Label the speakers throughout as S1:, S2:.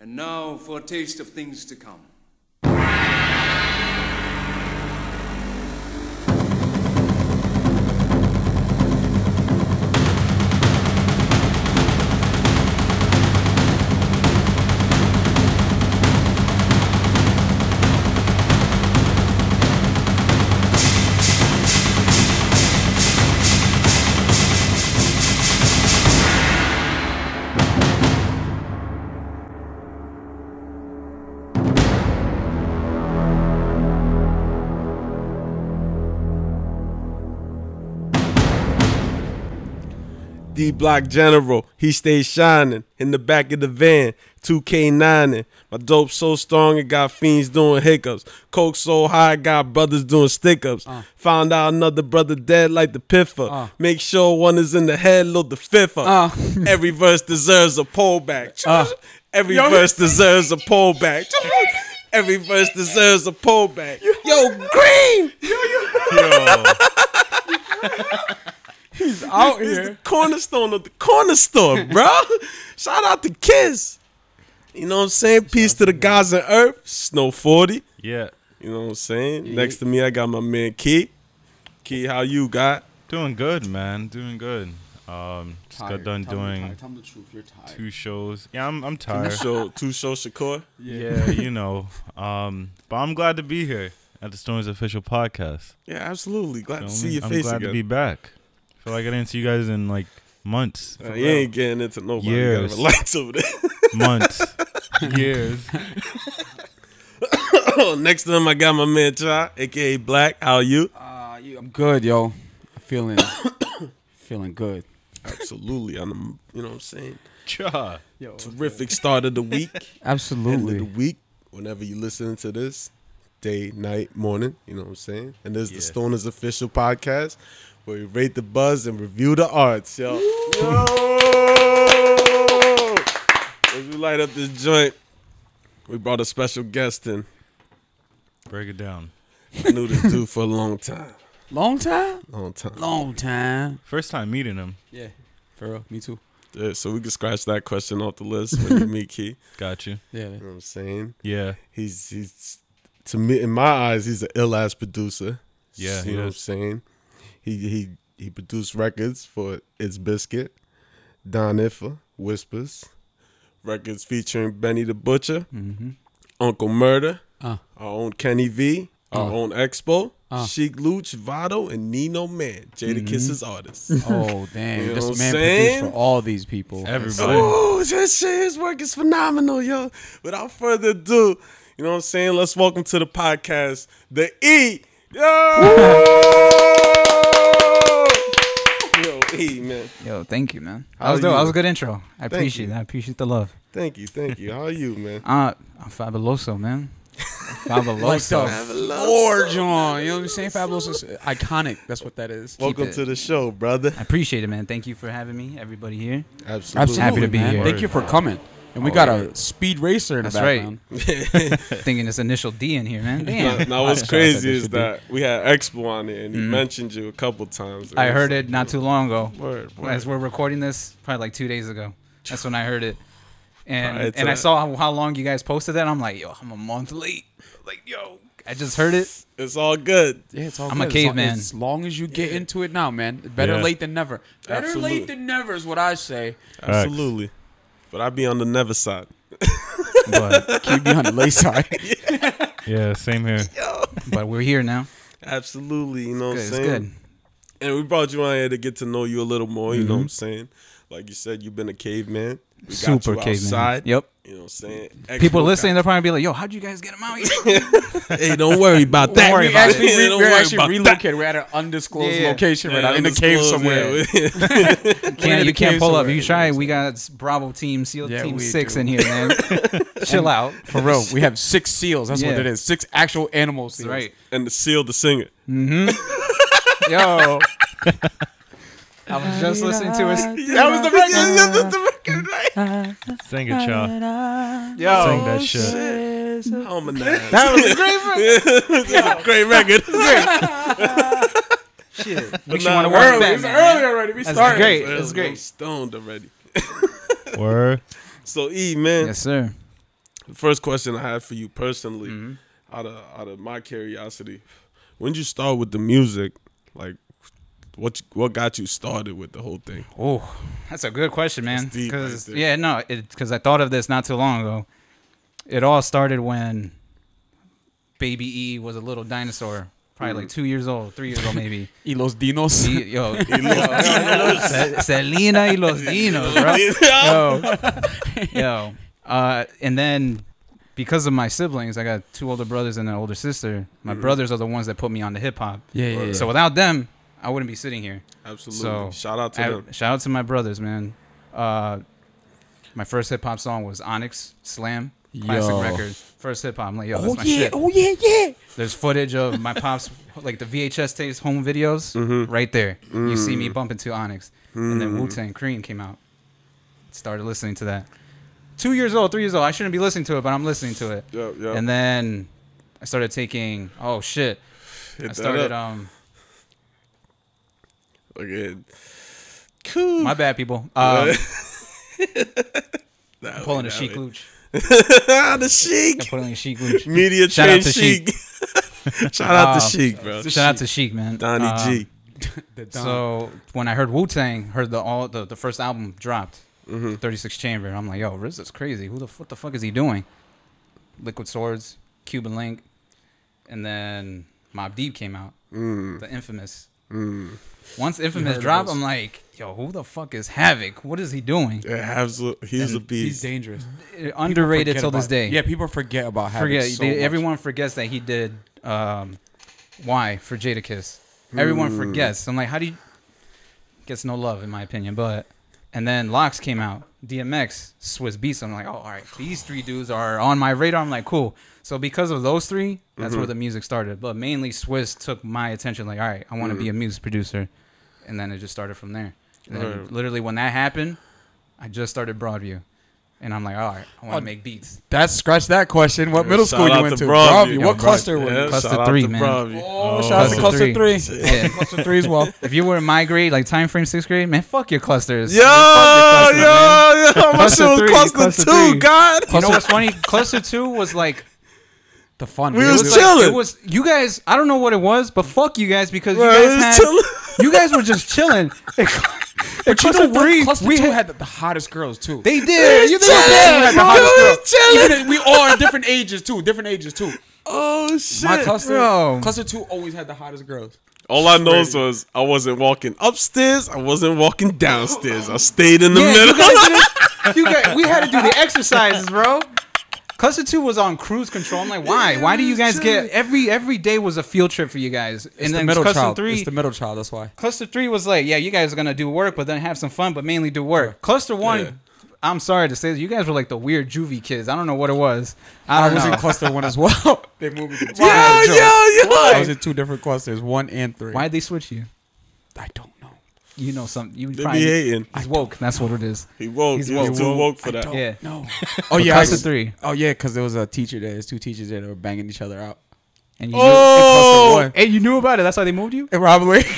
S1: And now for a taste of things to come.
S2: D Block General, he stays shining in the back of the van, 2K9 ing My dope so strong, it got fiends doing hiccups. Coke so high, it got brothers doing stick ups.
S3: Uh.
S2: Found out another brother dead like the piffer. Make sure one is in the head, load the fifth
S3: Uh.
S2: up. Every verse deserves a pullback.
S3: Uh.
S2: Every
S3: Yo.
S2: verse deserves a pullback. Every verse deserves a pullback. Yo, Green!
S3: Out
S2: He's
S3: here.
S2: the cornerstone of the corner store, bro. Shout out to Kiss. You know what I'm saying? Peace to the gods and earth. Snow 40.
S4: Yeah.
S2: You know what I'm saying? Next to me, I got my man Key. Key, how you got?
S4: Doing good, man. Doing good. Um, just got done
S3: Tell me you're
S4: doing
S3: tired. Tell me the truth. You're tired.
S4: two shows. Yeah, I'm I'm tired.
S2: So two show Shakur.
S4: yeah, you know. Um, but I'm glad to be here at the Storm's official podcast.
S2: Yeah, absolutely. Glad
S4: You know
S2: to
S4: what I
S2: see
S4: mean?
S2: your
S4: I'm
S2: face
S4: glad
S2: again.
S4: to be back. feel like I didn't see you guys in like months.
S2: Uh, you ain't getting into nobody. You
S4: Years.
S2: gotta relax over there.
S4: months. Years.
S2: Oh, Next to him, I got my man Cha, aka Black. How you?
S3: Uh, you- I'm good, yo. I'm feeling, feeling good.
S2: Absolutely. I'm, you know what I'm saying?
S4: Cha.
S3: Yo,
S2: Terrific start of the week. end of the
S3: absolutely.
S2: week, whenever you listen to this, day, night, morning, you know what I'm saying? And this is the Stoners official podcast where we rate the buzz and review the arts, yo. yo! As we light up this joint, we brought a special guest in.
S4: Break it down.
S2: I knew this dude for a long time.
S3: Long time,
S2: Long time.
S3: long time.
S4: First time meeting him.
S3: Yeah, for real. Me too.
S2: Yeah, so we can scratch that question off the list when you meet Key.
S4: Got you.
S3: Yeah.
S2: You know what I'm saying?
S4: Yeah.
S2: he's he's to me in my eyes he's an ill ass producer.
S4: Yeah,
S2: you
S4: he
S2: know what I'm
S4: is.
S2: saying. He he he produced records for It's Biscuit, Don Iffa, Whispers, records featuring Benny the Butcher,
S3: Mm-hmm.
S2: Uncle Murder,
S3: Uh.
S2: our own Kenny V, our
S3: Uh.
S2: own Expo,
S3: Uh. Mm-hmm.
S2: Chic Luch, Vado, and Nino Man, Jada Kiss's artist.
S3: Oh damn!
S2: You know what I'm
S3: this man
S2: saying?
S3: produced for all these people.
S4: Everybody.
S2: Oh, this shit, his work is phenomenal, yo. Without further ado, you know what I'm saying? Let's welcome to the podcast, the E. Yo! yo, E, man.
S5: Yo, thank you, man.
S2: How
S5: That was dope.
S2: you?
S5: That was a good intro. I appreciate
S2: you.
S5: it. I appreciate the love.
S2: Thank you, thank you. How are you, man?
S5: Uh, I'm Fabuloso, man.
S3: like
S5: Fabuloso.
S3: the forge on. You know what I'm saying? Fabulous is iconic. That's what that is.
S2: Welcome
S5: it.
S2: to the show, brother.
S5: I appreciate it, man. Thank you for having me, everybody here.
S2: Absolutely.
S5: Happy to be
S3: man.
S5: here.
S3: Thank you for coming. And we
S5: Oh,
S3: got
S5: yeah.
S3: a speed racer in
S5: That's
S3: the
S5: right.
S3: background.
S5: Thinking this initial D in here,
S2: Now,
S5: man. Damn.
S2: now what's
S5: Shout out
S2: crazy
S5: to
S2: is
S5: Bishop D.
S2: that we had Expo on it and he mentioned you a couple times.
S5: Mm-hmm. I heard it not too long ago.
S2: Word, word.
S5: As we're recording this, probably like two days ago. That's when I heard it. And
S2: Prior to
S5: and I
S2: that.
S5: saw how, how long you guys posted that. I'm like, yo, I'm a month late. Like, yo, I just heard it.
S2: It's all good.
S3: Yeah, it's all
S5: I'm a
S3: good. As long-
S5: caveman.
S3: As long as you get into it now, man. Better
S4: Yeah.
S3: late than never. Better
S2: Absolutely.
S3: late than never is what I say.
S2: Absolutely. But I be on the never side.
S4: But
S3: Keep me on the late side.
S4: yeah, same here.
S5: But we're here now.
S2: Absolutely, you know
S5: Good,
S2: what I'm
S5: it's
S2: saying?
S5: good.
S2: And we brought you on here to get to know you a little more. You know
S5: Mm-hmm.
S2: what I'm saying? Like you said, you've been a caveman. We got
S5: Super
S2: you
S5: caveman.
S2: outside.
S5: Yep.
S2: You know what I'm saying?
S5: People
S2: Expo
S5: listening, they'll probably be like, yo, how'd you guys get him out here?
S2: guy. Hey, don't worry about that.
S3: Don't worry about
S2: Yeah,
S3: it.
S2: don't
S3: We're
S2: worry
S3: actually
S2: about
S3: relocated. We're at an undisclosed
S5: Yeah.
S3: location
S2: that.
S3: right now in the cave
S2: Undisclosed,
S3: somewhere.
S2: yeah.
S3: We're in
S5: Can't
S3: the
S5: you can't
S3: cave
S5: pull up.
S3: somewhere.
S5: You try. it. We got Bravo Team SEAL
S3: Yeah,
S5: Team
S3: we
S5: Six
S3: do.
S5: in here, man. Chill out.
S3: For real, we have six seals. That's what
S5: Yeah.
S3: it is. Six actual animals.
S5: That's right.
S2: and the seal, the singer.
S5: Yo. I was just listening to us.
S3: That was the record.
S4: Sing it, cha. Sing
S5: Yo.
S4: that shit.
S2: Harmonized.
S5: That was a great
S2: Great record.
S5: shit. Makes you
S2: nah,
S5: want to
S2: we're
S5: work
S2: early.
S5: back,
S3: It's
S5: man.
S3: early already. We
S5: That's
S3: started.
S5: great.
S2: Well,
S5: That's
S2: I'm
S5: great.
S2: stoned already.
S4: Word.
S2: So E man,
S5: Yes, sir.
S2: The first question I had for you personally, out of out of my curiosity, when did you start with the music? Like, what you- what got you started with the whole thing?
S5: Oh, that's a good question, man.
S2: That's deep right
S5: 'Cause-
S2: there.
S5: yeah, no, because I thought of this not too long ago. It all started when Baby E was a little dinosaur, probably like two years old, three years old maybe.
S3: Y los dinos.
S5: E- yo, Se- Selena y los Dinos, bro. Yo, yo. Uh, and then because of my siblings, I got two older brothers and an older sister. My brothers are the ones that put me on to hip hop.
S3: Yeah, Mm-hmm. yeah, yeah.
S5: So without them, I wouldn't be sitting here.
S2: Absolutely.
S5: So,
S2: Shout out to
S5: I-
S2: them.
S5: Shout out to my brothers, man. Uh, my first hip hop song was Onyx Slam, classic
S3: Yo.
S5: record. First hip hop. I'm like, yo, that's my shit.
S3: oh yeah, yeah.
S5: There's footage of my pops, like the VHS tapes, home videos,
S2: Mm-hmm.
S5: right there. You see
S2: Mm.
S5: me bumping to Onyx, and then Wu Tang Cream came out. Started listening to that. Two years old, three years old. I shouldn't be listening to it, but I'm listening to it.
S2: Yep, yep.
S5: And then I started taking. Oh shit!
S2: Hit
S5: I
S2: that
S5: started. uh,
S2: up.
S5: Um,
S2: Okay. Cool.
S5: my bad, people. Um,
S2: That
S5: pulling
S2: way, that
S5: a chic
S2: way. Ah,
S5: looch.
S2: the chic.
S5: Pulling a chic looch.
S2: Media
S5: Shout out
S2: train
S5: to
S2: chic. Shout out to
S5: Um,
S2: chic, bro.
S5: Shout out to Chic, man.
S2: Donnie
S5: Uh,
S2: G.
S5: So when I heard Wu Tang, heard the all the, the first album dropped, 36 Chamber. I'm like, yo, this is crazy. Who the f- what the fuck is he doing? Liquid Swords, Cuban Link, and then Mob Deep came out. The infamous. Once Infamous dropped, I'm like, yo, who the fuck is Havoc? What is he doing?
S2: Yeah, absolutely. He's
S3: He's
S2: a beast.
S3: dangerous.
S5: Underrated
S3: Forget
S5: till this
S3: about-
S5: day.
S3: Yeah, people forget about Havoc
S5: forget
S3: so
S5: they-
S3: much.
S5: everyone forgets that he did um why for jada kiss everyone
S3: Hmm.
S5: forgets i'm like how do you gets no love in my opinion but and then locks came out dmx swiss beats i'm like oh all right these three dudes are on my radar i'm like cool so because of those three that's
S3: Mm-hmm.
S5: where the music started but mainly swiss took my attention like all right i want to
S3: Mm-hmm.
S5: be a music producer and then it just started from there And then
S2: Right.
S5: literally when that happened i just started broadview and i'm like all right i want
S3: Oh,
S5: to make beats
S3: That scratch that question. What
S2: Yeah,
S3: middle
S2: shout
S3: school
S2: out
S3: you went
S2: to
S3: to?
S2: Broadview.
S3: Broadview.
S2: Yo,
S3: What
S2: Broadview.
S3: cluster were
S2: Yeah,
S3: you?
S5: Cluster
S2: shout out
S5: three,
S2: to
S5: man.
S2: Broadview.
S3: Oh, shout out to
S5: Cluster
S3: cluster
S5: three.
S3: three.
S5: Yeah.
S3: Cluster three as well.
S5: If you were in my grade, like time frame sixth grade, man, fuck your clusters.
S2: Yo,
S5: Fuck your clusters, man.
S2: yo, yo, my
S5: Cluster
S2: shit was
S5: three,
S2: cluster
S5: cluster
S2: two,
S5: three.
S2: God.
S5: You know what's funny? Cluster two was like
S3: The fun.
S2: We
S3: It
S2: was
S5: it was
S2: chill-
S5: like-
S2: Chilling.
S5: it was you guys. I don't know what it was, but fuck you guys because you
S2: Bro, it was
S5: guys had,
S2: chilling.
S5: you guys were just chilling.
S3: But you know,
S5: Cluster three,
S3: what? cluster
S5: we
S3: two
S5: had-
S3: had the- the hottest girls too.
S5: They did.
S2: You
S5: You
S2: was
S5: did.
S2: chilling,
S3: the
S2: bro.
S3: hottest
S2: You
S3: girl.
S2: was chilling.
S3: Even if we all are different ages too. Different ages too.
S2: Oh shit.
S3: My cluster,
S5: bro.
S3: cluster two always had the hottest girls.
S2: All I know was I wasn't walking upstairs. I wasn't walking downstairs. I stayed in the
S5: Yeah, you
S2: middle.
S5: guys did it. You guys, we had to do the exercises, bro. Cluster two was on cruise control. I'm like, why? Why do you guys get every every day was a field trip for you guys?
S3: It's
S5: and
S3: the
S5: then
S3: middle
S5: cluster
S3: child.
S5: three,
S3: It's the middle child. That's why.
S5: Cluster three was like, yeah, you guys are gonna do work, but then have some fun, but mainly do work. Cluster one,
S2: Yeah.
S5: I'm sorry to say, this, you guys were like the weird juvie kids. I don't know what it was. I
S3: I
S5: don't
S3: was in
S5: know.
S3: cluster one as well. they moved me to
S2: Yo,
S3: Wild Joe. I
S2: yo,
S3: was
S2: yo.
S3: in two different clusters, one and three.
S5: Why'd they switch you?
S3: I don't know.
S5: You know something. You
S2: They
S5: probably
S2: be hating.
S5: he's woke. That's what it is.
S2: He woke.
S5: He's
S2: He was
S5: woke.
S2: too woke for that.
S3: don't
S5: Yeah.
S3: know. Oh yeah, I
S5: Cluster
S3: was,
S5: three,
S3: Oh yeah, because there was a teacher there. There's two teachers there that were banging each other out.
S5: and you,
S2: Oh,
S5: knew, and you knew about it. That's why they moved you.
S3: And probably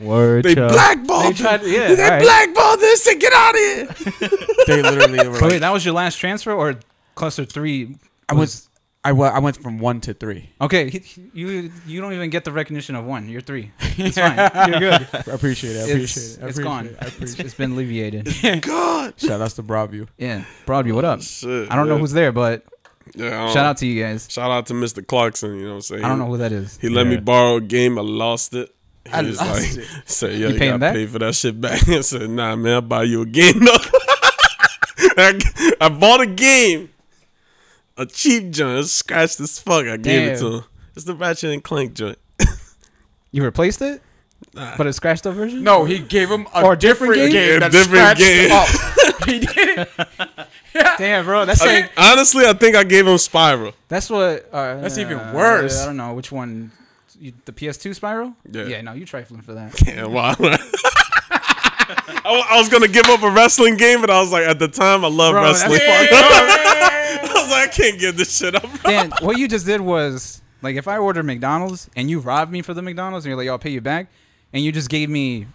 S4: Word.
S2: they
S4: child.
S2: blackballed.
S5: They tried-
S2: him.
S5: yeah,
S2: they
S5: alright.
S2: blackballed this and get out of here.
S3: they literally were.
S5: So wait,
S3: Like,
S5: that was your last transfer, or cluster three?
S3: I was I wa- I went from one to three.
S5: Okay, he- he- you you don't even get the recognition of one. You're three. It's fine. You're good.
S3: I appreciate it. I appreciate
S5: It's,
S3: it. I
S5: it's
S3: appreciate
S5: gone.
S3: It. I
S5: It's-
S3: appreciate
S5: it's been alleviated.
S2: God.
S3: it. Shout outs to Broadview.
S5: Yeah, Broadview, what up?
S2: Shit,
S5: I don't know
S2: yeah.
S5: who's there, but
S2: Yeah,
S5: shout out to you guys.
S2: Shout out to Mr. Clarkson. You know what I'm saying?
S5: I don't know who that is.
S2: He let me
S4: Yeah.
S2: borrow a game. I lost it. He
S3: I
S2: was
S3: lost
S2: like,
S3: it.
S2: Said, yo,
S5: You
S2: you,
S5: pay him
S2: gotta
S5: back?
S2: pay for that shit back. I said, nah, man, I'll buy you a game. though." I, I bought a game. A cheap joint. It's scratched as fuck. I gave it to
S5: Damn.
S2: him. It's the Ratchet and Clank joint.
S5: You replaced it,
S2: Nah.
S5: but a scratched up version.
S3: No, he gave him a
S5: Or a
S3: different
S5: different game?
S3: game,
S2: Yeah,
S3: that
S2: different
S3: different up.
S2: game.
S3: he did it.
S5: damn, bro, that's
S2: I-
S5: like,
S2: honestly, I think I gave him Spiral.
S5: that's what. Uh,
S3: That's even worse.
S5: I don't know which one. You, the PS2 Spiral.
S2: Yeah.
S5: Yeah. No, you trifling for that.
S2: Yeah, wow. I, wa- I was gonna give up a wrestling game, but I was like, at the time, I love
S5: Bro, that's
S2: wrestling.
S5: fucked
S2: I was like, I can't give this shit up.
S5: Dan, what you just did was like if I ordered McDonald's and you robbed me for the McDonald's and you're like, "Yo, I'll pay you back," and you just gave me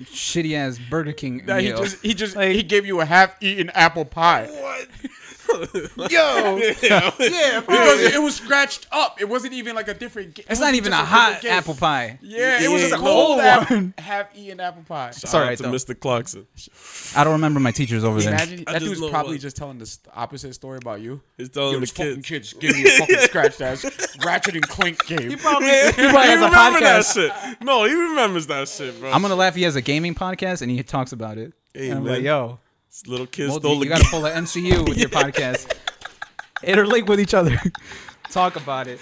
S5: shitty ass Burger King
S3: Nah, he
S5: meal.
S3: just he just he gave you a half eaten apple pie.
S2: What?
S5: Yo,
S3: yeah, because it was scratched up. It wasn't even like a different. Ga-
S5: it's not even a hot apple pie.
S3: Yeah, it was just a
S5: Yeah.
S3: cold
S5: Cold
S3: apple, half eaten apple pie.
S2: Shout out
S5: alright,
S2: to
S5: though.
S2: Mr. Clarkson.
S5: I don't remember my teachers over there.
S3: Imagine that
S2: just
S3: dude's
S2: love
S3: probably
S2: what-
S3: just telling the st- opposite story about you.
S2: He's telling the
S3: Those fucking kids
S2: kids.
S3: give me a fucking scratch ass ratchet and clink game.
S2: he
S5: probably has a
S2: remember that
S5: podcast.
S2: shit. No, he remembers that shit, bro.
S5: I'm gonna laugh. He has a gaming podcast and he talks about it.
S2: Hey,
S5: and I'm
S2: man.
S5: like, yo,
S2: This little kid
S5: Moldy,
S2: stole
S5: you
S2: the
S5: gotta pull an MCU with your podcast. Interlink with each other. Talk about it.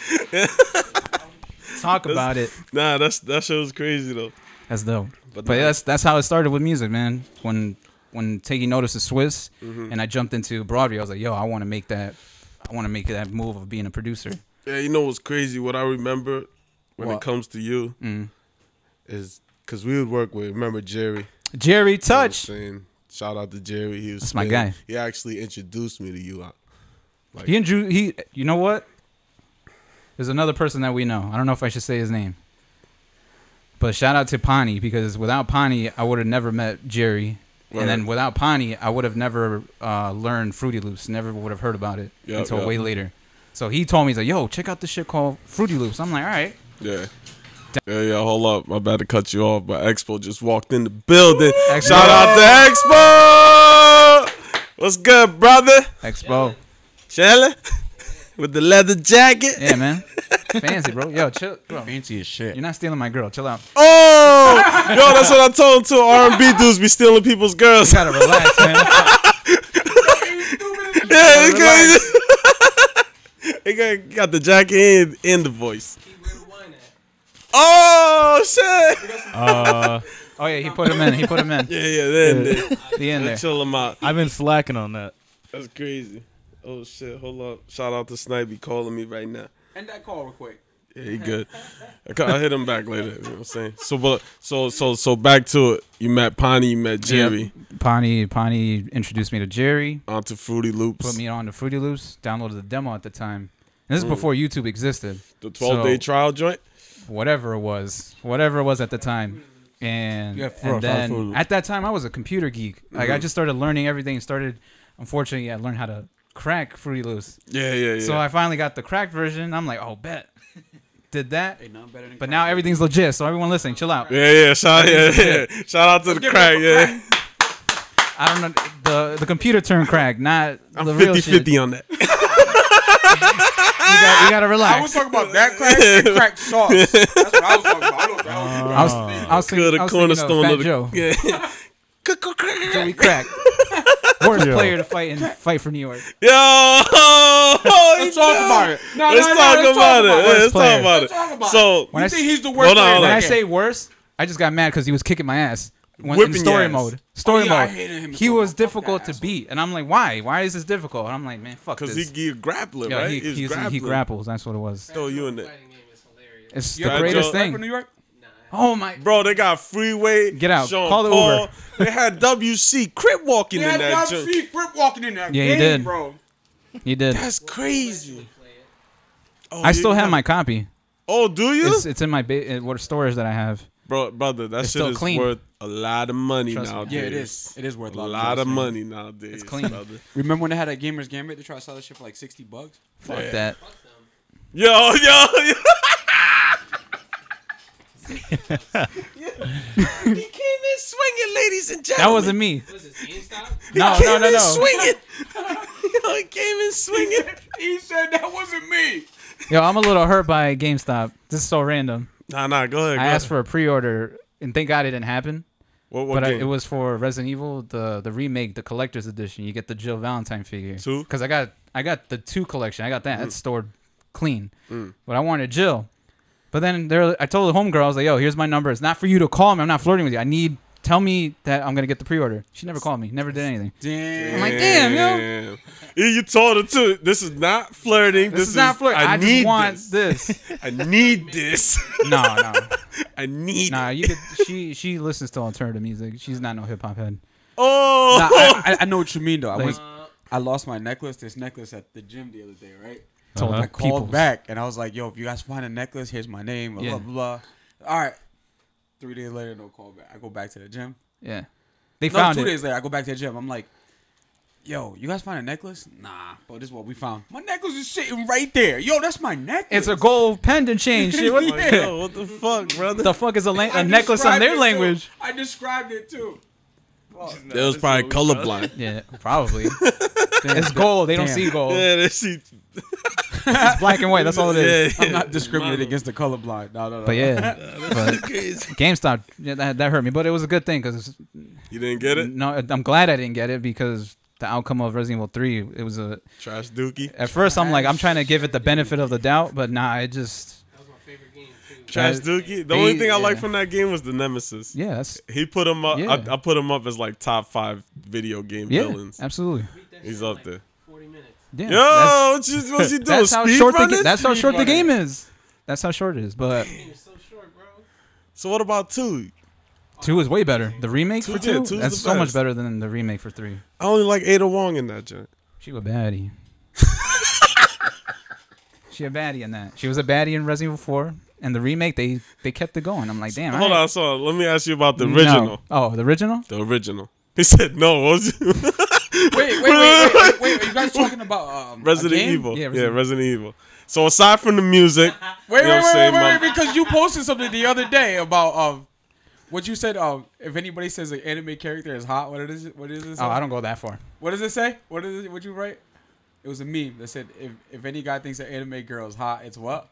S5: Talk about it.
S2: Nah, that's that shit was crazy though.
S5: That's dope. But, that's that's how it started with music, man. When when taking notice of Swiss
S2: Mm-hmm.
S5: and I jumped into Broadway, I was like, yo, I want to make that. I want to make that move of being a producer.
S2: Yeah, you know what's crazy? What I remember when it
S3: What?
S2: comes to you
S5: Mm.
S2: is because we would work with. Remember Jerry?
S5: Jerry Touch.
S2: You know what I'm saying? Shout out to Jerry. He was
S5: That's my
S2: spinning.
S5: guy.
S2: He actually introduced me to you. I-
S5: He and Drew. He. You know what? There's another person that we know. I don't know if I should say his name. But shout out to Pawnee because without Pawnee, I would have never met Jerry.
S2: Right.
S5: And then without Pawnee, I would have never uh, learned Fruity Loops. Never would have heard about it
S2: Yep,
S5: until
S2: yep.
S5: way later. So he told me, he's like, yo, check out this shit called Fruity Loops. I'm like, all right.
S2: Yeah. Yeah, yeah, hold up. I'm about to cut you off, but Expo just walked in the building. Shout out to Expo! What's good, brother?
S5: Expo.
S2: Chillin'? With the leather jacket?
S5: Yeah, man. Fancy, bro. Yo, chill. Bro.
S3: Fancy as shit.
S5: You're not stealing my girl. Chill out.
S2: Oh! Yo, that's what I told him too. R&B dudes be stealing people's girls.
S5: You gotta relax, man.
S2: Yeah, they got, they got, got the jacket and, and the voice. Oh, shit!
S4: Uh,
S5: Oh, yeah, he put him in. He put him in.
S2: Yeah, yeah, then, then.
S5: He in there.
S2: Chill him out.
S4: I've been slacking on that.
S2: That's crazy. Oh shit, hold up. Shout out to Snipey calling me right now.
S3: End that call real quick.
S2: Yeah, he good. I ca- I'll hit him back later. You know what I'm saying? So but so so so back to it. You met Pawnee, you met Jerry,
S5: Pawnee, Pawnee introduced me to Jerry.
S2: onto Fruity Loops.
S5: put me on to Fruity Loops, downloaded the demo at the time.
S3: Mm.
S5: And this is before YouTube existed.
S2: the twelve day
S5: so-
S2: trial joint.
S5: Whatever it was. Whatever it was at the time. And,
S3: Yeah,
S5: and
S3: for- for Fruity
S5: then
S3: Loops. Mm.
S5: at that time I was a computer geek. Like I just started learning everything and started unfortunately I learned how to crack Fruity Loops.
S2: Yeah, yeah, yeah.
S5: So I finally got the cracked version. I'm like, oh bet. Did that.
S3: Hey, nothing better than
S5: But now everything's legit, so everyone listening, chill out.
S2: yeah, yeah, shout, yeah, yeah. shout out to the crack, yeah.
S5: I don't know the the computer turned crack, not
S2: I'm
S5: the
S2: 50
S5: real
S2: 50
S5: shit.
S2: on that.
S5: You got- you gotta relax.
S3: I was talking about that crack and crack sauce. That's what I was talking about. I don't, I don't,
S5: I was, I was thinking,
S2: Good,
S5: I
S2: the
S5: was thinking
S2: cornerstone
S5: of
S2: of
S5: Fat
S2: the.
S5: Joe.
S2: Yeah. Cuckoo crack.
S5: Joey Crack. Worst player to fight in fight for New York.
S2: Yo! Let's
S3: let's talk about it. No,
S2: Let's
S3: no, no,
S2: talk about it. Yeah, Let's
S5: player.
S2: talk about it.
S3: Let's talk about
S2: So,
S5: When
S3: You
S5: I
S3: think
S5: s-
S3: he's the worst
S2: Hold on,
S3: player
S2: hold on.
S5: When
S3: in the
S5: I
S3: game?
S5: say worse, I just got mad because he was kicking my ass. When, in
S2: Whipping
S5: story
S2: your ass.
S5: mode, story
S3: Oh, yeah, I
S5: mode,
S3: hated him
S5: he
S3: so much.
S5: was
S3: Fuck
S5: difficult
S3: that
S5: to
S3: asshole.
S5: beat, and I'm like, why? Why is this difficult? And I'm like, man, fuck
S2: Cause
S5: this.
S2: he, he grappling,
S5: Yo,
S2: right?
S5: he,
S2: He's
S5: he's- he
S2: grappling.
S5: grapples. That's what it was.
S2: Throw you in there.
S6: fighting game is hilarious.
S5: It's
S3: You
S5: the
S3: ever
S5: greatest
S2: Joe-
S3: crack from New
S5: thing.
S3: York?
S5: Oh my!
S2: Bro, they got freeway.
S5: Get out.
S2: Sean
S5: Call the
S2: Paul.
S5: Uber.
S2: They had WC Crip walking
S3: Yeah,
S2: in that
S3: that
S2: joint.
S3: see Rip walking in that
S5: Yeah, he
S3: game,
S5: did.
S3: bro.
S5: He did.
S2: That's crazy. Oh,
S5: I still
S2: you-
S5: have my copy.
S2: Oh, do you,
S5: It's, it's in my ba- uh, what storage that I have.
S2: bro, brother? That shit
S5: still
S2: is
S5: clean.
S2: worth a lot of money
S5: Trust me.
S2: nowadays.
S3: Yeah, it is. It is worth
S2: A lot of money nowadays.
S5: It's clean.
S2: brother.
S3: Remember when they had that Gamers Gambit? They tried to sell that shit for like sixty bucks.
S5: Fuck that.
S2: Yo, yo, yo. he came in swinging, ladies and gentlemen.
S5: That wasn't me.
S6: Was it GameStop?
S5: No,
S2: Came
S5: no, no,
S2: in
S5: no.
S2: swinging. yo, he came in swinging.
S3: He said that wasn't me.
S5: Yo, I'm a little hurt by GameStop. This is so random.
S2: Nah, nah, go ahead. Go
S5: I
S2: ahead.
S5: asked for a pre-order, and thank God it didn't happen.
S2: what, what
S5: But I,
S2: game?
S5: it was for Resident Evil, the the remake, the collector's edition. You get the Jill Valentine figure.
S2: Two?
S5: Because I got I got the two collection. I got that. That's stored clean. But I wanted Jill. But then there, I told the homegirl, I was like, "Yo, here's my number. It's not for you to call me. I'm not flirting with you. I need tell me that I'm gonna get the pre-order." She never called me. Never did anything.
S3: Damn.
S5: I'm like, "Damn, yo,
S2: Damn. Yeah, You told her too. This is not flirting.
S5: this, is not flirting. I,
S2: need
S5: just want
S2: this.
S5: this."
S2: I need this.
S5: no, no,
S2: I need.
S5: nah.
S2: it.
S5: You could. She she listens to alternative music. She's not no hip hop head.
S2: Oh.
S3: Nah, I, I- I know what you mean though. I
S5: Like-
S3: was, I lost my necklace. This necklace at the gym the other day, right?
S5: Told
S3: I
S5: the
S3: called
S5: people.
S3: back and I was like, "Yo, if you guys find a necklace, here's my name." Blah
S5: Yeah.
S3: blah blah. All right. Three days later, no call back. I go back to the gym.
S5: Yeah. They
S3: No,
S5: found
S3: two
S5: it.
S3: days later, I go back to the gym. I'm like, yo, you guys find a necklace? Nah, but this is what we found. My necklace is sitting right there. Yo, that's my necklace.
S5: It's a gold pendant chain. Shit, what
S2: Like, yo, what the fuck, brother?
S5: the fuck is a, la-
S3: I
S5: a necklace on
S3: described it,
S5: their
S3: too.
S5: language?
S3: I described it too.
S2: That was probably colorblind.
S5: Yeah, probably. it's gold. They don't
S3: Damn.
S5: see gold.
S2: Yeah, that shit.
S5: It's black and white. That's all it is.
S2: Yeah,
S3: I'm not discriminating against the colorblind. No, no, no.
S5: But yeah, but GameStop yeah, that, that hurt me. But it was a good thing because
S2: you didn't get it.
S5: no, I'm glad I didn't get it because the outcome of Resident Evil Three, it was a.
S2: Trash Dookie.
S5: At first, I'm like, I'm trying to give it the benefit of the doubt, but nah, it just
S6: That was my favorite game too.
S2: Trash
S5: That-
S2: Dookie. The
S5: he-
S2: only thing I
S5: yeah.
S2: liked from that game was the Nemesis.
S5: yeah, that's
S2: He put him up.
S5: Yeah.
S2: I, I put him up as like top five video game
S5: yeah,
S2: villains.
S5: absolutely.
S6: Beat that
S2: He's
S6: shit in,
S2: up
S6: like,
S2: there.
S6: 40 minutes.
S5: Yeah,
S2: Yo,
S5: that's-
S2: what you, what you doing?
S5: that's, how
S2: Speed
S5: short the
S2: running?
S5: ga- that's how short the game is. That's how short it is. But
S6: It was so short, bro.
S2: so what about two?
S5: two is way better. The remake
S2: Two-
S5: for
S2: yeah,
S5: two,
S2: two's
S5: that's
S2: the
S5: so much
S2: best.
S5: better than the remake for three.
S2: I only like Ada Wong in that joint.
S5: She was a baddie. she a baddie in that. She was a baddie in Resident Evil 4. And the remake, they they kept it going. I'm like, damn.
S2: Hold on, so let me ask you about the original.
S5: Oh, the original?
S2: The original. He said no. What was it?
S3: Wait, wait, wait, wait, wait, wait. Are you guys talking about um, a
S2: Resident
S3: game?
S2: Evil.
S5: Yeah,
S2: Yeah,
S5: Resident-
S2: Resident, Evil. So aside from the music,
S3: Wait, wait,
S2: You know what I'm
S3: wait,
S2: saying,
S3: wait, wait,
S2: man?
S3: because you posted something the other day about um, what you said. Um, if anybody says an anime character is hot, what it is What is this?
S5: Oh, I don't go that far.
S3: What does it say? What is it? What you write? It was a meme that said, "If if any guy thinks an anime girl is hot, it's what."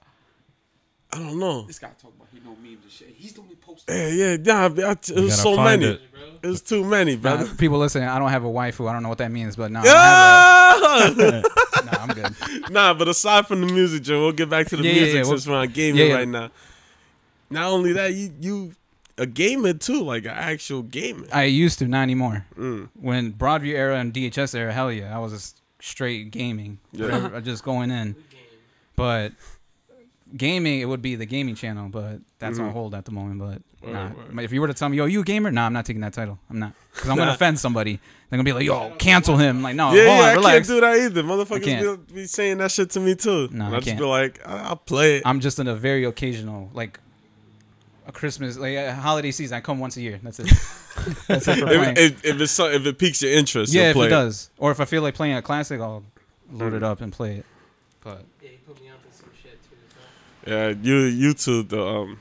S2: I don't know.
S3: This guy talking about he know memes and shit. He's the only poster.
S2: Yeah, yeah, nah, I- it
S4: You
S2: was
S4: gotta
S2: so
S4: find
S2: many. It.
S4: it.
S2: was too many,
S5: Nah,
S2: brother.
S5: Uh, people listening, I don't have a waifu. I don't know what that means, but no,
S2: Yeah!
S5: no I'm good.
S2: nah, but aside from the music, Joe, we'll get back to the
S5: Yeah, yeah,
S2: music
S5: yeah, we'll-
S2: since we're on gaming
S5: yeah, yeah.
S2: right now. Not only that, you you a gamer too, like an actual gamer.
S5: I used to, not anymore.
S2: Mm.
S5: When Broadview era and DHS era, hell yeah, I was just straight gaming.
S2: Yeah.
S5: Yeah. Just going in. But gaming, it would be the gaming channel, but that's
S2: Mm-hmm.
S5: on hold at the moment. But nah. if you were to tell me, yo, you a gamer? Nah, I'm not taking that title. I'm not. Because I'm going to offend somebody. They're going to be like, yo, cancel him. Like, no,
S2: yeah,
S5: hold
S2: yeah,
S5: on,
S2: I
S5: relax.
S2: can't do that either. Motherfuckers
S5: can't.
S2: be, be saying that shit to me too.
S5: No,
S2: and
S5: I
S2: I just
S5: can't.
S2: be like, I, I'll play it.
S5: I'm just in a very occasional, like, a Christmas, like a holiday season. I come once a year. That's it. that's it for playing.
S2: if, if, if it's so, if it piques your interest,
S5: yeah,
S2: you'll
S5: if
S2: play
S5: it does. Or if I feel like playing a classic, I'll load
S3: Hmm.
S5: it up and play it. But
S6: Yeah, he put me on to some shit too. as well.
S2: Yeah, you you two the um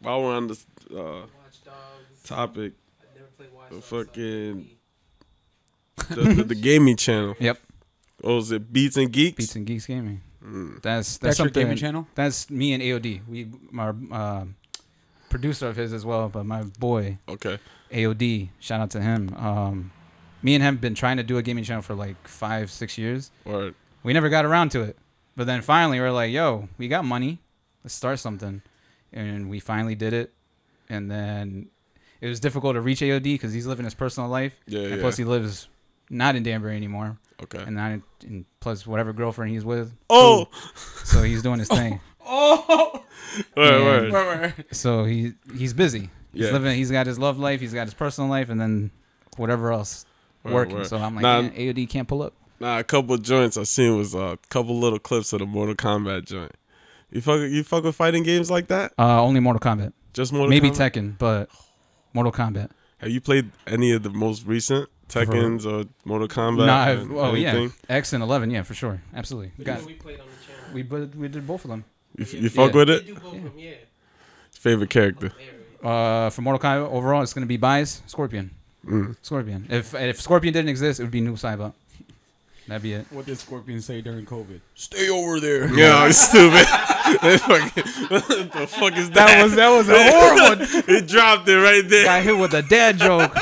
S2: while we're on this uh
S6: Watch Dogs.
S2: topic,
S6: I never played Watch
S2: The
S6: Dogs. so I
S2: fucking-
S6: couldn't be-
S2: the, the, the gaming channel.
S5: Yep.
S2: What was it? Beats and Geeks?
S5: Beats and Geeks Gaming.
S3: Hmm.
S5: That's that's,
S3: That's your
S5: something-
S3: gaming channel?
S5: That's me and AOD. We our uh, producer of his as well, but my boy
S2: Okay.
S5: AOD. Shout out to him. Um, me and him been trying to do a gaming channel for like five six years.
S2: Word.
S5: We never got around to it, but then finally we are like, yo, we got money. Let's start something, and we finally did it. And then it was difficult to reach AOD because he's living his personal life,
S2: Yeah,
S5: and
S2: yeah.
S5: plus he lives not in Danbury anymore,
S2: Okay.
S5: and not and plus whatever girlfriend he's with.
S2: Oh,
S5: So he's doing his thing.
S3: Oh,
S2: word,
S5: Yeah.
S2: word.
S3: wait, wait, wait.
S5: So he he's busy. He's
S2: Yeah.
S5: living. He's got his love life. He's got his personal life, and then whatever else
S2: Word,
S5: working.
S2: word.
S5: So I'm like,
S2: Nah.
S5: man, AOD can't pull up.
S2: Nah, a couple of joints I seen was uh, a couple little clips of the Mortal Kombat joint. You fuck you fuck with fighting games like that?
S5: Uh, only Mortal Kombat.
S2: Just Mortal
S5: Maybe
S2: Kombat?
S5: Tekken, but Mortal Kombat.
S2: Have you played any of the most recent Tekkens or Mortal Kombat?
S5: Nah, I've-
S2: or
S5: oh yeah,
S2: anything?
S5: X and Eleven, yeah, for sure, absolutely.
S6: But
S5: Got
S6: yeah, we played on the channel.
S5: we bu- we did both of them.
S2: You, f- you fuck
S5: Yeah.
S2: with
S6: They
S2: it?
S6: do both of them, yeah.
S2: Favorite character?
S6: There, right?
S5: Uh, for Mortal Kombat overall, it's gonna be bias Scorpion.
S2: Mm.
S5: Scorpion. If if Scorpion didn't exist, it would be New Cyber. That'd be it.
S3: What did Scorpion say during COVID?
S2: Stay over there. Yeah, it's stupid. what the fuck is that?
S5: That was that was a horrible.
S2: It dropped it right there.
S5: Got hit with a dad joke.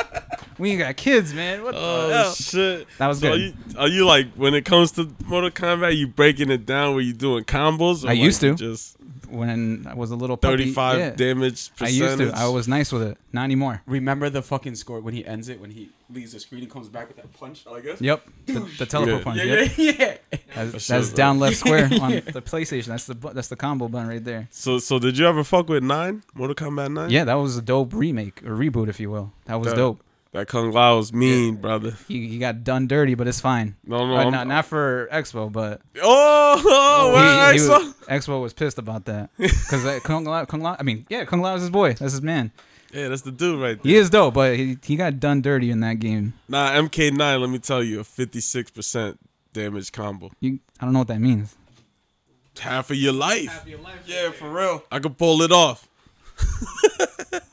S5: We ain't got kids, man. What the hell?
S2: Oh shit!
S5: That was
S2: So
S5: good.
S2: Are you, are you like when it comes to Mortal Kombat, you breaking it down where you doing combos?
S5: I
S2: like,
S5: used to.
S2: just
S5: when I was a little puppy.
S2: thirty-five
S5: yeah.
S2: damage.
S5: I
S2: Percentage.
S5: used to. I was nice with it. Not anymore.
S3: Remember the fucking score when he ends it when he leaves the screen and comes back with that punch like this?
S5: Yep. The, the teleport
S2: Yeah.
S5: punch.
S3: Yeah,
S5: yep.
S3: yeah, yeah.
S5: That's,
S2: That
S5: that's
S2: shit,
S5: down left square on the PlayStation. That's the bu- that's the combo button right there.
S2: So so did you ever fuck with nine Mortal Kombat nine?
S5: Yeah, that was a dope remake or reboot, if you will. That was
S2: That-
S5: dope.
S2: That Kung Lao was mean, brother.
S5: He, he got done dirty, but it's fine.
S2: No no.
S5: Uh,
S2: I'm-
S5: not not for Expo, but
S2: Oh, oh, where
S5: he, he
S2: I
S5: was,
S2: saw-
S5: Expo was pissed about that because Kung Lao, Kung Lao. I mean, yeah, Kung Lao is his boy. That's his man.
S2: Yeah, that's the dude right there.
S5: He is dope, but he, he got done dirty in that game.
S2: Nah, MK9, let me tell you, a 56% damage combo.
S5: You, I don't know what that means.
S2: Half of your life.
S6: Happy life.
S3: Yeah, for real.
S2: I could pull it off.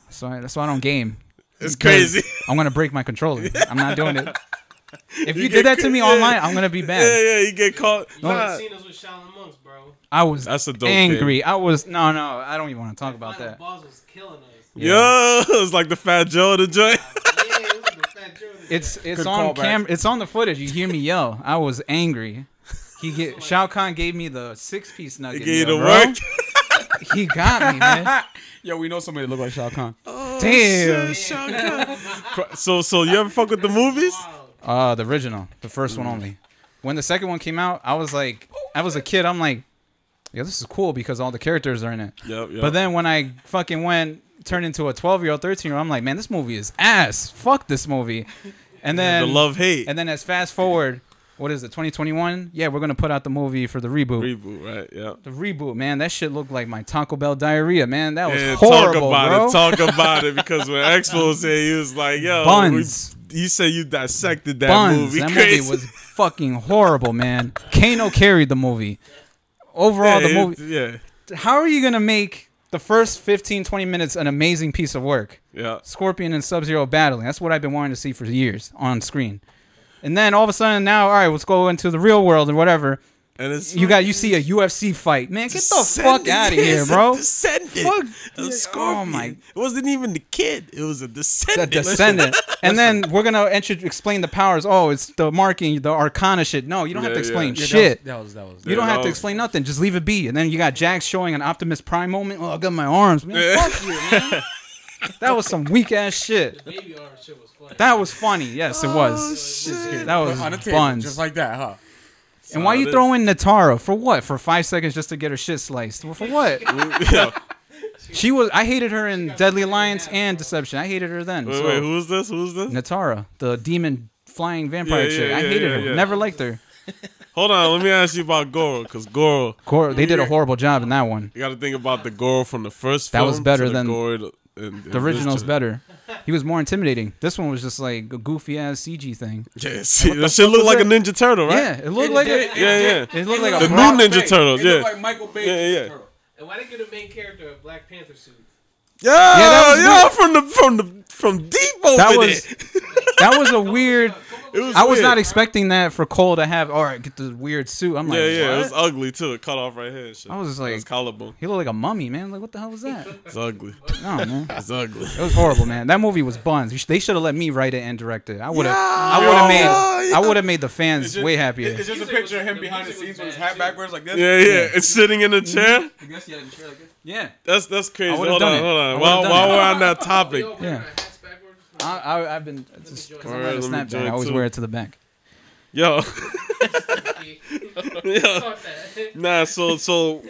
S5: So I, that's why I don't game.
S2: It's
S5: Because
S2: crazy.
S5: I'm gonna break my controller. I'm not doing it. If you,
S2: get
S5: did that to
S2: cr-
S5: me
S2: yeah.
S5: online, I'm gonna be
S2: yeah,
S5: banned.
S2: yeah, you get caught.
S6: You
S5: Nah.
S6: haven't seen us with Shaolin monks, bro.
S5: I was
S2: That's a dope
S5: angry. I was no, no. I don't even want to talk about
S6: Final
S5: that.
S6: boss was killing us. Yeah,
S2: Yo, it's like the Fat Joe of the joint.
S6: it was the fat Jordan.
S5: It's it's
S3: Good
S5: on
S3: callback.
S5: camera. It's on the footage. You hear me yell. I was angry. He get Shao Kahn gave me the six piece
S2: It
S5: nugget.
S2: gave you
S5: meal,
S2: the
S5: bro.
S2: work.
S5: He got me, man.
S3: Yo, we know somebody that look like Shao Kahn.
S5: Damn.
S2: So, so you ever fuck with the movies?
S5: Uh, the original, the first one only. When the second one came out, I was like, I was a kid. I'm like, yo, this is cool because all the characters are in it.
S2: Yep, yep.
S5: But then when I fucking went turned into a 12 year old, 13 year old, I'm like, man, this movie is ass. Fuck this movie. And
S2: the
S5: then
S2: love hate
S5: and then as fast forward, what is it? 2021? Yeah, we're gonna put out the movie for the reboot.
S2: reboot, right? Yeah.
S5: the reboot, man, that shit looked like my Taco Bell diarrhea, man. That was
S2: Yeah,
S5: horrible,
S2: talk about
S5: bro.
S2: it. Talk about it because when Expo was here, he was like, "Yo, we-
S5: Buns.
S2: you said you dissected that
S5: Buns.
S2: movie.
S5: That
S2: crazy.
S5: movie was fucking horrible, man. Kano carried the movie. Overall,
S2: yeah,
S5: the movie.
S2: Yeah,
S5: How are you gonna make the first 15, 20 minutes an amazing piece of work?
S2: yeah.
S5: Scorpion and Sub Zero battling. That's what I've been wanting to see for years on screen. And then all of a sudden, now all right, let's go into the real world and whatever.
S2: And it's
S5: You got you see a UFC fight, man. Get the fuck
S2: descendant.
S5: out of
S2: Yeah,
S5: here,
S2: it's
S5: bro.
S2: A descendant.
S5: Fuck.
S2: A
S5: Yeah, oh
S2: scorpion.
S5: my-
S2: It wasn't even the kid. It was a
S5: The
S2: descendant.
S5: descendant. and then we're gonna intro- explain the powers. Oh, it's the marking, the arcana shit. No, you don't have
S2: Yeah,
S5: to
S2: yeah.
S5: explain
S2: Yeah,
S5: shit.
S3: That was that was.
S5: You don't
S2: Yeah,
S5: have to
S2: no.
S5: explain nothing. Just leave it be. And then you got Jax showing an Optimus Prime moment. Oh, I got my arms. Man, fuck you, man. That was some weak ass shit.
S6: Baby arm shit was funny.
S5: That was funny. Yes, it
S2: Oh,
S5: was. That was
S3: on a table,
S5: buns.
S3: just like that, huh?
S5: and why
S2: how
S5: you
S2: it
S5: throwing Natara for what? For five seconds just to get her shit sliced? Well, For what?
S2: Yo,
S5: she was. I hated her in Deadly Alliance and Deception. I hated her then.
S2: wait,
S5: so-
S2: wait. Who's this? Who's this?
S5: Natara, the demon flying vampire
S2: Yeah, yeah,
S5: chick. I
S2: yeah,
S5: hated
S2: yeah,
S5: her.
S2: yeah.
S5: Never liked her.
S2: Hold on. Let me ask you about Goro, because Goro.
S5: Cor- they did a horrible job in that one.
S2: You got to think about the Goro from the first.
S5: That
S2: film
S5: was better
S2: to the
S5: than-
S2: Goro to- in- in
S5: The
S2: this
S5: original's
S2: gen-
S5: better. He was more intimidating. This one was just like a goofy ass CG thing.
S2: Yeah, see, that shit looked like a Ninja Turtle, right?
S5: Yeah, it looked like
S3: did.
S5: a,
S2: yeah, yeah.
S5: it looked like a
S2: The new
S5: Brock-
S2: Ninja Turtles,
S3: It looked
S2: yeah.
S3: like Michael Bay.
S2: Yeah, yeah, yeah.
S3: Turtle.
S6: And why they get a main character a Black Panther suit?
S2: Yo,
S5: that was
S2: yo, from the from the from deep over
S5: That
S2: there.
S5: was that was a weird.
S2: It was
S5: I was
S2: weird.
S5: not expecting that for Cole to have. All right, get the weird suit. I'm like,
S2: Yeah, yeah, it was
S5: what?
S2: ugly too. It cut off right here. and Shit.
S5: I was just like-
S2: it's collarbone.
S5: he looked like a mummy, man. Like, what the hell was that?
S2: It's ugly.
S5: No, man,
S2: It's ugly.
S5: it was horrible, man. That movie was buns. You sh- They should have let me write it and direct it. I would have. I
S2: Yeah,
S5: would have made.
S2: yeah.
S5: I would have made the fans
S3: Just-
S5: way
S3: it-
S5: happier.
S3: It's just a
S6: Music
S3: picture of
S6: was-
S3: him
S6: the
S3: behind the
S6: music
S3: scenes
S6: was
S3: with his
S6: bad,
S3: hat
S6: too.
S3: backwards like this.
S2: Yeah, yeah, It's sitting in a chair.
S6: I guess you had to like it.
S5: Yeah,
S2: That's that's crazy.
S5: I would've
S2: Hold
S5: done
S2: on,
S5: it.
S2: hold
S5: I
S2: on.
S5: would've
S2: While
S5: done
S2: while
S5: it.
S2: we're on that topic,
S6: Yo,
S5: Yeah.
S6: yeah. Hats backwards.
S5: I, I, I've been just because I'm
S2: Alright,
S5: wearing a
S2: let me
S5: snapback.
S2: join
S5: I always
S2: too.
S5: wear it to the back.
S2: yo,
S6: Fuck that.
S2: nah. So so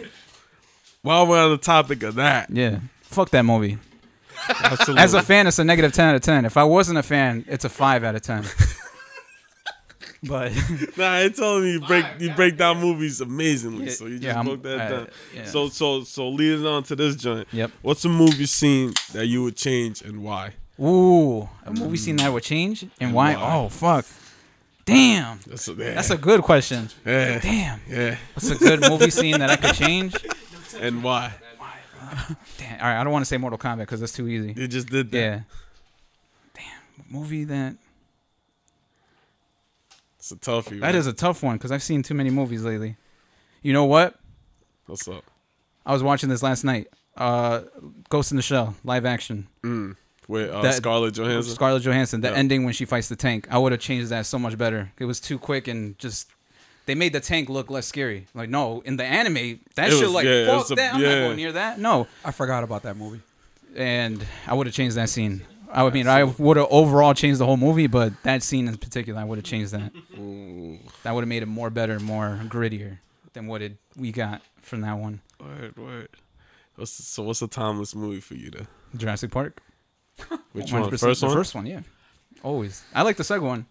S2: while we're on the topic of that,
S5: Yeah, fuck that movie.
S2: absolutely.
S5: As a fan, it's a negative ten out of ten. If I wasn't a fan, it's a five out of ten. but
S2: Nah, it's telling me you break you break down movies amazingly. So you just
S5: yeah, I'm-
S2: broke that
S5: I-
S2: down.
S5: yeah.
S2: So so so leading on to this joint.
S5: Yep.
S2: What's a movie scene that you would change and why?
S5: ooh, a movie scene that would change and why?
S2: why?
S5: Oh fuck, damn,
S2: That's a yeah,
S5: that's a good question.
S2: yeah,
S5: Damn,
S2: yeah.
S5: what's a good movie scene that I could change?
S2: And why?
S5: Damn, all right, I don't want to say Mortal Kombat because that's too easy.
S2: You just did that.
S5: Yeah. Damn, movie that
S2: It's a toughie.
S5: that is a tough one because I've seen too many movies lately. You know what?
S2: what's up.
S5: I was watching this last night. Uh, Ghost in the Shell, live action.
S2: With uh,
S5: That-
S2: Scarlett Johansson.
S5: Scarlett Johansson. The
S2: Yeah.
S5: ending when she fights the tank. I would have changed that so much better. It was too quick and just. They made the tank look less scary. Like no, in the anime, that
S2: It
S5: shit
S2: was-
S5: like
S2: yeah, it
S5: fuck
S2: was a-
S5: that. I'm not
S2: yeah.
S5: going near that. No,
S3: I forgot about that movie.
S5: and I would have changed that scene. I would mean I would have overall changed the whole movie, but that scene in particular, I would have changed that. That would have made it more better, more grittier than what it we got from that one.
S2: Word, word. What's so what's a timeless movie for you then?
S5: Jurassic Park.
S2: Which
S5: 100%.
S2: one? The first
S5: the
S2: one?
S5: first one, yeah. Always. I like the second one.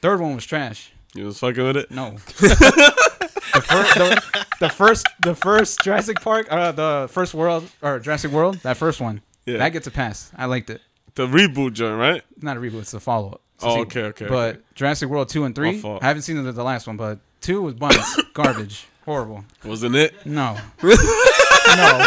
S5: Third one was trash.
S2: You was fucking with it?
S5: No. the, fir- the, the first, the first Jurassic Park, uh, the first world or Jurassic World, that first one.
S2: Yeah.
S5: That gets a pass. I liked it.
S2: the reboot joint, right?
S5: It's not a reboot. It's a follow up.
S2: Oh, okay, okay,
S5: But Jurassic World two and
S2: My
S5: three.
S2: fault.
S5: I haven't seen the, the last one, but two was buns, garbage, horrible.
S2: Wasn't it?
S5: No, no.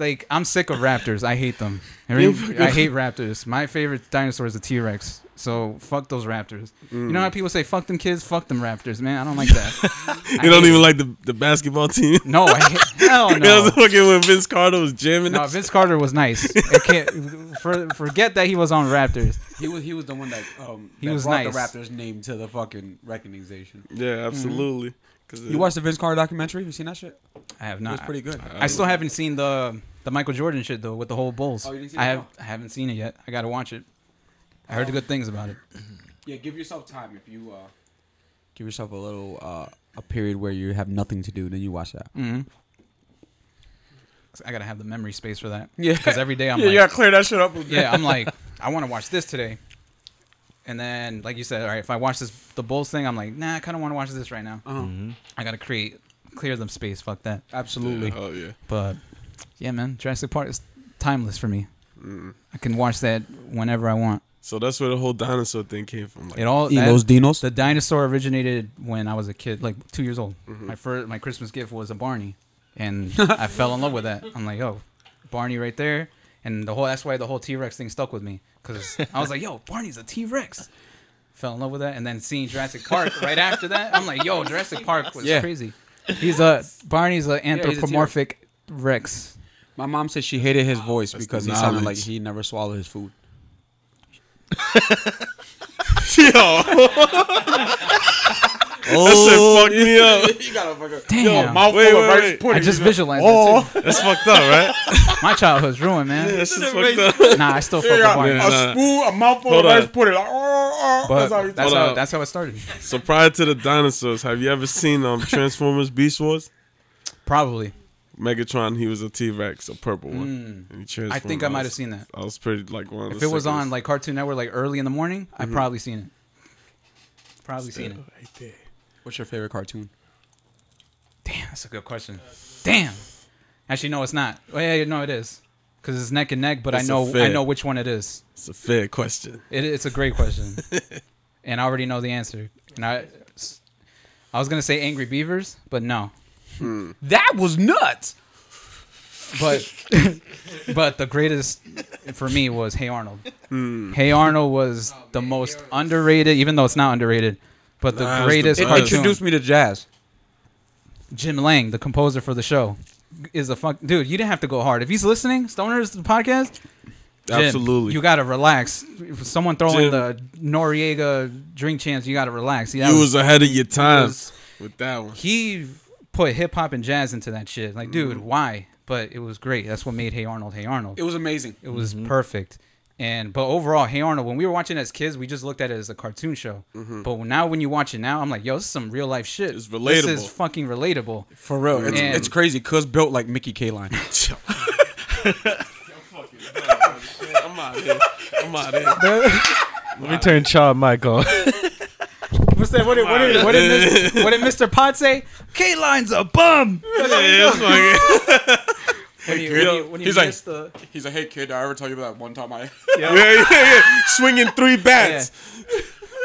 S5: Like I'm sick of raptors. I hate them. I, re- I hate raptors. My favorite dinosaur is the T Rex. So fuck those raptors. You
S7: Mm.
S5: know how people say fuck them kids, fuck them raptors, man. I don't like that. I
S2: You don't
S5: hate-
S2: even like the, the basketball team.
S5: No, I hate, hell
S2: That was
S5: no.
S2: fucking when Vince Carter was jamming.
S5: No, Vince Carter was nice. I can't for, forget that he was on Raptors.
S7: He was he was the one that um
S5: He
S7: that
S5: was
S7: brought
S5: nice.
S7: the Raptors name to the fucking recognition.
S2: Yeah,
S5: Mm-hmm.
S2: absolutely. because
S7: You watched the Vince Carter documentary? You seen that shit?
S5: I have
S7: It
S5: not.
S7: was pretty good.
S5: I still haven't seen the the Michael Jordan shit though with the whole Bulls.
S7: Oh, you didn't see that?
S5: I
S7: Oh.
S5: have I haven't seen it yet. I gotta watch it. I heard good things about it.
S7: Yeah, give yourself time if you uh give yourself a little uh a period where you have nothing to do, then you watch that.
S5: hmm I gotta have the memory space for that.
S7: Yeah.
S5: Because every day I'm
S2: yeah,
S5: like,
S2: you gotta clear that shit up. With
S5: yeah, I'm like, I want to watch this today. And then, like you said, all right, if I watch this the Bulls thing, I'm like, nah, I kind of want to watch this right now.
S7: Uh-huh.
S5: I gotta create clear them space. Fuck that.
S7: Absolutely.
S2: Oh yeah.
S5: But yeah, man, Jurassic Park is timeless for me. I can watch that whenever I want.
S2: So that's where the whole dinosaur thing came from. Like,
S5: It all that-
S7: Enos Dinos.
S5: The dinosaur originated when I was a kid, like two years old.
S7: Mm-hmm.
S5: My first, my Christmas gift was a Barney, and I fell in love with that. I'm like, oh, Barney right there, and the whole that's why the whole T Rex thing stuck with me because I was like, yo, Barney's a T Rex. Fell in love with that, and then seeing Jurassic Park right after that, I'm like, yo, Jurassic Park was
S7: Yeah.
S5: crazy. He's a Barney's an
S7: he's a T-Rex.
S5: anthropomorphic Rex.
S7: My mom said she hated his voice because he sounded like
S2: knowledge.
S7: he never swallowed his food.
S2: yo,
S5: Oh,
S2: that shit fucked me up.
S7: you gotta fuck
S5: Damn,
S2: Oh, Wait, wait, wait.
S5: I just visualized it.
S2: Oh, that's fucked up, right?
S5: Too. My childhood's ruined, man.
S2: That's just fucked up.
S5: Nah, I still fuck with Barney.
S2: Yeah, nah.
S3: Ooh, a mouthful
S2: Hold
S3: of rice
S2: on.
S3: pudding. Like, oh, oh.
S5: But that's
S2: Hold
S5: how,
S2: up.
S5: that's how it started.
S2: So prior to the dinosaurs, have you ever seen um Transformers Beast Wars?
S5: Probably.
S2: Megatron, he was a T Rex, a purple one. And he transformed.
S5: Mm. I think I might have
S2: was-
S5: seen that.
S2: I was pretty like one. Of
S5: If
S2: the
S5: it was on
S2: sickest.
S5: like Cartoon Network, like early in the morning,
S2: Mm-hmm.
S5: I've probably seen it. Probably seen it.
S2: right there.
S7: What's your favorite cartoon?
S5: Damn, that's a good question. Damn. Actually, no, it's not. Oh yeah, yeah, no, it is. Because it's neck and neck, but I
S2: It's a
S5: know I
S2: fair.
S5: know which one it is.
S2: It's a fair question.
S5: It, it's a great question, and I already know the answer. And I, I was gonna say Angry Beavers, but no.
S7: That was nuts.
S5: But but the greatest for me was Hey Arnold. Hey Arnold was the most underrated, even though it's not underrated. But the
S2: Nah, it's the
S5: greatest
S2: It
S3: Uh,
S7: It
S2: best.
S5: cartoon.
S7: introduced me to jazz.
S5: Jim Lang, the composer for the show, is a fuck dude. You didn't have to go hard. If he's listening, Stoner's podcast. Jim,
S2: Absolutely.
S5: you gotta relax. If someone
S2: Jim.
S5: throwing the Noriega drink chance, you gotta relax. Yeah,
S2: you was ahead of your time
S5: was-
S2: with that one.
S5: he put hip hop and jazz into that shit. Like,
S2: Mm.
S5: dude, why? But it was great. That's what made Hey Arnold, Hey Arnold.
S7: It was amazing.
S5: It was
S2: Mm-hmm.
S5: perfect. And but overall, Hey Arnold, when we were watching it as kids, we just looked at it as a cartoon show. But now, when you watch it now, I'm like, yo, this is some real life shit.
S2: Mm-hmm. It's
S5: This is
S2: relatable.
S5: fucking relatable.
S7: For real. It's,
S5: Man.
S7: it's crazy. Cuz built like Mickey K line.
S2: I'm out here. I'm out here.
S4: Let me turn Child Mike on.
S5: What's that? What did, what did, what did, Mis- what did Mr. Pod say? K Line's a bum.
S2: Yeah, it's like-
S5: When you,
S2: yo, he's like-
S5: miss the,
S3: He's like, hey kid, did I ever tell you that one time I?
S2: yeah, yeah, yeah. Swinging three bats.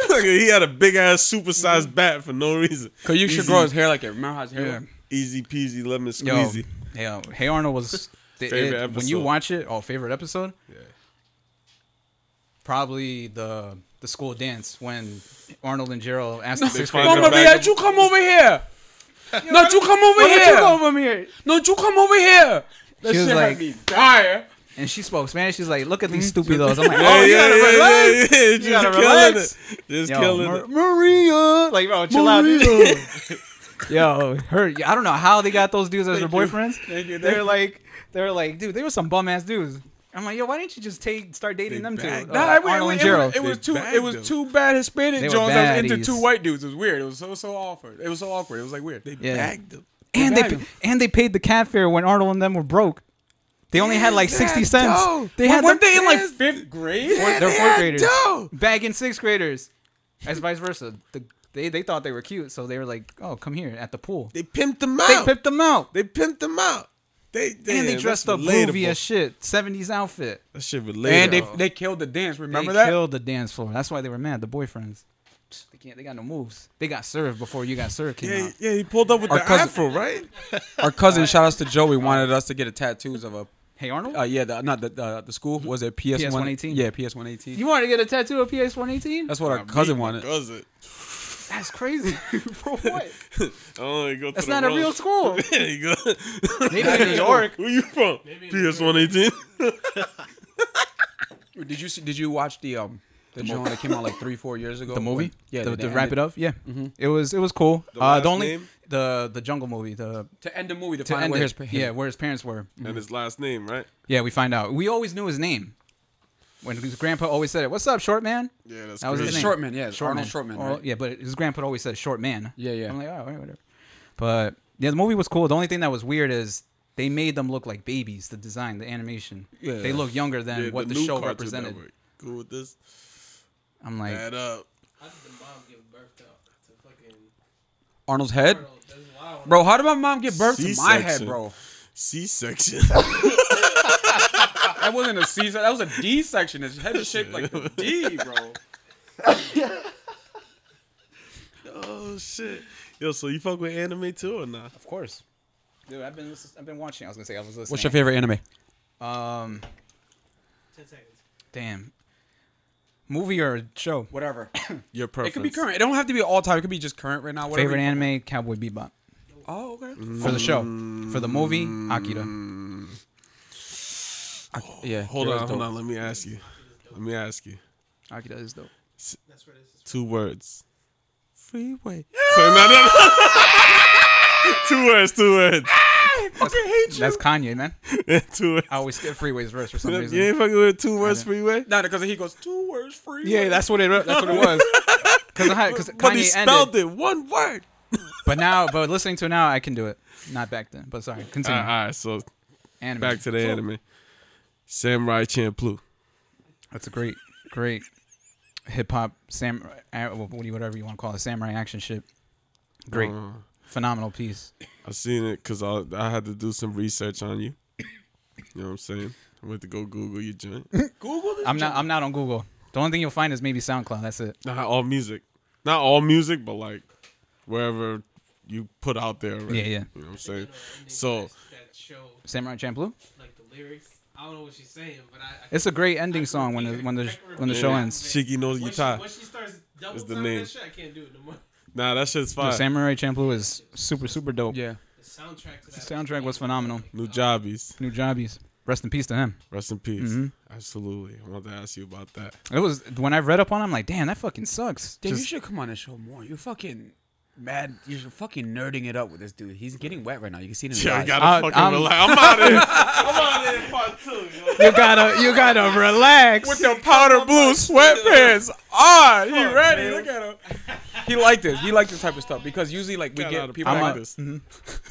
S2: Look, he had a big ass supersized bat for no reason.
S7: Cuz you should grow his hair like it. Remember how his hair looked?
S2: Easy peasy lemon
S5: yo,
S2: squeezy.
S5: yeah, Hey Arnold was the,
S2: Favorite
S5: it- when you
S2: episode.
S5: watch it. Oh, favorite episode? Yeah. Probably the the school dance when Arnold and Gerald asked the sixth
S2: find
S5: grader.
S2: out-
S7: Mama
S2: back.
S7: Mia, you come over here. No, you come over
S5: Why don't
S7: here.
S5: you go over here?
S7: No, you come over here.
S5: She was like,
S7: Dire.
S5: and she spoke Spanish. She's like, look at
S7: Mm.
S5: these stupidos. I'm like,
S2: Yeah,
S5: oh, you
S2: yeah,
S5: gotta
S2: yeah, yeah,
S5: relax.
S2: yeah, yeah. Just
S5: gotta
S2: killing
S5: relax.
S2: it. Just
S5: Yo,
S2: killing
S5: Mar-
S2: it.
S5: Maria. Like, bro, chill out. Yo, her. I don't know how they got those dudes as their boyfriends. They're like, they're like, dude, they were some bum ass dudes. I'm like, yo, why didn't you just take start dating them two?
S2: bagged
S5: Uh,
S3: Nah, it,
S5: Arnold
S3: was- it,
S5: and
S3: was-
S5: Gerald.
S3: it was
S2: They
S3: two.
S2: bagged
S3: It was
S2: them.
S3: two bad Hispanic
S5: They were
S3: Jones that was
S5: baddies.
S3: into two white dudes. It was weird. It was so so awkward. It was so awkward. It was like weird.
S5: Yeah.
S2: Bagged him.
S5: and they and they paid the cat fare when Arnold and them were broke. They only had like sixty cents. They had
S7: Weren't
S5: them-
S7: they in like fifth grade?
S5: Four- they're fourth graders. Back in sixth graders, as vice versa. The, they they thought they were cute, so they were like, "Oh, come here at the pool."
S2: They pimped him
S5: They
S2: out.
S5: pipped them out.
S2: They pimped him out. They, they,
S5: and they
S2: yeah,
S5: dressed up
S2: that's
S5: groovy
S2: relatable.
S5: as shit. 70s outfit.
S2: That shit relatable.
S3: And they they killed the dance. Remember
S5: they
S3: that?
S5: killed the dance floor. That's why they were mad. The boyfriends. They can't. They got no moves. They got served before you got served came
S2: yeah,
S5: out.
S2: yeah, he pulled up with
S7: Our
S2: the
S7: cousin-
S2: afro, right?
S7: Our cousin, shout outs to Joey, wanted us to get a tattoos of a.
S5: Hey Arnold,
S7: Uh, yeah, the, not the uh, the school was it PS
S5: PS 118?
S7: Yeah, PS one eighteen.
S5: you wanted to get a tattoo of PS 118?
S7: That's what our cousin wanted.
S2: Cousin.
S5: That's crazy. For what?
S2: Oh, you go
S5: That's
S2: to the
S5: not a
S2: wrong-
S5: real school.
S2: There you go.
S5: Maybe in New York.
S2: Where you from?
S6: Maybe in
S2: PS one eighteen.
S7: Did you see, did you watch the um the, joint that came out like three four years ago?
S5: The movie.
S7: yeah,
S5: The,
S7: they
S5: the
S7: ended-
S5: wrap it up. Yeah. It was. It was cool.
S2: The
S5: uh,
S2: last
S5: the only
S2: name?
S5: the the jungle movie. The
S7: to end the movie to,
S5: to
S7: find out
S5: end
S7: where
S5: it,
S7: his pa-
S5: yeah where his parents were.
S2: And his last name, right?
S5: Yeah, we find out. We always knew his name. When his grandpa always said it, "What's up, short man?"
S2: Yeah, that's
S5: That was his
S2: crazy.
S5: name.
S7: Shortman, yeah, Arnold Shortman,
S5: Or-
S7: right?
S5: Yeah, but his grandpa always said short man.
S7: Yeah, yeah.
S5: I'm like, oh, right, whatever. But yeah, the movie was cool. The only thing that was weird is they made them look like babies. The design, the animation,
S7: Yeah.
S5: they look younger than
S2: Yeah,
S5: what the,
S2: new
S5: show
S2: Cartoon
S5: represented.
S2: Network. Cool with this?
S5: I'm like,
S2: Add up.
S6: How did the mom give birth to, to fucking
S7: Arnold's head.
S6: Arnold? That's wild.
S7: Bro, how did my mom get birth to my head,
S2: C-section.
S7: bro?
S2: C section.
S7: That wasn't a C section. That was a D section. His head is shaped like a D, bro.
S2: oh shit. Yo, so you fuck with anime too or not?
S5: of course, dude. I've been listen- I've been watching. I was gonna say I was listening.
S7: What's your favorite anime?
S5: Um,
S6: Ten seconds.
S5: damn, movie or show?
S7: Whatever.
S2: Your
S7: It
S2: preference.
S7: could be current. It don't have to be all time. It could be just current right now. Whatever
S5: favorite
S7: you-
S5: anime? Cowboy Bebop.
S7: Oh, okay.
S5: For the show, for the movie, Akira. Oh,
S7: yeah.
S2: Hold
S7: Kira's
S2: on, hold
S7: dope.
S2: on. Let me ask you. Let me ask you.
S5: Akira is dope.
S6: That's where this is.
S2: Two words. Freeway. So, no, no, no. two words. Two words.
S5: That's Kanye, man.
S2: two words.
S5: I always skip Freeway's verse for some reason.
S2: You ain't fucking with two words freeway.
S7: No, because he goes two words free.
S5: Yeah, that's what it. That's what it was. Because
S2: But he
S5: Kanye
S2: spelled it
S5: ended,
S2: one word.
S5: but now, but listening to it now, I can do it. Not back then, but
S7: Uh,
S5: sorry.
S2: All
S5: Continue.
S2: right, all right, so
S5: Anime.
S2: back to the anime. Samurai Champloo.
S5: That's a great, great hip hop samurai. uh, What do you, whatever you want to call it, samurai action shit. Great, phenomenal piece.
S2: I seen it because I, I had to do some research on you. You know what I'm saying? I went to go Google your joint.
S5: I'm not. I'm not on Google. The only thing you'll find is maybe SoundCloud. That's it.
S2: Not all music. Not all music, but like wherever you put out there. already.
S5: Yeah, yeah.
S2: You know what I'm saying?
S6: ending
S2: So-
S6: that, that show
S5: Samurai Champloo.
S6: like the lyrics. I don't know what she's saying, but I. I
S5: It's a great ending song when the when the when the show
S6: Yeah.
S5: ends.
S2: Shiki knows
S6: when,
S2: your
S6: she,
S2: time.
S6: when she starts double
S2: It's the
S6: timing
S2: name.
S6: that shit, I can't do it no more.
S2: Nah, that shit's
S5: Dude,
S2: fine.
S5: samurai Champloo is super super dope.
S7: Yeah.
S6: The soundtrack to that.
S5: The soundtrack was phenomenal.
S2: New jobbies.
S5: New jobbies. Rest in peace to him.
S2: Rest in peace. Absolutely. I wanted to ask you about that.
S5: It was when I read up on him, I'm like, damn, that fucking sucks.
S7: Dude,
S5: Just-
S7: you should come on the show more. You're fucking mad. You're fucking nerding it up with this dude. He's getting wet right now. You can see it in his
S2: Yeah, I
S7: eyes.
S2: gotta
S5: I-
S2: fucking
S5: I'm-
S2: relax. I'm out of here.
S5: you gotta, you gotta relax.
S7: with the powder blue sweatpants on. He ready. Look at him. He liked this. He liked this type of stuff because usually like we
S2: Got out
S7: get
S2: of
S7: people
S2: practice.
S7: like this.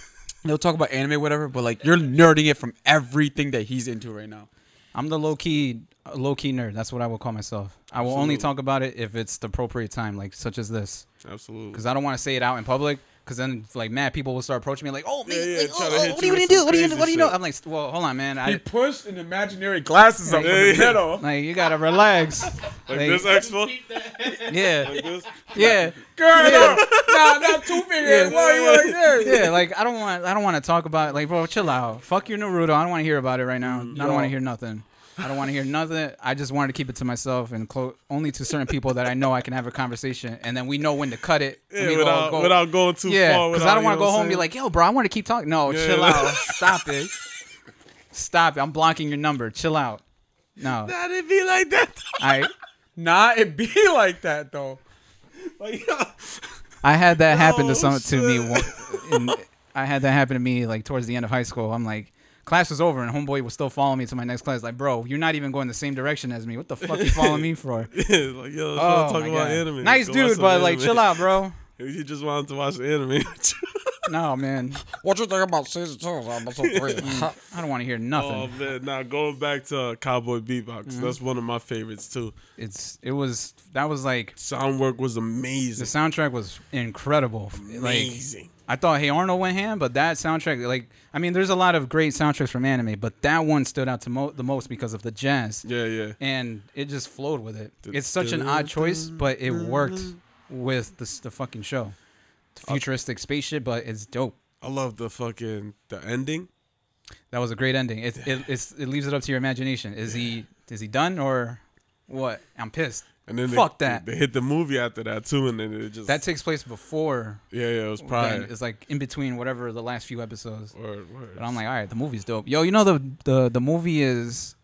S7: They'll talk about anime, whatever, but like you're nerding it from everything that he's into right now.
S5: I'm the low key, low key nerd. That's what I will call myself. I will only talk about it if it's the appropriate time, like such as this,
S2: Absolutely.
S5: because I don't want to say it out in public. Because then, like, mad people will start approaching me, like, "Oh, man,
S2: Yeah, yeah,
S5: like,
S2: try
S5: oh,
S2: to
S5: oh,
S2: hit
S5: what
S2: you
S5: are you
S2: with
S5: gonna do?
S2: some
S5: What are you,
S2: crazy
S5: what do you know?"
S2: shit.
S5: I'm like, "Well, hold on, man.
S7: He
S5: I,
S7: pushed an imaginary glasses up in the
S2: Yeah.
S7: middle.
S5: like, you gotta relax.
S2: Like
S5: Like,
S2: this expo.
S5: yeah,
S2: Like this.
S5: yeah,
S7: Girl, no, no, not two fingers. Why you like this?
S5: yeah. Like, I don't want, I don't want to talk about, it. like, bro, chill out. Fuck your Naruto. I don't want to hear about it right now.
S2: Mm,
S5: I don't want to hear nothing. I don't want to hear nothing. I just wanted to keep it to myself and clo- only to certain people that I know I can have a conversation, and then we know when to cut it. and
S2: Yeah,
S5: we all
S2: without,
S5: go-
S2: without going too
S5: Yeah,
S2: far.
S5: because I
S2: without,
S5: don't want
S2: you
S5: to
S2: know
S5: go
S2: what I'm
S5: home and be
S2: saying?
S5: like, yo, bro, I want to keep talking. No,
S2: Yeah,
S5: chill
S2: no.
S5: out. Stop it. Stop it. I'm blocking your number. Chill out. No.
S2: How'd it be like that?
S5: I
S7: Nah, it be like that though.
S2: like,
S5: I had that happen to some
S2: Oh,
S5: to me. One, in, I had that happen to me like towards the end of high school. I'm like, class was over and homeboy was still following me to my next class. Like, bro, you're not even going the same direction as me. What the fuck you following me for?
S2: yeah, like yo,
S5: Oh,
S2: oh,
S5: my
S2: talking
S5: God.
S2: about anime.
S5: Nice
S2: Go watch
S5: dude,
S2: some
S5: but like,
S2: anime.
S5: chill out, bro.
S2: You just wanted to watch the anime.
S5: No, man,
S7: What you think about season two? I'm so three.
S5: I don't want to hear nothing.
S2: oh man, now going back to uh, Cowboy Bebop,
S5: Mm-hmm.
S2: 'cause that's one of my favorites too.
S5: It's it was that was like
S2: Sound work was
S5: the
S2: amazing.
S5: soundtrack was incredible. Like
S2: amazing.
S5: I thought Hey Arnold went ham, but that soundtrack, like, I mean, there's a lot of great soundtracks from anime, but that one stood out to mo- the most because of the jazz,
S2: Yeah, yeah.
S5: and it just flowed with it. It's such an odd choice, but it worked with the s- the fucking show, It's futuristic spaceship, but it's dope.
S2: I love the fucking the ending.
S5: That was a great ending. It it it's, it leaves it up to your imagination. Is he is he done or what? I'm pissed.
S2: And then they-
S5: fuck that.
S2: They hit the movie after that too, and then it just
S5: that takes place before.
S2: yeah, yeah. It was
S5: Then.
S2: probably
S5: It's like in between whatever the last few episodes.
S2: word, word.
S5: But I'm like, all right, the movie's dope. Yo, you know the the the movie is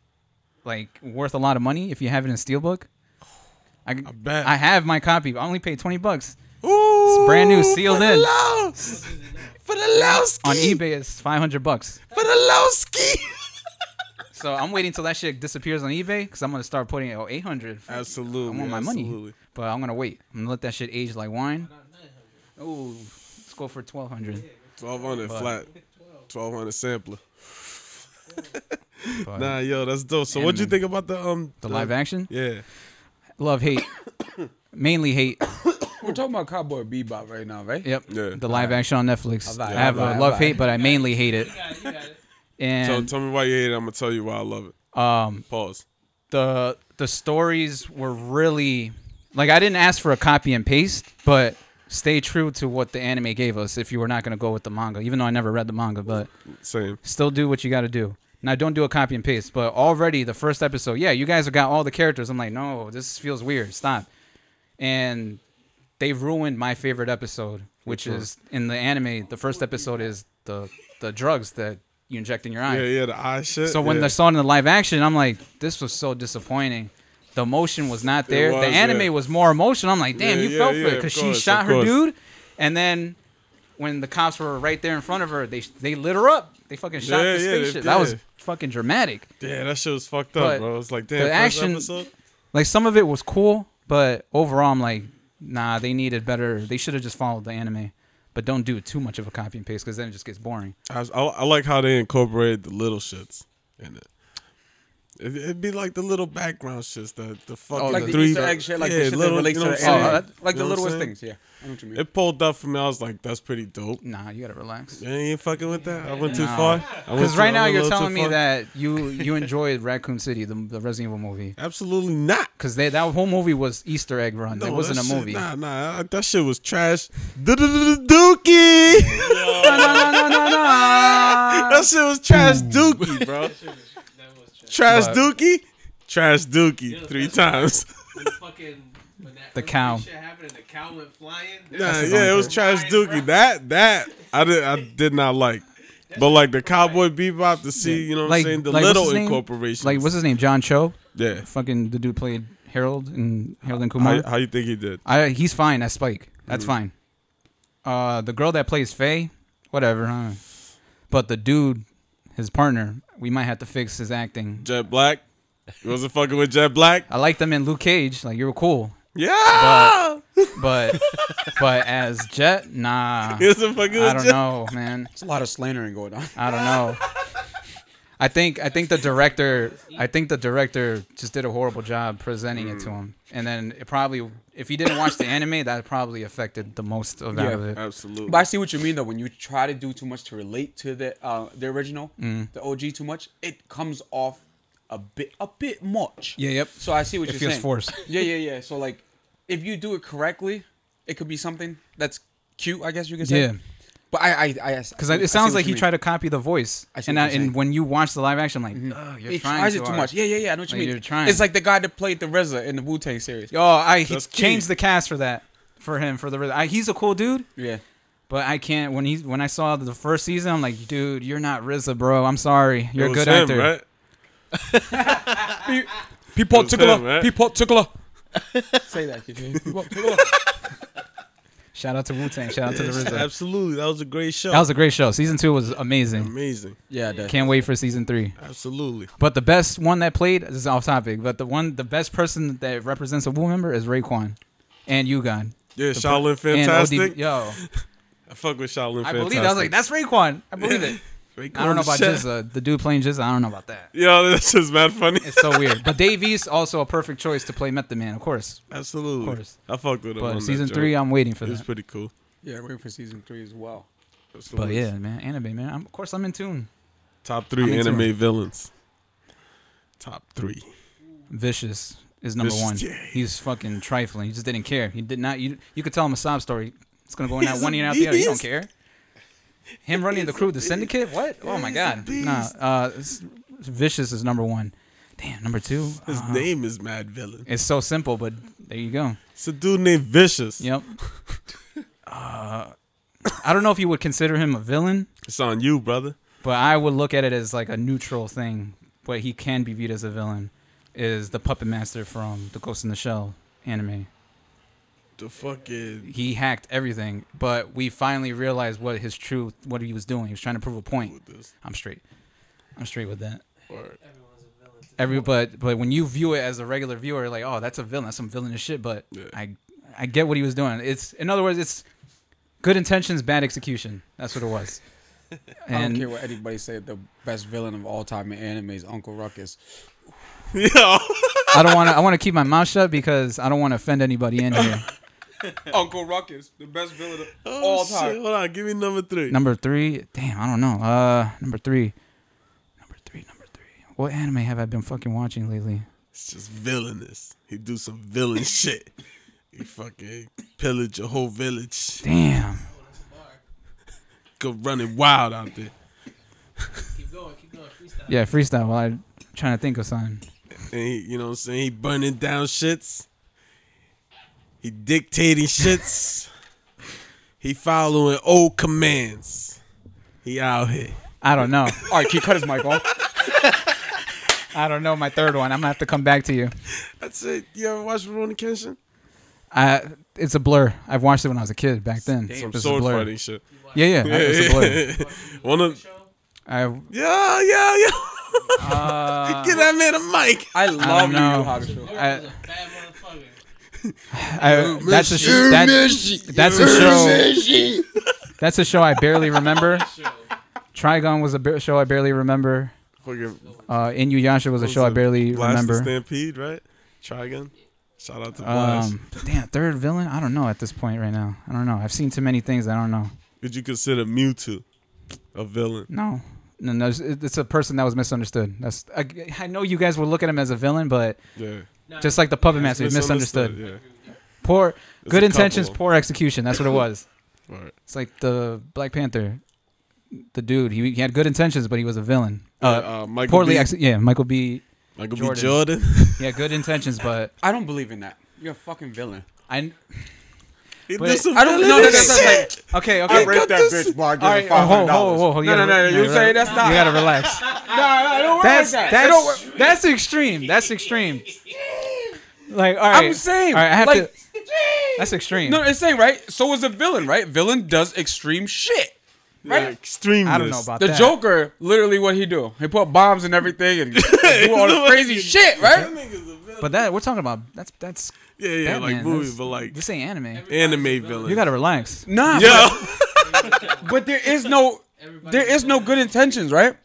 S5: like worth a lot of money if you have it in steelbook. I, I
S2: bet.
S5: have my copy. I only paid twenty bucks
S2: Ooh,
S5: it's brand new, sealed
S2: for
S5: in.
S2: the louse, for the louse
S5: on eBay. It's five hundred bucks.
S2: for the lowski.
S5: So I'm waiting till that shit disappears on eBay because I'm gonna start putting it oh, eight hundred.
S2: Absolutely,
S5: I want my money,
S2: absolutely.
S5: but I'm gonna wait. I'm gonna let that shit age like wine. Oh, let's go for twelve hundred.
S2: Twelve hundred flat, twelve hundred sampler.
S5: But
S2: Nah, yo, that's dope. So, what'd you
S5: Anime.
S2: think about the um
S5: the live action,
S2: Yeah,
S5: love hate, mainly hate.
S7: We're talking about Cowboy Bebop right now, right?
S5: Yep.
S2: Yeah.
S5: The live action on Netflix.
S7: Alright,
S5: I have
S7: alright,
S5: a love
S7: alright.
S5: hate, but I mainly hate it.
S6: You got it. You got it.
S2: so
S5: And
S2: tell me why you hate it. I'm gonna tell you why I love it.
S5: um,
S2: Pause.
S5: the the stories were really like I didn't ask for a copy and paste, but stay true to what the anime gave us. If you were not gonna go with the manga, even though I never read the manga, but
S2: Same.
S5: still do what you got to do. Now, don't do a copy and paste, but already the first episode, yeah, you guys have got all the characters. I'm like, no, this feels weird. Stop. And they ruined my favorite episode, which is in the anime. The first episode is the the drugs that you inject in your eye.
S2: Yeah, yeah. The eye shit.
S5: So when
S2: yeah.
S5: they saw it in the live action, I'm like, this was so disappointing. The emotion was not there.
S2: was,
S5: the anime
S2: yeah.
S5: was more emotional. I'm like, damn,
S2: Yeah,
S5: you
S2: yeah,
S5: felt
S2: yeah,
S5: for it
S2: of
S5: because she
S2: course,
S5: shot
S2: of
S5: her
S2: course.
S5: dude, and then when the cops were right there in front of her, they they lit her up. They fucking shot
S2: Yeah,
S5: the
S2: yeah, they-
S5: spaceship. That was
S2: yeah.
S5: fucking dramatic.
S2: yeah, that shit was fucked up,
S5: But
S2: bro. It's like damn.
S5: the
S2: first
S5: action-
S2: episode?
S5: Like some of it was cool, but overall, I'm like, nah, they needed better. They should have just followed the anime. But don't do too much of a copy and paste because then it just gets boring.
S2: I, I, I like how they incorporated the little shits in it. it. It'd be like the little background shits, the the fucking
S7: Oh, Like the
S2: three
S7: Easter egg shit, like
S2: yeah,
S7: the shit
S2: little-
S7: that relates
S2: you know
S7: to the
S2: what I'm
S7: anime.
S2: saying?
S7: Oh, like
S2: You
S7: the
S2: know what I'm
S7: littlest
S2: saying?
S7: things, yeah. I know what you mean.
S2: It pulled up for me. I was like, that's pretty dope.
S5: Nah, you gotta relax.
S2: You ain't fucking with that. I went too
S5: Nah.
S2: far. I went
S5: Because
S2: too-
S5: right
S2: I
S5: now
S2: went a
S5: you're
S2: little too
S5: telling me
S2: far?
S5: that you you enjoyed Raccoon City, the, the Resident Evil movie.
S2: absolutely not.
S5: Because that whole movie was Easter egg run. it
S2: No,
S5: wasn't
S2: that
S5: a
S2: shit-
S5: movie.
S2: Nah, nah, I- that shit was trash. Dookie.
S5: No, no, no, no, no.
S2: That shit was trash dookie,
S6: That
S2: bro.
S6: was true.
S2: Trash
S5: But-
S2: dookie. Trash dookie three times.
S6: When the fucking when that
S5: The
S6: earthquake
S5: cow.
S6: shit happened and the cow went flying.
S2: Nah,
S5: his
S2: yeah, it
S5: own
S2: was
S6: thing.
S2: trash dookie. That that I did I did not like. But like the cowboy bebop to see, you know what
S5: Like-
S2: I'm saying? The
S5: like, what's
S2: little
S5: his name?
S2: incorporation.
S5: Like, what's his name? John Cho?
S2: yeah.
S5: Fucking the dude played Harold and Harold and Kumar.
S2: How, Mm. how you think he did?
S5: I, he's fine as Spike. That's fine. Uh, the girl that plays Faye, whatever. Huh? But the dude, his partner, we might have to fix his acting.
S2: Jet Black? You wasn't fucking with Jet Black?
S5: I liked them in Luke Cage. Like, you were cool.
S2: Yeah.
S5: But but as Jet, nah.
S2: You wasn't fucking with
S5: I don't
S2: Jet
S5: know, man.
S7: It's a lot of slandering going on.
S5: I don't know. I think I think the director I think the director just did a horrible job presenting it
S7: Mm.
S5: to him. And then it probably if he didn't watch the anime, that probably affected the most of out
S7: Yeah. Uh,
S5: of it.
S2: Absolutely.
S7: But I see what you mean though. When you try to do too much to relate to the uh, the original, the OG too much, it comes off a bit a bit much.
S5: Yeah, yep.
S7: So I see what
S5: It
S7: you're
S5: feels
S7: saying.
S5: forced.
S7: Yeah, yeah, yeah. So like, if you do it correctly, it could be something that's cute. I guess you could say.
S5: Yeah.
S7: But I, I, I
S5: Because it sounds like he tried to copy the voice.
S7: I see
S5: and
S7: what you're
S5: I, and
S7: saying. Mm-hmm.
S5: when you watch the live action, I'm like, ugh, you're
S7: He
S5: trying
S7: tries
S5: too
S7: it Oh, too Oh,
S5: hard."
S7: much. Yeah, yeah, yeah. I know what you
S5: Like,
S7: mean.
S5: you're trying.
S7: It's like the guy that played the RZA in the Wu Tang series.
S5: Yo, I he
S2: That's key.
S5: changed the cast for that for him for the I, he's a cool dude,
S7: Yeah.
S5: but I can't when he when I saw the first season, I'm like, dude, you're not RZA, bro. I'm sorry, you're
S2: it
S5: a
S2: was
S5: good
S2: him,
S5: actor.
S2: right?
S7: People
S2: was tickler, him, right?
S7: People tickler. Say that. kid. People tickler.
S5: Shout out to Wu Tang. Shout out to the RZA.
S2: Absolutely. That was a great show.
S5: That was a great show. Season two was amazing.
S2: amazing.
S7: Yeah, that.
S5: Can't wait for season three.
S2: Absolutely.
S5: But the best one that played this is off topic. But the one, the best person that represents a Wu member is Raekwon and Yugon.
S2: Yeah, Shaolin
S5: And
S2: Fantastic.
S5: ODB yo,
S2: I fuck with Shaolin
S5: I
S2: Fantastic.
S5: believe. That. I was like, that's Raekwon. I believe it. I don't know about Jizza. The dude playing Jizza, I don't know about that.
S2: Yo, that's just mad funny.
S5: It's so weird. But Dave East also a perfect choice to play Method Man, of course.
S2: Absolutely.
S5: Of course.
S2: I fucked with him. on that
S5: But season
S2: joint.
S5: three, I'm waiting for
S2: it was
S5: that.
S2: pretty cool.
S3: Yeah, waiting for season three as well.
S5: But yeah, man, anime, man. I'm, of course, I'm in tune.
S2: Top three
S5: I'm into
S2: anime villains. Top three.
S5: Vicious is number
S2: Vicious,
S5: one.
S2: yeah.
S5: He's fucking trifling. He just didn't care. He did not. You you could tell him a sob story. It's gonna go in that
S2: He's
S5: one
S2: a
S5: ear and out the other. You don't
S2: beast.
S5: care. Him running the crew, the syndicate. What? Oh my
S2: He's a
S5: god. Nah.
S2: beast.
S5: Uh, it's- Vicious is number one. Damn. Number two.
S2: His
S5: uh,
S2: name is Mad Villain.
S5: It's so simple, but there you go.
S2: It's a dude named Vicious.
S5: Yep. uh, I don't know if you would consider him a villain,
S2: It's on you, brother.
S5: but I would look at it as like a neutral thing. But he can be viewed as a villain. Is the puppet master from the Ghost in the Shell anime?
S2: The fucking
S5: He hacked everything, but we finally realized what his truth, what he was doing. He was trying to prove a point.
S2: with this
S5: I'm straight. I'm straight with that.
S2: word.
S6: Everyone's a villain. to
S5: Every
S6: the
S5: but but when you view it as a regular viewer, like oh that's a villain, that's some villainous shit. But
S2: Yeah.
S5: I I get what he was doing. It's in other words, it's good intentions, bad execution. That's what it was.
S7: I don't care
S5: And
S7: what anybody said. The best villain of all time in anime is Uncle Ruckus.
S2: Yo, Oh,
S5: I don't want to. I want to keep my mouth shut because I don't want to offend anybody in here.
S7: Uncle Ruckus, the best villain of
S2: all time. Hold on, give me number three.
S5: Number three, damn, I don't know. Uh, number three, number three, number three. What anime have I been fucking watching lately?
S2: It's just villainous. He do some villain shit. He fucking pillage a whole village.
S5: Damn,
S6: bar.
S2: Go running wild out there.
S6: Keep going, keep going. Freestyle.
S5: yeah, freestyle. While I'm trying to think of something.
S2: And he, you know what I'm saying? He burning down shits. He dictating shits. he following old commands. He out here.
S5: I don't know.
S7: All right, can you cut his mic off?
S5: I don't know my third one. I'm gonna have to come back to you.
S2: That's it. You ever watch Rurouni Kenshin?
S5: I, it's a blur. I've watched it when I was a kid back then.
S2: Some
S5: It's a
S2: sword
S5: blur.
S2: fighting shit.
S5: Yeah, yeah, I- it's a blur.
S2: One of
S6: Show?
S5: I,
S2: yeah, yeah, yeah.
S5: uh,
S2: Get that man a mic.
S7: I love you,
S5: know.
S7: Yu Hakusho.
S6: Eric
S5: I-
S6: is a bad motherfucker.
S5: I, that's a sh- that, that's a show. That's a show I barely remember. Trigon was a ba- show I barely remember.
S2: Fucking
S5: Uh, Inuyasha was a
S2: was
S5: show I
S2: it?
S5: barely
S2: Blast the
S5: remember.
S2: Stampede, right? Trigun. Shout out to Blast.
S5: Um, damn, third villain? I don't know at this point right now. I don't know. I've seen too many things. I don't know.
S2: Would you consider Mewtwo a villain?
S5: No, no, no. It's, it's a person that was misunderstood. That's I, I know you guys would look at him as a villain, but
S2: Yeah.
S6: Nah,
S5: just like the puppet master, he's misunderstood. Poor,
S2: There's
S5: good
S2: a
S5: intentions,
S2: couple.
S5: poor execution. That's what it was.
S2: Yeah. All right.
S5: It's like the Black Panther, the dude. He, he had good intentions, but he was a villain. Uh,
S2: Uh, Michael
S5: poorly,
S2: B.
S5: ex- yeah. Michael B.
S2: Michael
S5: Jordan.
S2: B. Jordan.
S5: He had good intentions, but
S7: I don't believe in that. You're a fucking villain.
S5: I.
S2: He
S5: But
S2: do
S5: it-
S2: some
S7: I don't- no,
S2: villain
S7: no, that's- that's
S2: shit.
S5: Okay, okay.
S2: that bitch,
S7: bar.
S5: All right, oh, whoa, whoa, whoa, whoa.
S7: No, no, no, you say that's not-
S5: You gotta relax.
S7: I don't
S5: That's
S7: that.
S5: that's that's extreme. That's extreme. Like, all right,
S7: I'm saying,
S5: All right, I have
S7: like-
S5: to. That's extreme.
S7: No, it's saying right. So is a villain, right? Villain does extreme shit.
S2: Yeah, Extreme.
S5: I don't know about
S7: The
S5: that.
S7: Joker, literally, what he do? He put bombs and everything and do all the crazy shit, right?
S5: but that we're talking about. That's that's
S2: Yeah, yeah,
S5: Batman.
S2: like movies,
S5: That's-
S2: but like
S5: this ain't anime.
S2: anime villain.
S5: You gotta relax.
S7: Nah,
S2: Yo,
S7: but there is no, there is no good intentions, right?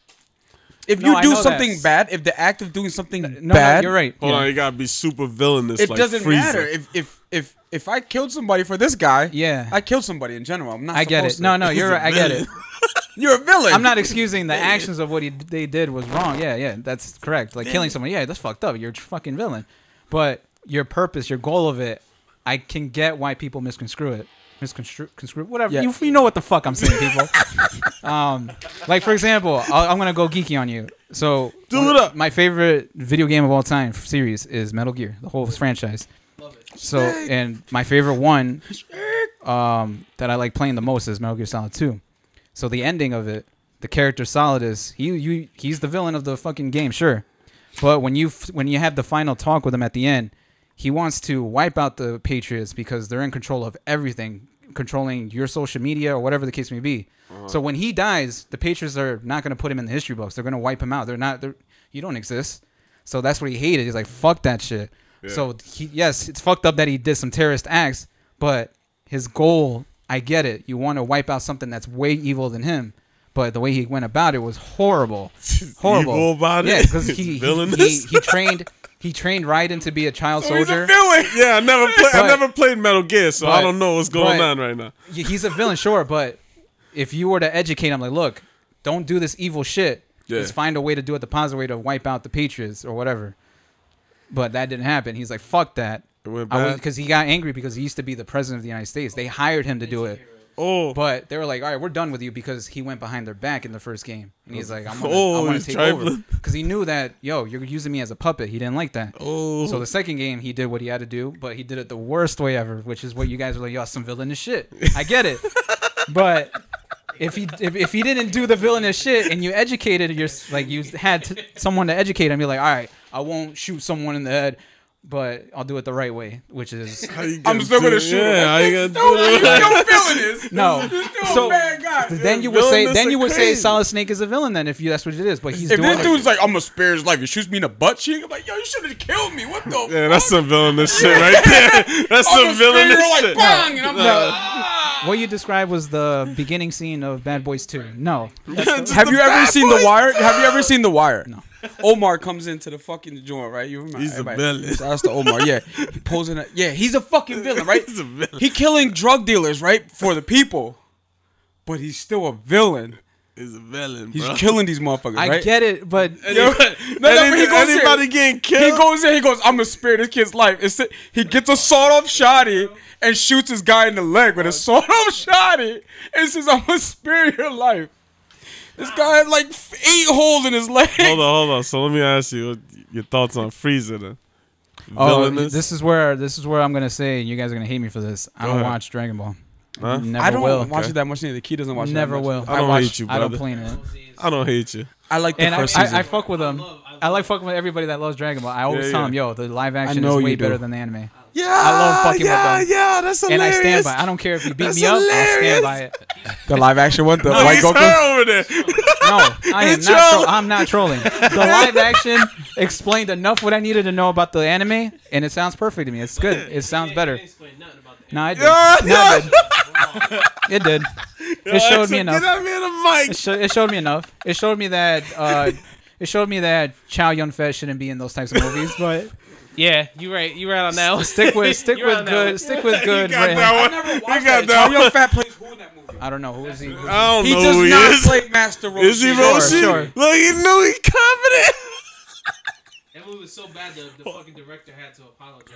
S7: If
S5: No,
S7: you
S5: I
S7: do
S5: know
S7: something
S5: that.
S7: bad, if the act of doing something
S5: No,
S7: bad,
S5: no, you're right.
S2: hold
S5: yeah.
S2: on, you gotta be super villainous.
S7: It
S2: like
S7: doesn't
S2: Frieza.
S7: matter if if if if I killed somebody for this guy.
S5: Yeah.
S7: I killed somebody in general. I'm not.
S5: I get
S7: supposed
S5: it.
S7: to.
S5: No, no, you're
S2: a
S5: right. I get
S2: villain.
S5: it.
S7: You're a villain.
S5: I'm not excusing the actions of what he, they did was wrong. Yeah, yeah, that's correct. Like killing someone, yeah, that's fucked up. You're a fucking villain. But your purpose, your goal of it, I can get why people misconstrue it. Misconstrue, construe, whatever.
S7: Yeah.
S5: You, you know what the fuck I'm saying, people. um, like, for example, I'll, I'm going to go geeky on you. So,
S2: Do it up.
S5: my favorite video game of all time series is Metal Gear, the whole franchise.
S6: Love it.
S5: So, and my favorite one um, that I like playing the most is Metal Gear Solid 2. So the ending of it, the character Solidus, he you he's the villain of the fucking game, sure. But when you f- when you have the final talk with him at the end, he wants to wipe out the Patriots because they're in control of everything, controlling your social media or whatever the case may be. So when he dies, the Patriots are not going to put him in the history books. They're going to wipe him out. They're not. They're, you don't exist. So that's what he hated. He's like, fuck that shit. So he, yes, it's fucked up that he did some terrorist acts, but his goal, I get it. You want to wipe out something that's way evil than him, but the way he went about it was horrible. Horrible.
S2: Evil about it?
S5: Yeah, because he, he,
S2: Villainous?
S5: he he trained He trained Raiden to be a child
S3: He's a
S5: soldier.
S3: villain.
S2: Yeah, I never played. I
S5: But-
S2: never played Metal Gear, so I
S5: but-
S2: don't know what's going
S5: but-
S2: on right now.
S5: Y- He's a villain, sure, but if you were to educate him, like, look, don't do this evil shit.
S2: Yeah.
S5: Just find a way to do it the positive way to wipe out the Patriots or whatever. But that didn't happen. He's like, fuck that.
S2: It went bad?
S5: Because he got angry because he used to be the president of the United States. They hired him to do it.
S2: Oh,
S5: But they were like, all right, we're done with you because he went behind their back in the first game. And he's like, I'm going
S2: Oh,
S5: to
S2: he's
S5: take over.
S2: trifling.
S5: Because he knew that, yo, you're using me as a puppet. He didn't like that.
S2: oh,
S5: So the second game, he did what he had to do, but he did it the worst way ever, which is what you guys are like, y'all some villainous shit. I get it, but if he if, if he didn't do the villainous shit and you educated your like you had t- someone to educate him, you're like, all right, I won't shoot someone in the head, but I'll do it the right way, which is
S2: How you
S7: I'm still
S2: do
S7: gonna
S2: it?
S7: shoot him.
S2: Yeah, how you
S3: No,
S2: gonna
S3: you
S2: do it?
S3: still feeling this.
S5: no.
S3: So
S5: So
S3: bad guy.
S5: then you would say
S2: Villainous
S5: then you
S2: are
S5: would say
S2: crazy.
S5: Solid Snake is a villain then if you that's what it is, but he's
S7: If
S5: doing
S7: this
S5: it-
S7: dude's like, I'm gonna spare his life, he shoots me in the butt cheek. I'm like, yo, you should have killed me. What the?
S2: Yeah, that's some villainous shit right there. That's some
S7: I'm gonna spare your
S2: villainous
S7: life,
S2: shit.
S7: bang, and I'm like, ah.
S5: what you described was the beginning scene of Bad Boys 2. No.
S7: Have you ever seen The Wire? Have you ever seen The Wire? No. Omar comes into the fucking joint, right? You remember?
S2: He's a
S7: right.
S2: villain.
S7: Shout out to Omar. Yeah, he posing. A, yeah, he's a fucking villain, right?
S2: He's a villain.
S7: He killing drug dealers, right, for the people, but he's still a villain.
S2: He's a villain,
S7: He's
S2: bro.
S7: killing these motherfuckers,
S5: I
S7: right?
S5: get it, but
S7: Yo, no, no, but he goes in.
S2: anybody getting
S7: He
S2: killed?
S7: goes in. He goes. I'm gonna spare this kid's life. It's, he gets a sawed-off shotty and shoots his guy in the leg with a sawed-off shotty and says, "I'm gonna spare your life." This guy had like f- eight holes in his leg.
S2: hold on, hold on. So let me ask you what your thoughts on Frieza then.
S5: Oh,
S2: Villainous?
S5: this is where this is where I'm gonna say and you guys are gonna hate me for this. I don't
S2: ahead.
S5: watch Dragon Ball.
S2: Huh?
S5: Never
S7: I don't
S5: will.
S7: watch it that much neither. Key doesn't watch
S5: Never
S7: it. that much.
S5: will.
S2: I don't
S5: watch-
S2: hate you,
S5: I don't
S2: brother.
S5: plan it.
S2: I don't hate you.
S7: I like the
S5: And I,
S7: first
S5: I,
S7: season.
S5: I fuck with them. I,
S6: love- I love-
S5: like fucking with everybody that loves Dragon Ball. I always
S2: Yeah,
S5: tell
S2: yeah.
S5: them, yo, the live action
S7: know
S5: is way
S7: you do.
S5: better than the anime.
S2: Yeah,
S5: love fucking
S2: yeah,
S5: with
S2: yeah. That's
S5: And I
S2: hilarious.
S5: stand by. it. I don't care if you beat
S2: That's
S5: me up. I
S2: hilarious.
S5: stand by it.
S7: the live action one, the
S2: Oh,
S7: white
S2: he's
S7: Goku.
S2: her over there.
S5: No, I am
S2: He's
S5: not. Tro-
S2: trolling.
S5: I'm not trolling. The live action explained enough what I needed to know about the anime, and it sounds perfect to me. It's good. It sounds better.
S6: explain nothing about the
S5: No, it did.
S2: Yeah,
S5: No, it did. It did. It showed me enough.
S2: Get out of here, the
S5: it,
S2: mic.
S5: sho- it showed me enough. It showed me that uh, it showed me that Chow Yun Fat shouldn't be in those types of movies. But
S6: Yeah, you right. You right on that one.
S5: stick with stick
S6: You're
S5: with
S6: on that
S5: good
S6: one.
S5: stick with good.
S2: Got
S5: written-
S2: that one.
S7: Never
S2: You got that one.
S7: Fat plays who in that movie?
S5: I don't know who is he.
S2: I don't
S7: He
S2: know
S7: does
S2: who he
S7: not
S2: is.
S7: play Master Roshi.
S2: Is he Roshi?
S5: sure.
S2: Look, he knew he confident.
S6: That movie was so bad that the fucking director had to apologize.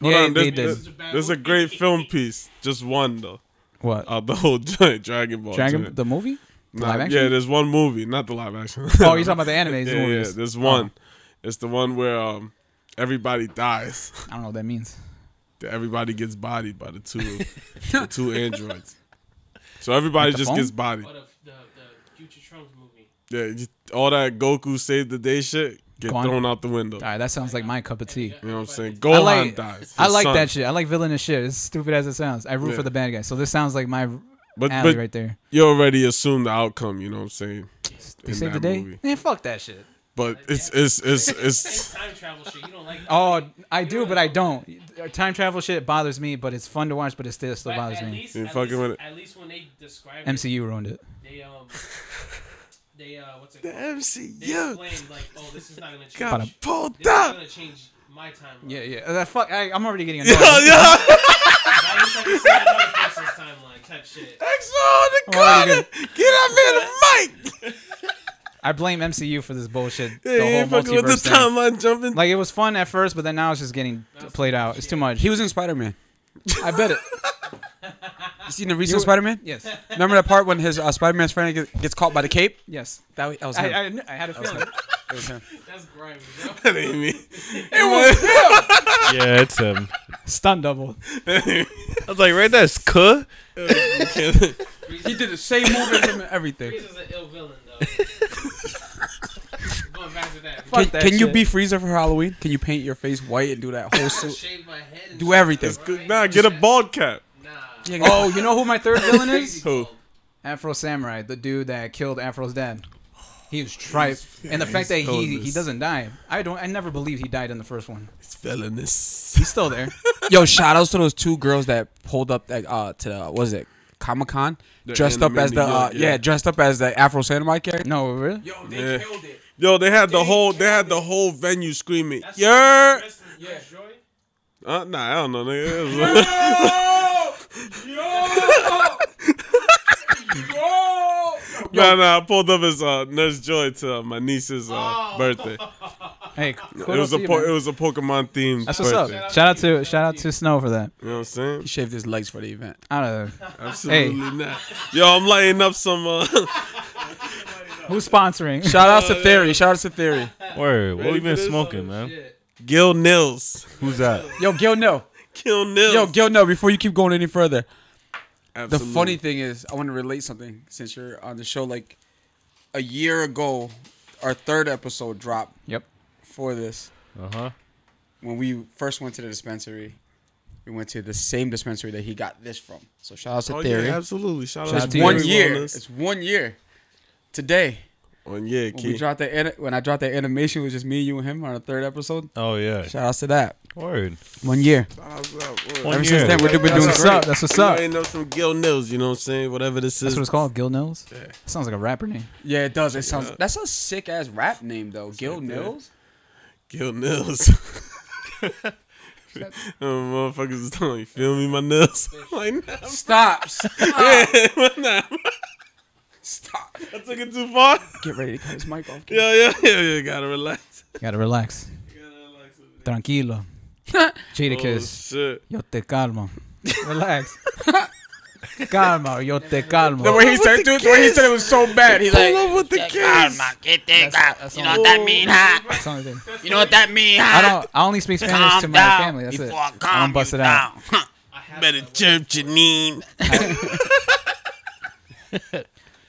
S5: Yeah,
S2: Hold on,
S5: they
S2: this,
S5: did.
S2: this, this is a great film piece. Just one though.
S5: What
S2: Uh, the whole joint, Dragon Ball.
S5: Dragon
S2: joint.
S5: the movie? The
S2: Nah,
S5: live action?
S2: Yeah, there's one movie, not the live action.
S5: Oh, you're talking about the animes.
S2: yeah,
S5: the
S2: yeah,
S5: movies. Oh.
S2: there's one. It's the one where um everybody dies.
S5: I don't know what that means.
S2: Everybody gets bodied by the two the two androids. So everybody
S5: the
S2: just
S5: phone?
S2: gets bodied.
S6: Or Oh, the, the, the future Trunks movie.
S2: Yeah, you- all that Goku saved the day shit get
S5: Gone.
S2: thrown out the window.
S5: All right, that sounds like my cup of tea.
S2: You know what I'm saying?
S5: I
S2: Gohan
S5: like
S2: dies. His
S5: I like
S2: son.
S5: that shit. I like villainous shit. As stupid as it sounds, I root
S2: Yeah.
S5: for the bad guy. So this sounds like my
S2: But
S5: alley
S2: but
S5: right there.
S2: you already assume the outcome. You know what I'm saying?
S5: They
S2: in
S5: saved the
S2: that
S5: day.
S2: movie.
S5: Man, fuck that shit.
S2: But it's it's it's it's.
S6: Time travel shit. You don't like
S5: Oh, I do, but I don't. Time travel shit bothers me, but it's fun to watch, but it still still
S6: But
S5: bothers
S6: at
S5: me.
S6: Least,
S2: You're
S6: at,
S2: fucking
S6: least,
S2: with it.
S6: at least when they describe it,
S5: MCU ruined it.
S6: they um, they uh, what's it called? They
S2: MCU
S6: explain like, oh, this is not gonna change.
S2: got
S6: this
S2: pulled
S6: is not
S2: up.
S6: gonna change my timeline.
S5: Yeah, yeah. That fuck. I, I'm already getting
S2: Yo,
S5: annoyed.
S2: yo,
S6: Why does that just like another person's timeline type shit?
S2: X on the
S5: Alright,
S2: corner. Get up here, the mic.
S5: I blame MCU for this bullshit.
S2: Yeah, you
S5: the
S2: ain't
S5: whole
S2: fucking with
S5: multiverse
S2: the
S5: thing.
S2: timeline jumping.
S5: Like it was fun at first, but then now it's just getting played out. It's too much.
S7: He was in Spider Man.
S5: I bet it.
S7: You seen the recent Spider Man?
S5: Yes.
S7: Remember that part when his uh, Spider Man's friend get- gets caught by the cape?
S5: Yes.
S7: That, that was
S5: I,
S7: him.
S5: I, I had a feeling.
S7: That was him.
S6: That's grimy, bro.
S2: That ain't me.
S4: Yeah, it's him.
S5: Stun double.
S4: I was like, right there's Kuh.
S7: He did the same move as him and everything.
S6: Frieza's an ill villain, though. Going back to that.
S5: Fuck
S7: Can,
S5: that
S7: can you
S5: shit.
S7: be Freezer for Halloween? Can you paint your face white and do that whole
S6: Just
S7: suit?
S6: Shave my head. and
S7: Do
S6: shit,
S7: everything.
S6: right?
S2: Nah, get a bald cap.
S6: Nah.
S5: Oh, you know who my third villain is?
S2: Who?
S5: Afro Samurai, the dude that killed Afro's dad. He was tripe, and the fact that he he
S2: illness.
S5: doesn't die. I don't. I never believed he died in the first one.
S2: It's villainous.
S5: He's still there.
S7: Yo, shout outs to those two girls that pulled up that uh to the what was it Comic Con,
S2: The
S7: dressed up
S2: anime
S7: as the
S2: New
S7: uh,
S2: York,
S7: yeah.
S2: yeah.
S7: dressed up as the Afro Samurai character.
S5: No, really?
S7: Yo,
S2: they Yeah.
S7: killed it.
S2: Yo, they had the whole they had the whole venue screaming.
S6: That's-
S2: Yeah.
S6: Rest in peace, Joy.
S2: Uh, nah, I don't know, nigga. It was- nah, nah, I pulled up his uh, Nurse Joy to uh, my niece's uh, birthday.
S5: Hey,
S2: It was a po- it was a Pokemon themed
S5: That's
S2: birthday.
S5: what's up. Shout out to shout out to Snow for that.
S2: You know what I'm saying?
S7: Shaved his legs for the event.
S5: I don't know
S2: Absolutely not. Yo, I'm lighting up some. Uh,
S5: who's sponsoring.
S7: Shout out to Theory. Shout out to Theory.
S4: Word. What
S2: Ready
S4: you
S2: for
S4: been
S2: this?
S4: smoking, man?
S2: Gil Nils.
S4: Who's that?
S7: Yo, Gil, no.
S2: Gil Nils.
S7: Yo, Gil, no. Before you keep going any further, the
S2: Absolutely.
S7: funny thing is, I want to relate something since you're on the show. Like a year ago, our third episode dropped
S5: Yep.
S7: for this.
S4: Uh huh.
S7: When we first went to the dispensary, we went to the same dispensary that he got this from. So shout out to
S2: Oh,
S7: Theory.
S2: yeah, absolutely. Shout
S5: Shout
S2: out
S5: out
S2: to
S5: to
S7: one
S5: Theory
S7: year.
S2: Wellness.
S7: It's one year. Today,
S2: One year,
S7: when we
S2: kid.
S7: dropped the ani- when I dropped that animation, it was just me, you, and him on the third episode.
S4: Oh yeah.
S7: Shout outs to that.
S4: Word.
S7: One year.
S4: One year.
S7: Ever since then, we're, we're doing
S5: That's what's
S7: great.
S5: up. That's what's up.
S2: Lighting up some Gil Nils. You know what I'm saying? Whatever this is.
S5: That's what it's called. Gil Nils. Sounds like a rapper name.
S7: Yeah, it does. It sounds. That's a sick ass rap name though. Gil Nils.
S2: Gil Nils. Them motherfuckers is telling you, feel me, my nails. like, nah,
S7: Stop. Stop.
S2: nah,
S7: Stop.
S2: I took it too far.
S7: Get ready to cut his mic off.
S2: Yo, yo, yo, yo, gotta relax.
S5: You gotta relax. Tranquilo.
S2: Oh,
S5: Jadakiss.
S2: shit.
S5: Yo te calmo. Relax. calmo. Yo te calmo.
S7: The way he said, dude, the way he said it was so bad. He's
S2: I
S7: like,
S2: love with the kids.
S5: you know what that mean, huh? That's the only thing. You know what that mean, huh? I don't. I only speak Spanish to my family. That's it. I don't bust it out.
S2: Better chirp Janine.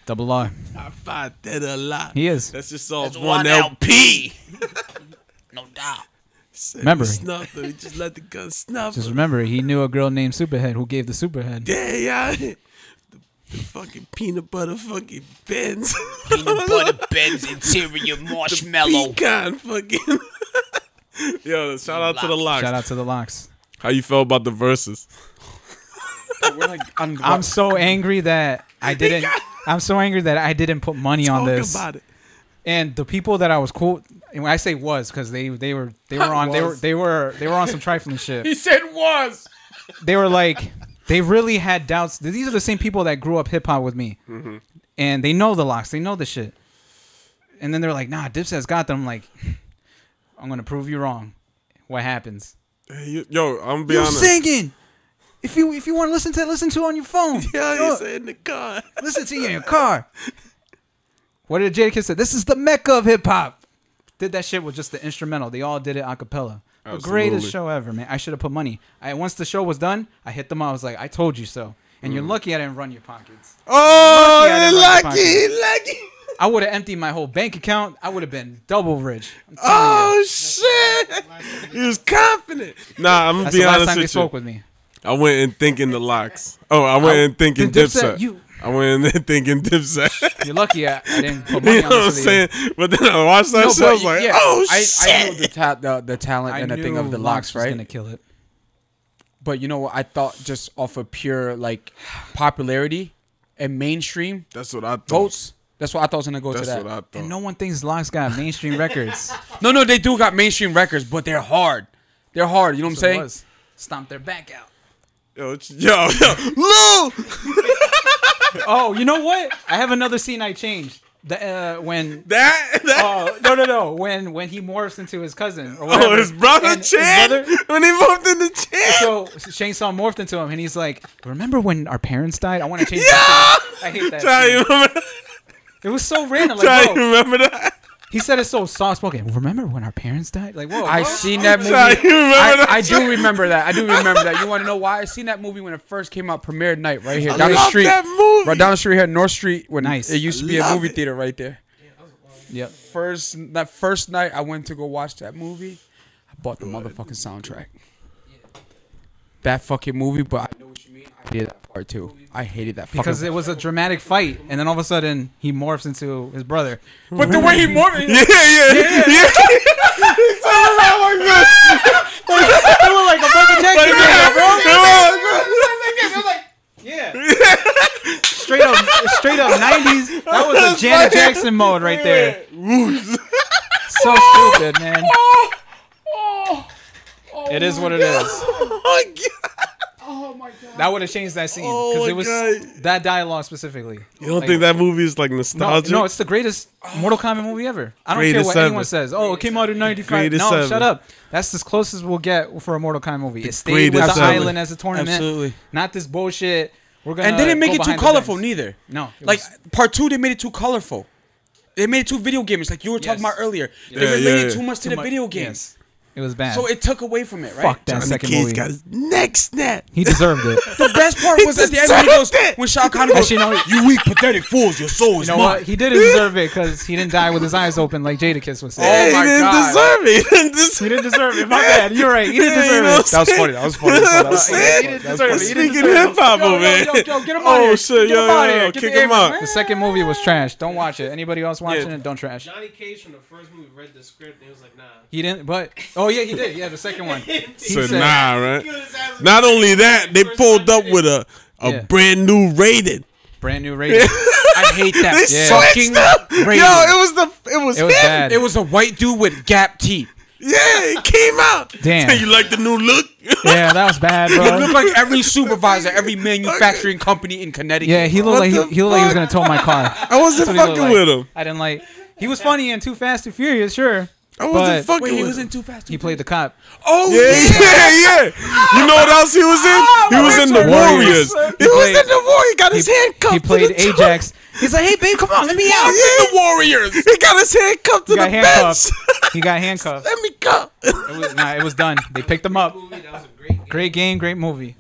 S5: Double R.
S2: I fight that a lot.
S5: He is.
S2: That's just all one LP.
S5: Remember.
S2: Snuff them. Just let the gun snuff
S5: Just
S2: them.
S5: remember, he knew a girl named Superhead who gave the Superhead.
S2: Yeah, yeah. The, the fucking peanut butter fucking bends. Peanut butter
S8: Ben's interior marshmallow.
S2: pecan fucking. Yo, shout out to the locks.
S5: Shout out to the locks.
S2: How you felt about the verses?
S7: we're like, I'm,
S5: I'm so angry that I didn't. I'm so angry that I didn't put money on
S2: Talk
S5: this.
S2: about it.
S5: and the people that I was cool. And when I say was because they they were they were on they were they were they were on some trifling shit.
S7: He said was.
S5: They were like they really had doubts. These are the same people that grew up hip hop with me, and they know the locks. They know the shit. And then they're like, "Nah, Dipset's got them." I'm like, I'm gonna prove you wrong. What happens?
S2: Hey, you- Yo, I'm gonna be
S5: You
S2: honest.
S5: singing. If you if you want to listen to it, listen to it on your phone.
S2: Yeah,
S5: Yo,
S2: you say in the car.
S5: listen to you in your car. What did Jadakiss say? This is the mecca of hip hop. Did that shit with just the instrumental. They all did it a cappella. The greatest
S2: Absolutely.
S5: show ever, man. I should have put money. I once the show was done, I hit them up. I was like, I told you so. And
S2: Mm.
S5: you're lucky I didn't run your pockets.
S2: Oh,
S5: Yeah, they're
S2: lucky,
S5: lucky,
S2: lucky.
S5: I would have emptied my whole bank account. I would have been double rich. I'm telling you.
S2: Oh shit! He was confident. Nah, I'm gonna
S5: That's
S2: be
S5: the last
S2: honest with
S5: time they
S2: you.
S5: spoke with me.
S2: I went in thinking the locks. Oh, I went in thinking
S5: the Dipset,
S2: Dipset.
S5: you-
S2: I went in there thinking Dipset.
S5: You're lucky I, I didn't put money
S2: you
S5: on
S2: know what I'm
S5: this. video.
S2: saying? But then I watched that
S7: No,
S2: show. I was
S7: but
S2: like,
S7: yeah,
S2: oh
S7: I,
S2: shit!
S7: I knew the, ta- the the talent
S5: I
S7: and the thing
S5: knew
S7: of the locks,
S5: was
S7: right?
S5: gonna kill it.
S7: But you know what? I thought just off of pure like popularity and mainstream
S2: That's what I thought.
S7: votes. That's what I thought was gonna go
S2: That's
S7: to that.
S2: what I thought.
S5: And no one thinks locks got mainstream records.
S7: No, no, they do got mainstream records, but they're hard. They're hard. You know what I'm
S5: So it
S7: saying?
S5: was. Stomp their back out.
S2: Yo, it's- yo, yo, Lou.
S5: Oh, you know what? I have another scene I changed. The, uh, when
S2: That that.
S5: oh no no no when when he morphs into his cousin or whatever.
S2: Oh, his brother
S5: Uh, And his
S2: Chad
S5: brother-
S2: when he moved in the Chad.
S5: so Chainsaw morphed into him and he's like, "Remember when our parents died? I want to change."
S2: yeah.
S5: that scene." I hate that.
S2: Try you
S5: scene.
S2: remember?
S5: It was so random.
S2: Try
S5: Like,
S2: you
S5: whoa.
S2: remember that?
S5: He said it so soft spoken. Remember when our parents died? Like, whoa.
S7: I
S5: what?
S7: seen that movie.
S2: Try you remember
S7: I,
S2: that?
S7: I do remember that. I do remember that. You want to know why? I seen that movie when it first came out, premiered night right here
S2: I
S7: down the
S2: love
S7: street,
S2: that movie.
S7: right down the street here, North Street. When
S5: Nice.
S7: it used to be a
S2: Love
S7: movie
S2: it.
S7: theater right there.
S5: Yep.
S7: First that first night I went to go watch that movie, I bought the motherfucking soundtrack. That fucking movie, but I know what you mean. I hated that part too. I hated that fucking
S5: Because it was a dramatic fight, and then all of a sudden he morphs into his brother.
S7: But the way he morphed,
S2: Yeah, yeah, yeah.
S5: They look like a Michael Jackson video,
S2: Oh
S5: bro. Straight up, straight up '90s. That was a Janet Jackson mode right there. so stupid, man. It is what it is. That would have changed that scene because
S2: Oh
S5: it
S2: my
S5: was
S2: God.
S5: that dialogue specifically.
S2: You don't
S5: Like,
S2: think that movie is like
S5: No,
S2: nostalgic?
S5: no, it's the greatest Mortal Kombat movie ever. I don't care
S2: Greatest
S5: what
S2: ever.
S5: anyone says. Oh, it came out in '95.
S2: Greatest
S5: No,
S2: ever.
S5: shut up. That's as close as we'll get for a Mortal Kombat movie. it stayed with
S2: greatest
S5: the
S2: ever.
S5: island as a tournament.
S7: Absolutely.
S5: Not this bullshit. We're gonna
S7: and they didn't make
S5: go
S7: it too
S5: behind the
S7: colorful
S5: fence.
S7: neither.
S5: No, it
S7: like
S5: was-
S7: part two, they made it too colorful. They made it too video gameish, like you were talking
S5: Yes.
S7: about earlier.
S2: Yeah,
S7: they related
S2: yeah.
S7: too much to the video games,
S5: Yes. It was bad.
S7: so it took away from it, right?
S5: Fuck that
S2: And the
S5: second
S2: kid's
S5: movie.
S2: got his neck snapped.
S5: He deserved it.
S7: The best part was at the end when he goes, when Shao Kahn goes,
S5: Actually, no, he-
S7: "You weak, pathetic fools, your soul is
S5: You know
S7: mine."
S5: what? He didn't deserve it because he didn't die with his eyes open like Jadakiss was
S2: he
S5: saying.
S7: Oh my
S2: didn't
S7: God.
S2: deserve it. He didn't deserve
S5: He didn't deserve it. My bad. You're right. He didn't
S2: Yeah, you
S5: deserve
S2: know
S5: it.
S2: what I'm saying?
S5: was funny. That was
S2: He didn't I'm speaking hip hop over here.
S5: get him
S2: Oh, shit, yo, yo, yo, kick him out.
S5: The second movie was trash. Don't watch it. Anybody else watching it? Don't trash.
S6: Johnny Cage from the first movie read the script and he was like, nah.
S5: He didn't, but oh yeah, he did. Yeah, the second one. He
S2: So
S5: said-
S2: nah, right?
S6: He was asking-
S2: Not only that, they pulled up with a, a
S5: Yeah.
S2: brand new rated.
S5: brand new rating.
S7: I hate that.
S2: They
S5: Yeah.
S2: switched up. Yo, it
S5: rated.
S2: was the it was,
S5: It was
S2: him.
S5: bad.
S7: It was a white dude with gap teeth.
S2: Yeah, it came out.
S5: Damn.
S2: So you like the new look?
S5: yeah, that was bad,
S7: He
S5: bro.
S7: looked like every supervisor, every manufacturing company in Connecticut.
S5: Yeah, he looked
S2: What
S5: like
S2: the
S5: he, he looked like he was
S2: fuck?
S5: gonna tow my car.
S2: I wasn't
S5: That's what he
S2: fucking
S5: looked
S2: with
S5: like.
S2: him.
S5: I didn't like. He was funny in Too Fast and Furious, sure.
S2: I wasn't
S5: But-
S2: fucking
S7: Wait, he
S2: with
S7: was
S2: him.
S7: in Too Fast.
S5: He played the cop.
S7: Oh
S2: Yeah, yeah, yeah. You know what else he was in?
S5: Ah,
S2: He was in the Warriors.
S5: Warriors.
S2: He was
S5: played-
S2: in the Warriors. He got his hand cuffed.
S5: He played Ajax. He's like, hey babe, come on, let me out.
S2: the Warriors. He got his hand cuffed to
S5: He
S2: the
S5: got handcuffed.
S2: bench.
S5: He got handcuffed.
S2: Let me go.
S5: It was, nah, it was done. They picked him up.
S6: Movie, that was a great game.
S5: Great game, great movie.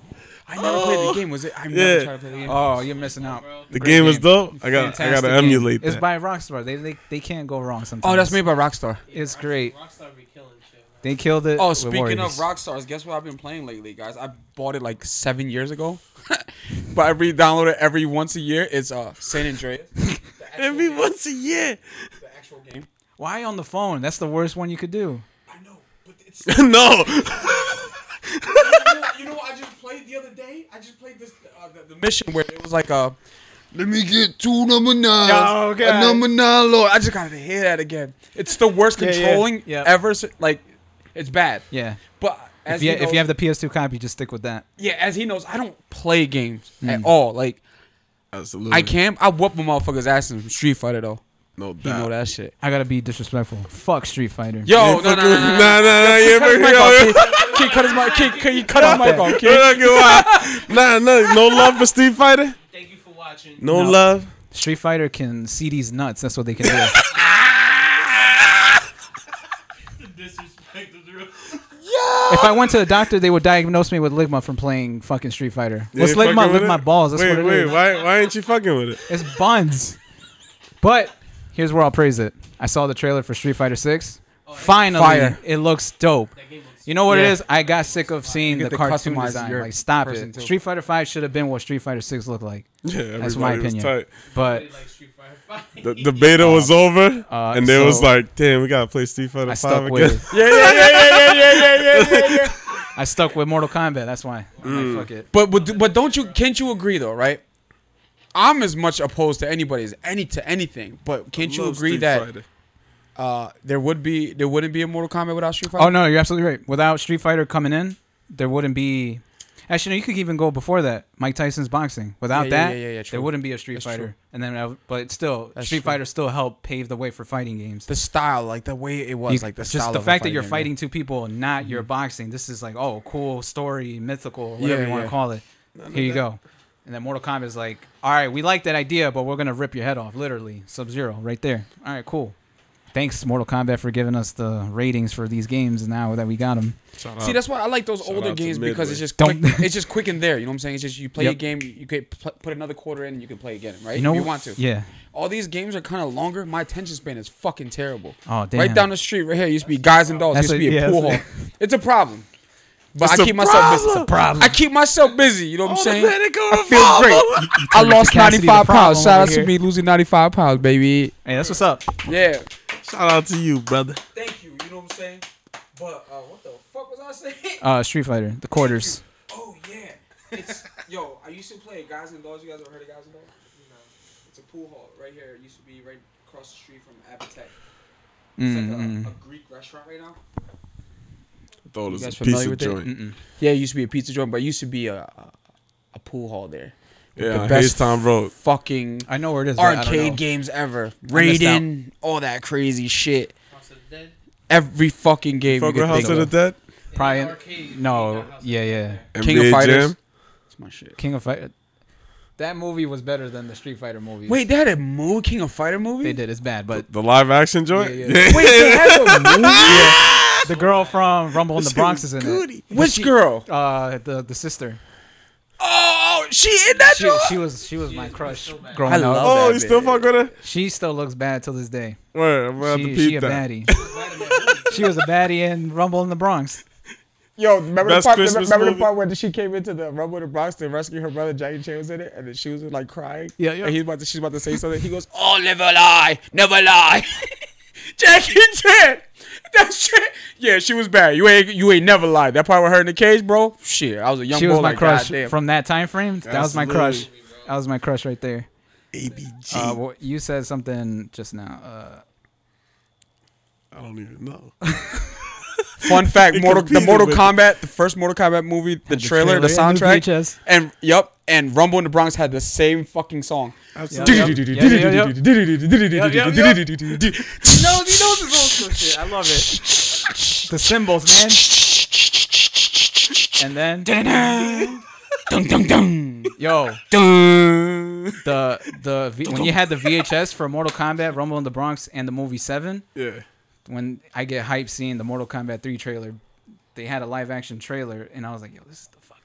S7: I never played the game. Was it? I never
S2: Yeah.
S7: tried to play the game.
S5: Oh, you're missing out.
S2: The game is
S5: game.
S2: dope. I got. I gotta
S5: Fantastic game.
S2: emulate
S5: It's
S2: that.
S5: by Rockstar. They, they they can't go wrong sometimes.
S7: Oh, that's made by Rockstar.
S5: It's great.
S6: Rockstar be killing shit. man.
S5: They killed it.
S7: Oh,
S5: with
S7: speaking of
S5: Warriors.
S7: rock stars, guess what I've been playing lately, guys? I bought it like seven years ago, but I re-download it every once a year. It's uh San Andreas,
S2: Every once a year.
S6: The actual game.
S5: why on the phone? That's the worst one you could do.
S6: I know, but it's.
S2: no.
S6: you know- you know what I just played the other day? I just played this uh, the, the
S7: mission where it was like uh
S9: Let me get two number nines.
S5: Oh,
S9: A
S5: God.
S9: number nine, Lord.
S7: oh, I just gotta hear that again. It's the worst
S5: yeah.
S7: controlling
S5: Yeah.
S7: ever. si- Like, it's bad.
S5: Yeah.
S7: But as
S5: If you,
S7: he knows,
S5: if you have the PS2 copy, just stick with that.
S7: yeah, as he knows, I don't play games at
S5: Mm.
S7: all. Like,
S2: Absolutely.
S7: I can I whoop a motherfucker's ass in Street Fighter though.
S2: No
S7: He know
S2: doubt.
S7: that shit.
S5: I gotta be disrespectful. Fuck Street Fighter.
S7: Yo, no, no,
S2: Fucking-
S7: no, no, no.
S2: Nah, nah, nah. You
S7: Cut
S2: ever
S7: his
S2: hear
S7: mic off,
S2: that?
S7: kid. Kid, cut his mic. Kid, kid, you cut his mic off, kid.
S2: Nah, nah. No love for Street Fighter.
S6: Thank you for watching.
S2: No, love.
S5: Street Fighter can see these nuts. That's what they can do.
S6: Disrespect the drill.
S5: If I went to the doctor, they would diagnose me with ligma from playing fucking Street Fighter.
S2: You
S5: What's
S2: ain't fucking
S5: ligma?
S2: with
S5: Lick
S2: it?
S5: my balls. That's
S2: wait,
S5: what it is.
S2: wait. Why? Why ain't you fucking with it?
S5: It's buns. But here's where I'll praise it. I saw the trailer for Street Fighter Six. Finally,
S7: Fire.
S5: it looks dope.
S6: Oh, That game looks
S5: You know what it
S7: Yeah.
S5: is? I got sick of seeing
S7: get
S5: the
S7: to
S5: cartoon
S7: customize
S5: design.
S7: your
S5: Like, stop
S7: person,
S5: it.
S7: too.
S5: Street Fighter Five should have been what Street Fighter Six looked like.
S2: Yeah, everybody
S5: That's my
S2: was
S5: opinion.
S2: tight.
S5: But
S6: really like Street Fighter Five.
S2: The, the beta was over,
S5: uh,
S2: and they was
S5: so-
S2: like, "Damn, we gotta play Street Fighter
S5: I
S2: Five
S5: stuck
S2: again."
S5: with it.
S7: Yeah, yeah, yeah, yeah, yeah, yeah, yeah, yeah.
S5: I stuck with Mortal Kombat. That's why. I'm
S7: Mm.
S5: like, fuck it.
S7: But but but don't you can't you agree though, right? I'm as much opposed to anybody as any to anything. But can't you
S2: Love
S7: agree
S2: Street
S7: that
S2: Fighter.
S7: uh, there would be there wouldn't be a Mortal Kombat without Street Fighter?
S5: Oh no, you're absolutely right. Without Street Fighter coming in, there wouldn't be. Actually, no, you could even go before that. Mike Tyson's boxing. Without
S7: Yeah, yeah,
S5: that,
S7: yeah, yeah, yeah, true.
S5: there wouldn't be a Street
S7: That's
S5: Fighter.
S7: true.
S5: And then, I, but still,
S7: That's
S5: Street
S7: true.
S5: Fighter still helped pave the way for fighting games.
S7: The style, like the way it was,
S5: You-
S7: like the
S5: just
S7: style
S5: the
S7: of a
S5: fact that you're
S7: game,
S5: fighting two people, not your boxing. This is like, oh, cool story, mythical,
S7: Yeah,
S5: whatever you want
S7: yeah.
S5: to call it. Here you go. And then Mortal Kombat is like, all right, we like that idea, but we're gonna rip your head off, literally. Sub Zero, right there. All right, cool. Thanks, Mortal Kombat, for giving us the ratings for these games now that we got them.
S7: yeah. See, that's why I like those older
S2: out to
S7: games because it's
S2: Midway.
S7: just quick,
S5: Don't-
S7: it's just quick and there. You know what I'm saying? It's just you play a
S5: Yep.
S7: game, you could pl- put another quarter in, and you can play again, right?
S5: You know,
S7: if you want to.
S5: Yeah.
S7: All these games are kind of longer. My attention span is fucking terrible.
S5: Oh, damn.
S7: Right down the street, right here, used to be guys and dolls.
S5: That's
S7: Used to
S5: a-
S7: be a
S5: yeah,
S7: pool hall.
S5: that's
S7: It's a problem. But
S2: It's
S7: I
S2: a
S7: keep myself busy.
S2: problem. It's a
S5: problem.
S7: I keep myself busy. You know what I'm
S2: Oh, the
S7: saying?
S2: medical
S7: I feel
S2: revolver.
S7: great. I lost
S5: Cassidy
S7: 95
S5: the
S7: pounds.
S5: problem
S7: Shout
S5: over
S7: out to
S5: here.
S7: me losing 95 pounds, baby.
S5: Hey, that's what's up.
S7: Yeah.
S2: Shout out to you, brother.
S7: Thank you. You know what I'm saying? But uh, what the fuck was I saying?
S5: Uh, Street Fighter, the quarters.
S7: Oh yeah. It's yo. I used to play Guys and Dolls. You guys ever heard of Guys and Dolls? No. It's a pool hall right here. It used to be right across the street from Abatech.
S6: It's like
S7: mm-hmm.
S6: a, a Greek restaurant right now.
S2: Thought it was
S7: You
S2: a
S7: guys
S2: piece
S7: familiar
S2: of
S7: with it?
S2: joint.
S7: Yeah, it used to be a pizza joint, but it used to be a a, a pool hall there.
S2: Yeah,
S7: the
S2: on
S7: best
S2: Hazeton Road.
S7: Fucking
S5: I know where it is. but I don't know.
S7: arcade games ever.
S5: missed out.
S7: Raiden, all that crazy shit. Every fucking game.
S2: Fuck
S7: you
S2: with
S7: could
S2: House
S7: think
S2: of the Dead?
S7: of.
S5: Probably in- no. Yeah, yeah.
S7: King of
S2: NBA
S7: Fighters.
S2: Jam?
S7: That's my shit.
S5: King of Fight. That movie was better than the Street Fighter movie.
S7: Wait, they had a movie, King of Fighter movie.
S5: they did. It's bad, but
S2: The live action joint?
S5: Yeah,
S7: Wait, they had a movie.
S5: the girl from Rumble in the Bronx is in it.
S7: Which girl?
S5: Uh, the the sister.
S7: Oh, she in that
S5: She,
S7: joint.
S5: she was she was my crush
S7: I
S5: growing
S7: love
S5: up.
S2: Oh,
S7: that
S2: you still
S7: bitch.
S2: fuck with her?
S5: She still looks bad till this day.
S2: Word, I'm about to
S5: She, she
S2: peep
S5: a
S2: that.
S5: baddie. she was a baddie in Rumble in the Bronx.
S6: Yo, remember
S2: Best
S6: the part?
S2: Christmas
S6: remember
S2: movie.
S6: the part where she came into the Rumble in the Bronx to rescue her brother Jackie Chan was in it, and then she was like crying.
S5: Yeah, yeah.
S6: And he's about to, she's about to say something. He goes, "Oh,
S7: Oh, never lie, never lie. Jackie Chan. That shit. Yeah, she was bad. You ain't you ain't never lied. That part with her in the cage, bro. Shit, I was a young
S5: she
S7: boy
S5: was my
S7: like
S5: crush
S7: goddamn.
S5: from that time frame. That was my crush. That was my crush right there.
S2: ABG.
S5: Uh, well, you said something just now. Uh,
S2: I don't even know.
S7: Fun fact:
S2: It
S7: Mortal, the
S2: competed
S7: Mortal
S2: with-
S7: Kombat, the first Mortal Kombat movie, the, trailer, the
S5: and
S7: soundtrack,
S5: VHS.
S7: and yep, and Rumble in the Bronx had the same fucking song.
S5: Yep, yep, yep, yep, yep.
S7: He knows- he knows his own shit.
S5: I love it. The symbols, man. And then,
S7: Dung, dung, dung,
S5: yo,
S7: dung.
S5: the the v- when you had the VHS for Mortal Kombat, Rumble in the Bronx, and the movie Seven.
S2: Yeah.
S5: When I get hype seeing the Mortal Kombat Three trailer, they had a live action trailer, and I was like, yo, this is the fucking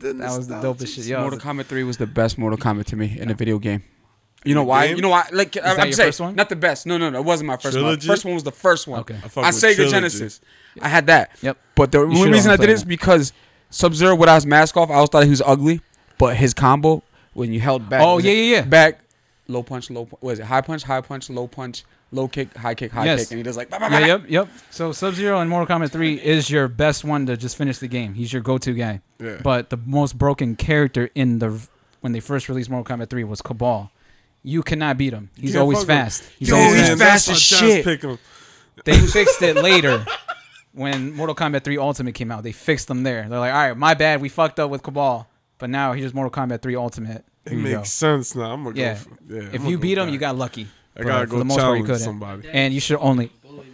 S5: that was the dopest shit. Yo, I was
S7: Mortal Kombat
S5: like,
S7: 3 was the best Mortal Kombat to me in a video game. You know why?
S2: game?
S7: You know why? Like I-
S5: that
S7: I'm
S5: your
S7: saying,
S5: first one?
S7: not the best. No, no, no. It wasn't my first one.
S2: Trilogy?
S7: First one was the first one.
S5: Okay. I
S2: fuck
S7: On
S2: with
S7: Sega
S2: Trilogy.
S7: Genesis, I had that.
S5: Yep.
S7: But the only
S5: should've
S7: reason I
S5: only
S7: did
S5: played
S7: it is because Sub Zero without his mask off, I always thought he was ugly. But his combo when you held back.
S5: Oh,
S7: was
S5: yeah,
S7: it
S5: yeah, yeah.
S7: Back, low punch, low. punch. Was it high punch, high punch, low punch, low kick, high kick, high
S5: Yes.
S7: kick, and he does like. bah, bah, bah,
S5: yeah,
S7: bah.
S5: yep, yep. So Sub Zero in Mortal Kombat 3 is your best one to just finish the game. He's your go to guy.
S2: Yeah.
S5: But the most broken character in the when they first released Mortal Kombat 3 was Cabal. You cannot beat him. He's
S2: Yeah,
S5: always
S2: fuck him.
S5: fast. He's
S7: Yo,
S5: always
S7: he's
S5: fast.
S7: fast as shit.
S2: Pick him.
S5: They fixed it later when Mortal Kombat 3 Ultimate came out. They fixed them there. They're like, all right, my bad. We fucked up with Cabal. But now he's just Mortal Kombat 3 Ultimate.
S2: It
S5: Here you go.
S2: makes sense now. I'm gonna go.
S5: Yeah.
S2: For, yeah.
S5: If you beat him, you got lucky.
S2: I gotta
S5: But
S2: go
S5: part, you
S2: challenge
S5: couldn't.
S2: somebody.
S5: And you should only.
S10: um,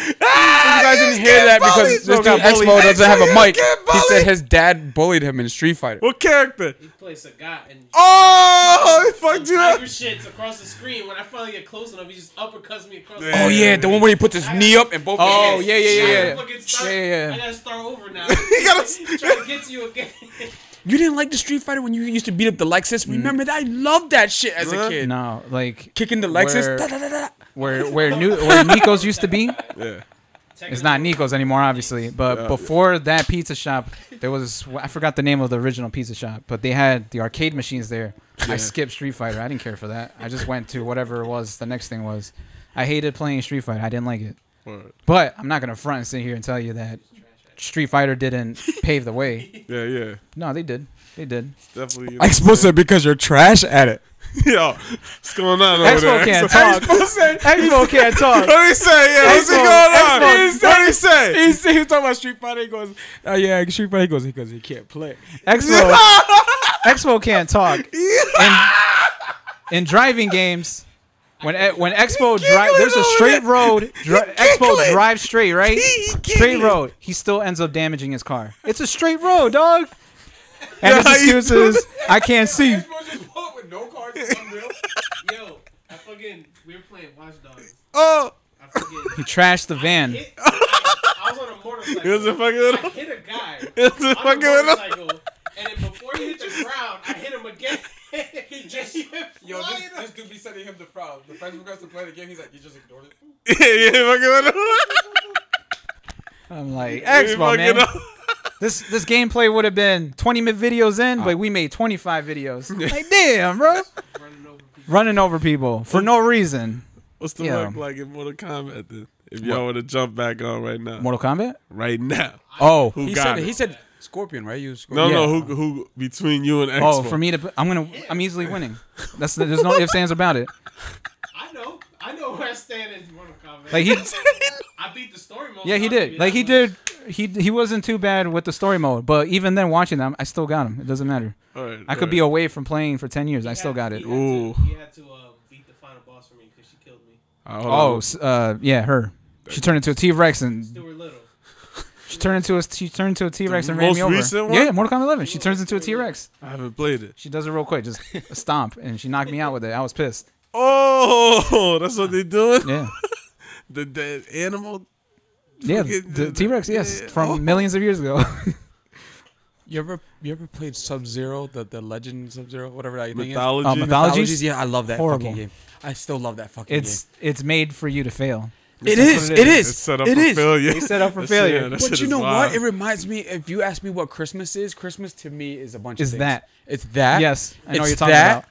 S7: You guys didn't hear that because
S2: bullied.
S7: Mr.
S2: Don't get
S7: Expo
S2: bullied.
S7: doesn't have a
S2: You
S7: mic.
S2: get
S7: He said
S2: bullied.
S7: his dad bullied him in Street Fighter.
S2: What character?
S10: place a guy and
S2: Oh, he fucked you up.
S10: tiger shits across the screen. When I finally get close enough, he just uppercuts me across.
S2: Yeah.
S10: the
S7: Oh yeah, the one where he puts his knee up and both.
S5: Oh,
S7: his
S5: yeah, yeah, yeah, yeah.
S10: I fucking start-
S5: Yeah, yeah, yeah.
S10: I gotta start over now.
S2: He got a-
S10: Try to get to you again.
S7: You didn't like the Street Fighter when you used to beat up the Lexus.
S6: Mm.
S7: Remember that? I loved that shit as a
S2: Huh?
S7: kid.
S5: No, like
S7: Kicking the Lexus.
S5: Where-
S7: da, da, da, da.
S5: where where new where Nico's used to be.
S2: Yeah.
S5: It's not Nico's anymore, obviously. But before that pizza shop, there was I forgot the name of the original pizza shop, but they had the arcade machines there. I skipped Street Fighter. I didn't care for that. I just went to whatever it was the next thing was. I hated playing Street Fighter. I didn't like it.
S2: Word.
S5: But I'm not gonna front and sit here and tell you that Street Fighter didn't pave the way.
S2: Yeah. Yeah.
S5: No, they did. They did.
S2: Definitely. You know.
S7: Expo said because you're trash at it.
S2: Yo, what's going on over there?
S5: Expo can't talk. Expo can't talk.
S2: What he say? Yeah, what's
S7: Expo-
S2: going on?
S7: Expo- He
S2: What he say?
S7: He's, he was talking about Street Fighter. He goes, oh yeah, Street Fighter. He goes, because he can't play.
S5: Expo, Expo can't talk. In, in driving games, when E- when Expo drive, there's a straight road. Dri- Expo drives straight, right? Straight road. He still ends up damaging his car. It's a straight road, dog. And his
S2: Yeah, he-
S5: excuse is, I can't see.
S10: Yo, I fucking we were playing Watch Dogs.
S2: Oh,
S10: I fucking
S5: He trashed the van.
S10: hit. I was on a
S2: it was a
S10: motorcycle.
S2: fucking.
S10: I hit a guy
S2: It was a
S10: on a
S2: fucking.
S10: motorcycle, and then before he hit the ground, I hit him again. he just
S6: Yo,
S10: yo,
S6: this, this dude be sending him the frown. The friends request to play the game. He's like, you just ignored it.
S2: Yeah, yeah, fucking.
S5: I'm like,
S2: He
S5: Expo,
S2: fucking
S5: man.
S2: up.
S5: This this gameplay would have been 20 minute videos in, but we made 25 videos. Like, damn, bro. Running over people for no reason.
S2: What's the
S5: Yeah.
S2: look like in Mortal Kombat then? If y'all want to jump back on right now,
S5: Mortal Kombat?
S2: right now,
S5: Oh,
S2: who
S7: He
S2: got
S7: said.
S2: it?
S7: He said. Scorpion, right? You was
S2: No,
S7: Scorpion.
S2: no,
S5: Yeah.
S2: who who between you and X?
S5: Oh, for me to, I'm gonna, I'm easily winning. That's there's no ifs ands about it.
S10: I know. I know where I stand in Mortal Kombat.
S5: Like he,
S10: I beat the story mode.
S5: yeah, he did. Like he did. He he wasn't too bad with the story mode, but even then, watching them, I still got him. It doesn't matter.
S2: All right,
S5: I
S2: all
S5: could be away from playing for ten years. I still got it.
S10: He had
S2: Ooh.
S10: to, he had to uh, beat the final boss for me because she killed me.
S2: right.
S5: Oh, s- uh, yeah, her. She turned into a T Rex and
S10: Stuart Little.
S5: she turned into a she turned into a T Rex and
S2: most
S5: ran me over.
S2: recent one?
S5: Yeah, Mortal Kombat 11. She turns into a T Rex.
S2: I haven't played it.
S5: She does it real quick, just a stomp, and she knocked me out with it. I was pissed.
S2: Oh, that's what they doing.
S5: Yeah,
S2: The dead animal.
S5: yeah,
S2: Fucking-
S5: the T Rex. Yes,
S2: yeah.
S5: from
S2: Oh.
S5: millions of years ago. Uh,
S7: You ever you ever played Sub Zero, the the Legend Sub Zero, whatever that thing is?
S2: Mythology.
S5: Uh, mythologies.
S7: Mythologies, yeah, I love that
S5: Horrible.
S7: fucking game. I still love that fucking
S5: It's it's made for you to fail.
S7: game. It
S5: is,
S7: is.
S5: what it
S7: It
S5: is.
S7: is.
S2: It's set up
S7: it
S2: for
S7: is.
S2: failure.
S5: They set up for
S2: That shit-
S5: failure.
S2: that shit
S7: But you
S2: is
S7: know
S2: wild.
S7: what? It reminds me. If you ask me what Christmas is, Christmas to me is a bunch of
S5: Is
S7: things.
S5: that.
S7: It's that.
S5: Yes, I know
S7: it's
S5: what you're talking
S7: that,
S5: about.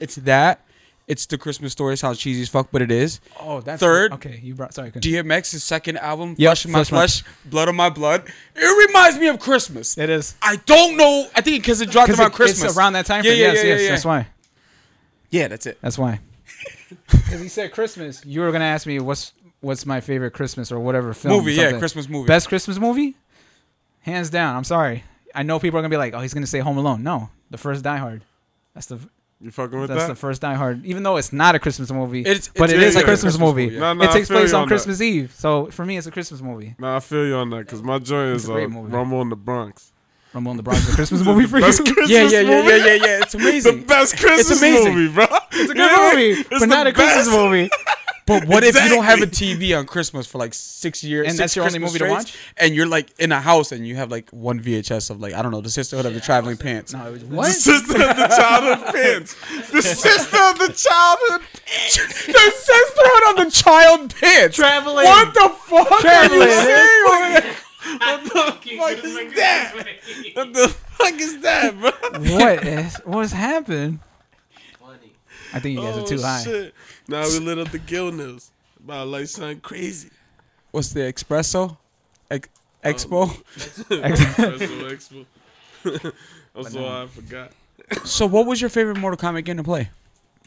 S7: It's that. It's the Christmas story. It's how cheesy as fuck, but it is.
S5: Oh, that's
S7: Third,
S5: Okay, you brought. Sorry, continue.
S7: DMX's second album,
S5: Yep,
S7: Flesh of My
S5: Flesh of My-
S7: Flesh, Blood of My Blood. It reminds me of Christmas.
S5: it is
S7: I don't know. I think because it dropped
S5: because
S7: around Christmas.
S5: it's around that time.
S7: Yeah,
S5: frame.
S7: yeah,
S5: yes,
S7: yeah,
S5: yes.
S7: yeah,
S5: That's
S7: yeah.
S5: why.
S7: Yeah, that's it.
S5: That's why. Because he said Christmas. You were gonna ask me what's what's my favorite Christmas or whatever film
S7: Movie, yeah,
S5: something.
S7: Christmas movie.
S5: Best Christmas movie? Hands down. I'm sorry. I know people are gonna be like, oh, he's gonna say Home Alone. No, the first Die Hard. That's the
S2: You fucking with
S5: that's
S2: that?
S5: the first Die Hard. Even though it's not a Christmas movie,
S7: It's-
S5: but
S7: it's-
S5: it
S2: yeah,
S5: is a
S2: yeah.
S5: Christmas,
S7: Christmas
S5: movie.
S7: movie.
S2: No, no,
S5: it
S2: I
S5: takes
S2: feel
S5: place
S2: you
S5: on,
S2: on that.
S5: Christmas Eve, so for me, it's a Christmas movie.
S2: nah, I feel you on that because my joint
S5: It's
S2: is
S5: a
S2: uh,
S5: great movie.
S2: Rumble in the Bronx.
S5: Rumble in the Bronx, is a Christmas movie for you.
S2: Best Christmas
S7: yeah, yeah, yeah,
S2: movie.
S7: yeah, yeah, yeah. It's
S2: The
S7: amazing.
S2: best Christmas
S5: amazing.
S2: movie, bro. It's
S5: a good movie, but not a Christmas movie.
S7: But what if you don't have a TV on Christmas for like six years?
S5: And
S7: six
S5: that's your only
S7: Christmas
S5: movie to
S7: straights,
S5: watch?
S7: And you're like in a house and you have like one VHS of like I don't know the Sisterhood of the Traveling Pants.
S5: No, it was-
S2: The
S5: what?
S2: sister of the childhood pants. The sister of the childhood.
S7: the Sisterhood of the Child Pants.
S5: Traveling.
S7: What the fuck are you
S5: Traveling.
S7: saying?
S10: Fuck is that?
S2: What the fuck is that, bro?
S5: what is what's happened?
S10: Funny.
S5: I think you guys are too high.
S2: Oh, Shit. Now we lit up the Gill News. About like something crazy.
S7: What's the espresso? Ex-
S5: Oh.
S7: Expo.
S2: Special Expo. I'm so high, I forgot.
S7: So, what was your favorite Mortal Kombat game to play?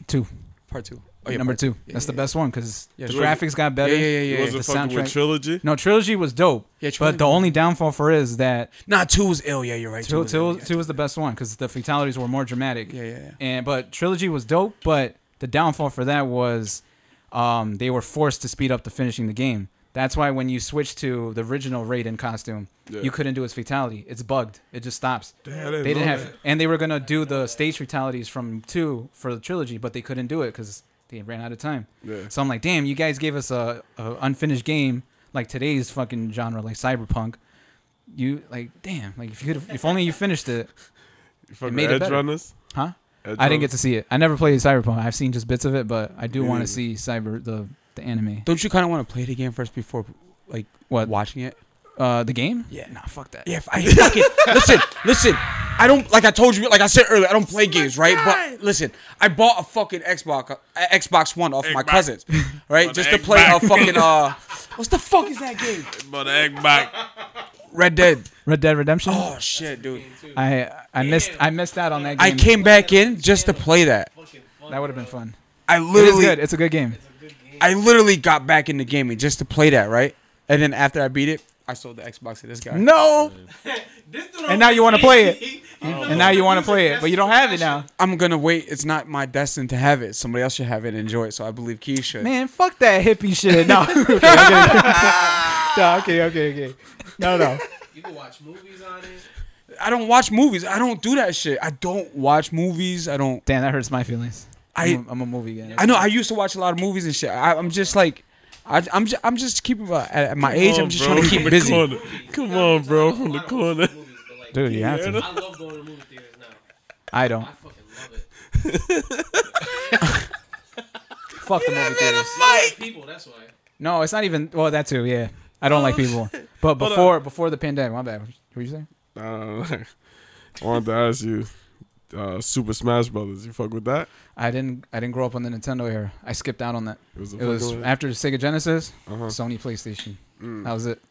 S5: Two.
S7: Part two.
S5: number
S7: part-
S5: two. That's the best one because
S7: Oh, Yeah,
S5: the
S7: sure.
S5: graphics got
S7: Yeah,
S5: better.
S7: yeah, yeah, yeah.
S2: You wasn't
S5: the
S2: fucking with
S5: soundtrack-
S2: Trilogy?
S5: No, trilogy was dope.
S7: Yeah,
S5: but
S7: Trilogy
S5: the
S7: was-
S5: only downfall for it is that
S7: Nah, two was ill. Yeah, you're right.
S5: two,
S7: was ill,
S5: two,
S7: yeah.
S5: two was the best one because the fatalities were more dramatic.
S7: Yeah, yeah, yeah.
S5: And but trilogy was dope. But the downfall for that was um, they were forced to speed up the finishing the game. That's why when you switch to the original Raiden costume,
S2: Yeah.
S5: you couldn't do his fatality. It's bugged. It just stops.
S2: Damn, I didn't
S5: they didn't
S2: know
S5: have,
S2: that.
S5: and they were gonna do the stage fatalities from two for the trilogy, but they couldn't do it because they ran out of time.
S2: Yeah.
S5: So I'm like, damn, you guys gave us a, a unfinished game like today's fucking genre, like cyberpunk. You like, damn, like if you could, if only you finished it,
S2: You fucking
S5: made it
S2: Edge
S5: better.
S2: Runners?
S5: huh?
S2: Edge
S5: I didn't
S2: Runners?
S5: get to see it. I never played cyberpunk. I've seen just bits of it, but I do
S2: Me
S5: want to
S2: neither.
S5: see cyber the the anime.
S7: Don't you kind of want to play the game first before like
S5: What?
S7: watching it?
S5: Uh, the game?
S7: Yeah.
S5: Nah, fuck that.
S7: Yeah, if I fucking listen, listen. I don't like I told you, like I said earlier, I don't play games, right? But listen, I bought a fucking Xbox, uh, Xbox One off my cousins, right? Just to play a fucking uh, what's the fuck is that game?
S2: But the egg back.
S7: Red Dead.
S5: Red Dead Redemption.
S7: Oh shit, dude!
S5: I I missed I missed out on that game.
S7: I came back in just to play that.
S5: That would have been fun.
S7: I
S5: It is
S7: literally,
S5: good. It's a good game.
S7: I literally got back into gaming just to play that, right? And then after I beat it, I sold the Xbox to this guy.
S5: No,
S10: This dude
S5: And now you wanna play it.
S10: He- he-
S5: and now you want to play it, but you don't have it now.
S7: I'm gonna wait. It's not my destined to have it. Somebody else should have it and enjoy it. So I believe Key should.
S5: Man, fuck that hippie shit. No. okay, okay. no, okay, okay, okay. No, no.
S10: You can watch movies on it.
S7: I don't watch movies. I don't do that shit. I don't watch movies. I don't.
S5: Damn, that hurts my feelings.
S7: I-
S5: I'm a, I'm a movie guy.
S7: I know. I used to watch a lot of movies and shit. I, I'm just like, I, I'm just, I'm just keeping uh, at at my age. I'm just trying to keep busy.
S2: Corner. Oh, Come on, bro, from the corner.
S10: Movies, but like,
S5: Dude, you have to.
S10: I love going to movie theaters now.
S5: I don't.
S10: I fucking love it.
S5: Fuck the movie theaters.
S10: People, that's why.
S5: No, it's not even. Well, that too. Yeah, I don't like people. But before before the pandemic, my bad. What were you saying?
S2: Uh, I wanted to ask you, uh, Super Smash Brothers. You fuck with that?
S5: I didn't. I didn't grow up on the Nintendo era. I skipped out on that.
S2: It was, a
S5: It was
S2: fucking-
S5: after Sega Genesis,
S2: Uh-huh.
S5: Sony PlayStation. That was it.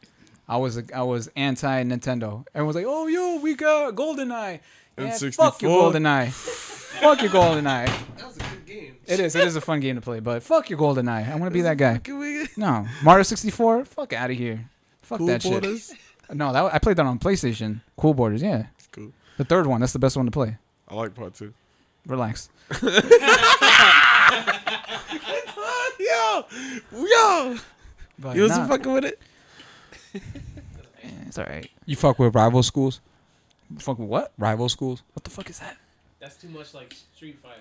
S5: I was I was anti Nintendo. Everyone was like, "Oh, yo, we got GoldenEye." Yeah, fuck your
S2: N64.
S5: GoldenEye. fuck your GoldenEye.
S10: That was a good game.
S5: It is. It is a fun game to play, but fuck your GoldenEye. I want to be that guy. No, Mario 64. Fuck out of here. Fuck
S2: Cool
S5: that
S2: Borders?
S5: shit. No, that I played that on PlayStation. Cool Borders. Yeah.
S2: cool.
S5: The third one. That's the best one to play.
S2: I like part two.
S5: Relax.
S2: Yo, yo,
S5: But
S2: you was
S5: nah,
S2: fucking with it.
S5: It's alright.
S7: You fuck with rival schools?
S5: Fuck what?
S7: Rival schools?
S5: What the fuck is that?
S10: That's too much like Street Fighter.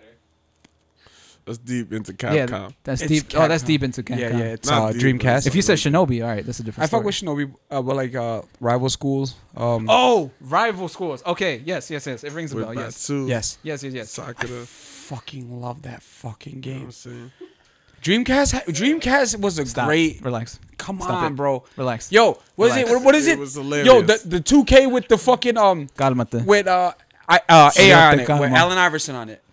S2: That's deep into
S5: yeah,
S2: Capcom.
S5: that's
S7: It's
S5: deep. Oh, that's
S7: Capcom.
S5: deep into Capcom.
S7: Yeah, yeah. It's
S2: Not
S7: uh,
S2: deep,
S7: Dreamcast.
S2: it's-
S5: If you said Shinobi, all right, that's a different.
S7: I
S5: story.
S7: fuck with Shinobi, uh, but like uh, rival schools. Um,
S5: Oh, rival schools. Okay, yes, yes, yes. It rings a
S2: with
S5: bell. Yes,
S2: Batsu,
S7: yes.
S5: yes, yes, yes.
S2: Sakura. You know
S7: Fucking love that fucking
S2: what
S7: game.
S2: I'm saying?
S7: Dreamcast. ha- Dreamcast was a
S5: Stop.
S7: great.
S5: Relax.
S7: Come
S5: Stop
S7: on,
S5: it.
S7: bro.
S5: Relax.
S7: Yo, what is it?
S5: Relax.
S7: What, what is
S2: It
S7: it?
S2: was hilarious.
S7: Yo, the the two K with the fucking um
S5: Cálmate.
S7: with uh I, uh AI on it
S5: Calma.
S7: with Allen Iverson on it.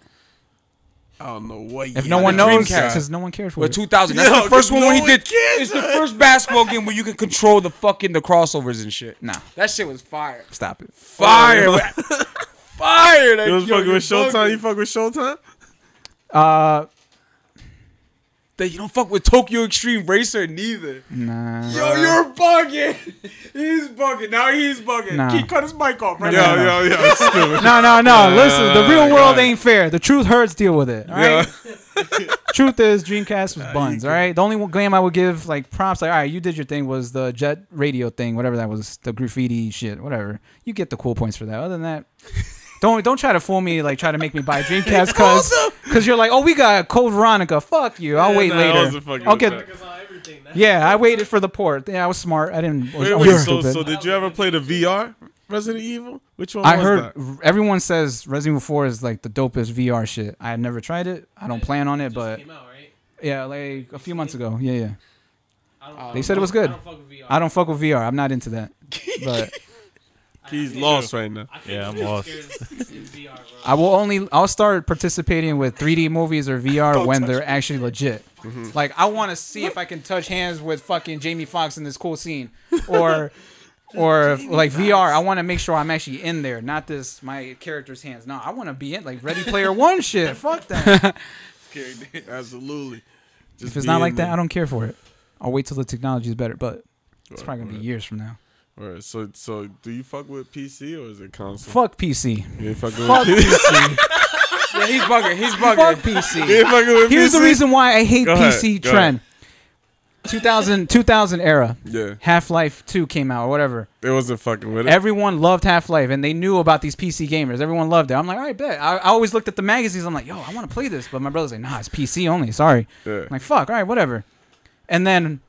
S2: I don't know what.
S5: If
S2: year
S5: no one
S2: that
S5: knows,
S7: Dreamcast.
S5: because no one cared for
S7: With
S5: it.
S7: two thousand. That's
S2: Yo,
S7: the first
S2: 'cause
S7: one
S2: no
S7: where he
S2: one
S7: did.
S2: cares,
S7: It's the first basketball game where you can control the fucking the crossovers and shit.
S5: Nah,
S7: That shit was fire.
S5: stop it.
S7: Fire. fire. That
S2: You was
S7: yo,
S2: fucking
S7: you
S2: with Showtime.
S7: bugging.
S2: You fuck with Showtime.
S5: Uh,
S7: That you don't fuck with Tokyo Extreme Racer neither.
S5: nah.
S7: Yo, you're bugging. He's bugging. Now he's bugging.
S5: Nah.
S7: He cut his mic off right
S2: Yo,
S7: now.
S2: yo, yo. it's stupid.
S5: No, no, no. Listen, the real
S2: God.
S5: world ain't fair. The truth hurts. Deal with it. All right.
S2: Yeah.
S5: Truth is, Dreamcast was buns. All right. The only one game I would give like props, like, all right, you did your thing, was the jet radio thing, whatever that was, the graffiti shit, whatever. You get the cool points for that. Other than that, don't don't try to fool me, like try to make me buy a Dreamcast, because because you're like, oh, we got Code Veronica. Fuck you. I'll wait
S2: nah, I wasn't
S5: later.
S2: fucking
S5: I'll
S2: with
S5: get.
S2: that.
S10: Because on everything. That
S5: Yeah, I waited for the port. Yeah, I was smart. I didn't. I was,
S2: Wait,
S5: I
S2: wait,
S5: was
S2: so,
S5: stupid.
S2: so did you ever play the VR Resident Evil? Which one
S5: I
S2: was
S5: heard
S2: that?
S5: everyone says Resident Evil 4 is like the dopest VR shit. I had never tried it. I don't plan on it,
S10: just
S5: but
S10: came out, right?
S5: yeah, like a few months ago. Yeah, yeah.
S10: I don't,
S5: They said it was
S10: I
S5: good.
S10: don't fuck with VR.
S5: I don't fuck with VR. I'm not into that. But
S2: He's lost right now.
S10: I can't
S4: Yeah, I'm
S10: do
S4: lost.
S10: scares in VR, bro.
S5: I will only I'll start participating with 3D movies or VR when they're actually legit.
S2: Mm-hmm.
S5: Like I want to see if I can touch hands with fucking Jamie Foxx in this cool scene or or like VR. I want to make sure I'm actually in there, not this my character's hands. No, I want to be in like Ready Player One shit. Fuck that.
S2: Absolutely. Just
S5: If it's not like that, I don't care for it. I'll wait till the technology is better, but it's probably gonna be years from now.
S2: Alright, so so do you fuck with PC or is it console?
S5: Fuck PC.
S2: You ain't fucking
S5: Fuck
S2: with PC.
S5: PC.
S7: Yeah, he's bugging. He's
S5: Fuck
S7: bugging.
S2: You
S5: PC.
S2: ain't fucking with
S5: Here's
S2: PC.
S5: the reason why I hate
S2: Go ahead,
S5: PC
S2: go
S5: trend. 2000, 2000 era.
S2: Yeah,
S5: Half Life 2 came out or whatever.
S2: it wasn't fucking with it.
S5: Everyone loved Half Life and they knew about these PC gamers. Everyone loved it. I'm like, all right, bet. I, I always looked at the magazines. I'm like, yo, I want to play this. But my brother's like, nah, it's PC only. Sorry.
S2: Yeah.
S5: I'm like, fuck, all right, whatever. And then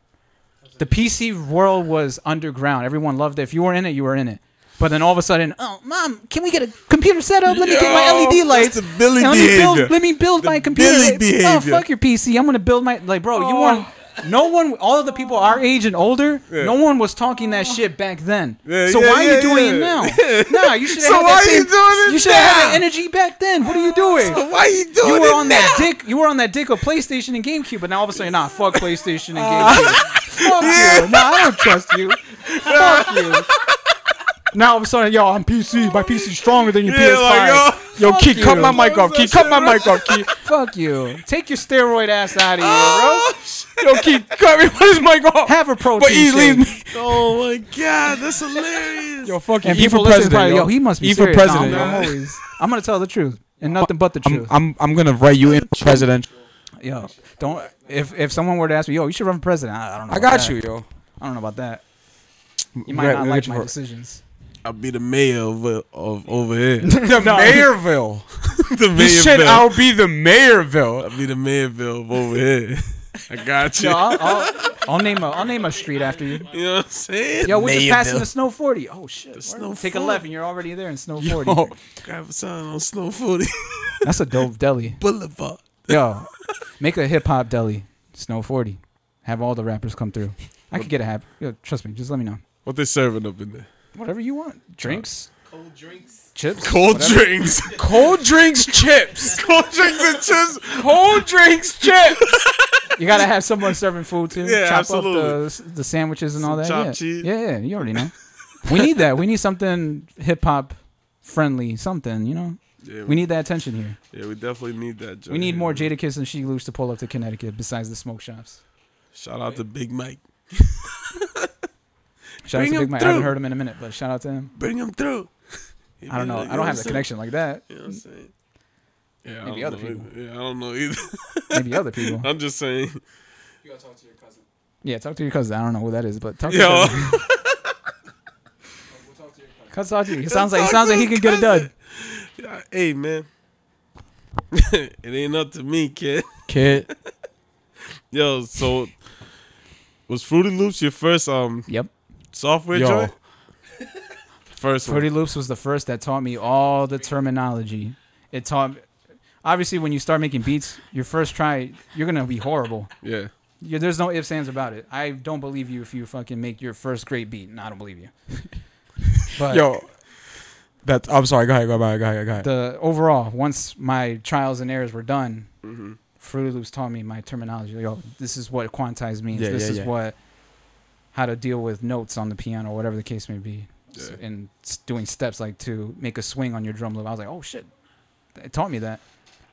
S5: the PC world was underground. Everyone loved it. If you were in it, you were in it. But then all of a sudden, oh, mom, can we get a computer setup? Let me get
S2: Yo,
S5: my LED lights.
S2: that's the Billy
S5: and let, me
S2: behavior.
S5: build, let me build
S2: The
S5: my computer.
S2: Billy
S5: Like,
S2: behavior. Oh.
S5: Oh, fuck your PC. I'm going to build my. Like, bro, you want. No one, all of the people our age and older,
S2: Yeah.
S5: no one was talking that shit back then.
S2: Yeah,
S5: so
S2: yeah,
S5: why are
S2: yeah,
S5: you doing
S2: yeah.
S5: it now? nah, you should have
S2: So
S5: had
S2: why
S5: that
S2: are
S5: same,
S2: you doing it
S5: You should have had
S2: now?
S5: that energy back then. What are you doing?
S2: Why you doing
S5: You were
S2: it
S5: on
S2: now?
S5: that dick. You were on that dick of PlayStation and GameCube, but now all of a sudden, nah, fuck PlayStation and
S2: Uh,
S5: GameCube. fuck you. Nah, I don't trust you. Fuck you. Now all of a sudden, yo, I'm PC. My PC's stronger than your
S2: Yeah,
S5: PS5.
S2: like,
S7: Yo,
S5: Fuck
S7: Key, cut
S5: you.
S7: my mic off. Key, cut my mic off. Key.
S5: Fuck you. Take your steroid ass out of here,
S2: Oh,
S7: Yo, Key, cut me. What is mic off?
S5: bro. Have a protein
S7: But E
S5: shake.
S7: leaves me.
S2: Oh my god, that's hilarious.
S7: Yo, fucking
S5: And
S7: E for
S5: people listen
S7: president.
S5: probably,
S7: yo.
S5: yo, he must be
S7: E for
S5: serious.
S7: president.
S5: No, I'm,
S7: yo.
S5: I'm always, I'm gonna tell the truth and nothing but the
S7: I'm,
S5: truth.
S7: I'm, I'm gonna write you in for president.
S5: yo, don't. If if someone were to ask me, yo, you should run for president. I, I don't know.
S7: I
S5: about
S7: got
S5: that.
S7: you, yo.
S5: I don't know about that. You might
S7: Right,
S5: not
S7: we'll
S5: like
S7: get you
S5: my
S7: for-
S5: decisions.
S2: I'll be the mayor of, of over here.
S7: The Mayorville.
S2: the
S7: He said
S2: Mayorville.
S7: I'll be the Mayorville.
S2: I'll be the Mayorville of over here. I got you.
S5: Yo, I'll, I'll, I'll name a I'll name a street after you.
S2: you know what I'm saying?
S5: Yo, we're just passing the Snow 40. Oh shit!
S2: Snow
S5: Take
S2: 40.
S5: a left, and you're already there in Snow 40.
S7: Yo,
S2: Grab a sign on Snow 40
S5: That's a dope deli.
S2: Boulevard.
S5: Yo, make a hip hop deli. Snow 40. Have all the rappers come through. I could get a hap. Yo, trust me. Just let me know.
S2: What they serving up in there?
S5: Whatever you want. Drinks,
S10: Cold drinks.
S5: Chips?
S2: Cold
S5: Whatever.
S2: drinks.
S7: Cold drinks, chips.
S2: Cold drinks and chips.
S7: Cold drinks, chips.
S5: You gotta have someone serving food too.
S2: Yeah,
S5: Chop
S2: absolutely.
S5: up the, the sandwiches and all that.
S2: chopped
S5: yeah.
S2: cheese.
S5: yeah, yeah, you already know. we need that. We need something hip hop friendly, something, you know?
S2: Yeah,
S5: We need that attention here.
S2: yeah, we definitely need that. Joe.
S5: We need more Jada Kiss and She Loops to pull up to Connecticut besides the smoke shops.
S2: Shout out to Big Mike.
S5: Shout
S2: Bring
S5: out
S2: him
S5: to Big Mike. I haven't
S2: through.
S5: heard him in a minute, but shout out to him.
S2: Bring him through.
S5: I don't know. I don't have the connection like that.
S2: You know what I'm saying? Yeah, I
S5: Maybe
S2: don't
S5: other
S2: know either. Yeah, I don't know either.
S5: Maybe other people.
S2: I'm just saying.
S10: You gotta talk to your cousin.
S5: Yeah, talk to your cousin. I don't know who that is, but talk to your
S2: Yo,
S5: cousin. Cousin talk to you. He sounds like he sounds like he could get it done.
S2: hey man, it ain't up to me, kid.
S5: Kid.
S2: Yo, so was Fruity Loops your first um
S5: Yep.
S2: software
S5: Yo.
S2: joint? First one.
S5: Fruity Loops was the first that taught me all the terminology. It taught obviously when you start making beats, your first try you're gonna be horrible.
S2: Yeah.
S5: you there's no ifs ands about it. I don't believe you if you fucking make your first great beat. No, I don't believe you. But
S7: Yo, that I'm sorry. Go ahead. Go ahead. Go ahead. Go ahead.
S5: the overall, once my trials and errors were done,
S2: Mm-hmm.
S5: Fruity Loops taught me my terminology. Like, oh, this is what quantized means.
S7: Yeah,
S5: this
S7: yeah,
S5: is
S7: yeah.
S5: what how to deal with notes on the piano, whatever the case may be, S-
S2: Yeah.
S5: and s- doing steps like to make a swing on your drum loop. I was like, oh shit, it taught me that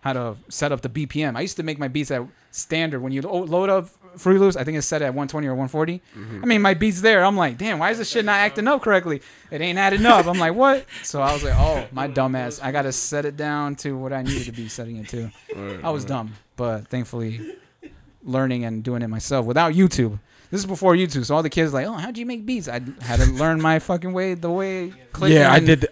S5: how to set up the BPM. I used to make my beats at standard. When you lo- load up Fruity Loops, I think it's set at 120 or 140. I mean, my beats there. I'm like, damn, why is this shit not acting up correctly? It ain't adding up. I'm like, what? So I was like, oh, my dumbass. I gotta set it down to what I needed to be setting it to. I was dumb, but thankfully, learning and doing it myself without YouTube. This is before YouTube, so all the kids like, oh, how'd you make beats? I had to learn my fucking way, the way. clicking
S7: yeah, I
S5: and
S7: did.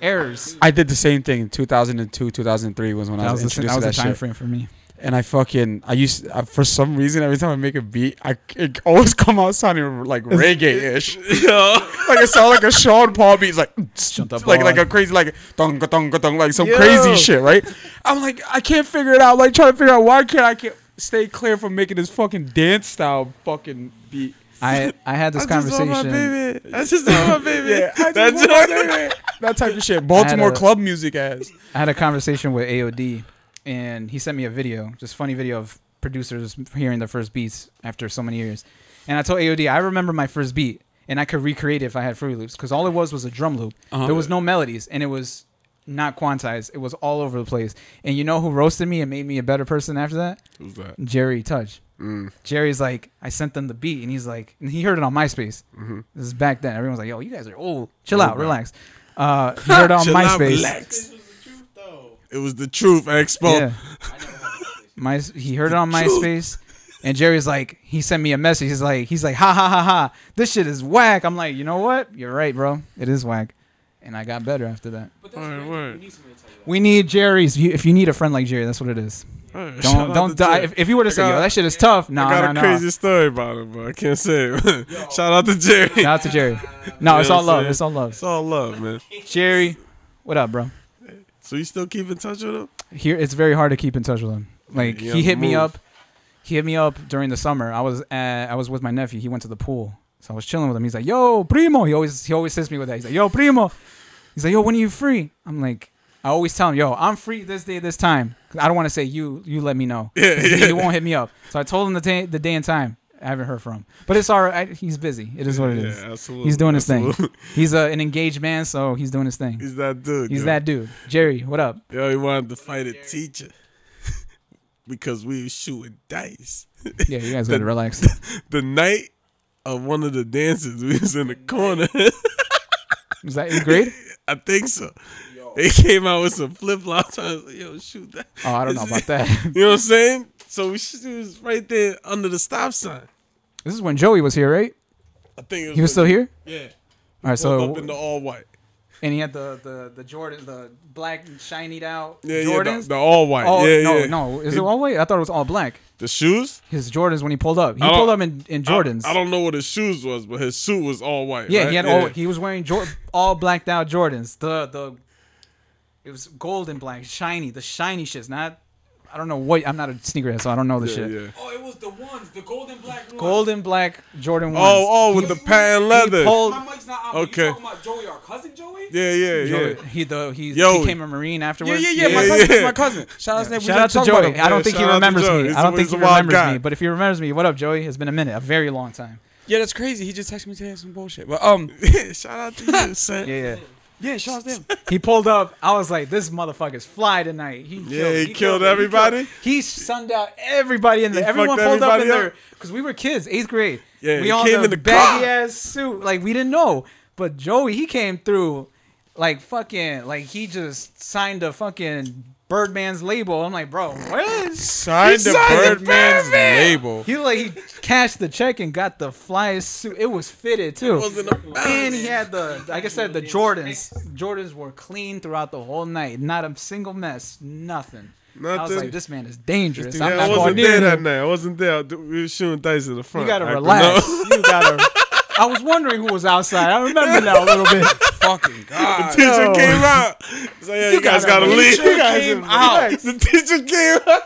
S5: errors.
S7: I did the same thing. in 2002, 2003 was when I
S5: That
S7: was
S5: was, the,
S7: introduced
S5: that was
S7: to
S5: the
S7: that
S5: time
S7: shit.
S5: frame for me.
S7: And I fucking I used I, for some reason every time I make a beat, I it always come out sounding like reggae ish.
S2: Yo.
S7: like it sound like a Sean Paul beat. It's like
S5: the
S7: like like
S5: bar.
S7: a crazy like thong thong thong like some crazy shit, right? I'm like I can't figure it out. Like trying to figure out why can't I can't stay clear from making this fucking dance style fucking beat.
S5: I I had this conversation.
S2: Just want my baby. I just want my baby.
S7: Yeah, I just
S2: That
S7: want my baby. that type of shit. Baltimore
S5: a-
S7: club music ass.
S5: I had a conversation with AOD, and he sent me a video, just funny video of producers hearing their first beats after so many years. And I told AOD, I remember my first beat, and I could recreate it if I had Fruity Loops, because all it was was a drum loop.
S2: Uh-huh.
S5: There was no melodies, and it was not quantized. It was all over the place. And you know who roasted me and made me a better person after that?
S2: Who's that?
S5: Jerry Touch.
S2: Mm.
S5: Jerry's like, I sent them the beat, and he's like, and he heard it on MySpace.
S2: Mm-hmm.
S5: This is back then. Everyone's like, yo, you guys are old. Chill out, relax. Uh, he heard it on
S2: Chill out,
S5: MySpace.
S2: relax.
S10: This was the truth, though.
S2: It was the truth, Expo.
S5: Yeah. My he heard it on MySpace, and Jerry's like he sent me a message. He's like he's like ha ha ha ha. This shit is whack. I'm like you know what? You're right, bro. It is whack, and I got better after that.
S10: But that's
S2: Alright,
S10: great.
S2: word.
S10: We need somebody to tell you
S5: We need Jerry's. You- If you need a friend like Jerry, that's what it is.
S2: Alright, shout out
S5: Don't
S2: to
S5: don't die.
S2: Jay.
S5: If, if you were to
S2: I
S5: say yo
S2: got-
S5: that shit is tough, no
S2: I got
S5: no
S2: a
S5: no.
S2: crazy story about him, but I can't say it. Shout out to Jerry.
S5: Shout out to Jerry. No,
S2: You
S5: it's
S2: know what
S5: all
S2: I'm
S5: love.
S2: saying?
S5: It's all love.
S2: It's all love, man.
S5: Jerry, what up, bro?
S2: So you still keep in touch with him?
S5: here it's very hard to keep in touch with him. Like
S2: Yeah,
S5: he hit me
S2: move.
S5: up, he hit me up during the summer. I was at, I was with my nephew. He went to the pool, so I was chilling with him. He's like, "Yo, primo." He always he always hits me with that. He's like, "Yo, primo." He's like, "Yo, when are you free?" I'm like, I always tell him, "Yo, I'm free this day, this time." 'Cause I don't want to say you you let me know.
S2: Yeah,
S5: 'Cause he-
S2: yeah.
S5: He won't hit me up. So I told him the day the day and time. I haven't heard from him, but it's all right. I- he's busy. It is what it is.
S2: Yeah, absolutely.
S5: He's doing his thing.
S2: absolutely.
S5: He's uh, an engaged man, so he's doing his thing.
S2: He's that dude.
S5: He's
S2: yo.
S5: that dude. Jerry, what up?
S2: Yo, he wanted to fight a teacher because we was shooting dice.
S5: Yeah, you guys gotta relax.
S2: The night of one of the dances, we was in the corner.
S5: Is that eighth grade?
S2: I think so. They came out with some flip flops. I was like, yo, shoot that.
S5: Oh, I don't know about that.
S2: You know what I'm saying? So we sh- it was right there under the stop sign.
S5: this is when Joey was here, right?
S2: I think it was
S5: He was still here.
S2: Yeah.
S5: All right,
S2: So up in
S5: so
S2: the all white.
S5: and he had the the the Jordans, the black shinied out
S2: Yeah, yeah.
S5: Jordans.
S2: The, the all white.
S5: oh
S2: yeah,
S5: no,
S2: yeah.
S5: no, is it all white? I thought it was all black.
S2: The shoes?
S5: His Jordans when he pulled up, he
S2: I don't-
S5: pulled up in, in Jordans.
S2: I, I don't know what his shoes was, but his suit was all white.
S5: yeah,
S2: right?
S5: he had all he was wearing Jor- all blacked out Jordans. The the it was gold and black, shiny. The shiny shits, not I don't know what. I'm not a sneakerhead, so I don't know the
S2: Yeah,
S5: shit.
S2: yeah.
S6: Oh, it was the ones, the golden black ones.
S5: Golden black Jordan ones.
S2: Oh, oh, with the patent leather.
S5: pulled-
S6: My mic's not on. but
S2: Okay.
S6: You talking about Joey, our cousin Joey?
S2: Yeah, yeah, yeah.
S5: Joey- He though he
S2: Yo.
S5: became a marine afterwards.
S3: yeah, yeah,
S2: Yeah,
S3: my cousin,
S2: yeah.
S3: my cousin. Shout out to him. We
S5: Shout
S3: gotta
S5: out to
S3: talk about
S5: Joey.
S3: him.
S5: I don't
S2: Yeah,
S5: think he
S2: shout out to
S5: remembers
S2: Joey.
S5: me.
S2: He's
S5: I
S2: a-
S5: don't think
S2: he's
S5: he
S2: a wild
S5: remembers
S2: guy.
S5: me. But if he remembers me, what up, Joey? It's been a minute, a very long time.
S3: Yeah, that's crazy. He just texted me today. Some bullshit. But um,
S2: Shout out to you, son.
S5: Yeah, yeah.
S3: yeah, shout out to him.
S5: He pulled up. I was like, this motherfucker's fly tonight. He
S2: Yeah,
S5: killed,
S2: he killed
S5: it.
S2: everybody?
S5: He, sunned out everybody in there.
S2: He
S5: Everyone
S2: fucked
S5: pulled up in
S2: everybody
S5: there
S2: up?
S5: because we were kids, eighth grade.
S2: Yeah,
S5: we
S2: he
S5: all
S2: came
S5: the
S2: in the
S5: baggy
S2: car.
S5: ass suit. Like we didn't know, but Joey he came through, like fucking, like he just signed a fucking Birdman's label. I'm like, bro, what?
S7: Signed the Birdman's label.
S5: He like he cashed the check and got the flyest suit. It was fitted too. and he had the like I said the Jordans. Jordans were clean throughout the whole night. Not a single mess. Nothing. I was
S2: Nothing.
S5: like, this man is dangerous. I'm
S2: Yeah, I
S5: not going
S2: wasn't
S5: near
S2: there
S5: him.
S2: that night. I wasn't there. We were shooting dice in the front.
S5: You gotta
S2: I-
S5: relax. You gotta. I was wondering who was outside. I remember now a little bit.
S3: Fucking God.
S2: The teacher came out. He's like, yeah, you, guys gotta, leave.
S5: You guys
S3: came
S5: gotta
S3: out.
S5: relax.
S2: The teacher came out.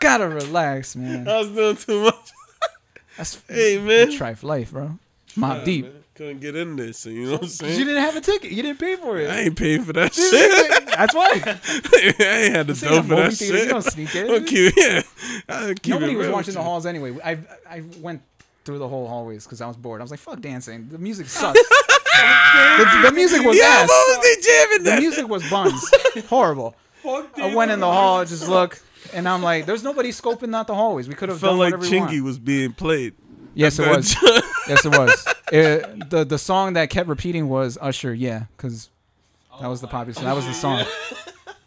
S5: Gotta relax, man.
S2: I was doing too much.
S5: That's
S2: Hey, man.
S5: trife life, bro. Mob deep.
S2: Couldn't get in this, so you know what I'm
S5: 'Cause You
S2: saying?
S5: didn't have a ticket. You didn't pay for
S2: I
S5: it.
S2: ain't paid for that shit.
S5: That's why.
S2: I ain't had to
S5: This ain't a
S2: dough for
S5: movie
S2: that
S5: theater. You
S2: shit.
S5: don't sneak in.
S2: Fuck you, yeah. I keep
S5: Nobody
S2: it
S5: was
S2: real
S5: watching
S2: with
S5: the
S2: you.
S5: halls anyway. I I went through the whole hallways because I was bored. I was like, fuck dancing. The music sucks. the, the music was
S2: Yeah,
S5: ass.
S2: what was they jamming
S5: The
S2: that?
S5: music was buns. Horrible. I went in the hall, I just look, and I'm like, there's nobody scoping out the hallways. We could have
S2: Felt
S5: done
S2: like
S5: whatever we
S2: Chingy
S5: want.
S2: was being played.
S5: Yes, it
S2: that
S5: was. yes, it was. It- the the song that kept repeating was Usher. Yeah, because that was the popular. That was the song.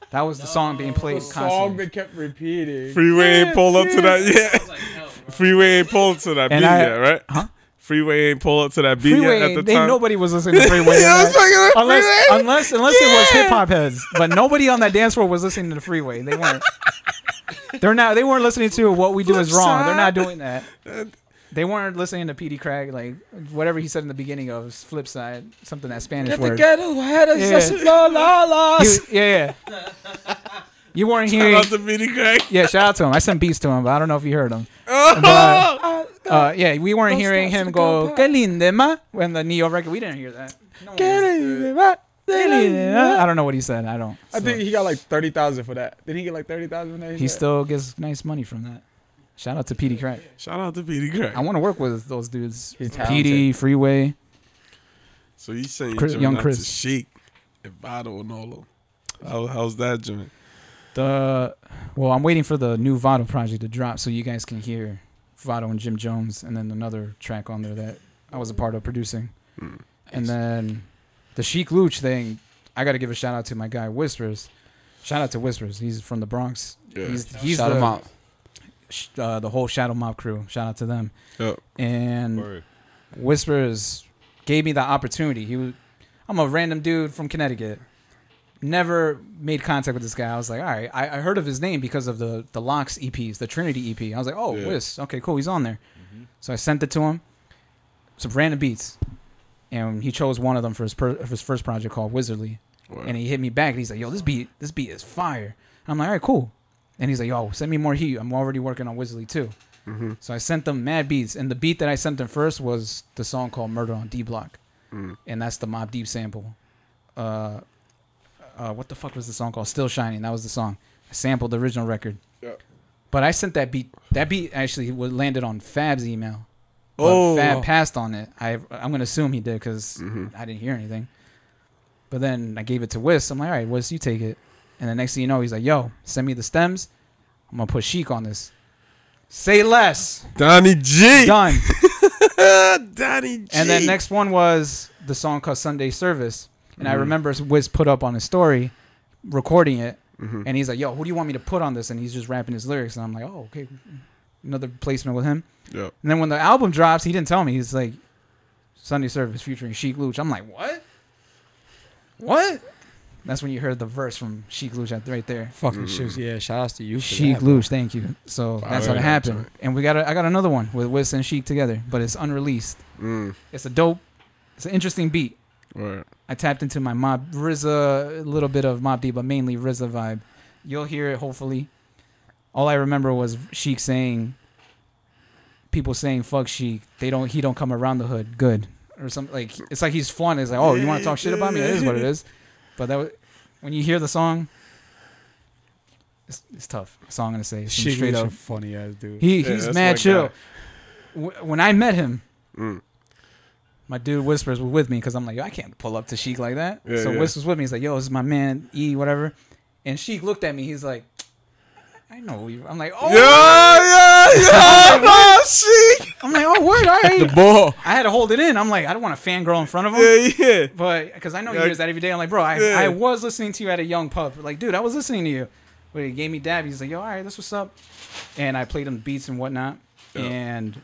S5: That was the song being played
S7: Song
S5: constantly.
S7: that kept repeating.
S2: Freeway ain't pull up to that yet. Freeway ain't pull up to that beat
S5: And I-
S2: yet, right? Huh? Freeway ain't pull up to that beat yet
S5: Freeway,
S2: at the
S5: they,
S2: time.
S5: nobody was listening to Freeway.
S2: Yeah, I was
S5: on that.
S2: fucking with
S5: unless,
S2: Freeway.
S5: unless, unless it was hip hop heads, but nobody on that dance floor was listening to the Freeway. They weren't. They're not. They weren't listening to what we do is wrong. They're not doing that. They weren't listening to P.D. Craig, like whatever he said in the beginning of flip side, something that Spanish word. Yeah. He was- yeah, yeah. You weren't hearing.
S2: Shout out to Vinny Craig.
S5: Yeah, shout out to him. I sent beats to him, but I don't know if you heard him. But, uh, yeah, we weren't hearing him go "Qué linda ma" when the Neo record. We didn't hear that. No one was- "Qué linda ma." I don't know what he said. I don't.
S7: I
S5: So,
S7: think he got like thirty thousand for that. Did he get like thirty thousand for that?
S5: he still gets nice money from that. Shout out to PD Crack.
S2: Shout out to Vinny Craig.
S5: I want to work with those dudes.
S7: He's
S5: PD Freeway.
S2: So you saying Chris,
S5: Chris- young
S2: young
S5: Chris.
S2: Chris to Sheik and Bottle and all of them? How, how's that joint?
S5: The well, I'm waiting for the new Vado project to drop so you guys can hear Vado and Jim Jones, and then another track on there that I was a part of producing, and then the Sheik Luch thing. I got to give a shout out to my guy Whispers. Shout out to Whispers. He's from the Bronx.
S2: Yeah.
S5: He's he's
S3: Shout
S5: the,
S3: him out.
S5: sh- Uh, the whole Shadow Mob crew. Shout out to them.
S2: Yep.
S5: And
S4: Word.
S5: Whispers gave me the opportunity. He was, I'm a random dude from Connecticut. Never made contact with this guy. I was like, all right, I, I heard of his name because of the the Locks EPs, the Trinity EP. I was like, oh,
S2: Yeah.
S5: Whis, okay, cool, he's on there. So I sent it to him. Some random beats, and he chose one of them for his per, for his first project called Wizardly.
S2: Word.
S5: And he hit me back, and he's like, yo, this beat this beat is fire. And I'm like, all right, cool. And he's like, yo, send me more heat. I'm already working on Wizardly too. So I sent them mad beats, and the beat that I sent them first was the song called "Murder on D Block," and that's the Mob Deep sample. Uh, uh, what the fuck was the song called? "Still Shining." That was the song. I sampled the original record. But I sent that beat. That beat actually wa- landed on Fab's email. But
S2: Oh.
S5: Fab passed on it. I I'm gonna assume he did because I didn't hear anything. But then I gave it to Wiz. I'm like, all right, Wiz, you take it. And the next thing you know, he's like, yo, send me the stems. I'm gonna put Chic on this. Say less.
S2: Donnie G.
S5: Done.
S2: Donnie G.
S5: And then next one was the song called Sunday Service. And I remember Wiz put up on his story, recording it. And he's like, yo, who do you want me to put on this? And he's just rapping his lyrics. And I'm like, oh, okay. Another placement with him.
S2: Yep.
S5: And then when the album drops, he didn't tell me. He's like, Sunday Service featuring Sheik Luch. I'm like, what? What? That's when you heard the verse from Sheik Luch at- right there.
S3: Fucking
S5: Mm-hmm.
S3: shoes. Yeah, shout outs to you. For
S5: Sheik
S3: that.
S5: Luch, thank you. So that's how it
S2: yeah,
S5: happened. And we got a, I got another one with Wiz and Sheik together, but it's unreleased.
S2: Mm.
S5: It's a dope. It's an interesting beat.
S2: Word.
S5: I tapped into my Mob RZA, a little bit of Mob D, but mainly RZA vibe. You'll hear it hopefully. All I remember was Sheik saying, people saying "fuck Sheik." They don't. He don't come around the hood. Good or something. Like it's like he's flaunting. It's like, oh, you want to talk shit about me? It is what it is. But that was, when you hear the song, it's, it's tough. That's all I'm gonna say. It's some
S7: Sheik
S5: straight
S7: was a
S5: up
S7: funny ass dude.
S5: He
S7: Yeah,
S5: he's
S7: that's my
S5: mad chill.
S7: guy. Mm.
S5: Wh- When I met him, my dude Whispers was with me because I'm like, yo, I can't pull up to Sheik like that.
S7: Yeah,
S5: so
S7: yeah.
S5: Whispers with me. He's like, yo, this is my man E whatever. And Sheik looked at me. He's like, I know who you. I'm like, oh,
S2: yeah, yeah, no, Sheik.
S5: I'm like, oh, word, all right.
S2: The ball.
S5: I had to hold it in. I'm like, I don't want to fangirl in front of him.
S2: Yeah, yeah.
S5: But because I know you
S2: Yeah.
S5: he hears that every day. I'm like, bro, I,
S2: Yeah.
S5: I was listening to you at a young pub. Like, dude, I was listening to you. But he gave me dab. He's like, yo, all right, this what's up. And I played him beats and whatnot. And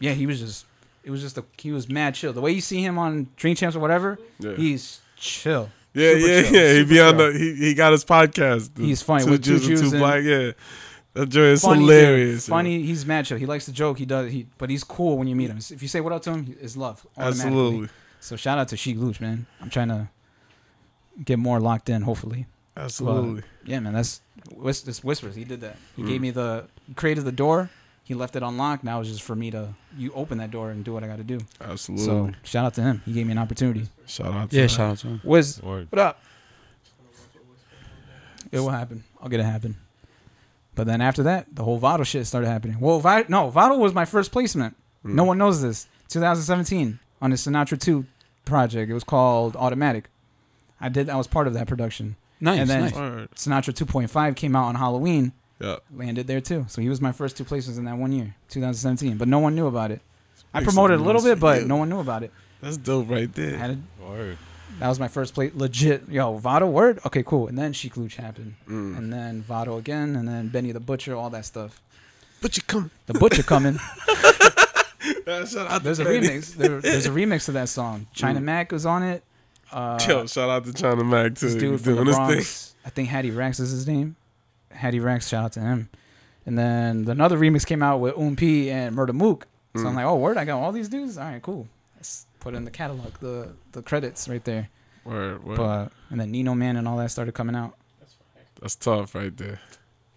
S5: yeah, he was just, it was just, a, he was mad chill. The way you see him on Dream Champs or whatever,
S2: Yeah.
S5: he's chill.
S2: Yeah,
S5: Super
S2: yeah,
S5: chill,
S2: yeah. He
S5: super
S2: be on
S5: chill.
S2: the he, he got his podcast. the
S5: He's funny with two
S2: Jews and
S5: Jews
S2: two
S5: and-
S2: black. Yeah, that joint is
S5: funny dude,
S2: hilarious. yo.
S5: funny. He's mad chill. He likes to joke. He does. He but he's cool when you meet him. If you say what up to him, he- it's love. automatically.
S2: Absolutely.
S5: So shout out to Sheik Luch, man. I'm trying to get more locked in, hopefully. But,
S2: Absolutely.
S5: yeah, man. That's whis- this whispers. He did that. He
S2: Mm.
S5: gave me the he created the door. He left it unlocked. Now it's just for me to you open that door and do what I got to do.
S2: Absolutely.
S5: So shout out to him. He gave me an opportunity.
S2: Shout out.
S7: Yeah, shout out to him.
S5: Wiz,
S4: Word.
S5: what up? It will happen. I'll get it happen. But then after that, the whole Votto shit started happening. Well, Vi- no, Votto was my first placement.
S2: Hmm.
S5: No one knows this. 2017 on the Sinatra 2 project. It was called Automatic. I did. I was part of that production.
S7: Nice,
S5: And then
S7: nice.
S5: Sinatra 2.5 came out on Halloween.
S2: Yeah.
S5: Landed there too. So he was my first two placements in that one year, 2017. But no one knew about it. I
S2: Makes
S5: promoted a
S2: some
S5: little
S2: noise
S5: bit,
S2: for
S5: but
S2: you.
S5: no one knew about it.
S2: That's dope right
S5: I
S2: there.
S5: had a,
S4: Word.
S5: that was my first play. Legit, yo, Vado word. Okay, cool. And then Sheik Luch happened,
S2: Mm.
S5: and then Vado again, and then Benny the Butcher, all that stuff.
S2: But you come.
S5: The Butcher coming.
S2: Shout out
S5: There's
S2: to
S5: a
S2: Benny.
S5: remix. There, there's a remix of that song. China Mac was on it. Uh,
S2: Yo, shout out to China Mac too.
S5: this
S2: He
S5: dude from the
S2: doing his thing.
S5: Bronx. I think Hattie Rex is his name. Hattie Rex, shout out to him. And then another remix came out with Um P and Murder Mook. So I'm like, oh word, I got all these dudes. All right, cool. Let's put in the catalog, the the credits right there.
S2: Word, word.
S5: But and then Nino Man and all that started coming out.
S2: That's tough right there.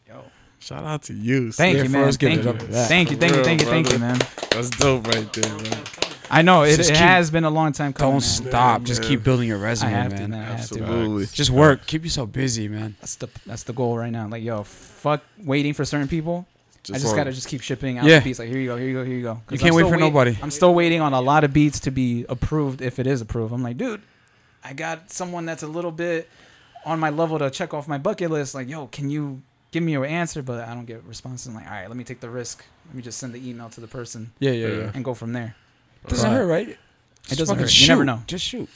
S5: Yo.
S2: Shout out to you.
S5: Thank
S2: son.
S5: you, man. Thank you. Thank you, thank you, thank you, thank you, man.
S2: That's dope right there, man.
S5: I know it,
S7: Just
S5: it
S7: keep-
S5: has been a long time coming.
S7: Don't
S5: man.
S7: stop. Just
S2: man.
S7: keep building your
S5: I
S7: resume,
S5: have to,
S7: man.
S5: man. I have to.
S2: Absolutely.
S7: Just work. Keep yourself busy, man.
S5: That's the that's the goal right now. Like yo, fuck waiting for certain people. I just
S2: want-
S5: gotta just keep shipping out
S7: Yeah.
S5: beats. Like here you go, here you go, here you go. 'Cause
S7: You can't
S5: I'm
S7: wait
S5: still
S7: for nobody.
S5: I'm still waiting on a lot of beats to be approved if it is approved. I'm like, dude, I got someone that's a little bit on my level to check off my bucket list. Like yo, can you give me your answer? But I don't get responses. I'm like, all right, let me take the risk. Let me just send the email to the person
S7: Yeah, yeah,
S2: Yeah.
S7: yeah.
S5: and go from there.
S7: Doesn't
S5: Right.
S7: hurt, right? Just
S5: doesn't
S7: fucking
S5: hurt. You never
S7: shoot.
S5: know.
S7: Just shoot.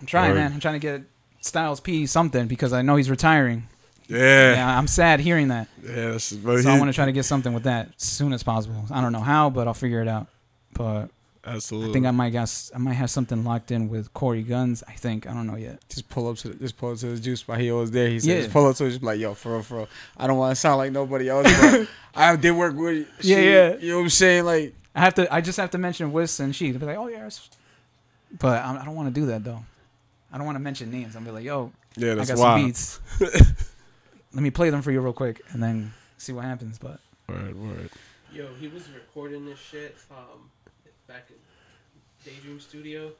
S5: I'm trying,
S4: Word.
S5: man. I'm trying to get Styles P something because I know he's retiring.
S2: Yeah.
S5: Yeah, I'm sad hearing that.
S2: Yeah. that's- but
S5: So I
S2: he-
S5: want to try to get something with that as soon as possible. I don't know how, but I'll figure it out. But
S2: Absolutely.
S5: I think I might got I might have something locked in with Corey Guns. I think I don't know yet.
S7: Just pull up to the, just pull up to the juice spot. He always there. He said,
S5: Yeah.
S7: just pull up to it. Just be like, yo, for real, for real. I don't want to sound like nobody else. But I did work with.
S5: Yeah,
S7: she-
S5: yeah.
S7: You know what I'm saying? Like,
S5: I have to. I just have to mention Wiz and she. They'll be like, oh yeah. it's-" But I, I don't want to do that though. I don't want to mention names. I'm be like, yo,
S2: yeah,
S5: I
S2: that's
S5: got some
S2: wild.
S5: beats. Let me play them for you real quick and then see what happens. But
S2: Word, word.
S10: Yo, he was recording this shit um, back in Daydream Studio,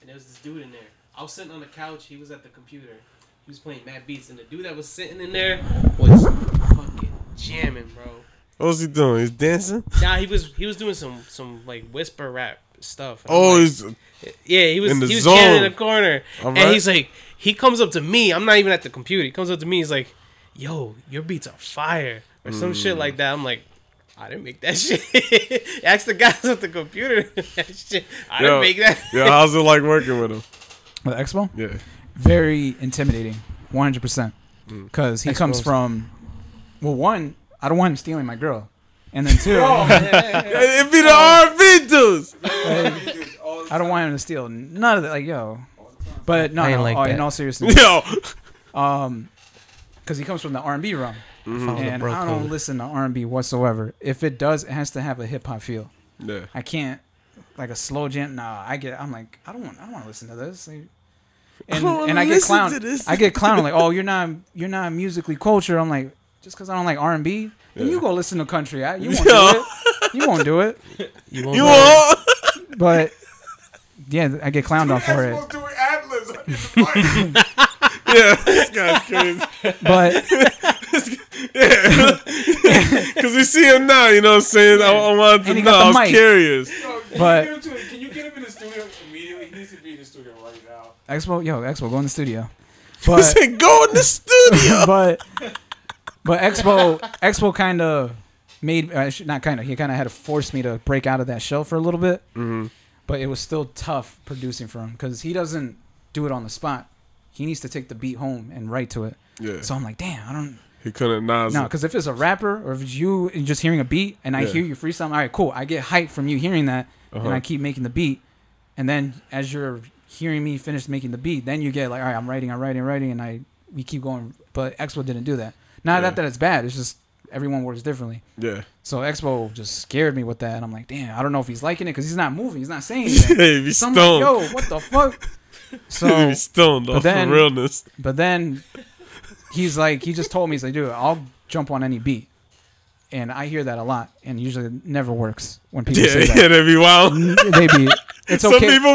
S10: and there was this dude in there. I was sitting on the couch. He was at the computer. He was playing Mad Beats, and the dude that was sitting in there was fucking jamming, bro.
S2: What was he doing? He's dancing.
S10: Nah, he was he was doing some some like whisper rap stuff. And I'm
S2: Oh,
S10: like-
S2: he's
S10: yeah, he was
S2: in the
S10: he was
S2: zone.
S10: jamming in the corner,
S2: All
S10: and
S2: right.
S10: he's like, he comes up to me. I'm not even at the computer. He comes up to me. He's like, "Yo, your beats are fire," or some
S2: Mm.
S10: shit like that. I'm like. I didn't make that shit. Ask the guys at the computer. that shit. I
S2: Yo.
S10: didn't make that.
S2: yeah. How's it like working with him?
S5: with Expo,
S2: Yeah.
S5: very intimidating, 100%.
S2: Mm.
S5: Because he comes from, well, one, I don't want him stealing my girl. And then two,
S2: It be the R&B dudes.
S5: I don't want him to steal none of that. Like, yo. But no,
S8: I ain't
S5: no
S8: like
S5: oh, in
S8: that.
S5: all seriousness,
S2: Yo.
S5: because he comes from the R&B realm.
S8: Follow the
S5: And
S8: bro
S5: I don't
S8: code.
S5: listen to R&B whatsoever. If it does, it has to have a hip-hop feel.
S2: Yeah.
S5: I can't, like a slow jam. Nah, I get, I'm like, I don't want, I don't want to listen to this. Like, and,
S2: don't wanna
S5: and I get
S2: listen
S5: clown.
S2: to this.
S5: I get clown like, oh, you're not, you're not musically cultured. I'm like, just because I don't like R and B, then
S3: Yeah.
S5: you go listen to country. I, you won't
S3: Yo.
S5: do it. You won't do it.
S3: You won't You do won't.
S5: it. But yeah, I get clowned on for it.
S6: doing ad libs. yeah,
S2: this guy's crazy.
S5: But-
S2: because we see him now, you know what I'm saying? I, I wanted
S6: And
S2: to
S6: he
S2: know.
S6: got
S2: I
S6: the
S2: was
S6: mic.
S2: curious.
S6: Yo, can
S5: But-
S6: you get him to, can you get him in the studio immediately? He needs to be in the studio right now.
S5: Expo, yo, Expo, go in the studio.
S6: I said,
S2: go in the studio.
S5: but but Expo Expo kind of made uh, sh- not kind of he kind of had to force me to break out of that shell for a little bit.
S2: Mhm.
S5: But it was still tough producing for him because he doesn't do it on the spot. He needs to take the beat home and write to it.
S2: Yeah.
S5: So I'm like, damn, I don't.
S2: He couldn't Nas.
S5: No, because if it's a rapper or if it's you and just hearing a beat and I
S2: Yeah.
S5: hear you freestyle, all right, cool. I get hype from you hearing that,
S2: Uh-huh.
S5: and I keep making the beat. And then as you're hearing me finish making the beat, then you get like, all right, I'm writing, I'm writing, I'm writing, and I we keep going. But Expo didn't do that. Not
S2: Yeah.
S5: that that it's bad. It's just everyone works differently.
S2: Yeah.
S5: So Expo just scared me with that, and I'm like, damn, I don't know if he's liking it because he's not moving, he's not saying anything.
S2: Yeah, he be
S5: so
S2: stoned.
S5: I'm like, yo, what the fuck?
S2: He
S5: So
S2: be stoned
S5: but
S2: off the realness.
S5: But then he's like, he just told me, he's like, dude, I'll jump on any beat. And I hear that a lot, and usually it never works when people
S2: Yeah,
S5: say that.
S2: yeah, they be wild.
S5: they be. It's
S2: Some
S5: okay.
S2: people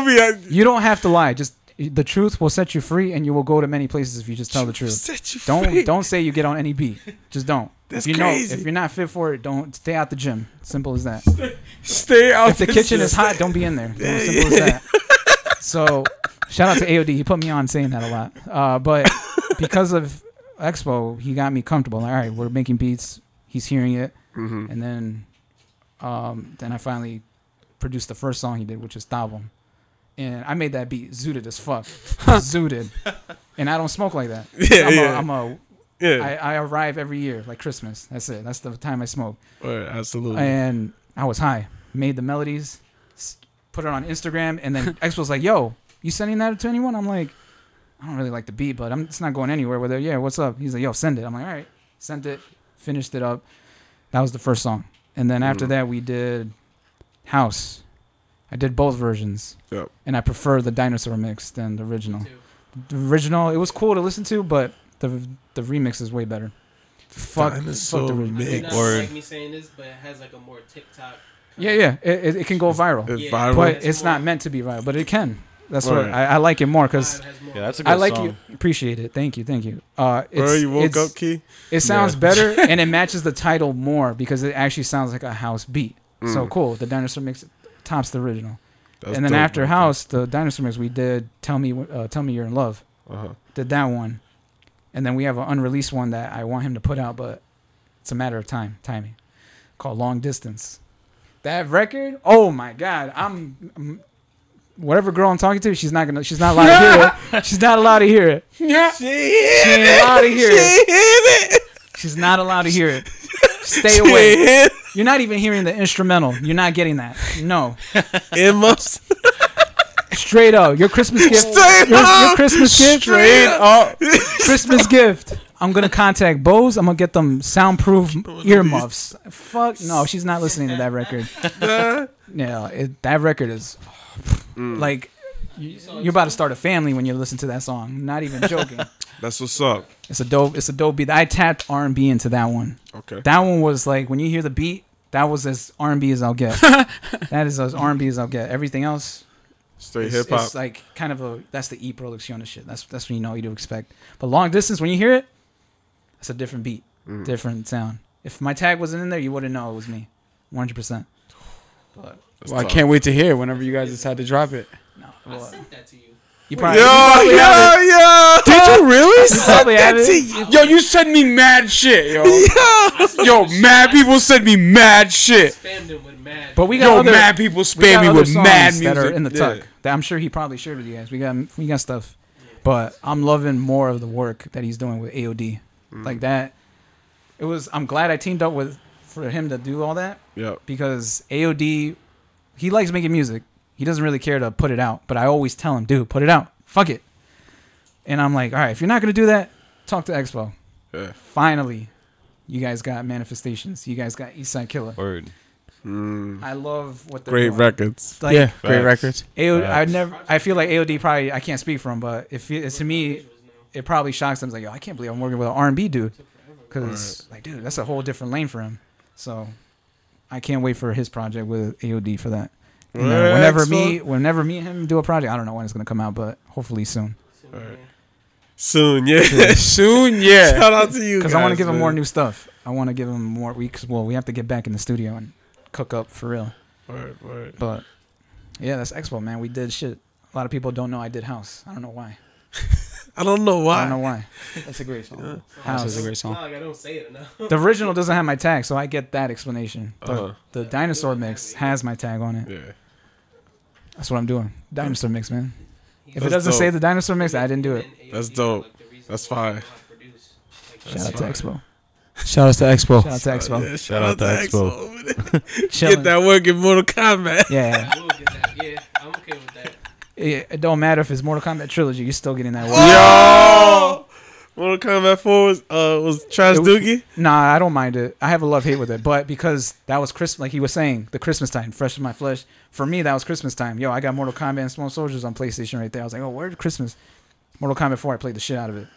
S5: you don't have to lie. Just the truth will set you free, and you will go to many places if you just tell the truth.
S2: Set you
S5: don't
S2: free.
S5: don't say you get on any beat. Just don't.
S2: That's
S5: If you
S2: crazy.
S5: Know, if you're not fit for it, don't stay out the gym. Simple as that.
S7: Stay
S2: Oh,
S7: out
S5: If the
S7: the
S5: kitchen
S7: gym.
S5: is hot, don't be in there. Simple as that. So, shout out to AOD. He put me on saying that a lot. Uh, but because of Expo, he got me comfortable. Like, all right, we're making beats. He's hearing it,
S2: Mhm.
S5: and then, um, then I finally produced the first song he did, which is Thabum. And I made that beat zooted as fuck, zooted. And I don't smoke like that.
S2: Yeah,
S5: I'm
S2: yeah.
S5: A, I'm a,
S2: Yeah.
S5: I, I arrive every year like Christmas. That's it. That's the time I smoke.
S2: Word, absolutely.
S5: And I was high. Made the melodies, s- put it on Instagram, and then X was like, "Yo, you sending that to anyone?" I'm like, "I don't really like the beat, but I'm, it's not going anywhere." Whether yeah, what's up? He's like, "Yo, send it." I'm like, "All right." Sent it. Finished it up. That was the first song, and then after
S2: Mhm.
S5: that we did House. I did both versions,
S2: Yep.
S5: and I prefer the dinosaur mix than the original. The original, it was cool to listen to, but the the remix is way better. Fuck, fuck the
S10: I do not
S5: remix.
S10: like me saying this, but it has like a more TikTok.
S5: Yeah, yeah, it, it, it can go viral.
S10: It's Yeah, viral.
S5: but
S10: it's
S5: it's not meant to be viral. But it can. That's
S2: Right.
S5: what I, I like it more because
S4: Yeah, that's a
S5: I
S4: good
S5: like
S4: song.
S5: you. Appreciate it. Thank you. Thank you. Uh,
S2: Bro,
S5: it's-
S2: you woke
S5: it's-
S2: up, Key?
S5: It sounds
S2: Yeah.
S5: better and it matches the title more because it actually sounds like a house beat. So
S2: Mm.
S5: cool. The dinosaur mix tops the original.
S2: That's
S5: and then
S2: dope,
S5: after house, the dinosaur mix we did. Tell me, uh, tell me you're in love.
S2: Uh-huh.
S5: Did that one, and then we have an unreleased one that I want him to put out, but it's a matter of time, timing, called long distance. That record, oh my god, I'm, I'm- whatever girl I'm talking to, she's not gonna, she's not allowed to hear it. She's not allowed to hear it.
S7: Yeah.
S5: She ain't allowed to hear it. She's not allowed to hear it. Stay away. You're not even hearing the instrumental. You're not getting that. No.
S2: It must.
S5: Straight up, your Christmas gift.
S2: Straight
S5: your, your
S2: up.
S5: Christmas gift.
S2: Straight up.
S5: Christmas gift. I'm gonna contact Bose. I'm gonna get them soundproof earmuffs. Fuck no, she's not listening to that record. yeah, it, that record is
S2: Mm.
S5: like you, you're about to start a family when you listen to that song. Not even joking.
S2: That's what's up.
S5: It's a dope. It's a dope beat. I tapped R and B into that one.
S2: Okay.
S5: That one was like when you hear the beat, that was as R and B as I'll get. that is as R and B as I'll get. Everything else,
S2: Straight
S5: is-
S2: hip-hop.
S5: is Like kind of a that's the E producción shit. That's that's when you know what to expect. But long distance, when you hear it, it's a different beat,
S2: Mm.
S5: different sound. If my tag wasn't in there, you wouldn't know it was me, one hundred percent. But
S7: Well, I can't wait to hear whenever you guys decide to drop it.
S5: I sent
S10: that to you.
S5: You
S7: Yo, yo,
S2: yo!
S7: Did you really
S5: You
S7: send
S5: probably have
S7: that
S5: it.
S7: to you? Yo, you sent me mad shit, yo. Yo, mad people send me mad shit.
S5: But we got
S7: yo,
S5: other,
S7: mad people
S5: we got
S7: spam me
S5: other
S7: with mad
S5: songs
S7: music
S5: that are in the tuck.
S7: Yeah.
S5: That I'm sure he probably shared with you guys. We got we got stuff, but I'm loving more of the work that he's doing with AOD. Like that, it was. I'm glad I teamed up with for him to do all that.
S2: Yep.
S5: Because AOD, he likes making music. He doesn't really care to put it out, but I always tell him, dude, put it out. Fuck it. And I'm like, all right, if you're not gonna do that, talk to Expo.
S2: Yeah.
S5: Finally, you guys got manifestations. You guys got Eastside Killer.
S4: Word.
S5: I love what they're
S2: Great
S5: doing.
S2: records.
S5: Like,
S2: Yeah, great Facts. records.
S5: AO, I
S2: Facts.
S5: never. I feel like AOD probably. I can't speak for him, but if it, to me, it probably shocks them. It's like, yo, I can't believe I'm working with an R&B dude. Because like, dude, that's a whole different lane for him. So I can't wait for his project with AOD for that. You know,
S2: Alright,
S5: whenever
S2: so-
S5: me, whenever me and him do a project, I don't know when it's gonna come out, but hopefully soon.
S2: Soon, yeah.
S7: Soon, yeah.
S2: Shout out to you.
S5: Because I want to
S2: guys,
S5: give him
S2: man.
S5: more new stuff. I want to give him more weeks. Well, we have to get back in the studio and cook up for real.
S2: Word, word.
S5: But yeah, that's Expo, man. We did shit. A lot of people don't know I did House. I don't know why.
S2: I don't know why.
S5: I don't know why. That's a great song. House
S7: is a great song.
S10: No, like, I don't say it enough.
S5: The original doesn't have my tag, so I get that explanation. But
S2: Uh-huh.
S5: the dinosaur mix has my tag on it.
S2: Yeah.
S5: That's what I'm doing. Dinosaur mix, man. If it
S2: That's
S5: doesn't say
S2: dope.
S5: the dinosaur mix, I didn't do it.
S2: That's dope. That's fire.
S5: Shout out to Expo.
S7: Shout out to Expo.
S5: Shout out to Expo.
S2: Yeah,
S4: Shout out to Expo.
S2: Get
S5: Chilling.
S2: that work in Mortal Kombat.
S5: Yeah,
S10: We'll get that. Yeah, I'm okay with that.
S5: it, it don't matter if it's Mortal Kombat trilogy. You're still getting that work.
S2: Yo! Mortal Kombat 4 was, uh, was Trash
S5: It was-
S2: Doogie.
S5: Nah, I don't mind it. I have a love hate with it, but because that was Christmas, like he was saying, the Christmas time, fresh in my flesh. For me, that was Christmas time. Yo, I got Mortal Kombat and Small Soldiers on PlayStation right there. I was like, oh, where's Christmas? Mortal Kombat 4, I played the shit out of it.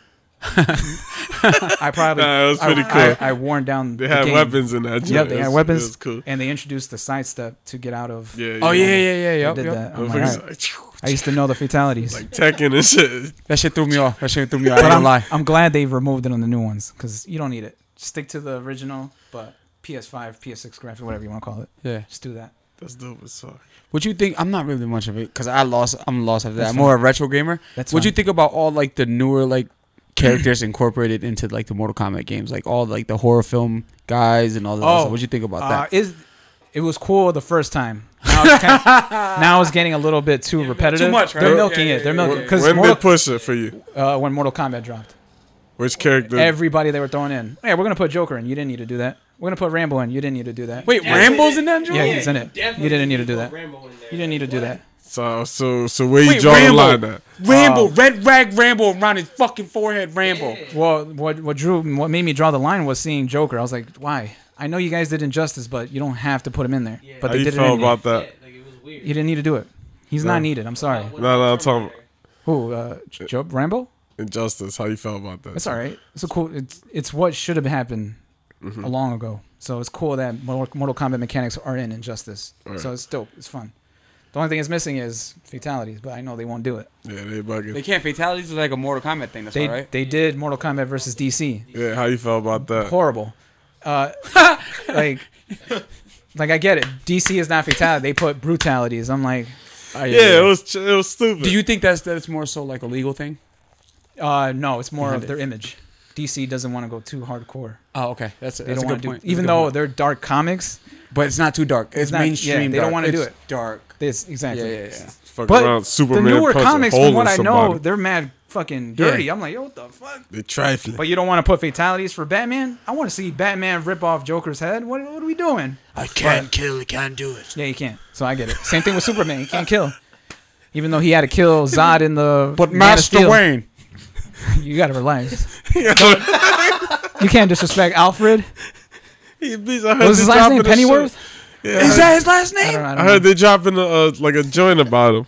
S5: I probably,
S2: Nah, it was
S5: I-
S2: pretty
S5: I,
S2: cool.
S5: I, worn down.
S2: They
S5: the
S2: had
S5: game.
S2: weapons in that.
S5: Yep,
S2: joint.
S5: they
S2: It
S5: had
S2: was-
S5: weapons,
S2: It was cool.
S5: and they introduced the sidestep to get out of.
S2: Yeah,
S7: Oh yeah, yeah, yeah, yeah.
S5: I did that. I'm like,
S2: Motherfuckers
S5: alright.
S2: like,
S5: I used to know the fatalities,
S2: like Tekken and shit.
S7: That shit threw me off. That shit threw me off. I
S5: but
S7: ain't
S5: I'm,
S7: gonna lie.
S5: I'm glad they removed it on the new ones because you don't need it. Stick to the original, but PS5, PS6 graphic, whatever you want to call it.
S7: Yeah.
S5: Just do that.
S2: That's dope as fuck.
S7: What you think? I'm not really much of it because I lost. I'm lost after that. I'm more a retro gamer.
S5: That's
S7: what you
S5: fine.
S7: think about all like the newer like characters incorporated into like the Mortal Kombat games, like all like the horror film guys and all that.
S5: Oh,
S7: stuff. what you think about
S5: Uh,
S7: that?
S5: is it was cool the first time. Now it's, kind of, now it's getting a little bit too repetitive.
S7: too much, right?
S5: They're
S7: Yeah,
S5: milking
S7: yeah,
S5: it. They're
S7: yeah,
S5: milking
S7: yeah,
S5: it.
S2: When
S5: 'Cause
S2: they
S5: Mortal-
S2: push it for you?
S5: uh, when Mortal Kombat dropped,
S2: Which character?
S5: everybody they were throwing in. Hey, we're gonna put Joker in. You didn't need to do that. We're gonna put Rambo in. You didn't need to do that.
S7: Wait, Rambo's in that joint?
S5: Yeah, he's in it.
S10: definitely
S5: You didn't need to do
S10: put
S5: that.
S10: Rambo in there.
S5: you didn't need to do that.
S2: so so so where you
S7: Wait,
S2: draw the
S7: Rambo.
S2: line at?
S7: Rambo, red rag Rambo around his fucking forehead, Rambo.
S5: Well, what what drew what made me draw the line was seeing Joker. I was like, why? I know you guys did injustice, but you don't have to put him in there. But
S2: How
S5: they
S2: you
S5: did it.
S2: feel
S5: Anyway.
S2: about that?
S10: Yeah, like it was weird.
S5: you didn't need to do it. He's not needed. I'm sorry.
S2: No, no, I'm talking about
S5: Who? Uh, Joe Rambo?
S2: Injustice. How you felt about that?
S5: It's all right. It's a cool. It's it's what should have happened
S7: Mm-hmm.
S5: a long ago. So it's cool that Mor- Mortal Kombat mechanics are in Injustice. So it's dope. It's fun. The only thing it's missing is fatalities, but I know they won't do it.
S2: Yeah, they bugging.
S7: They can't. Fatalities is like a Mortal Kombat thing. That's
S5: They
S7: all right.
S5: they did Mortal Kombat versus DC.
S2: Yeah, how you felt about that?
S5: Horrible. Uh, like like I get it. DC is not fatality. They put brutalities. I'm like Oh,
S2: Yeah, it was ch- it was stupid.
S7: Do you think that's that's more so like a legal thing?
S5: uh, no. It's more of their image. DC doesn't want to go too hardcore.
S7: Oh, okay. That's,
S5: They
S7: that's a
S5: don't want
S7: good
S5: to do.
S7: point. That's a
S5: Even
S7: good
S5: though
S7: point.
S5: they're dark comics,
S7: but it's not too dark. It's,
S5: not- yeah,
S7: mainstream.
S5: they don't
S7: dark.
S5: wanna do
S7: It's
S5: it.
S7: Dark.
S5: this exactly.
S7: Yeah, yeah, yeah.
S2: Fuck around,
S5: But
S2: Superman
S5: the newer
S2: punch a
S5: comics,
S2: hole
S5: from what
S2: in
S5: I know,
S2: somebody.
S5: they're mad fucking dirty. I'm like, yo, what the fuck?
S2: they trifling.
S5: But you don't want to put fatalities for Batman? I want to see Batman rip off Joker's head. What, what are we doing?
S9: I can't kill, I can't do it.
S5: Yeah, you can't. So I get it. Same thing with Superman. He can't kill. Even though he had to kill Zod in the
S7: But
S5: Man of
S7: Master
S5: Steel.
S7: Wayne.
S5: you gotta relax. you can't disrespect Alfred.
S2: He beats- I heard
S5: What was
S2: they
S5: his last
S2: dropping
S5: name?
S2: the shit.
S5: Pennyworth?
S2: Yeah, I,
S7: that his last
S5: I don't know. I
S2: I
S5: don't
S2: heard
S5: know.
S2: they dropping a, uh, like a joint about him.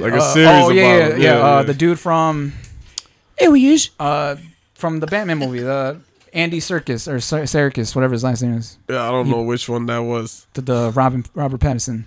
S2: like a
S5: Uh,
S2: series
S5: Oh yeah,
S2: about
S5: yeah,
S2: him.
S5: yeah.
S2: Yeah,
S5: uh,
S2: yeah.
S5: The dude from
S7: It we use.
S5: uh, from the Batman movie, the Andy Circus or Sir- Serkis, whatever his last name is.
S2: Yeah, I don't
S5: He-
S2: know which one that was.
S5: the, the Robin Robert Pattinson.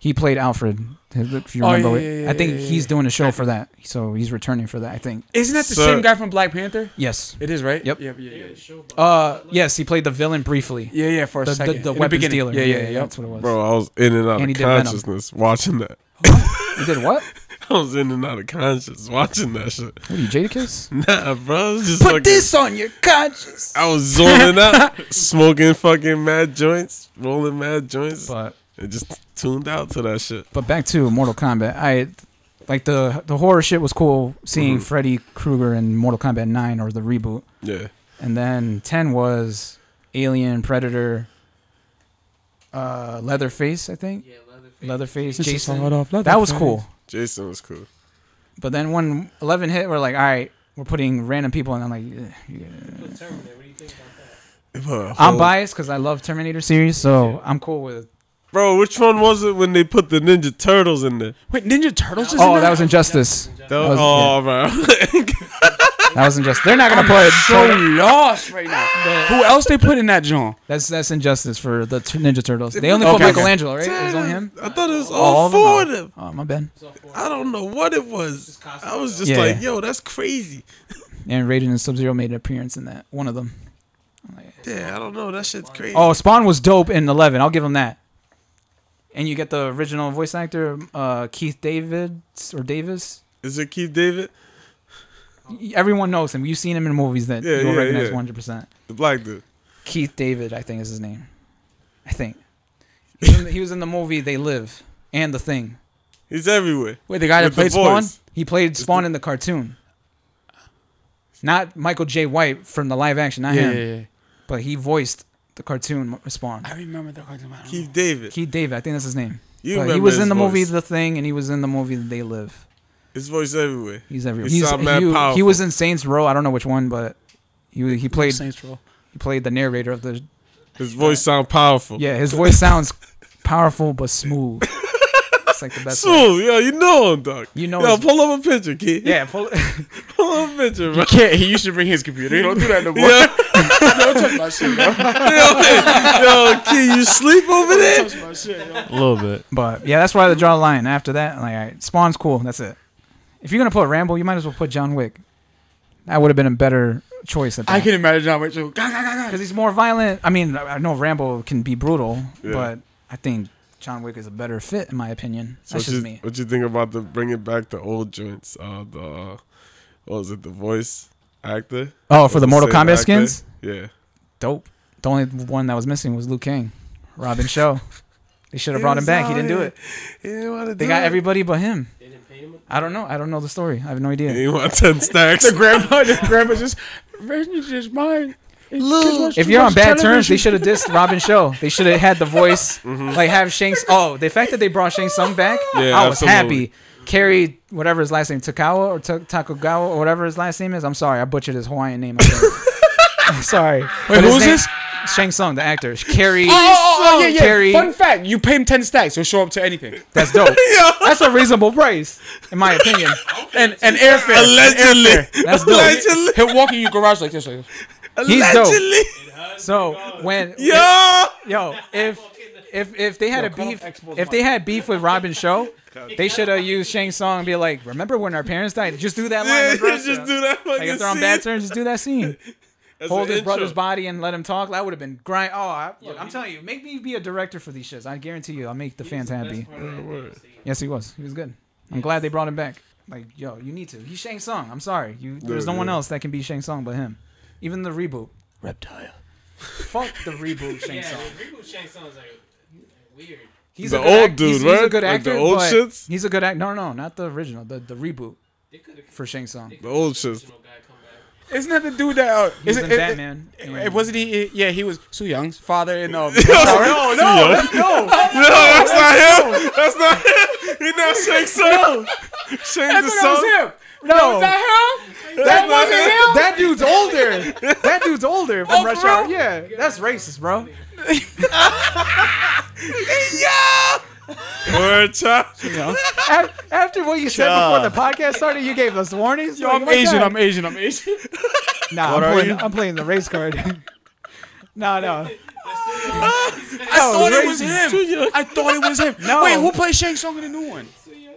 S5: He played Alfred. If you remember
S7: Oh, yeah,
S5: it,
S7: yeah,
S5: I think
S7: yeah, yeah,
S5: he's doing a show for that, so he's returning for that. I think.
S7: Isn't that the
S2: So-
S7: same guy from Black Panther?
S5: Yes.
S7: It is, right?
S5: Yep.
S7: Yeah, yeah, yeah.
S5: Uh, yes, he played the villain briefly.
S7: Yeah, yeah, for a
S5: The, the,
S7: second.
S5: the
S7: In
S5: weapons
S7: beginning.
S5: dealer.
S7: Yeah, yeah, yeah.
S5: That's what it was.
S2: Bro, I was in and out
S5: And he
S2: of
S5: did Venom.
S2: consciousness watching that.
S5: You did what?
S2: I was in and out of conscious watching that shit.
S5: What are you, Jadakiss?
S2: Nah, bro. it was just
S5: Put
S2: fucking-
S5: this on your conscience.
S2: I was zoning out, smoking fucking mad joints, rolling mad joints,
S5: But
S2: and just tuned out to that shit.
S5: but back to Mortal Kombat. I like the the horror shit was cool seeing
S10: Mm-hmm.
S5: Freddy Krueger in Mortal Kombat 9 or the reboot.
S2: Yeah.
S5: And then 10 was Alien, Predator, uh, Leatherface, I think.
S10: Yeah, Leatherface.
S5: Leatherface,
S7: This is
S5: Jason.
S7: hot off
S5: That was
S7: Leatherface.
S5: cool.
S2: Jason was cool.
S5: But then when 11 hit, we're like, all right, we're putting random people, and I'm like, eh.
S10: Put Terminator. What do you think about
S2: They
S10: that?
S2: put a
S5: I'm
S2: whole-
S5: biased because I love Terminator series, so I'm cool with it.
S2: Bro, which one was it when they put the Ninja Turtles in there?
S7: Wait, Ninja Turtles is in
S5: Oh, that
S7: that?
S2: Oh,
S5: was Injustice.
S2: That was,
S5: was-
S10: um,
S2: oh, bro.
S5: That wasn't just. They're not gonna put.
S7: So lost right now. Who else they put in that joint?
S5: That's that's injustice for the t- Ninja Turtles. They only put
S7: Okay, okay.
S5: Michelangelo, right? It was only him.
S2: I thought it was all,
S5: of them?
S2: four of them.
S5: Oh my bad.
S2: I don't know what it was. I was just
S5: Yeah.
S2: like, yo, that's crazy.
S5: And Raiden and Sub Zero made an appearance in that. One of them.
S2: Yeah, I don't know. That shit's crazy.
S5: Oh, Spawn was dope in Eleven. I'll give him that. And you get the original voice actor, uh, Keith Davids or Davis.
S2: Is it Keith David?
S5: Y- Everyone knows him. You've seen him in movies that
S2: Yeah,
S5: you'll
S2: yeah,
S5: recognize
S2: yeah.
S5: one hundred percent.
S2: The black dude.
S5: Keith David, I think is his name. I think he was in the, he was in the movie They Live and The Thing.
S2: He's everywhere.
S5: Wait, the guy
S2: With
S5: that played Spawn?
S2: voice.
S5: He played Spawn in the cartoon. Not Michael J. White from the live action, not
S7: Yeah,
S5: him.
S7: yeah, yeah.
S5: But he voiced the cartoon Spawn.
S7: I remember the cartoon. I don't
S2: Keith David.
S5: Keith David, I think that's his name.
S2: You
S5: But he
S2: remember
S5: was
S2: his
S5: in the movie
S2: voice.
S5: The Thing, and he was in the movie They Live.
S2: His voice everywhere.
S5: He's everywhere.
S2: It
S5: He's,
S2: sound mad
S5: he, he
S2: powerful.
S5: was in Saints Row. I don't know which one, but he he
S7: know.
S5: played
S7: Saints Row.
S5: he played the narrator of the.
S2: His voice sound powerful.
S5: Yeah, his voice sounds powerful but smooth. It's like the best. way.
S2: Smooth, yo, you know him, dog.
S5: You know
S2: yo,
S5: his-
S2: pull up a picture, kid.
S5: Yeah, pull,
S2: pull up a picture, bro.
S7: You can't. He used to bring his computer. You don't do that no more.
S2: Yeah.
S7: don't touch my shit, bro.
S2: yo, kid, you sleep over there?
S7: Touch my shit, yo.
S4: A little bit.
S5: but yeah, that's where I draw the line. After that, like, all right, Spawn's cool. That's it. If you're gonna put Rambo, you might as well put John Wick. That would have been a better choice. At that.
S7: I can imagine John Wick. Go, go, go,
S5: because he's more violent. I mean, I I know Rambo can be brutal,
S2: Yeah.
S5: but I think John Wick is a better fit in my opinion. That's
S2: what
S5: just
S2: you,
S5: me.
S2: What you think about the bringing back the old joints? Uh, the uh, what was it? The voice actor.
S5: Oh, for
S2: Was
S5: the
S2: it
S5: Mortal
S2: same
S5: Kombat
S2: actor?
S5: skins,
S2: Yeah,
S5: dope. The only one that was missing was Liu Kang, Robin Show. They should have brought him back. He didn't do it.
S2: He didn't want to.
S5: They
S2: do
S5: got
S2: it.
S5: everybody but him.
S10: They didn't pay him.
S5: I don't know. I don't know the story. I have no
S2: He
S5: idea.
S2: didn't want ten stacks.
S7: The grandpa, the grandpa just, Reggie is just mine. Look,
S5: If you're on bad terms, they should have dissed Robin Show. They should have had the voice,
S7: Mm-hmm.
S5: like have Shanks. Oh, the fact that they brought Shang Tsung back,
S2: Yeah,
S5: I was
S2: absolutely.
S5: happy. Kerry, whatever his last name, Takawa or Ta- Takagawa or whatever his last name is. I'm sorry, I butchered his Hawaiian name. I think. I'm sorry. Wait,
S7: who is this?
S5: Shang Tsung, the actor. Kerry.
S7: Oh, oh, oh, yeah, yeah.
S5: Carrie-
S7: Fun fact: you pay him ten stacks, he'll show up to anything.
S5: That's dope. That's a reasonable price, in my opinion.
S7: And and airfare.
S2: Allegedly,
S5: That's dope.
S2: allegedly,
S7: He'll walk in your garage like this, like this.
S5: He's dope.
S2: allegedly.
S5: So when
S2: Yo,
S5: Yo, if if if they had a beef, if they had beef with Robin Show, they should have used Shang Tsung and be like, "Remember when our parents died? Just do that line."
S2: yeah,
S5: with Russia."
S2: just do that.
S5: Like if they're on bad terms, just do that scene. Hold his brother's body and let him talk. That would have been grind. Oh, I, look, I'm telling you, make me be a director for these shits. I guarantee you, I'll make the fans happy. Yes, he was. He was good. I'm glad they brought him back. Like, yo, you need to. He's Shang Tsung. I'm sorry. You, there's no one else that can be Shang Tsung but him. Even the reboot.
S9: Reptile.
S5: Fuck the reboot Shang
S10: Yeah,
S5: Tsung.
S10: the reboot Shang Tsung is like weird.
S5: He's
S2: The
S5: a good
S2: old
S5: act-
S2: dude,
S5: he's, He's a
S2: right?
S5: good
S2: Like
S5: actor.
S2: the old
S5: but
S2: shits?
S5: He's a good act. No, no, not the original. The the reboot
S10: They could have
S5: for Shang Tsung.
S2: The old shit.
S10: original guy come back.
S7: Isn't that the dude that? Uh,
S5: He's
S7: isn't
S5: in
S7: it,
S5: Batman.
S7: It,
S5: and-
S7: it wasn't he. it- yeah, he was Su Young's father in um.
S2: No, no, no, no, that's not him. That's not him. He not Shake Sun. Shake the Sun.
S5: him. No,
S2: That wasn't him.
S5: that dude's older. That dude's older from Rush Hour. Yeah, that's racist, bro.
S2: Word, child.
S5: A- After what you said before the podcast started, you gave us warnings. Yo,
S7: I'm Asian. I'm Asian. I'm Asian.
S5: Nah, I'm playing, I'm playing the race card. no, no.
S7: I thought it Oh, was him. I thought it was him.
S5: No.
S7: Wait, who plays Shang Tsung in the new one?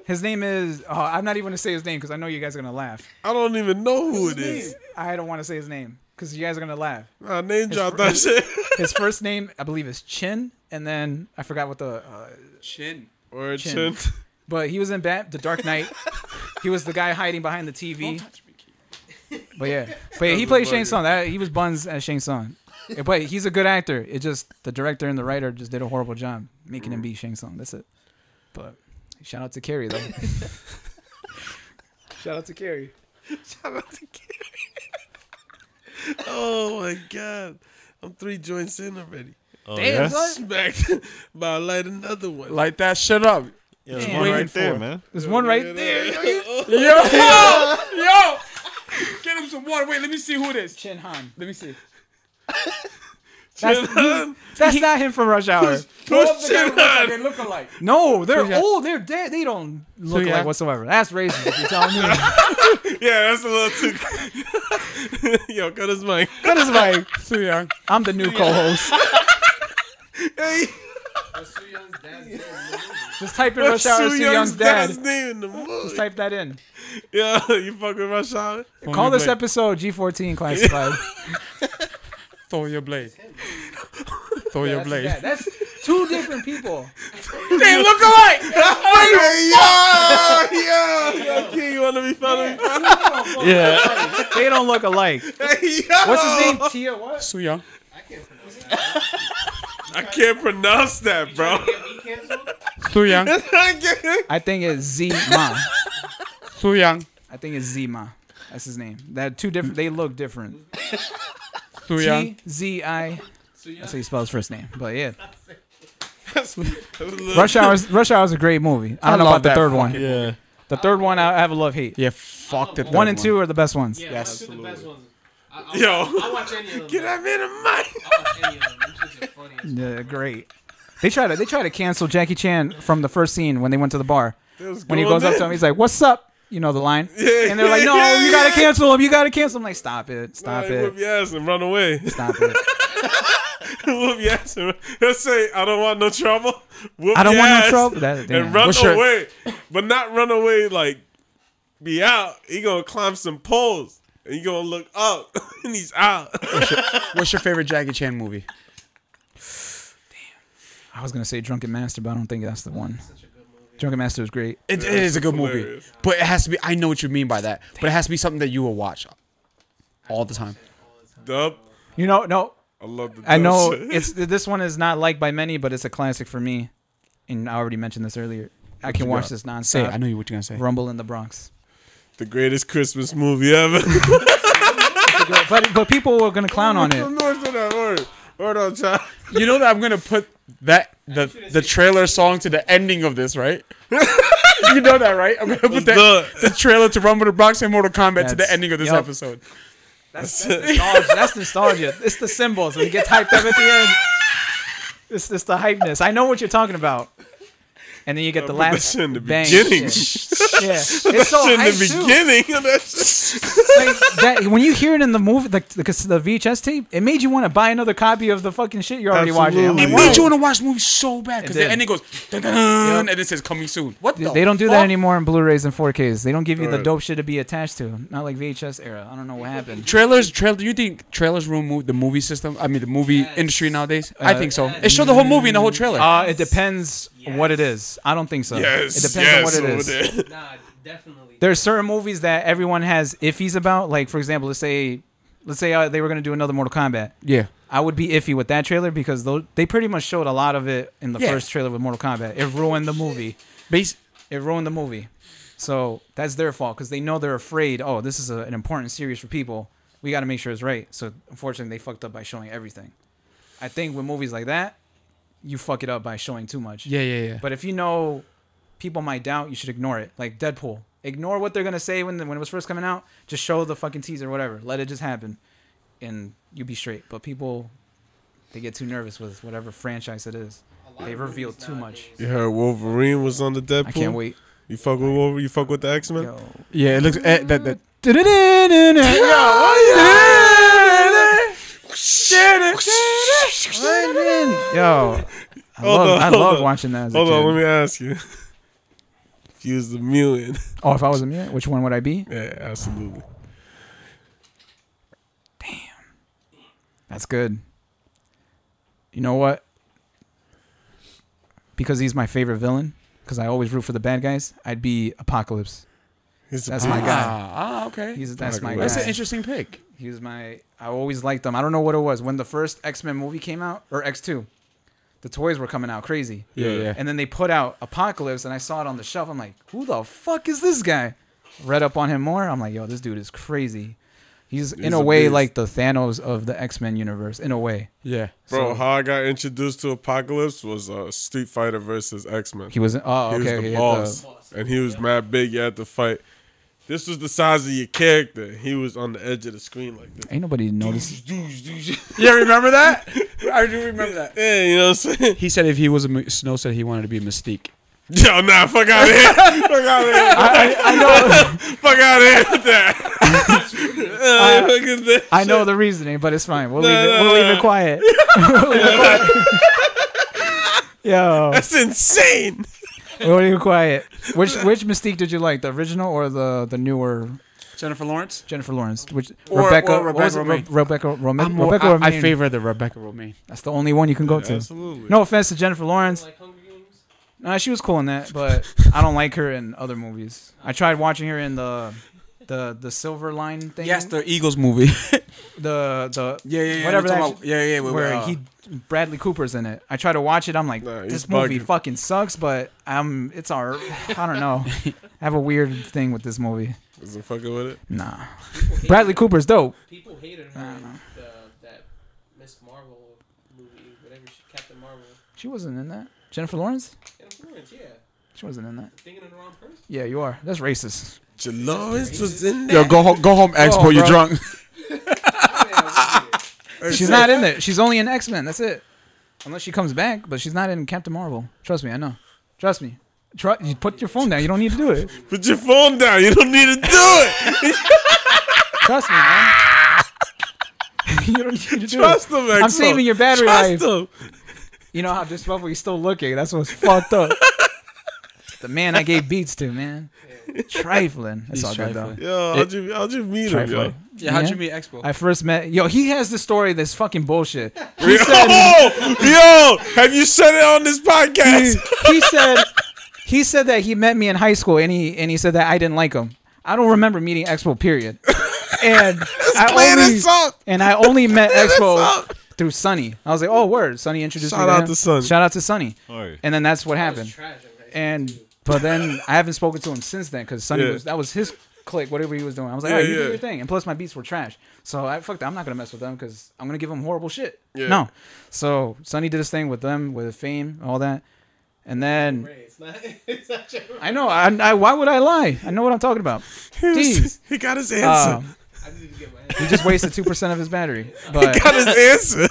S5: His name is. Oh, I'm not even gonna say his name because I know you guys are gonna laugh.
S2: I don't even know who it is.
S5: I don't want to say his name because you guys are gonna laugh.
S2: Nah, name drop Ah, that shit.
S5: His first name, I believe, is Chin, and then I forgot what the. Uh,
S7: Chin.
S2: Word,
S5: Chin.
S2: Chin.
S5: but he was in Bat, The Dark Knight. he was the guy hiding behind the TV. But yeah, but yeah, he played Shang Tsung. That he was Buns as Shang Tsung. Yeah, But he's a good actor. It just the director and the writer just did a horrible job making him be Shang Tsung. That's it. But shout out to Carrie though. shout out to Carrie.
S2: Oh my god, I'm three joints in already.
S4: Oh, yeah?
S2: Smacked. About to light another one.
S7: Light that shit up.
S4: Yeah, there's one right there, man.
S5: There's one right there.
S7: Yo, yo, yo. Get him some water. Wait, let me see who it is.
S5: Chin Han.
S7: Let me see.
S5: That's, he- that's not him from Rush Hour.
S7: Pull up the guy who looks like they look alike.
S5: No, they're
S7: Yeah.
S5: old. They're dead. They don't look
S7: yeah.
S5: like whatsoever. That's racist. You telling me?
S2: Yeah, that's a little too. Yo, cut his mic.
S5: Cut his mic. I'm the new co-host. Just type in Rush Hour.
S2: Soo
S5: See Young's dad.
S2: dad's name in the movie.
S5: Just type that in.
S2: Yo, you fucking Rush Hour.
S5: Call
S4: your
S5: this
S4: blade.
S5: episode G14 Classified.
S7: Throw your blade. Throw your blade.
S5: yeah, that's two different people.
S7: They look alike.
S2: Yo, yo, yo, King, you wanna be funny?
S4: Yeah.
S5: They don't look alike. What's his name? Tia what?
S7: Too young.
S2: I can't pronounce that, bro.
S7: Too young.
S5: I think it's Zima.
S7: Too young.
S5: I think it's Zima. That's his name. That two different. They look different.
S7: Too young.
S5: T Z I. That's how you spell his first name. But yeah, Rush Hour. is- Rush Hour is a great movie. I don't know about the third one.
S4: Yeah.
S5: The third one, I I have a love hate.
S7: Yeah, fuck the
S5: One and two are the best ones.
S10: Yeah,
S7: Yes.
S10: those are the best ones. I, I'll,
S2: Yo.
S10: I'll watch any of them.
S2: Get
S10: man.
S2: that man a mic.
S10: I'll watch any of them. Them shits are funny as
S5: Yeah, great. They try to they try to cancel Jackie Chan from the first scene when they went to the bar. When he goes up to him, he's like, "What's up?" You know the line. and they're like, "No,
S2: yeah,
S5: you gotta
S2: yeah.
S5: cancel him. You gotta cancel him." Like, stop it, stop
S2: Hey, Whoop
S5: it,
S2: your ass and run away.
S5: stop it.
S2: whoop your ass and run. He'll say, I don't want no trouble. Whoop
S5: I don't
S2: your
S5: want no
S2: ass
S5: trouble. That- damn.
S2: and run
S7: What's your-
S2: away. But not run away like be out. He gonna climb some poles. And you gonna look up and he's out.
S7: What's your favorite Jackie Chan movie?
S5: I was gonna say Drunken Master, but I don't think that's the one. Drunken Master is great.
S7: It, it is a good movie,
S2: hilarious.
S7: but it has to be. I know what you mean by that, but it has to be something that you will watch all the time.
S2: Dub.
S5: You know, no,
S2: I love the
S5: I
S2: dub
S5: know
S2: shit.
S5: it's this one is not liked by many, but it's a classic for me. And I already mentioned this earlier. I can watch this nonstop.
S7: Say, it. I know you what you're gonna say.
S5: Rumble in the Bronx.
S2: the greatest Christmas movie ever.
S5: But but people were gonna clown on it.
S2: Hold on, child.
S7: You know that I'm gonna put that the the trailer song to the ending of this, right? you know that, right? I'm gonna put that,
S2: Look.
S7: the trailer to Rumble the Bronx and Mortal Kombat to
S5: That's-
S7: the ending of this
S5: yup.
S7: episode.
S5: That's, that's nostalgia. Oh, that's nostalgia. It's the symbols. It gets hyped up at the end. It's, it's the hypeness. I know what you're talking about. And then you get
S2: Put
S5: the
S2: that
S5: last
S2: shit in the
S5: bang.
S2: beginning.
S5: shit. Yeah, it's so
S2: in
S5: hyped
S2: the beginning of that shit.
S5: Too. Like, that, when you hear it in the movie, the, the, the VHS tape, it made you want to buy another copy of the fucking shit you're already watching.
S2: Absolutely.
S7: It
S5: I'm
S2: Wow.
S7: made you want to watch the movie so bad because
S5: It
S7: the
S5: did.
S7: ending goes dun, dun, dun, and it says coming soon. What the
S5: like, they don't do
S7: fuck?
S5: that anymore in Blu-rays and 4Ks. They don't give you the
S2: Right.
S5: dope shit to be attached to. Not like VHS era. I don't know what happened.
S7: Trailers, trail. Do you think trailers ruin mov- the movie system? I mean, the movie industry nowadays. I think so. It showed the whole movie and the whole trailer.
S5: Uh, it depends what it is. I don't think so.
S2: Yes,
S5: it depends
S2: yes,
S5: on what it
S2: over
S5: is.
S2: there.
S10: Nah, definitely.
S5: there's certain movies that everyone has iffies about. Like for example, let's say let's say uh, they were gonna do another Mortal Kombat.
S7: yeah,
S5: I would be iffy with that trailer because tho- they pretty much showed a lot of it in the
S7: Yeah.
S5: first trailer with Mortal Kombat. It ruined the movie.
S7: base.
S5: It ruined the movie. So that's their fault because they know they're afraid. Oh, this is a, an important series for people. We got to make sure it's right. So unfortunately, they fucked up by showing everything. I think with movies like that, you fuck it up by showing too much.
S7: Yeah, yeah, yeah.
S5: But if you know people might doubt, you should ignore it. Like Deadpool. Ignore what they're gonna say when the, when it was first coming out. Just show the fucking teaser, whatever. Let it just happen, and you be straight. But people, they get too nervous with whatever franchise it is. They reveal too much.
S2: You heard Wolverine was on the Deadpool.
S5: I can't wait.
S2: You fuck with Wolverine. You fuck with the X Men.
S5: Yo.
S7: Yeah, it looks eh, that that.
S5: Oh, Yo, I
S2: Hold
S5: love,
S2: on,
S5: I
S2: hold
S5: love
S2: on.
S5: watching that as a
S2: Hold on,
S5: kid.
S2: let me ask you. if you was the mutant,
S5: Oh, if I was a mutant, which one would I be?
S2: yeah, absolutely.
S5: That's good. You know what? Because he's my favorite villain, because I always root for the bad guys, I'd be Apocalypse.
S2: It's
S5: That's
S2: a-
S5: my guy.
S7: Ah, ah, okay.
S5: He's that's my guy.
S7: That's an interesting pick.
S5: He was my. I always liked him. I don't know what it was when the first X Men movie came out or X Two, the toys were coming out crazy.
S7: Yeah, yeah.
S5: And then they put out Apocalypse, and I saw it on the shelf. I'm like, who the fuck is this guy? Read up on him more. I'm like, yo, this dude is crazy. He's, in
S2: He's
S5: a,
S2: a
S5: way
S2: beast.
S5: like the Thanos of the X Men universe. In a way,
S7: Yeah.
S2: bro. how I got introduced to Apocalypse was uh, Street Fighter versus X Men.
S5: he was. Oh,
S2: He was
S5: okay.
S2: the
S5: okay,
S2: boss,
S5: the-
S2: and he was mad big. You had to fight. This was the size of your character. He was on the edge of the screen like this.
S5: ain't nobody noticed.
S7: Yeah, remember that?
S3: I do remember that.
S2: Yeah, you know what I'm saying?
S7: He said if he was a mu- Snow said he wanted to be Mystique.
S2: Yo, nah, fuck out of here. fuck out of here.
S5: I, I, I know,
S2: fuck out of here with that. Uh, look at that.
S5: I know the reasoning, but it's fine. We'll leave it.
S2: no,
S5: We'll leave
S2: no.
S5: it quiet. We'll leave it quiet. Yo,
S2: That's insane.
S5: we'll leave it quiet. Which which Mystique did you like, the original or the the newer
S3: Jennifer Lawrence.
S5: Jennifer Lawrence? Which
S3: Or-
S5: Rebecca?
S3: or
S5: what was
S3: Rebecca
S5: it?
S3: Romaine.
S5: Re- Rebecca Romaine.
S7: I'm more,
S5: Rebecca
S7: I, I
S5: Romaine.
S7: favor the Rebecca Romaine.
S5: That's the only one you can go to.
S4: Absolutely.
S5: No offense to Jennifer Lawrence.
S10: Like Hunger Games.
S5: Nah, she was cool in that, but I don't like her in other movies. I tried watching her in the the the Silver Line thing.
S3: Yes, the Eagles movie.
S5: the the
S3: yeah, yeah, yeah.
S5: Whatever
S3: we're talking
S5: that
S3: about- yeah, yeah. we-
S5: where
S3: uh,
S5: he Bradley Cooper's in it. I try to watch it. I'm like,
S2: Nah, he's
S5: this movie
S2: bugging.
S5: fucking sucks, but I'm it's our I don't know. I have a weird thing with this movie.
S2: Wasn't fucking with it.
S5: Nah,
S10: People hated-
S5: Bradley Cooper's dope.
S10: People hated her. in The, that Miss Marvel movie, whatever she, Captain Marvel.
S5: She wasn't in that. Jennifer Lawrence.
S10: Jennifer Lawrence, yeah.
S5: She wasn't in that.
S10: Thinking of the wrong person.
S5: Yeah, you are. That's racist.
S2: Jalawis was in there.
S7: Yo, go home, go home, Expo.
S5: Oh,
S7: you're
S5: bro.
S7: drunk.
S10: Yeah, weird.
S5: She's not in it. She's only in X Men. That's it. Unless she comes back, but she's not in Captain Marvel. Trust me, I know. Trust me. Tru- you put your phone down. You don't need to do it.
S2: Put your phone down. You don't need to do it.
S5: Trust me, man. you don't need to do
S2: Trust
S5: it.
S2: them, Exo.
S5: I'm saving your battery life.
S2: Trust them.
S5: You know how disrespectful he's still looking. That's what's fucked up. The man I gave beats to, man. Trifling. That's
S3: He's
S5: all good though.
S3: trifling.
S2: Yo, how'd you, how'd you meet him, yo?
S5: Trifling.
S3: yeah, how'd
S5: Yeah.
S3: you meet Expo?
S5: I first met yo, he has the story that's fucking bullshit.
S2: Yo, yo, have you said it on this
S5: He,
S2: podcast?
S5: he said he said that he met me in high school and he and he said that I didn't like him. I don't remember meeting Expo, period. And I
S2: Clear
S5: only,
S2: this up.
S5: and I only met Expo
S2: up.
S5: through Sonny. I was like, oh word, Sonny introduced me.
S2: Shout out
S5: him.
S2: to Sonny.
S5: Shout out to Sonny.
S4: Alright.
S5: And then that's what
S10: That was
S5: happened.
S10: trash in high school,
S5: And
S10: too.
S5: but then I haven't spoken to him since then because Sonny
S2: Yeah.
S5: was that was his click, whatever he was doing. I was like,
S2: Yeah,
S5: all right, you
S2: yeah.
S5: do your thing. And plus, my beats were trash, so I fucked. I'm not gonna mess with them because I'm gonna give them horrible shit.
S2: Yeah.
S5: No, so Sonny did his thing with them, with Fame, all that, and then
S10: Ray, it's not. It's not Jennifer.
S5: I know I, I why would I lie? I know what I'm talking about.
S2: He, was,
S5: Jeez.
S2: he got his
S5: Um,
S2: answer.
S10: I didn't even get my.
S5: he just wasted two percent of his battery, but
S2: got his answer.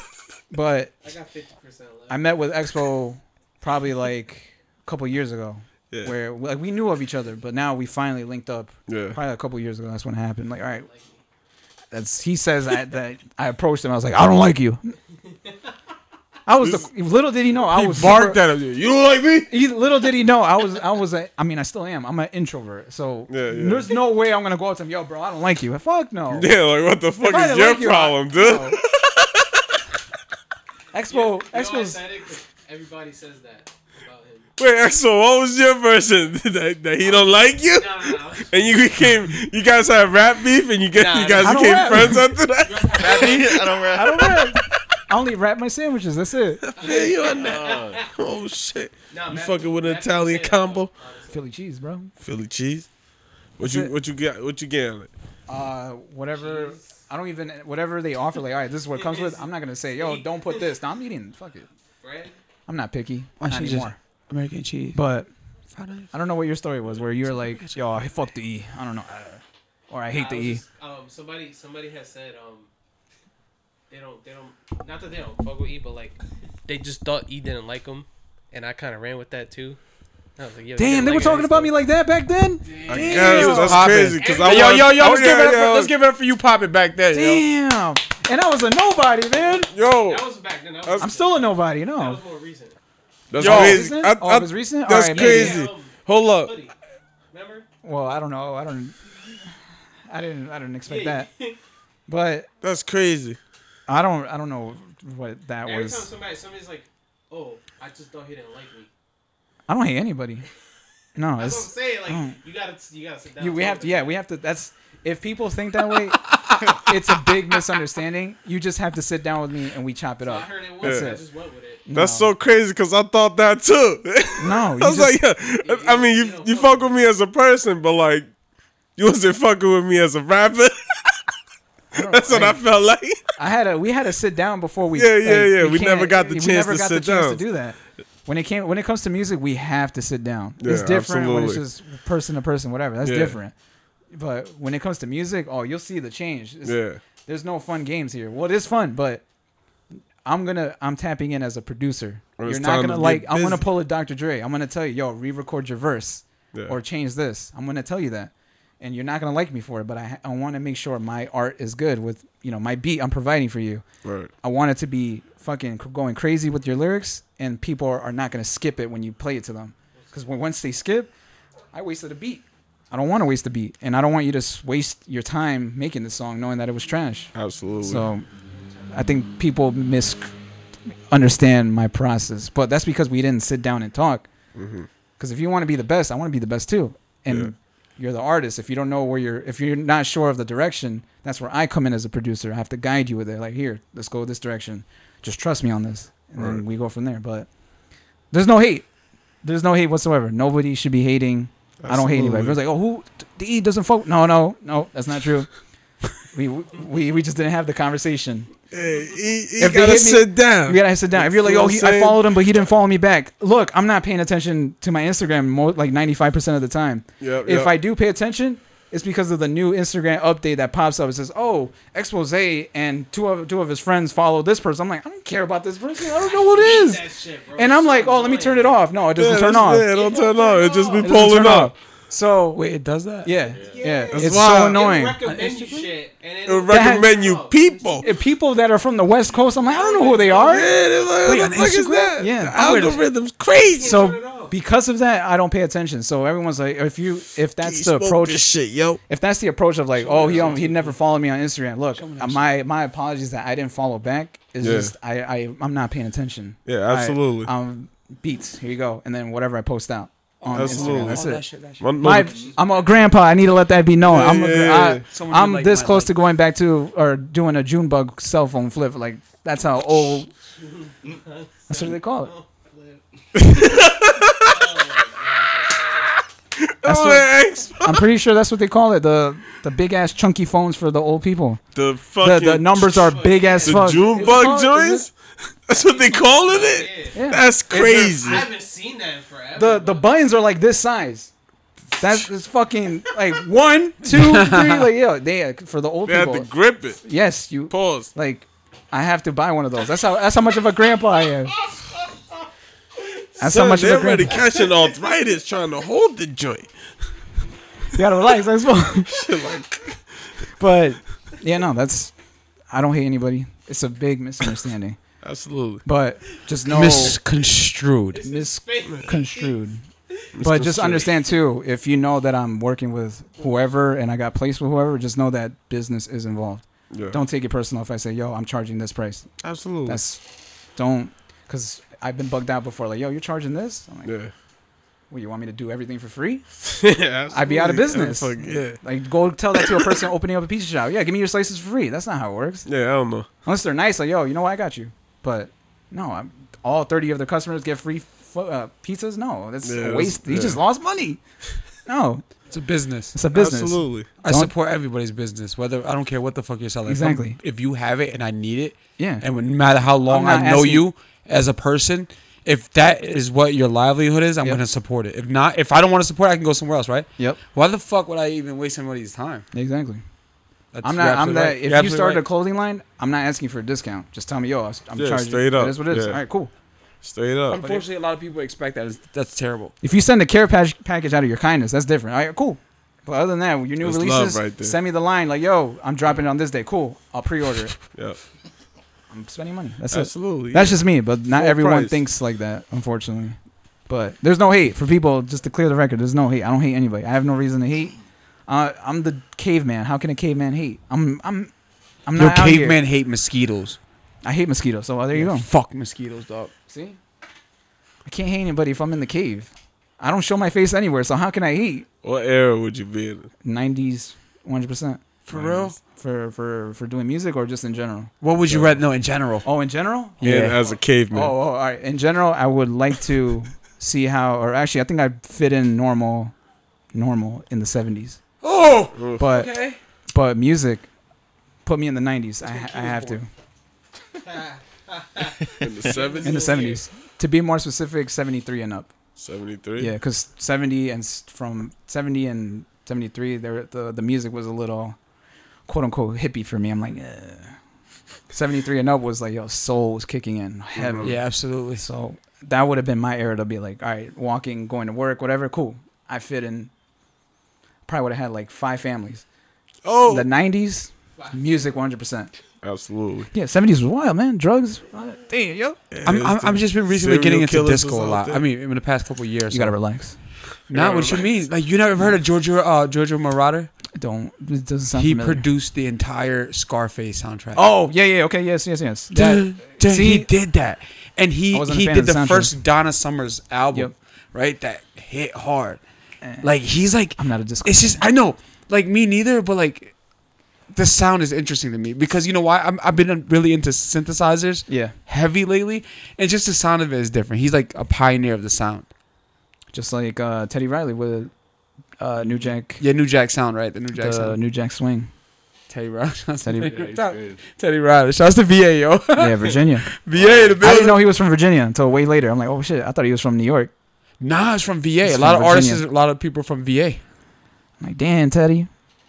S5: but
S10: I got fifty percent left.
S5: I met with Expo probably like a couple years ago.
S2: Yeah.
S5: Where like we knew of each other, but now we finally linked up.
S2: Yeah.
S5: Probably a couple years ago. That's when it happened. Like, all right, that's he says I, that I approached him. I was like, I don't like you. I was the, little did he know I
S7: He
S5: was
S7: barked
S5: super-
S7: at him. You don't like me?
S5: he, little did he know I was I was a, I mean I still am I'm an introvert so
S2: Yeah, yeah.
S5: there's no way I'm gonna go out to him yo bro I don't like you fuck no
S2: Yeah, like what the
S5: I
S2: fuck is
S5: didn't
S2: your
S5: like you, I-
S2: problem, dude?
S5: No. Expo
S10: You know, I
S5: Expo's
S10: said it 'cause everybody says that about him.
S2: Wait, Axel, what was your version that, that he don't like you?
S10: Nah, nah, nah.
S2: And you became, you guys had rap beef, and you get,
S4: Nah,
S2: you guys
S5: I don't
S2: became
S5: rap.
S2: friends after that.
S4: I don't
S5: I don't rap I only wrap my sandwiches that's it
S2: yeah, you on that? Oh shit!
S10: Nah,
S2: You
S10: Matt-
S2: fucking with an
S10: Matt
S2: Italian
S10: said that,
S2: combo,
S10: though, honestly.
S5: Philly cheese bro
S2: Philly cheese. What
S5: That's
S2: you,
S5: it.
S2: what you get? What you get? on it?
S5: uh whatever I don't even whatever they offer like all right this is what it comes with I'm not gonna say yo don't put this no I'm eating fuck it
S10: Bread?
S5: I'm not picky
S7: Why
S5: not
S7: she just-
S5: anymore
S7: American cheese.
S5: but
S7: Fried
S5: I don't know what your story was where you were like yo I fuck the E I don't know or I hate
S10: I
S5: the
S10: was
S5: E
S10: just- um, somebody somebody has said um, they don't they don't not that they don't fuck with E, but like they just thought E didn't like him, and I kind of ran with that too. I was like, Yo, you
S5: Damn,
S10: didn't
S5: they were
S10: like
S5: talking
S10: it,
S5: about me like that back then.
S2: I
S5: Damn.
S2: guess that's
S7: Poppin'.
S2: crazy because I
S7: yo,
S2: wanna-
S7: yo, yo,
S2: oh,
S7: let's,
S2: yeah,
S7: give it up
S2: yeah,
S7: for, let's give it up for you popping back there, yo.
S5: Damn. And I was a nobody, man.
S2: Yo,
S10: That was back then. That was
S2: I'm
S5: I'm
S10: recent.
S5: still a nobody,
S10: That
S5: no.
S10: was more recent.
S2: that's
S7: Yo.
S2: crazy.
S5: Recent?
S2: I-
S5: oh,
S2: I-
S5: it was recent?
S2: that's
S5: Alright, maybe.
S2: crazy.
S10: Um,
S2: Hold up.
S10: Buddy, remember?
S5: Well, I don't know. I don't I didn't I didn't expect
S10: Yeah,
S5: that. But
S2: That's crazy.
S5: I don't I don't know what that
S10: Every time
S5: was.
S10: somebody somebody's like, oh, I just thought he didn't like me.
S5: I don't hate anybody. No,
S10: That's what I'm
S5: it's
S10: saying. Like
S5: mm.
S10: you gotta you gotta sit down.
S5: you, we
S10: and
S5: have
S10: talk
S5: to
S10: about
S5: yeah, we have to that's if people think that way, it's a big misunderstanding. You just have to sit down with me and we chop it
S10: it. I
S5: up.
S10: heard it once.
S5: Yeah.
S10: I just went with it.
S2: That's
S5: No.
S2: so crazy because I thought that too.
S5: No, you
S2: I was
S5: just-
S2: like, yeah. I mean, you you fuck with me as a person, but like, you wasn't fucking with me as a rapper.
S5: don't-
S2: That's what I felt like.
S5: I had a we had to sit down before we
S2: Yeah, yeah, yeah. We
S5: can't-
S2: never got the
S5: we
S2: chance
S5: never
S2: to
S5: got the
S2: sit
S5: chance
S2: down.
S5: to do that. When it came when it comes to music, we have to sit down. it's
S2: Yeah,
S5: different when it's
S2: absolutely.
S5: just person to person, whatever. That's
S2: Yeah.
S5: different. But when it comes to music, oh, you'll see the change. It's-
S2: Yeah,
S5: There's no fun games here. Well, it is fun, but I I'm gonna I'm tapping in as a producer.
S2: Or it's
S5: You're not
S2: time
S5: gonna
S2: to
S5: like.
S2: get
S5: I'm gonna
S2: busy.
S5: pull a Dr. Dre. I'm gonna tell you, yo, re-record your verse
S2: Yeah.
S5: or change this. I'm gonna tell you that, and you're not gonna like me for it. But I I want to make sure my art is good with you know my beat I'm providing for you.
S2: Right.
S5: I want it to be fucking c- going crazy with your lyrics, and people are, are not gonna skip it when you play it to them, because when once they skip, I wasted a beat. I don't want to waste the beat, and I don't want you to s- waste your time making this song knowing that it was trash.
S2: Absolutely.
S5: So, I think people mis understand my process, but that's because we didn't sit down and talk.
S2: Mhm.
S5: Because if you want to be the best, I want to be the best too. And
S2: Yeah.
S5: you're the artist. If you don't know where you're, if you're not sure of the direction, that's where I come in as a producer. I have to guide you with it. Like, here, let's go this direction. Just trust me on this, and then
S2: Right.
S5: we go from there. But there's no hate. There's no hate whatsoever. Nobody should be hating. I don't hate anybody. Everyone's
S2: Absolutely.
S5: like, oh, who? DE doesn't vote. No, no, no. That's not true. we, we we just didn't have the conversation.
S2: Hey, he, he
S5: If they
S2: gotta
S5: hit me-
S2: sit down.
S5: You gotta sit down. If you're like,
S2: You know
S5: oh,
S2: what
S5: he,
S2: I'm
S5: I
S2: saying?
S5: followed him, but he didn't follow me back. Look, I'm not paying attention to my Instagram mo- like 95% of the time.
S2: Yep,
S5: if
S2: yep.
S5: I do pay attention, it's because of the new Instagram update that pops up. It says, oh, expose and two of two of his friends follow this person. I'm like, I don't care about this person. I don't know who it
S10: Hate that
S5: is.
S10: shit, bro.
S5: And I'm
S10: So
S5: like, oh, let me
S10: annoying.
S5: turn it off. No, it doesn't
S2: Yeah,
S5: turn
S2: that's-
S5: off.
S2: Yeah, don't turn off. It just be
S5: It doesn't
S2: pulling
S5: turn
S2: up.
S5: So
S7: Wait, it does that?
S5: yeah,
S10: Yeah.
S5: yeah,
S10: That's
S5: it's
S2: why-
S5: so
S2: It'll
S5: annoying.
S10: recommend you shit, and then-
S2: It'll recommend you people.
S5: If people that are from the West Coast, I'm like, I don't know who they are.
S2: Yeah, they're like,
S5: Wait,
S2: what
S5: on
S2: the fuck is
S5: Instagram?
S2: that?
S5: Yeah,
S2: the
S5: I'm weird as-
S2: algorithm's crazy.
S10: turn it
S5: So
S10: off.
S5: because of that, I don't pay attention. So everyone's like, if you if that's
S2: He
S5: the
S2: smoked
S5: approach,
S2: this shit, yo.
S5: if that's the approach of like, oh, he don't- he never followed me on Instagram. Look, uh, my my apologies that I didn't follow back. It's
S2: Yeah.
S5: just I I I'm not paying attention.
S2: Yeah,
S5: I-
S2: absolutely.
S5: um, beats. Here you go, and then whatever I post out on
S2: Absolutely.
S5: Instagram. That's
S7: That
S5: it.
S7: shit, that shit.
S2: My- my-
S5: My, I'm a grandpa. I need to let that be known. I'm a,
S2: Yeah, yeah, yeah.
S5: I, am this close to going back to or doing a Junebug cell phone flip. Like that's how old. That's what they call it. That's
S2: Oh,
S5: what-
S2: that ex-
S5: I'm pretty sure that's what they call it. The the big ass chunky phones for the old people.
S2: the
S5: The,
S2: fucking
S5: the numbers are big as
S2: the
S5: fuck.
S2: June bug joints. That's what they calling it.
S5: Yeah.
S2: That's crazy.
S10: I haven't seen that in forever.
S5: The the buttons are like this size. That's it's fucking like one, two, three. Like yo, they uh, for the old
S2: They had
S5: people.
S2: to grip it.
S5: yes, you
S2: Pause.
S5: like. I have to buy one of those. That's how that's how much of a grandpa I am. That's
S2: Son,
S5: how much of
S2: they're
S5: a grandpa.
S2: already catching arthritis trying to hold the joint.
S5: You gotta relax. That's fine. but yeah, no, that's. I don't hate anybody. It's a big misunderstanding.
S2: Absolutely.
S5: But just know
S7: Misconstrued.
S5: misconstrued. But just understand too, if you know that I'm working with whoever and I got placed with whoever, just know that business is involved.
S2: Yeah.
S5: Don't take it personal if I say, "Yo, I'm charging this price."
S2: Absolutely.
S5: That's don't, because I've been bugged out before. Like, "Yo, you're charging this?" I'm like,
S2: yeah.
S5: "Well, you want me to do everything for free?"
S2: yeah
S5: I'd be out of
S2: absolutely.
S5: business.
S2: Fuck, yeah.
S5: Like, go tell that to a person opening up a pizza shop. Yeah, give me your slices for free. That's not how it works.
S2: Yeah, I don't know.
S5: Unless they're nice, like, "Yo, you know what? I got you." But no, I'm, all thirty of their customers get free fu- uh, pizzas. No, that's
S2: Yeah,
S5: a
S2: that's-
S5: waste. You
S2: yeah.
S5: just lost money. No,
S7: It's a business.
S5: it's a business.
S2: Absolutely.
S7: I
S5: Don't-
S7: support everybody's business. Whether I don't care what the fuck you're selling. If I'm-
S5: Exactly.
S7: If you have it and I need it,
S5: Yeah.
S7: and no matter how long I
S5: not
S7: know
S5: asking-
S7: you as a person, if that is what your livelihood is, I'm
S5: Yep.
S7: gonna support it. If not, if I don't want to support, it, I can go somewhere else, right?
S5: Yep.
S7: Why the fuck would I even waste somebody's time?
S5: Exactly.
S7: That's-
S5: I'm
S7: you're
S5: not. I'm
S7: absolutely
S5: that.
S7: right. You're
S5: If you
S7: absolutely
S5: started
S7: right.
S5: a clothing line, I'm not asking for a discount. Just tell me, yo, I'm
S2: Yeah,
S5: charging.
S2: straight up.
S5: It is what it is.
S2: Yeah.
S5: All right, cool.
S2: Straight up.
S7: Unfortunately, a lot of people expect that. It's, that's terrible.
S5: If you send a care pack- package out of your kindness, that's different. All right, cool. But other than that, your new
S2: That's love
S5: releases,
S2: right there.
S5: send me the line like, yo, I'm dropping it on this day. Cool. I'll pre-order it.
S2: Yeah.
S5: I'm spending money. That's it.
S2: Absolutely.
S5: That's just me, but not
S2: Full
S5: everyone
S2: price.
S5: thinks like that, unfortunately. But there's no hate for people. Just to clear the record, there's no hate. I don't hate anybody. I have no reason to hate. Uh, I'm the caveman. How can a caveman hate? I'm I'm I'm
S7: Your
S5: not out here.
S7: cavemen hate mosquitoes.
S5: I hate mosquitoes. So uh, there you go.
S7: Fuck mosquitoes, dog.
S5: See, I can't hate anybody if I'm in the cave. I don't show my face anywhere. So how can I hate?
S2: What era would you be in?
S5: Nineties, one hundred percent
S7: For real?
S5: for for for doing music or just in general.
S7: What would you rather? No, in general.
S5: Oh, in general.
S2: Yeah. as a caveman.
S5: Oh, oh, all right. In general, I would like to see how, or actually, I think I fit in normal, normal in the seventies.
S7: Oh,
S5: But
S7: okay.
S5: but music, put me in the nineties. I, I have to
S2: In the 70s?
S5: in the seventies. To be more specific, seventy three and up.
S2: 73?
S5: Yeah, because seventy and s- from seventy and seventy three, there the the music was a little, quote unquote, hippie for me. I'm like, eh. 73 and up was like, yo, soul was kicking in heavy.
S7: Yeah, absolutely.
S5: So that would have been my era to be like, all right, walking, going to work, whatever, cool. I fit in. Probably would have had like five families.
S2: Oh.
S5: The 90s, music 100%.
S2: Absolutely.
S5: Yeah, 70s was wild, man. Drugs. uh, Damn, yo.
S7: I'm, I'm, I'm just been recently getting into
S2: Serial killers
S7: disco
S2: was
S7: a
S2: out
S7: lot.
S2: there.
S7: I mean, in the past couple years.
S5: You gotta relax.
S7: Not what you mean. Like you never heard of Giorgio uh, Giorgio Moroder?
S5: Don't. It doesn't sound
S7: He
S5: familiar.
S7: produced the entire Scarface soundtrack.
S5: Oh, yeah, yeah, okay, yes, yes, yes.
S7: that, that- he
S5: see-
S7: did that, and he
S5: I wasn't a
S7: he
S5: fan
S7: did
S5: of the
S7: the,
S5: soundtrack.
S7: first Donna Summers album,
S5: Yep. Eh.
S7: right? That hit hard. Like he's like
S5: I'm not a disco
S7: It's just I know, like me neither, but like the sound is interesting to me because you know why I'm, I've been really into synthesizers,
S5: Yeah.
S7: heavy lately, and just the sound of it is different. He's like a pioneer of the sound.
S5: Just like uh, Teddy Riley with uh, New Jack,
S7: Yeah, New Jack sound, right? The New Jack
S5: the
S7: sound.
S5: New Jack Swing.
S7: Teddy Riley. Teddy,
S5: Teddy-
S7: Teddy Riley. Shouts to VA, yo.
S5: Yeah, Virginia.
S7: VA, the
S5: I
S7: building.
S5: didn't know he was from Virginia until way later. I'm like, oh shit, I thought he was from New York.
S7: Nah, it's from VA.
S5: He's
S7: a lot
S5: from
S7: of artists,
S5: Virginia.
S7: a lot of people from VA.
S5: I'm like, damn, Teddy.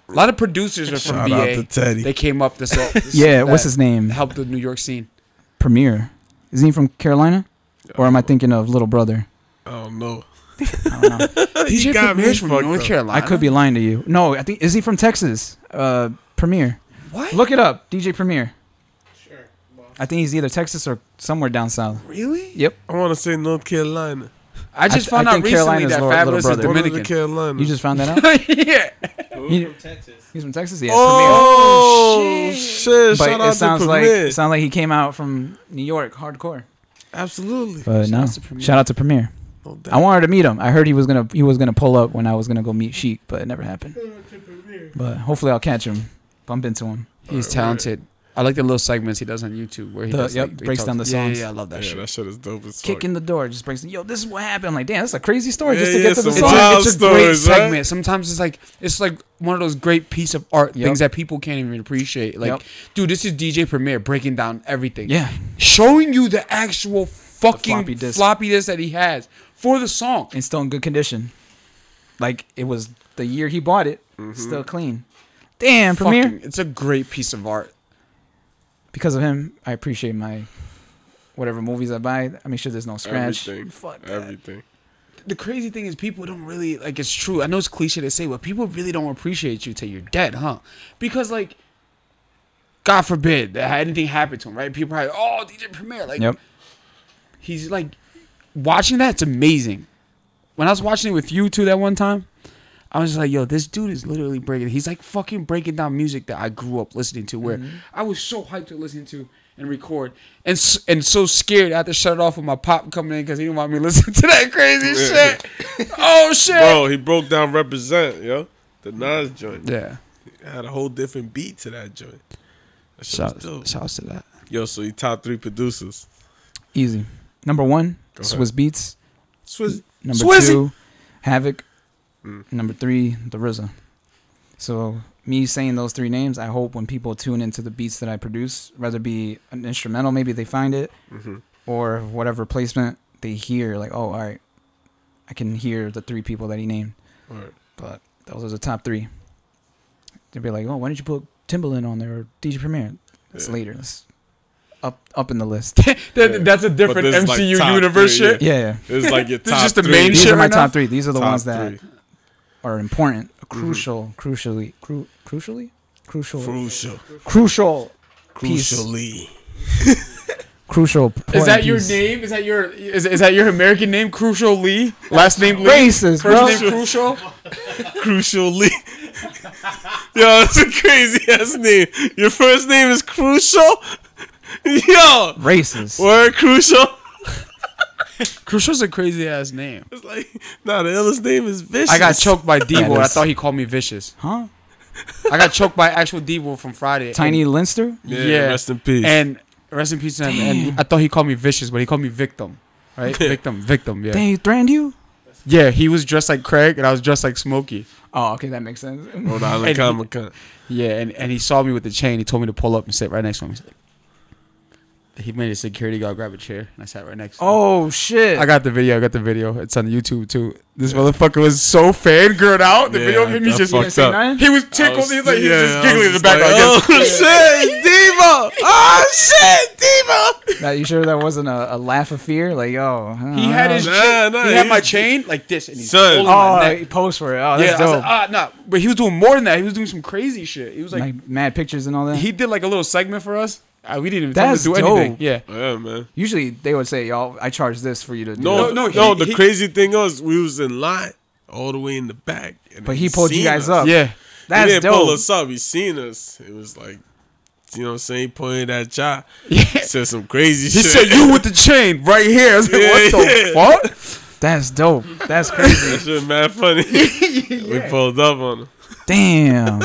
S7: A lot of producers are from
S2: Shout
S7: VA.
S2: out to Teddy.
S7: They came up this. this
S5: Yeah,
S7: that
S5: what's his name?
S7: Helped the New York scene.
S5: Premier. Isn't he from Carolina? Or am I thinking of Little Brother?
S2: I don't know.
S5: I don't know.
S7: DJ
S2: got me
S7: Premier's from
S2: fucked
S7: North
S2: up.
S7: Carolina.
S5: I could be lying to you. No, I think is he from Texas? Uh, Premier.
S7: What?
S5: Look it up, DJ Premier.
S10: Sure. Well,
S5: I think he's either Texas or somewhere down south.
S7: really?
S5: Yep.
S2: I want to say North Carolina.
S7: I just
S5: th-
S7: found
S5: I
S7: out
S5: think
S7: recently
S5: Carolina's
S7: that
S5: Lil- Little
S7: Fabulous is
S5: Brother.
S2: One of the
S7: Dominican.
S2: Carolinas.
S5: You just found that out?
S7: yeah.
S10: who's from Texas?
S5: He's from Texas. Yeah, Premier.
S2: oh shit!
S5: But
S2: Oh, Shout
S5: it
S2: out
S5: sounds
S2: to
S5: like
S2: Premier.
S5: it sounds like he came out from New York, hardcore.
S2: Absolutely.
S5: But no,
S7: to Premier.
S5: shout out to Premier.
S2: No doubt.
S5: I wanted to meet him. I heard he was gonna he was gonna pull up when I was gonna go meet Sheik, but it never happened. But hopefully I'll catch him, bump into him.
S7: He's talented. I like the little segments he does on YouTube where he
S5: The-
S7: does,
S5: yep,
S7: like, he
S5: breaks
S7: talks-
S5: down the
S7: Yeah,
S5: songs.
S7: yeah, yeah, I love that
S2: yeah,
S7: shit.
S2: that shit is dope as fuck.
S5: Kick in the door just brings. Yo, this is what happened. I'm like, damn, that's a crazy story just
S2: Yeah,
S5: to get to the
S2: some
S5: song.
S2: wild
S7: it's a great
S2: stories, right?
S7: segment. Sometimes it's like it's like one of those great piece of art
S5: Yep.
S7: things that people can't even appreciate. Like,
S5: Yep.
S7: dude, this is DJ Premier breaking down everything.
S5: Yeah.
S7: showing you the actual fucking
S5: floppy disk.
S7: floppy disk that he has for the song.
S5: and still in good condition. Like it was the year he bought it,
S2: Mm-hmm.
S5: still clean. Damn, Premier.
S7: Fucking- it's a great piece of art.
S5: Because of him, I appreciate my whatever movies I buy. I make sure there's no scratch.
S2: Everything.
S5: Fuck that.
S2: Everything.
S7: The crazy thing is, people don't really like. It's true. I know it's cliche to say, but people really don't appreciate you till you're dead, huh? Because like, God forbid that anything happened to him, right? People are like, "Oh, DJ Premier," like,
S5: Yep.
S7: he's like watching that it's amazing when i was watching it with you too that one time i was just like yo this dude is literally breaking he's like fucking breaking down music that i grew up listening to where
S2: Mm-hmm.
S7: i was so hyped to listen to and record and s- and so scared i had to shut it off with my pop coming in because he didn't want me to listen to that crazy
S2: Yeah.
S7: shit oh shit
S2: Bro, he broke down represent, yo. The Nas joint
S7: yeah
S2: had a whole different beat to that joint. That shit was
S7: shouts,
S2: dope.
S7: shouts to that
S2: Yo, so he top three producers.
S5: Easy. Number one,
S2: Go ahead.
S5: Swiss Beats.
S2: Swizz.
S5: Number
S7: Swizzy.
S5: two, Havoc.
S2: Mm.
S5: Number three, The RZA. So me saying those three names, I hope when people tune into the beats that I produce, whether it be an instrumental, maybe they find it,
S2: Mm-hmm.
S5: or whatever placement they hear, like, oh, all right, I can hear the three people that he named.
S2: Alright.
S5: But those are the top three. They'd be like, oh, why didn't you put Timbaland on there or DJ Premier? That's
S2: Yeah.
S5: later. That's up up in the list.
S2: That- Yeah.
S7: that's a different
S2: this is, like,
S7: mcu
S2: top
S7: universe
S2: three,
S7: shit
S5: yeah, yeah.
S2: It's like your
S7: This is
S2: top
S7: just the
S2: three.
S7: main
S5: These
S7: shit
S5: are my
S7: right now? Mm-hmm.
S5: top three. These are the
S2: Top
S5: ones that
S2: three.
S5: are important, crucial, crucially, cru- crucially, crucial,
S2: Crucial.
S5: crucial, piece-
S2: Crucially.
S5: crucial. Point
S7: is that your
S5: piece.
S7: name? Is that your is, is that your American name? Crucial Lee. Last name Lee.
S5: Racist, bro.
S7: First name Crucial.
S2: Crucially. yo, that's a crazy ass name. Your first name is Crucial? Yo.
S5: Racist.
S2: Word Crucial.
S7: Crucial's a crazy ass name.
S2: It's like, nah, the illest name is Vicious.
S7: I got choked by Devo. I
S5: is-
S7: thought he called me vicious.
S5: Huh?
S7: I got choked by actual Devo from Friday.
S5: Tiny
S7: And,
S5: Linster.
S2: Yeah,
S7: Yeah.
S2: rest in peace.
S7: and rest in peace. to him. And I thought he called me vicious, but he called me victim. Right? victim. Victim. Yeah.
S5: Damn, he threatened you.
S7: Yeah. He was dressed like Craig, and I was dressed like Smokey.
S5: Oh, okay, that makes sense.
S2: Rhode Island
S7: and-
S2: Comic Con.
S7: Yeah. And, and he saw me with the chain. He told me to pull up and sit right next to him. He's like, He made a security guard grab a chair, and I sat right next. to him.
S3: Oh shit!
S7: I got the video. I got the video. It's on YouTube too. This motherfucker was so fangirled out. The
S4: Yeah,
S7: video of him, he's
S4: that
S7: just
S4: fucked up.
S7: he was tickled.
S4: was-
S7: he's like, he
S4: yeah,
S7: was
S4: I
S7: just
S4: was
S7: giggling in the
S4: just
S7: background.
S4: like,
S7: Yes.
S2: shit, Diva! Oh shit, Diva!
S5: Now, you sure that wasn't a, a laugh of fear? Like, yo, huh?
S7: He had his,
S2: Nah, nah,
S7: he had my
S2: he's-
S7: chain like this, and he's
S2: Son.
S7: holding
S5: oh,
S7: my neck.
S5: he posts for it.
S7: Yeah,
S5: Oh, that's
S7: I was
S5: dope.
S7: like, ah, nah. But he was doing more than that. He was doing some crazy shit. He was like,
S5: like, mad pictures and all that.
S7: he did like a little segment for us. Uh, we didn't even tell him
S5: That's
S7: to do anything.
S5: dope.
S7: Yeah.
S2: Yeah, man.
S5: Usually they would say, "Y'all, I charge this for you to." Do
S2: No,
S5: that."
S2: no,
S7: No, no,
S2: no.
S7: he-
S2: the
S7: he-
S2: crazy thing was, we was in line all the way in the back, and
S5: but he pulled you
S2: seen
S5: guys
S2: us.
S5: up.
S7: Yeah.
S5: that's
S2: he didn't
S5: dope.
S2: pull us up. He seen us. It was like, you know what I'm saying? He pointed at y'all. Said some crazy
S7: He
S2: shit.
S7: said, "You with the chain right here." I was like,
S2: Yeah,
S7: "What the fuck?"
S5: That's dope. That's crazy.
S2: That shit mad funny. We pulled up on him.
S5: Damn,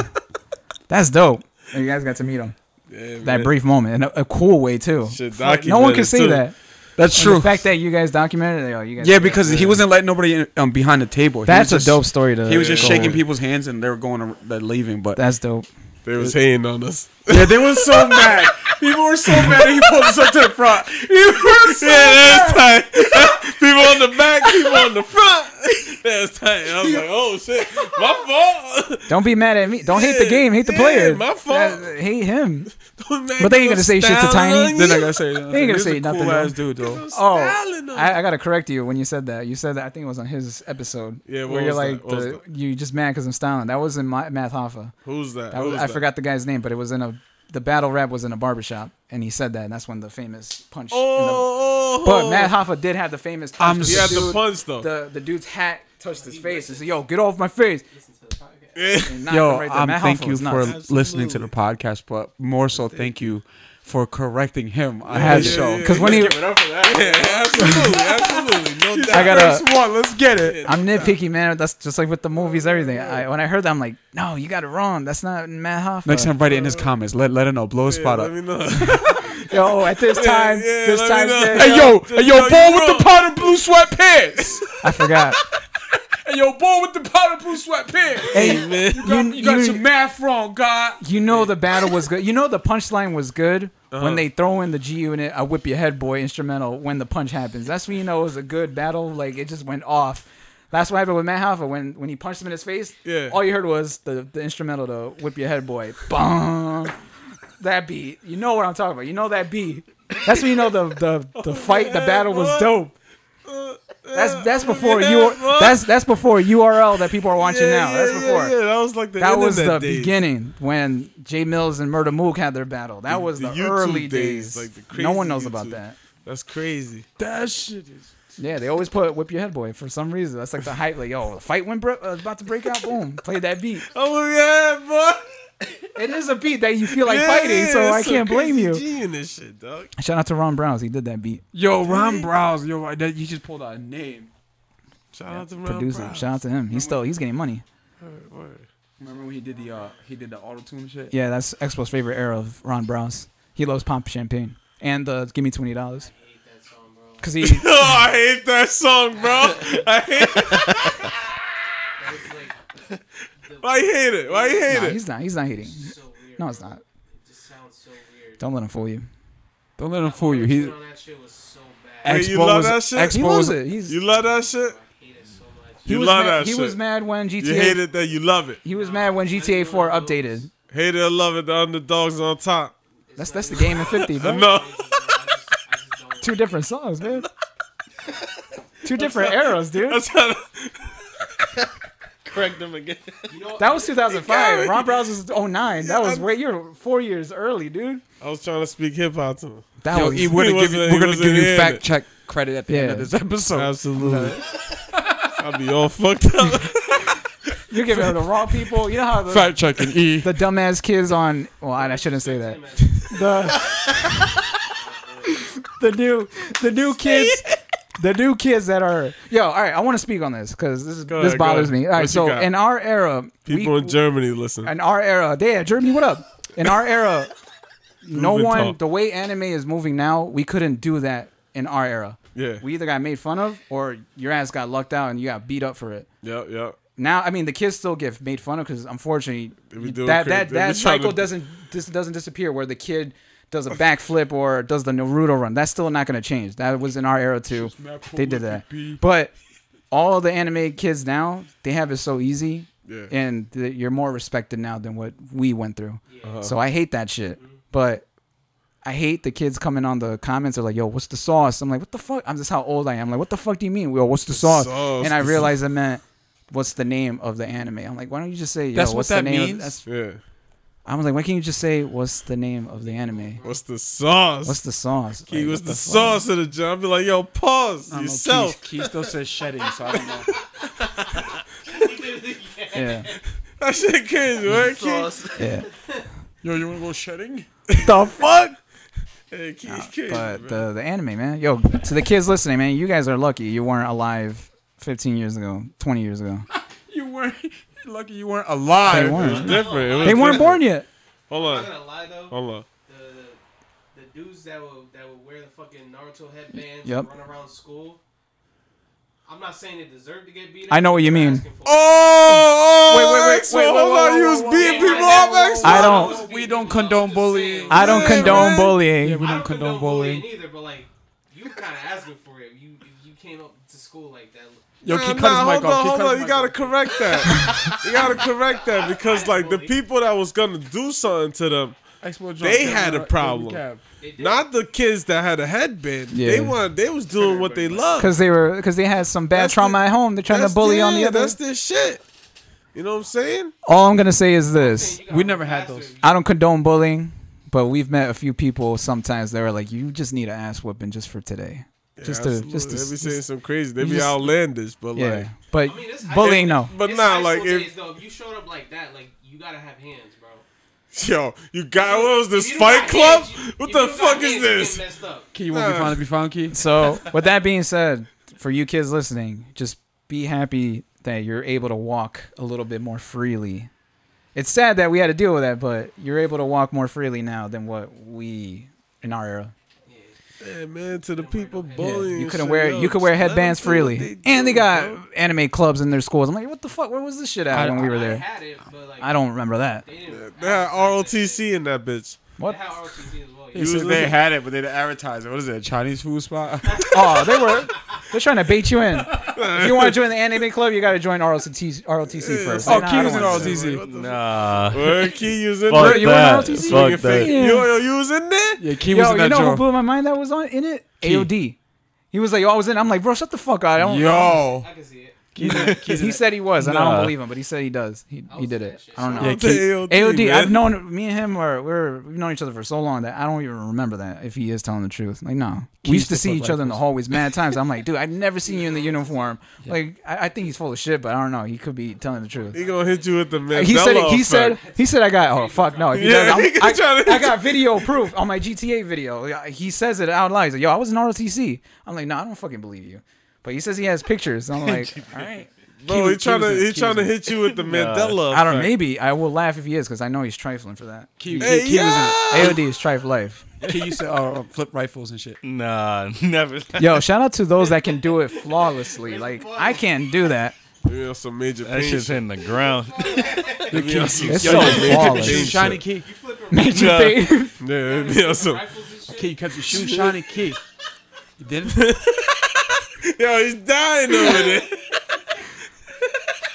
S5: that's dope. And you guys got to meet him.
S2: Yeah,
S5: That
S2: man.
S5: brief moment in a, a cool way too.
S2: Shit
S5: No one can
S2: documented,
S5: say
S2: too.
S5: that.
S7: That's
S5: And
S7: true.
S5: The fact that you guys documented it, yo, you guys.
S7: Yeah, because he wasn't letting nobody in, um, behind the table. He
S5: that's a
S7: was just-
S5: dope story. To
S7: He was just
S5: go
S7: shaking
S5: with.
S7: people's hands and they were going to they're leaving. But
S5: That's dope.
S2: They was hating on us.
S7: yeah, they were so mad. People were so mad. that He pulled us up to the front. You were so
S2: Yeah, that was tight. people on the back, people on the front. That was tight. I was like, oh shit, my fault.
S5: Don't be mad at me. Don't hate the
S2: Yeah,
S5: game. Hate the
S2: yeah,
S5: player.
S2: my fault.
S5: That- hate him. But they ain't gonna say shit to Tiny.
S7: They're not gonna say. Nothing.
S5: They ain't gonna
S7: He's
S5: say
S7: a
S5: nothing,
S7: Cool
S5: though.
S7: ass dude though.
S5: Oh,
S2: styling on
S5: I, I gotta correct you when you said that. You said that I think it was on his episode.
S2: Yeah, what
S5: where you're
S2: was that?
S5: like,
S2: What was
S5: the, you just mad because I'm styling. That wasn't my, Math Hoffa.
S2: Who's that?
S5: That
S2: Who's
S5: was, I
S2: that?
S5: forgot the guy's name, but it was in a the battle rap was in a barbershop, and he said that, and that's when the famous punch. in the-
S2: Oh,
S5: but Matt Hoffa did have the famous punch.
S7: I'm
S5: with
S2: he
S5: the
S2: had the
S5: dude-
S2: punch though.
S5: the the dude's hat touched his face. He said, "Yo, get off my face!" And knocked him
S7: Yo,
S5: right there.
S7: um,
S5: Matt
S7: thank
S5: Hoffa
S7: you
S5: was
S7: for
S5: nuts.
S7: listening to the podcast, but more so, thank you for correcting him on his show.
S5: Because when he,
S2: yeah, absolutely, absolutely, no doubt.
S5: I gotta.
S7: one, let's get it.
S5: I'm nitpicky, man. That's just like with the movies, everything. I, when I heard that, I'm like, no, you got it wrong. That's not Matt Hoffa.
S7: Next time, write it in his comments. Let let him know. Blow his spot
S2: Let
S7: up.
S2: me know.
S5: yo, at this time,
S2: yeah,
S5: this
S2: let me
S5: time,
S2: know.
S5: yeah,
S7: Hey yo, hey
S2: yo,
S7: yo,
S2: you
S7: ball with
S2: wrong.
S7: the powder blue sweatpants.
S5: I forgot.
S7: Hey yo, ball with the powder blue sweatpants.
S5: Hey, man. You,
S7: You got
S5: you-
S7: your math wrong, God. Uh-huh.
S5: you know the battle was good. You know the punchline was good when they throw in the G unit, I whip your head boy instrumental when the punch happens. That's when you know it was a good battle. Like it just went off. That's what happened with Matt Hoffa when when he punched him in his face.
S2: Yeah.
S5: All you heard was the the instrumental to whip your head boy. Boom. That beat. You know what I'm talking about. You know that beat. That's when you know the the the fight, the battle was dope.
S7: Uh,
S5: That's that's before you. That's that's before URL that people are watching now. That's
S2: yeah,
S5: before.
S2: Yeah, that was like the
S5: That
S2: internet
S5: was the
S2: days.
S5: beginning when Jay Mills and Murder Mook had their battle. That was
S2: the
S5: the,
S2: YouTube
S5: early
S2: days,
S5: days.
S2: like the
S5: no
S2: crazy
S5: one knows
S2: YouTube.
S5: about that.
S2: That's crazy.
S7: That shit is.
S5: Yeah, they always put "Whip Your Head Boy" for some reason. That's like the hype. Like, yo, the fight went bre- uh, about to break out. Boom, play that beat.
S2: Oh yeah, boy.
S5: It is a beat that you feel like
S2: Yeah,
S5: fighting, so
S2: that's
S5: I
S2: some
S5: can't blame
S2: crazy
S5: you.
S2: G in this shit, dog.
S5: Shout out to Ron Browns. He did that beat.
S7: Yo, Ron Browse. Yo, that, you just pulled out a name.
S2: Shout out to Ron
S5: Producer.
S2: Brown.
S5: Shout out to him. He's still he's getting money.
S7: Remember when he did the uh he did the auto tune shit?
S5: Yeah, that's Expo's favorite era of Ron Browns. He loves pop champagne and uh, give me twenty dollars. Cause he
S2: Oh, I hate that song, bro. I hate.
S10: It's like
S2: Why you hate it? Why you hate
S5: nah,
S2: it?
S5: he's not he's not hating.
S10: so weird.
S5: No, it's not.
S10: It just sounds so weird.
S5: Don't let him fool you.
S7: Don't let him fool you. He's
S10: on that shit was so bad.
S2: Wait, you love that shit?
S5: He
S7: Expo
S5: loves
S7: was,
S5: it. He's
S2: You love that shit.
S10: I hate it so much.
S5: He
S2: You
S5: was
S2: love
S5: mad,
S2: that
S5: He
S2: shit.
S5: was mad when GTA.
S2: You hate it that you love it.
S5: He was mad when GTA 4 updated.
S2: Hate it or love it. The underdogs on top.
S5: That's that's the game in 50, bro.
S2: No.
S5: Two different songs, man. Two different eras, dude.
S1: Correct them again.
S5: That was 2005. Ron Browse was 09. That was way you're four years early, dude.
S2: I was trying to speak hip hop to him.
S5: That
S7: yo,
S5: was
S7: he wouldn't
S2: he
S7: give you,
S2: wasn't-
S7: we're
S2: he
S7: gonna
S2: wasn't
S7: give you
S2: hearing
S7: fact
S2: it.
S7: check credit at the end of
S5: Yeah.
S7: this episode.
S2: Absolutely. I'll be all fucked up.
S5: you're giving it to wrong people. You know how the,
S7: Fact checking E.
S5: the dumbass kids on. Well, I, I shouldn't say that. The the new the new kids. The new kids that are yo, all right. I want to speak on this because this is
S2: Go
S5: this
S2: ahead, go
S5: bothers
S2: ahead.
S5: me. All right,
S2: What you
S5: so
S2: got?
S5: in our era,
S2: People
S5: we,
S2: in Germany listen.
S5: in our era, yeah, Jeremy, what up? In our era, no
S2: Moving
S5: one,
S2: talk.
S5: the way anime is moving now, we couldn't do that in our era.
S2: Yeah.
S5: We either got made fun of or your ass got lucked out and you got beat up for it.
S2: Yep, yep.
S5: Now, I mean, the kids still get made fun of because unfortunately,
S2: be doing
S5: that,
S2: crazy-
S5: that,
S2: they be
S5: that
S2: trying
S5: cycle
S2: to-
S5: doesn't dis- doesn't disappear where the kid does a backflip or does the Naruto run. That's still not going to change. That was in our era too. They did that. But all the anime kids now, they have it so easy.
S2: Yeah.
S5: And th- you're more respected now than what we went through.
S2: Uh-huh.
S5: So I hate that shit.
S2: Mm-hmm.
S5: But I hate the kids coming on the comments. They're like, "Yo, what's the sauce?" I'm like, "What the fuck?" I'm just how old I am. like, what the fuck do you mean? Well, what's the, sauce?
S2: sauce,
S5: And I
S2: the
S5: realized I meant, "What's the name of the anime?" I'm like, "Why don't you just say?" Yo,
S7: That's what
S5: what's
S7: that
S5: the name of-"
S7: means?
S5: that's-
S2: Yeah.
S5: I was like, "Why can't you just say what's the name of the anime?
S2: What's the sauce?
S5: What's the sauce?"
S2: Key
S5: Like,
S2: was
S5: what
S2: the,
S5: fuck?
S2: sauce of the job. I'd be like, yo, pause
S7: I don't know,
S2: yourself.
S7: Keith, Keith still says shedding, so I don't know.
S5: Yeah,
S2: That shit crazy, right, Key?
S10: Sauce.
S5: yeah.
S7: Yo, you want to go shedding?
S5: the fuck?
S2: Hey, Key, crazy.
S5: But the the anime, man. Yo, to the kids listening, man, you guys are lucky you weren't alive 15 years ago, 20 years ago.
S7: You weren't lucky. You weren't
S5: They
S7: alive.
S5: weren't.
S2: different. It was
S5: They weren't
S2: different.
S5: born yet.
S2: Hold
S10: I'm
S2: on.
S10: not gonna lie though.
S2: Hold on.
S10: the, the dudes that will that will wear the fucking Naruto headbands
S5: Yep.
S10: and run around school. I'm not saying they deserve to get beat up.
S5: I know what you
S10: but they're
S5: mean.
S10: asking for it.
S2: Oh,
S5: Wait, wait, wait,
S2: Xbox,
S5: wait, wait,
S2: hold
S5: wait,
S2: on,
S5: wait,
S2: you
S5: wait,
S2: was
S5: wait,
S2: beating
S10: wait, wait,
S2: people
S10: wait,
S2: up,
S10: wait,
S2: Xbox.
S5: I don't-
S10: was
S7: We
S10: beating
S7: don't
S10: people up,
S7: condone
S10: just
S7: bullying.
S10: saying,
S5: I don't
S2: Yeah,
S5: condone
S2: man.
S5: bullying.
S7: Yeah, we don't condone bullying.
S10: either, but like you kind of asking for it. You you came up to school like that.
S7: Yo,
S2: Nah,
S7: Keith,
S2: nah,
S7: cut his mic
S2: hold on,
S7: off. Keith,
S2: hold
S7: cut
S2: on.
S7: his
S2: You
S7: mic
S2: gotta
S7: off.
S2: correct that. you gotta correct that because like the people that was gonna do something to them,
S7: Explode
S2: They
S7: John,
S2: had a
S7: uh,
S2: problem.
S7: cab.
S10: They did.
S2: not the kids that had a headband. They
S5: Yeah.
S2: wanted, they was doing what they loved.
S5: Because they were, because they had some bad
S2: That's
S5: trauma
S2: the-
S5: at home. They're trying
S2: That's
S5: to bully on the
S2: yeah,
S5: other.
S2: That's their shit. You know what I'm saying?
S5: All I'm gonna say is this:
S10: You gotta
S7: We
S10: run
S7: never had
S10: faster.
S7: those.
S10: You-
S5: I don't condone bullying, but we've met a few people sometimes that were like, "You just need an ass whooping just for today, just to,
S2: Absolutely.
S5: just to."
S2: they be
S5: just-
S2: saying some crazy. They
S5: you
S2: be
S5: just-
S2: outlandish, but
S5: yeah,
S2: like,
S5: but
S10: I mean, it's high-
S5: bullying, no.
S2: but
S10: It's
S2: nah,
S10: high
S2: like
S10: school
S2: if
S10: days, though, if you showed up like that, like you gotta have hands, bro.
S2: yo, you got what was this
S10: If you don't
S2: Fight
S10: got
S2: Club?
S10: hands, you-
S2: what
S10: if
S2: the
S10: you don't got
S2: fuck is
S10: hands, you
S2: this?
S10: get messed up.
S7: Key, you won't be found to be found, Key.
S5: So, with that being said, for you kids listening, just be happy that you're able to walk a little bit more freely. It's sad that we had to deal with that, but you're able to walk more freely now than what we in our era.
S2: Yeah, man, to the people bullying.
S5: you
S2: and
S5: couldn't
S2: shit,
S5: wear
S2: yo,
S5: you could wear
S2: just let 'em
S5: headbands
S2: do what
S5: freely,
S2: they
S5: and they
S2: do,
S5: got
S2: bro.
S5: anime clubs in their schools. I'm like, what the fuck? Where was this shit at
S7: I-
S5: when we were
S10: I
S5: there?
S10: had it, but like
S5: I don't remember that.
S10: They didn't.
S2: They had
S10: have
S2: ROTC in that bitch.
S10: They
S5: What?
S10: had ROTC as well.
S7: He
S10: yeah.
S7: said
S2: was
S7: they
S2: looking-
S7: had it, but they didn't advertise it. What is it? A Chinese food spot?
S5: Oh, they were. They're trying to bait you in. If you want to join the anime club, you got to join ROTC, ROTC first.
S7: oh,
S5: Like, nah, I
S7: Key
S5: don't
S7: was in
S5: wanna do that.
S7: ROTC.
S4: Nah.
S2: Where Key was in
S4: Fuck
S2: there.
S5: you were on
S4: that.
S5: ROTC?
S4: Fuck
S2: Nigga,
S4: that.
S5: Yeah.
S2: Yo, yo, you was in there?
S7: Yeah, Key was
S5: Yo,
S7: in
S5: you
S7: that
S5: know who
S7: joint.
S5: blew my mind that was on in it? AOD. He was like, yo, I was in. I'm like, bro, shut the fuck up. I don't.
S7: Yo.
S10: I can see it.
S5: he said he was, and I
S4: Nah.
S5: don't believe him, but he said he does. He, he did it. I don't know.
S2: Shout out to AOD,
S5: AOD,
S2: man.
S5: I've known me and him are we're we've known each other for so long that I don't even remember that if he is telling the truth. Like no, we used to see each other in the hallways mad times. I'm like, dude, I've never seen you in the uniform. Like I, I think he's full of shit, but I don't know. He could be telling the truth.
S2: He gonna hit you with the Mandela
S5: He said. He
S2: effect.
S5: said. He said. I got. Oh fuck no! If he
S2: Yeah,
S5: does, I'm-
S2: he
S5: I,
S2: tried to-
S5: I got video proof on my GTA video. He says it out loud. He's like, "Yo, I was in ROTC." I'm like, "No, I don't fucking believe you." But he says he has pictures. I'm like, "All right."
S2: Bro,
S5: Key-
S2: he
S5: Key
S2: trying to
S5: was in-
S2: he
S5: Key
S2: trying
S5: was
S2: to
S5: in-
S2: hit you with the Mandela.
S5: I don't.
S2: effect.
S5: Maybe I will laugh if he is because I know he's trifling for that.
S7: Key,
S2: Hey,
S7: Key, Key was
S5: AOD is trife life.
S7: in Key used to uh, flip rifles and shit.
S4: Nah, never.
S5: Yo, shout out to those that can do it flawlessly. Like I can't do that.
S2: Maybe on some major
S4: That
S2: pain
S4: shit's
S2: shit.
S4: hitting the ground.
S2: Maybe on some
S5: It's
S2: shit.
S5: so
S2: Major
S5: flawless.
S2: pain
S7: Shiny
S2: shit.
S7: Key.
S10: You flipping
S5: Major
S4: Yeah.
S5: thing.
S2: Yeah, maybe on some.
S10: rifles and shit.
S7: Key, you kept your shoe shiny. Key. You didn't?
S2: Yo, he's dying over there.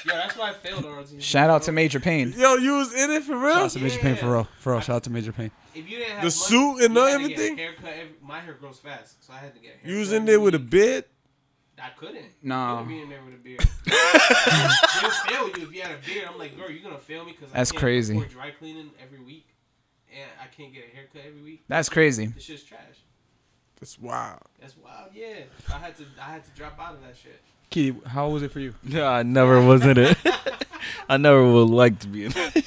S10: Yo, that's why I failed ROTC.
S5: Shout out to Major Pain.
S2: Yo, you was in it for
S7: Shout
S2: real?
S7: out to Major Pain for real. Oh, For real. Shout out to Major Pain.
S10: If you didn't have
S2: The
S10: money,
S2: suit and
S10: you had to get a
S2: everything?
S10: haircut every- my hair grows fast, so I had to get. A haircut
S2: You was in
S10: every
S2: there with a
S10: week.
S2: bid.
S10: I couldn't.
S5: No.
S10: You'd be in there with a beard. They'll fail you if you had a beard. I'm like, bro, you're gonna fail me because
S5: That's
S10: I can't
S5: crazy.
S10: afford dry cleaning every week, and I can't get a haircut every week.
S5: That's crazy.
S10: This shit's trash.
S2: That's wild.
S10: That's wild. Yeah, I had to. I had to drop out of that shit.
S7: Key, how was it for you?
S4: Nah, I never was in it. I never would like to be in it.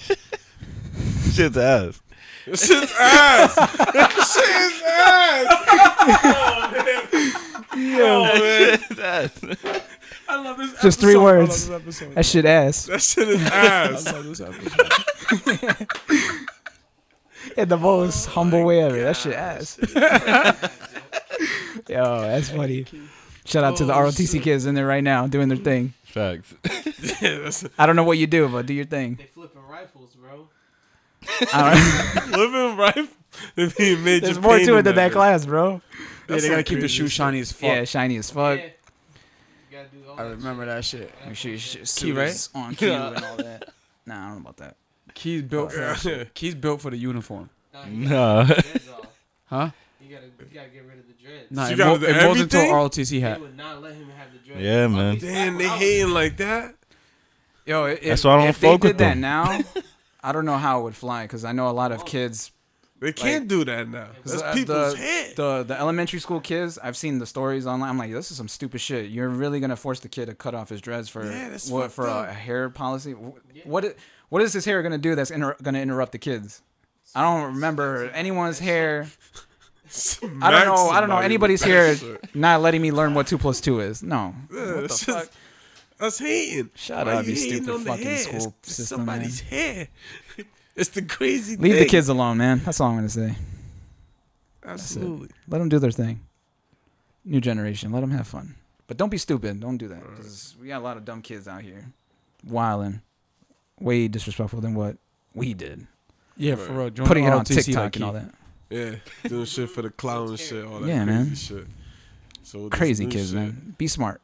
S4: Shit's ass.
S2: It's his ass. It's his ass. Yo, man.
S4: Shit's ass.
S5: Oh, Just three words. That shit ass.
S2: That shit is ass.
S5: In the
S2: Oh
S5: most humble way ever. That shit ass. Yo, that's funny. Shout out
S2: Oh,
S5: to the ROTC kids in there right now doing their thing.
S4: Facts.
S2: Yeah, that's
S5: I don't know what you do, but do your thing.
S10: They flipping rifles, bro.
S5: I don't-
S2: living right. They're being major
S11: There's more
S2: pain
S11: to it
S2: in
S11: than that class, bro.
S7: Yeah, they gotta keep the shoe shiny as fuck.
S5: Yeah, shiny as fuck.
S7: I remember that shit.
S5: Make sure your shit
S7: Key,
S5: suit
S7: right?
S5: is on cue and all that. Nah, I don't know about that.
S7: Key's
S2: Oh,
S7: built for that shit. Key's built for the uniform.
S4: No.
S7: Huh?
S10: You gotta, you gotta get rid of the dreads.
S7: Nah,
S2: So you
S7: it,
S2: gotta
S7: mold,
S2: do
S7: it molds into an
S2: everything?
S7: ROTC hat.
S10: They would not let him have the dreads.
S4: Yeah, man.
S2: Damn, they hating like that.
S5: Yo, i- if,
S4: That's why I don't
S5: if
S4: fuck
S5: they
S4: with
S5: did that
S4: them.
S5: now, I don't know how it would fly because I know a lot of kids.
S2: They can't do that now. That's
S5: uh,
S2: people's
S5: the,
S2: head.
S5: the the elementary school kids. I've seen the stories online. I'm like, this is some stupid shit. You're really gonna force the kid to cut off his dreads for
S2: Yeah, that's
S5: what
S2: fucked
S5: for
S2: up.
S5: a hair policy? Wh- What i- what is his hair gonna do? That's inter- gonna interrupt the kids. I don't remember anyone's hair. I don't know. I don't know anybody's hair not letting me learn what two plus two is. No.
S2: That's just us hating.
S5: Shut
S2: Why
S5: up, you
S2: hating
S5: stupid
S2: on the
S5: fucking
S2: hair?
S5: school
S2: It's-
S5: system,
S2: It's somebody's hair. It's the crazy
S5: Leave the
S2: thing.
S5: kids alone, man. That's all I'm gonna say.
S2: Absolutely.
S5: Let them do their thing. New generation. Let them have fun. But don't be stupid. Don't do that. 'cause we got a lot of dumb kids out here, wilding, way disrespectful than what we did.
S7: Yeah, for real. Join
S5: Putting
S7: the
S5: it on
S7: ROTC
S5: TikTok
S7: like
S5: and all
S7: Key.
S5: that.
S2: Yeah, doing shit for the clown and shit, all that
S5: Yeah,
S2: crazy
S5: man.
S2: shit. So this
S5: Crazy
S2: new
S5: kids,
S2: shit-
S5: man. Be smart.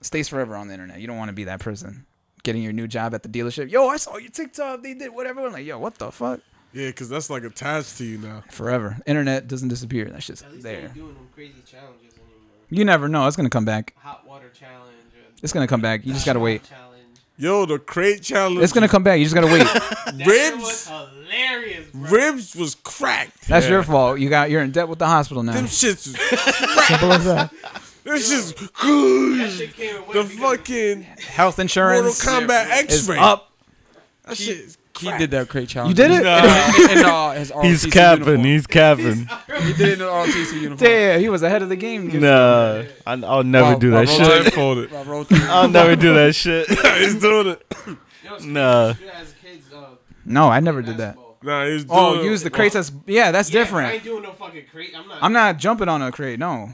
S5: Stays forever on the internet. You don't want to be that person. Getting your new job at the dealership. Yo, I saw your TikTok. They did whatever. I'm like, yo, what the fuck?
S2: Yeah, because that's like attached to you now.
S5: Forever. Internet doesn't disappear. That's just
S10: At least they
S5: there.
S10: ain't doing them crazy challenges anymore.
S5: You never know. It's gonna come back.
S10: Hot water challenge. Or
S5: It's gonna come back. You just gotta wait.
S10: Challenge.
S2: Yo, the crate challenge.
S5: It's gonna come back. You just gotta wait.
S10: That shit was
S2: ribs.
S10: hilarious, bro.
S2: Ribs was cracked.
S5: That's your fault. You got you're in debt with the hospital now.
S2: Them shits. Was,
S11: Simple as that.
S2: them shits was good.
S10: That shit came away
S2: The
S10: because
S2: fucking
S5: Health
S2: Mortal
S5: insurance
S2: Kombat
S5: is
S2: X-ray.
S5: up.
S2: That shit is
S7: Key
S2: cracked.
S7: did that crate challenge.
S5: You did it?
S7: In, in, uh, his ROTC
S4: He's capping.
S7: uniform.
S4: He's capping.
S7: He did it in the ROTC uniform.
S5: Damn, he was ahead of the game. dude.
S4: Nah, I, I'll never
S7: Wow,
S4: do
S7: wow,
S4: that
S7: wow,
S4: shit.
S2: Blindfolded.
S7: I rolled through.
S4: I'll never do that shit.
S2: He's doing it.
S10: You know, it's
S4: Nah.
S10: crazy. You guys kids, uh,
S5: No, I never did that.
S10: basketball.
S2: Nah, he's doing
S5: Oh,
S2: it.
S5: use the crates. That's yeah, that's
S10: Yeah, I
S5: different.
S10: ain't doing no fucking crate. I'm not.
S5: I'm not jumping on a crate. No,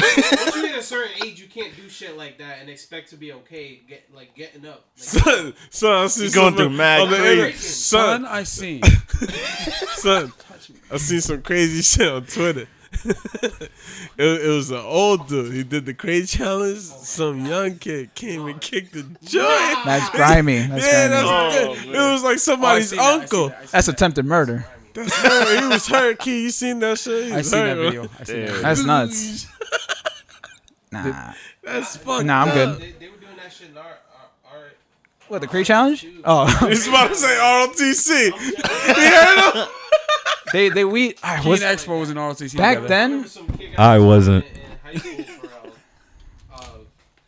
S10: Once you hit a certain age, you can't do shit like that and expect to be okay. Get like getting up. Like,
S2: Son, son, I see
S4: You going
S2: something
S4: through mad
S2: on the
S4: crazy.
S2: internet.
S7: Son,
S2: Son,
S7: I seen.
S2: son, I seen some crazy shit on Twitter. it, it was an old dude. He did the crate challenge. Some young kid came and kicked the joint.
S5: that's grimy. That's
S2: Yeah,
S5: grimy.
S2: that's good.
S4: Oh,
S2: It was like somebody's
S7: seen that, Oh, I seen
S2: uncle.
S7: that, I seen
S5: That's attempted murder.
S2: That's her. He was hurt. Key, you seen that shit? He
S7: I
S2: was
S7: seen that
S2: hurt,
S7: video.
S2: bro.
S7: I seen that. video.
S5: That's nuts. Nah,
S2: That's fucked
S5: nah, I'm
S2: up.
S5: good.
S10: they, they were doing that shit in our our, our
S5: What the crate challenge? Oh,
S2: He's about to say ROTC. he heard him.
S5: they they we I
S7: Key and
S5: was
S7: Expo was in ROTC
S5: back
S7: together.
S10: I
S5: then.
S10: remember some kid got
S4: I
S10: in-
S4: wasn't.
S10: in high school for, uh, uh,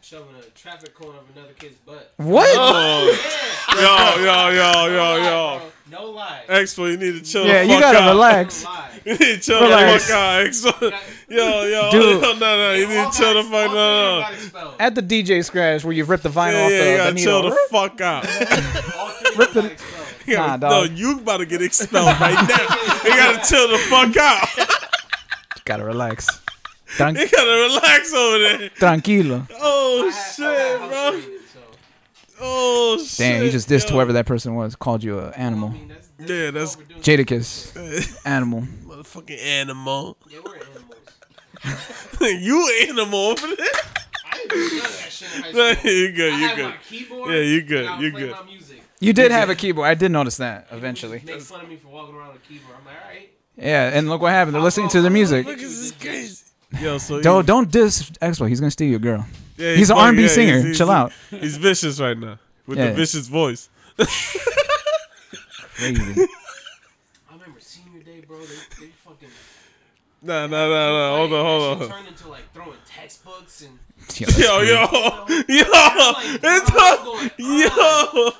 S10: shoving a traffic cone up another kid's butt.
S5: What?
S2: Oh, Yo, yo, yo, yo, yo.
S10: No lie. bro.
S2: Expo, you need to chill.
S5: Yeah,
S2: the
S5: you
S2: fuck
S5: gotta
S2: out.
S10: No
S5: relax.
S10: lie.
S2: You need to chill
S5: Relax.
S2: the fuck out, Expo. Yo, yo,
S5: Dude.
S2: no, no, no. You
S10: All
S2: need to chill the
S10: got-
S2: fuck
S10: all three
S2: no,
S10: got
S2: no.
S10: expelled.
S5: At the DJ scratch where you rip the vine
S2: Yeah,
S5: off the,
S2: yeah, you
S5: the
S2: gotta chill
S5: needle.
S2: the fuck out.
S10: All three of them got expelled.
S2: You
S5: Nah,
S2: gotta-
S5: dog.
S2: No, you about to get expelled right now. You gotta chill the fuck out.
S5: Gotta relax. Tran-
S2: You gotta relax over there.
S5: tranquilo.
S2: Oh
S10: I
S2: shit,
S10: was
S2: bro.
S10: treated, so.
S2: Oh shit.
S5: Damn, you just dissed
S2: yo.
S5: whoever that person was. Called you an animal.
S10: I mean, that's, that's
S2: Yeah, that's
S10: what we're doing.
S5: Jadakiss. Animal.
S2: motherfucking animal.
S10: Yeah, we're animals.
S2: you animal over there.
S10: I didn't do none of that shit in high
S2: No,
S10: school.
S2: you
S10: I
S2: good, you
S10: had
S2: good.
S10: my keyboard.
S2: Yeah, you good,
S10: and I would
S2: you
S10: play
S2: good.
S10: My music.
S5: You did have a keyboard. I did notice that eventually.
S10: Make fun of me for walking around with a keyboard. I'm like, all right.
S5: Yeah, and look what happened. They're listening to the music.
S2: Look, this is crazy. Yo, so
S5: Don't don't diss Expo. He's gonna steal your girl.
S2: Yeah,
S5: He's an
S2: funny.
S5: R&B
S2: Yeah,
S5: singer. Chill out.
S2: He's vicious right now with
S5: Yeah.
S2: the vicious voice.
S5: Crazy.
S10: I remember senior day, bro. They, they fucking.
S2: Nah, nah, nah, nah. Hold on, hold on.
S10: Turned into like throwing textbooks and.
S5: Yo, that's
S2: Yo, yo, yo,
S10: like,
S2: it's
S10: bro, what's
S2: a-
S10: going on?
S2: yo.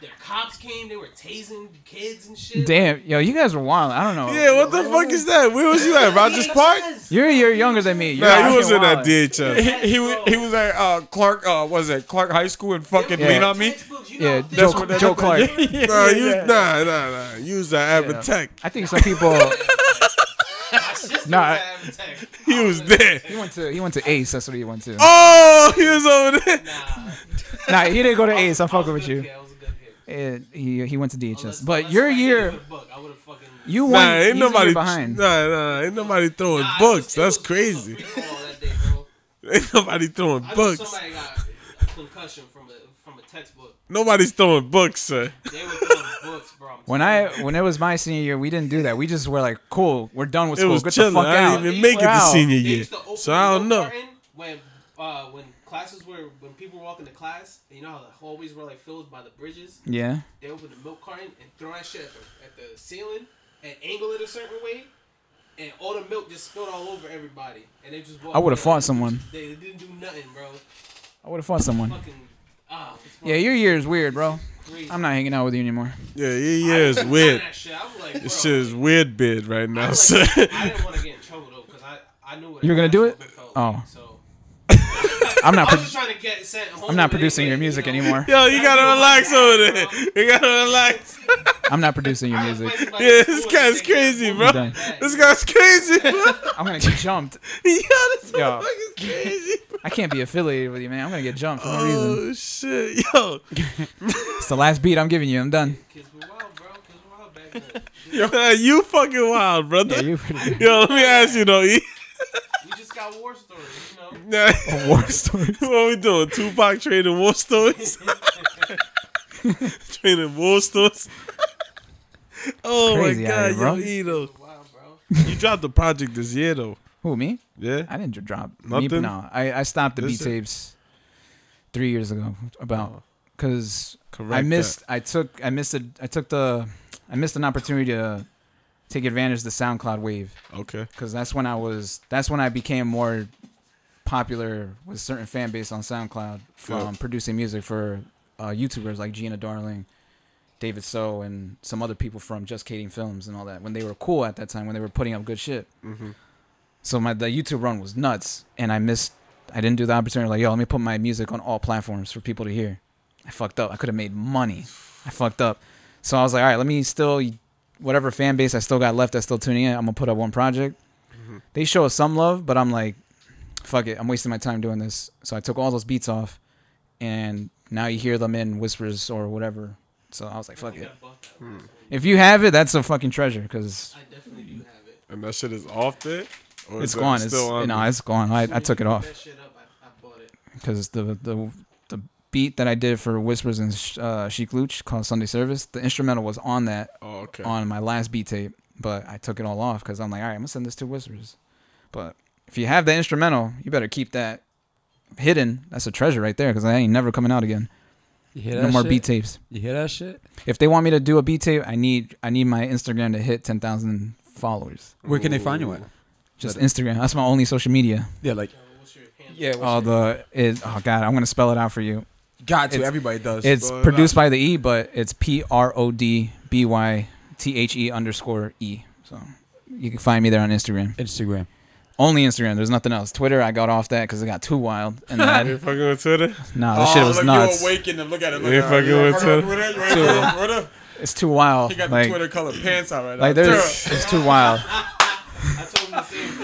S10: The cops came. They were tasing kids and shit.
S5: crazy. Damn, yo, you guys were wild. I don't know.
S2: Yeah, what the fuck is that? Where was you at? Rogers Park?
S5: You're a year younger than me. You're
S2: Nah,
S5: fucking
S2: you was in that
S5: wild.
S2: DHS.
S7: He, he, was- he was at uh, Clark, uh, what is it, Clark High School and fucking
S5: Yeah.
S7: lean on me.
S5: Yeah,
S7: That's
S5: Joe,
S7: what that
S5: Joe
S7: looked
S5: Clark.
S2: Nah, you nah, nah, nah. You was at Abertech.
S5: I think some people. Nah,
S10: Nah.
S2: He was there.
S5: He went to he went to Ace. That's what he went to.
S2: Oh, he was over there.
S5: Nah, he didn't go to Ace. I'm
S10: I was
S5: fucking
S10: a
S5: with
S10: good
S5: you.
S10: kid, I was a good kid.
S5: Eh, he he went to DHS.
S10: Unless-
S5: But
S10: unless
S5: your
S10: somebody
S5: year.
S10: gave me the book, I would have fucking
S5: You
S2: nah,
S5: won
S2: ain't
S5: easily
S2: nobody
S5: behind.
S2: Nah, nah, ain't nobody throwing books. That's crazy. ain't nobody throwing
S10: I know
S2: books.
S10: somebody got a concussion from a from a textbook.
S2: Nobody's throwing books, sir.
S10: They were throwing books, bro.
S5: When I when it was my senior year, we didn't do that. We just were like, cool, we're done with
S2: It
S5: school.
S2: was
S5: Get
S2: chilling.
S5: the fuck
S2: I
S5: out.
S2: didn't even make it
S5: We're
S2: the
S5: out.
S2: senior
S10: They
S2: year,
S10: used to open
S2: so I
S10: the
S2: don't
S10: window
S2: know.
S10: curtain When uh, when classes were when people walk into class, and you know how the hallways were like filled by the bridges.
S5: Yeah.
S10: They open the milk carton and throw that shit at the, at the ceiling and angle it a certain way, and all the milk just spilled all over everybody, and they just. Walked
S5: I would've
S10: away.
S5: fought someone.
S10: They, they didn't do nothing, bro.
S5: I would have fought someone.
S10: Fucking ah. it's
S5: Yeah, your year is weird, bro.
S10: Crazy.
S5: I'm not hanging out with you anymore.
S2: Yeah, yeah, yeah. It's weird.
S10: That shit, I'm like,
S2: This
S10: bro.
S2: shit is weird, bid right
S10: I,
S2: now,
S10: like,
S2: sir.
S10: I didn't want to get in trouble though, cause I I knew what
S5: You were gonna do it?
S10: felt
S5: Oh.
S10: like, so.
S5: I'm not
S10: I
S5: pro-
S10: was just trying to get sent home.
S5: I'm not
S10: but
S5: producing
S10: anyway,
S5: your
S10: you
S5: music
S10: know.
S5: anymore.
S2: Yo, you gotta relax over there.
S5: um,
S2: You gotta relax.
S5: I'm not producing your music.
S2: Yeah, this guy's crazy, bro.
S5: I'm done.
S2: This guy's crazy.
S5: I'm gonna get jumped.
S2: Yo, this
S5: Yo.
S2: motherfucker's crazy.
S5: I can't be affiliated with you, man. I'm gonna get jumped for no reason.
S2: Oh shit, yo.
S5: It's the last beat I'm giving you. I'm done.
S2: Yo, you fucking wild, brother.
S5: Yeah, you
S2: Yo, let me ask you though. E.
S10: We just got war stories, you know.
S5: Oh, war stories.
S2: what we doing? Tupac trading war stories. trading war stories. oh
S5: Crazy
S2: my
S5: out here,
S2: god,
S5: bro.
S2: yo, E though. You dropped the project this year though.
S5: Who me?
S2: Yeah.
S5: I didn't drop Me,
S2: Nothing?
S5: no, I, I stopped the
S2: This
S5: beat
S2: it? Oh.
S5: tapes three years ago. About because I
S2: Correct
S5: missed. I took. I missed it. I took the. I missed an opportunity to take advantage of the SoundCloud wave.
S2: Okay.
S5: Because that's when I was. That's when I became more popular with certain fan base on SoundCloud from
S2: Yeah.
S5: producing music for uh, YouTubers like Gina Darling, David So, and some other people from Just Kating Films and all that. When they were cool at that time, when they were putting up good shit.
S2: Mhm.
S5: So my the YouTube run was nuts, and I missed. I didn't do the opportunity. Like, yo, let me put my music on all platforms for people to hear. I fucked up. I could have made money. I fucked up. So I was like, all right, let me still whatever fan base I still got left that's still tuning in. I'm gonna put up one project. They show us some love, but I'm like, fuck it. I'm wasting my time doing this. So I took all those beats off, and now you hear them in whispers or whatever. So I was like, fuck it. If you have it, that's a fucking treasure because
S2: And that shit is off there? Or is
S5: it's
S2: that
S5: gone. It's
S2: still on
S5: no,
S2: there?
S5: it's gone. I, I took it off.
S10: That shit up, I, I bought it.
S5: because the the the beat that I did for Whispers and Sh- uh, Chic Luch called Sunday Service, the instrumental was on that
S2: Oh, okay.
S5: on my last beat tape, but I took it all off because I'm like, all right, I'm gonna send this to Whispers. But if you have the instrumental, you better keep that hidden. That's a treasure right there because I ain't never coming out again.
S12: You hear
S5: No
S12: that
S5: more
S12: shit?
S5: beat tapes.
S12: You hear that shit?
S5: If they want me to do a beat tape, I need I need my Instagram to hit ten thousand followers.
S12: Where can they find you at?
S5: Just
S12: Let-
S5: Instagram. That's my only social media.
S12: Yeah, like. Yeah.
S5: Oh the it, oh god, I'm gonna spell it out for you.
S12: Got to,
S5: It's-
S12: everybody does.
S5: It's
S2: uh,
S12: Spell it
S5: produced by the E, but it's P R O D B Y T H E underscore E. So you can find me there on Instagram.
S12: Instagram.
S5: Only Instagram. There's nothing else. Twitter, I got off that because it got too wild. And then I,
S2: you fucking with Twitter?
S5: nah, this shit was
S7: Oh, look,
S5: nuts.
S7: You awakened him. Look at him. Look
S2: You
S7: at him.
S2: fucking with Twitter?
S7: Twitter. Twitter.
S5: It's too wild.
S7: He got the
S5: like,
S7: Twitter colored pants on right now.
S5: like there's,
S7: Twitter.
S5: it's too wild.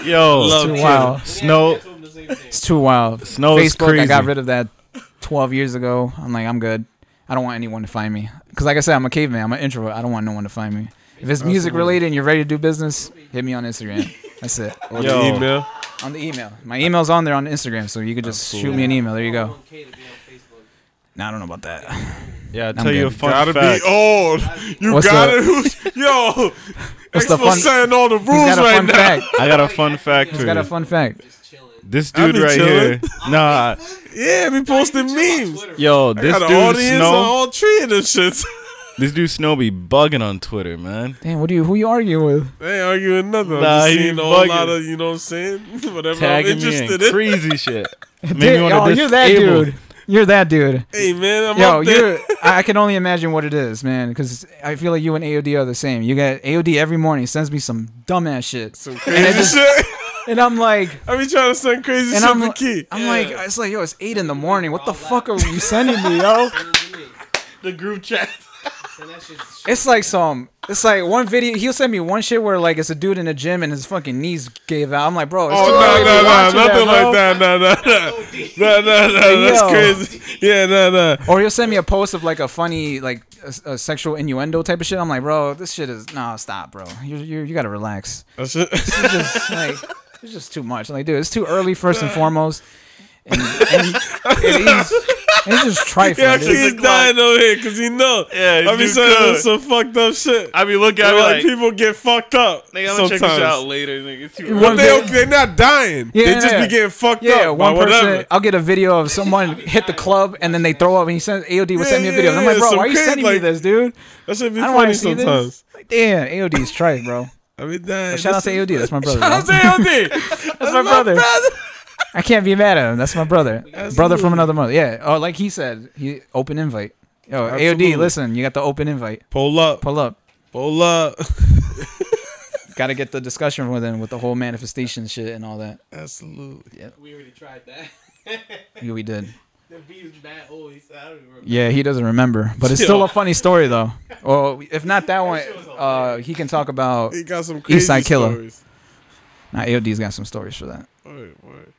S4: Yo,
S5: It's too wild.
S4: Snow.
S5: It's too wild.
S4: Snow is
S5: Facebook, I got
S4: crazy.
S5: rid of that 12 years ago. I'm like, I'm good. I don't want anyone to find me. Because, like I said, I'm a caveman. I'm an introvert. I don't want no one to find me. If it's music
S2: Absolutely.
S5: related and you're ready to do business, hit me on Instagram. That's it.
S2: On
S4: Yo.
S2: the email?
S5: On the email. My email's on there on Instagram, so you could just shoot me an email. There you go. Nah, I don't know about that.
S4: Yeah, I
S5: I'm
S4: tell you a
S5: good.
S4: fun
S2: gotta
S4: fact.
S2: be old. You
S5: What's
S2: gotta
S5: the-
S2: who's yo
S5: What's the
S2: Expo
S5: fun-
S2: saying all the rules
S5: He's got a
S2: right
S5: fun
S2: now.
S5: fact.
S4: I got a fun fact
S5: He's got
S4: for
S5: a
S4: you.
S5: fun fact.
S4: This
S2: I be
S4: dude right
S2: chilling.
S4: here. Nah,
S2: Yeah, we posting memes.
S4: yo,
S2: I
S4: this
S2: got an
S4: dude
S2: audience on
S4: Snow.
S2: all three of them shits.
S4: This dude Snow be bugging on Twitter, man.
S5: Damn, what do you who you arguing with?
S2: They argue another. I'm
S4: Nah,
S2: just
S4: he
S2: seeing a whole
S4: bugging.
S2: lot of you know what I'm saying? Whatever I'm
S4: Tagging me
S2: interested
S4: in
S2: in.
S4: crazy shit. Made me
S5: Dude,
S4: wanna
S5: yo, you're that
S4: disable-
S5: dude. You're that dude.
S2: Hey man, I'm
S5: Yo,
S2: up there.
S5: you're. I I can only imagine what it is, man. Because I feel like you and AOD are the same. You got AOD every morning sends me some dumbass shit,
S2: Some
S5: and, I
S2: crazy
S5: just-
S2: shit.
S5: and I'm like,
S2: I be trying to send crazy
S5: and
S2: shit
S5: I'm,
S2: for
S5: I'm
S2: key.
S5: like, it's like, yo, it's eight in the morning. What the fuck are you sending me, yo?
S2: The group chat.
S10: And that shit's
S5: It's like some. It's like one video. He'll send me one shit where like it's a dude in a gym and his fucking knees gave out. I'm like, bro, it's
S2: Oh
S5: too
S2: no
S5: early to
S2: no
S5: watch
S2: no, nothing
S5: bro.
S2: like that. No no no. No no no, that's
S5: Yo.
S2: crazy. Yeah no no.
S5: Or he'll send me a post of like a funny like a, a sexual innuendo type of shit. I'm like, bro, this shit is nah, stop, bro. You you you gotta relax.
S2: That's it.
S5: This is just like it's just too much. Like, dude, it's too early first
S2: Uh.
S5: and foremost. And, and, and he's, and he's just trifling.
S2: Yeah,
S5: dude.
S2: he's dying over here because he know.
S4: Yeah,
S2: I be
S4: you
S2: saying
S4: could.
S2: some fucked up shit.
S4: I be looking at
S2: You know,
S4: it
S2: like,
S4: like-
S2: people get fucked up.
S4: Nigga, I'm gonna
S2: sometimes.
S4: check this out later. Nigga, It's too
S2: But
S4: early.
S2: they okay, they're not dying. they just be getting fucked
S5: yeah,
S2: up. by
S5: one person.
S2: whatever.
S5: I'll get a video of someone hit the club and then they throw up and he sends AOD would
S2: Yeah,
S5: send me a
S2: yeah,
S5: video. and I'm
S2: yeah,
S5: like, bro,
S2: some
S5: why are you
S2: kid,
S5: sending me
S2: like-
S5: this, dude?
S2: That should be
S5: I don't wanna
S2: funny
S5: see this.
S2: sometimes.
S5: Like, damn, AOD's trife, bro.
S2: I mean, that,
S5: But shout out to AOD. That's my brother.
S2: Shout out
S5: bro.
S2: to AOD.
S5: That's my brother. I can't be mad at him. That's my brother. Brother from another mother. Yeah. Oh, like he said, he open invite. Yo,
S2: Absolutely.
S5: AOD, listen, you got the open invite.
S2: Pull up.
S5: Pull up.
S2: Pull up.
S5: got to get the discussion with him with the whole manifestation shit and all that.
S2: Absolutely.
S5: Yeah.
S10: We already tried that.
S5: Yeah, we did.
S10: The beat's bad old. He said, I don't even remember.
S5: Yeah, he doesn't remember, but it's still a funny story though. Well, if not that one, uh, he can talk about
S2: He got some
S5: East Side
S2: crazy
S5: Killer.
S2: stories.
S5: Now AOD's got some stories for that.
S2: Word, word.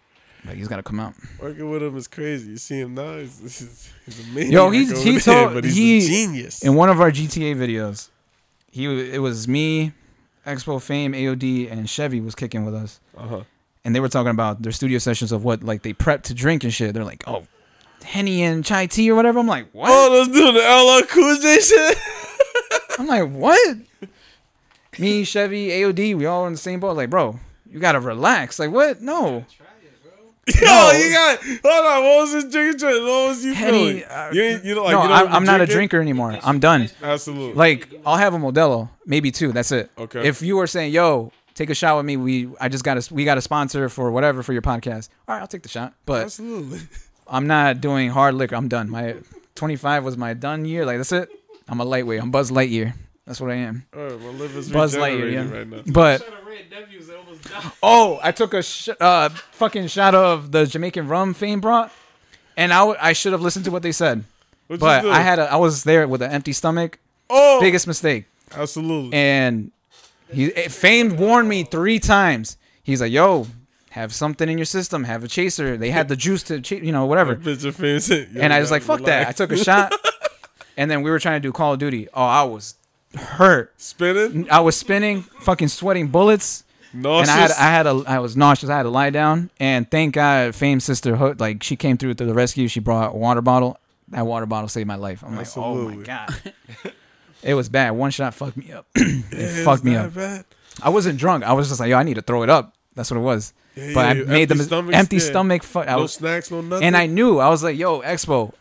S5: Like he's got to come out.
S2: Working with him is crazy. You see him now, he's, he's, he's a maniac.
S5: Yo, he's
S2: over
S5: he
S2: there,
S5: told
S2: but he's
S5: he
S2: a genius.
S5: in one of our GTA videos. He w- it was me, Expo Fame, AOD, and Chevy was kicking with us,
S2: Uh-huh.
S5: and they were talking about their studio sessions of what like they prep to drink and shit. They're like, oh, henny and chai tea or whatever. I'm like, what?
S2: Oh, let's do the LL Cool J shit.
S5: I'm like, what? Me, Chevy, AOD, we all in the same boat. Like, bro, you gotta relax. Like, what? No.
S2: Yo, you got hold on. What was this drinking choice? What was you
S5: Henny,
S2: feeling? you, ain't- you know, like
S5: uh, no,
S2: you don't
S5: I'm,
S2: be
S5: I'm not a
S2: drinking?
S5: drinker anymore. I'm done.
S2: Absolutely.
S5: Like, I'll have a Modelo, maybe two. That's it.
S2: Okay.
S5: If you were saying, yo, take a shot with me, we I just got a we got a sponsor for whatever for your podcast. All right, I'll take the shot. But
S2: absolutely.
S5: I'm not doing hard liquor. I'm done. My 25 was my done year. Like that's it. I'm a lightweight. I'm Buzz Lightyear. That's what I am.
S2: All right, my liver's
S5: Buzz Lightyear.
S2: regenerating
S5: Yeah.
S2: right now.
S5: But oh, I took a sh- uh, fucking shot of the Jamaican rum Fame brought, and I w- I should have listened to what they said.
S2: What'd you
S5: but
S2: do?
S5: I had a, I was there with an empty stomach.
S2: Oh,
S5: biggest mistake.
S2: Absolutely.
S5: And he it, Fame warned me three times. He's like, "Yo, have something in your system. Have a chaser. They had the juice to, cha- you know, whatever."
S2: Bitch, your face hit. Yo,
S5: and I was
S2: gotta
S5: like, fuck that. I
S2: relax.
S5: took a shot. and then we were trying to do Call of Duty. Oh, I was hurt.
S2: Spinning?
S5: I was spinning, fucking sweating bullets.
S2: Nauseous.
S5: And I had, I had a, I was nauseous. I had to lie down. And thank God, Fame's sister, Hood, like she came through to the rescue. She brought a water bottle. That water bottle saved my life. I'm like, oh my
S2: Absolutely.
S5: god, it was bad. One shot fucked me up.
S2: Yeah,
S5: it fucked
S2: it's
S5: me
S2: not
S5: up.
S2: bad.
S5: I wasn't drunk. I was just like, yo, I need to throw it up. That's what it was.
S2: Yeah,
S5: but I
S2: yeah,
S5: made
S2: empty
S5: the mis-
S2: stomachs,
S5: empty
S2: yeah.
S5: stomach. Fu- I
S2: No
S5: was-
S2: snacks, no nothing.
S5: And I knew I was like, "Yo, Expo,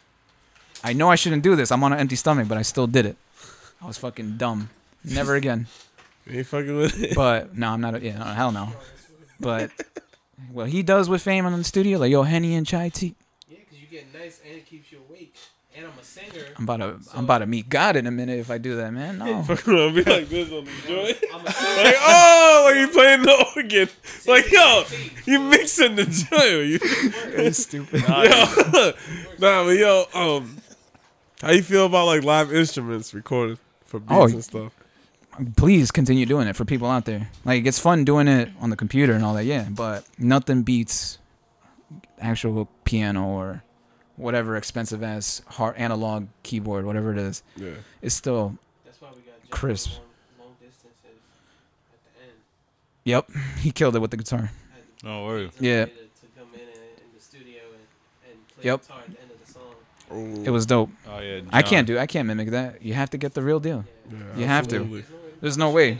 S5: I know I shouldn't do this. I'm on an empty stomach, but I still did it. I was fucking dumb. Never again.
S2: You ain't fucking with it.
S5: But no, I'm not. A, yeah, no, hell no. But what he does with fame in the studio, like yo, Henny and Chai Tea.
S10: Yeah, because you get nice and it keeps you awake. And I'm a singer.
S5: I'm about to, I'm about to meet God in a minute if I do that, man. No.
S2: Fuck around, be like this on the joint.
S10: I'm a singer.
S2: like, oh, like you playing the organ. Like, yo, you mixing the joint. You
S5: stupid.
S2: yo, nah, but yo, um, how you feel about like live instruments recorded for beats
S5: Oh,
S2: and stuff?
S5: Please continue doing it for people out there. Like it's fun doing it on the computer and all that, yeah. But nothing beats actual piano or whatever expensive ass hard analog keyboard, whatever it is.
S2: Yeah.
S5: It's still
S10: That's why we got Jeff
S5: crisp.
S10: Long, long distances at the end.
S5: Yep, he killed it with the guitar.
S4: Don't worry.
S5: Yeah.
S10: To, to come in and, in the studio and, and play
S5: Yep.
S10: guitar at the end of the song.
S5: It was dope.
S4: Oh yeah.
S5: I can't do. I can't mimic that. You have to get the real deal. you have
S2: absolutely.
S5: to. There's no way.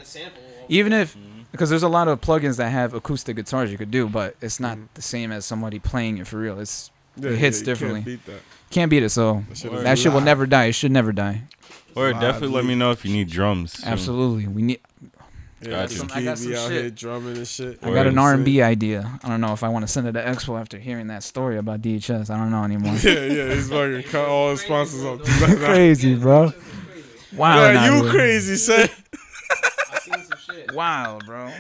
S5: Even if because there's a lot of plugins that have acoustic guitars you could do, but it's not the same as somebody playing it for real. It's
S2: Mm-hmm. Yeah,
S5: it
S2: yeah,
S5: hits
S2: you can't
S5: differently.
S2: beat that.
S5: Can't beat it. So
S2: That
S5: that
S2: shit is
S5: shit, will
S2: live.
S5: never die. It should never die.
S4: Or definitely let me know if you need drums. too.
S5: Absolutely. We need.
S2: Yeah,
S4: Got
S2: got
S4: you.
S2: some
S5: I got
S2: kids be
S5: some
S2: out
S5: shit.
S2: here drumming and shit.
S5: I got an
S2: You know what
S5: R
S2: I'm
S5: and B idea. I don't know if I want to send it to Expo after hearing that story about DHS. I don't know anymore.
S2: saying? Yeah, yeah, he's fucking cut all his sponsors off.
S5: crazy, bro. Wow.
S2: Yeah, you
S5: Nadia.
S2: crazy, son.
S5: Wow, bro.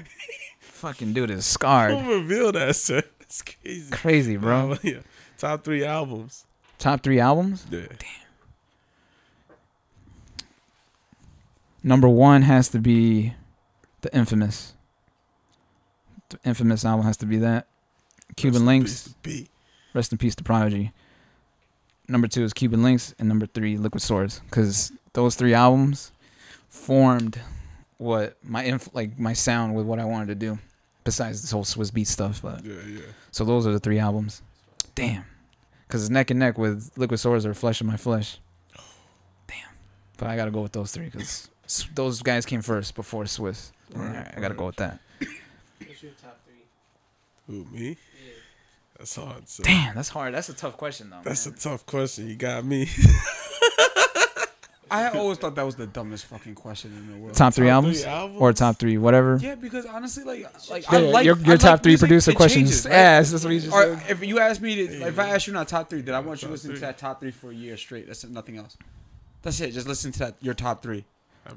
S5: Fucking dude is scarred.
S2: Don't reveal that, sir. That's crazy.
S5: Crazy, bro.
S2: Nah, but yeah. Top three albums.
S5: Top three albums.
S2: Yeah.
S5: Number one has to be the infamous. The infamous album has to be that. Cuban
S2: Rest in
S5: Links.
S2: peace to P.
S5: Rest in peace to Prodigy. Number two is Cuban Links, and number three, Liquid Swords, because those three albums formed what my inf- like my sound with what I wanted to do. Besides this whole Swiss beat stuff, but
S2: Yeah, yeah.
S5: So those are the three albums. Damn, because it's neck and neck with Liquid Swords or Flesh of My Flesh. Damn, but I gotta go with those three because those guys came first before Swiss.
S2: Right,
S5: I gotta go with that.
S10: What's your top three?
S2: Who me? That's hard. So.
S5: Damn, that's hard. That's a tough question though.
S2: That's a tough question. You got me.
S7: I always thought that was the dumbest fucking question in the world.
S5: Top three albums? or top three, whatever.
S7: Yeah, because honestly, like, like I
S5: Yeah,
S7: like
S5: your-
S7: I
S5: your
S7: like
S5: top three
S7: music,
S5: producer
S7: it
S5: questions.
S7: changes,
S5: Ass, that's what you just
S7: Or
S5: said.
S7: If you ask me, to, like, if I ask you not top three, then I want you to listen to
S3: three.
S7: that top three for a year straight. That's it, nothing else. That's it. Just listen to that your top three,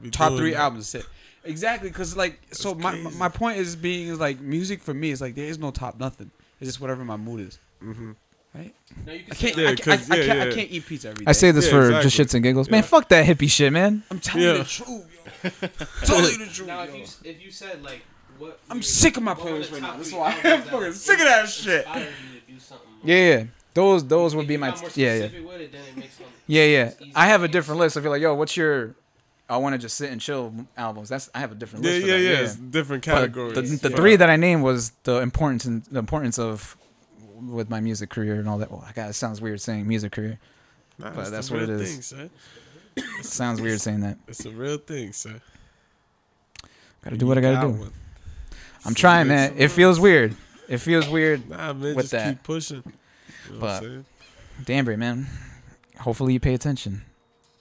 S2: be
S7: top
S2: doing
S7: three
S2: that.
S7: albums. That's it. Exactly, because like, so my my point is being is like music for me is like there is no top nothing. It's just whatever my mood is. Mm-hmm. Right?
S10: No, you can
S7: I can't.
S10: say- Yeah,
S7: I, can't, I,
S10: 'cause-
S7: I
S10: yeah,
S7: can't
S10: yeah.
S7: I can't eat pizza every day.
S5: I say this for just shits and giggles. Man, fuck that hippie shit, man.
S7: I'm telling you the truth. Yo. telling you the truth.
S10: Now,
S7: yo.
S10: if you, s- if you said like what,
S7: I'm sick of my playlist right now. That's why I'm fucking sick of that shit.
S5: Yeah, yeah. Those those would be my yeah yeah yeah yeah. I have a different list. If you're like, yo, what's your I want to just sit and chill albums. That's I have a different
S2: Yeah,
S5: list. for
S2: yeah,
S5: that.
S2: yeah, it's different
S5: But
S2: categories.
S5: The, the
S2: Yeah.
S5: three that I named was the importance and the importance of with my music career and all that. Well, I got it sounds weird saying music career,
S2: Nah, it's
S5: but
S2: the
S5: that's what it
S2: real
S5: is.
S2: thing, son.
S5: Sounds weird saying that.
S2: It's a real thing, sir.
S5: Gotta do what I gotta
S2: got
S5: do.
S2: one.
S5: I'm
S2: So
S5: trying,
S2: make
S5: man.
S2: some
S5: It
S2: money.
S5: feels weird. It feels weird
S2: Nah, man,
S5: with
S2: just
S5: that.
S2: keep pushing. You know what I'm
S5: but
S2: saying?
S5: Danbury, man. Hopefully you pay attention.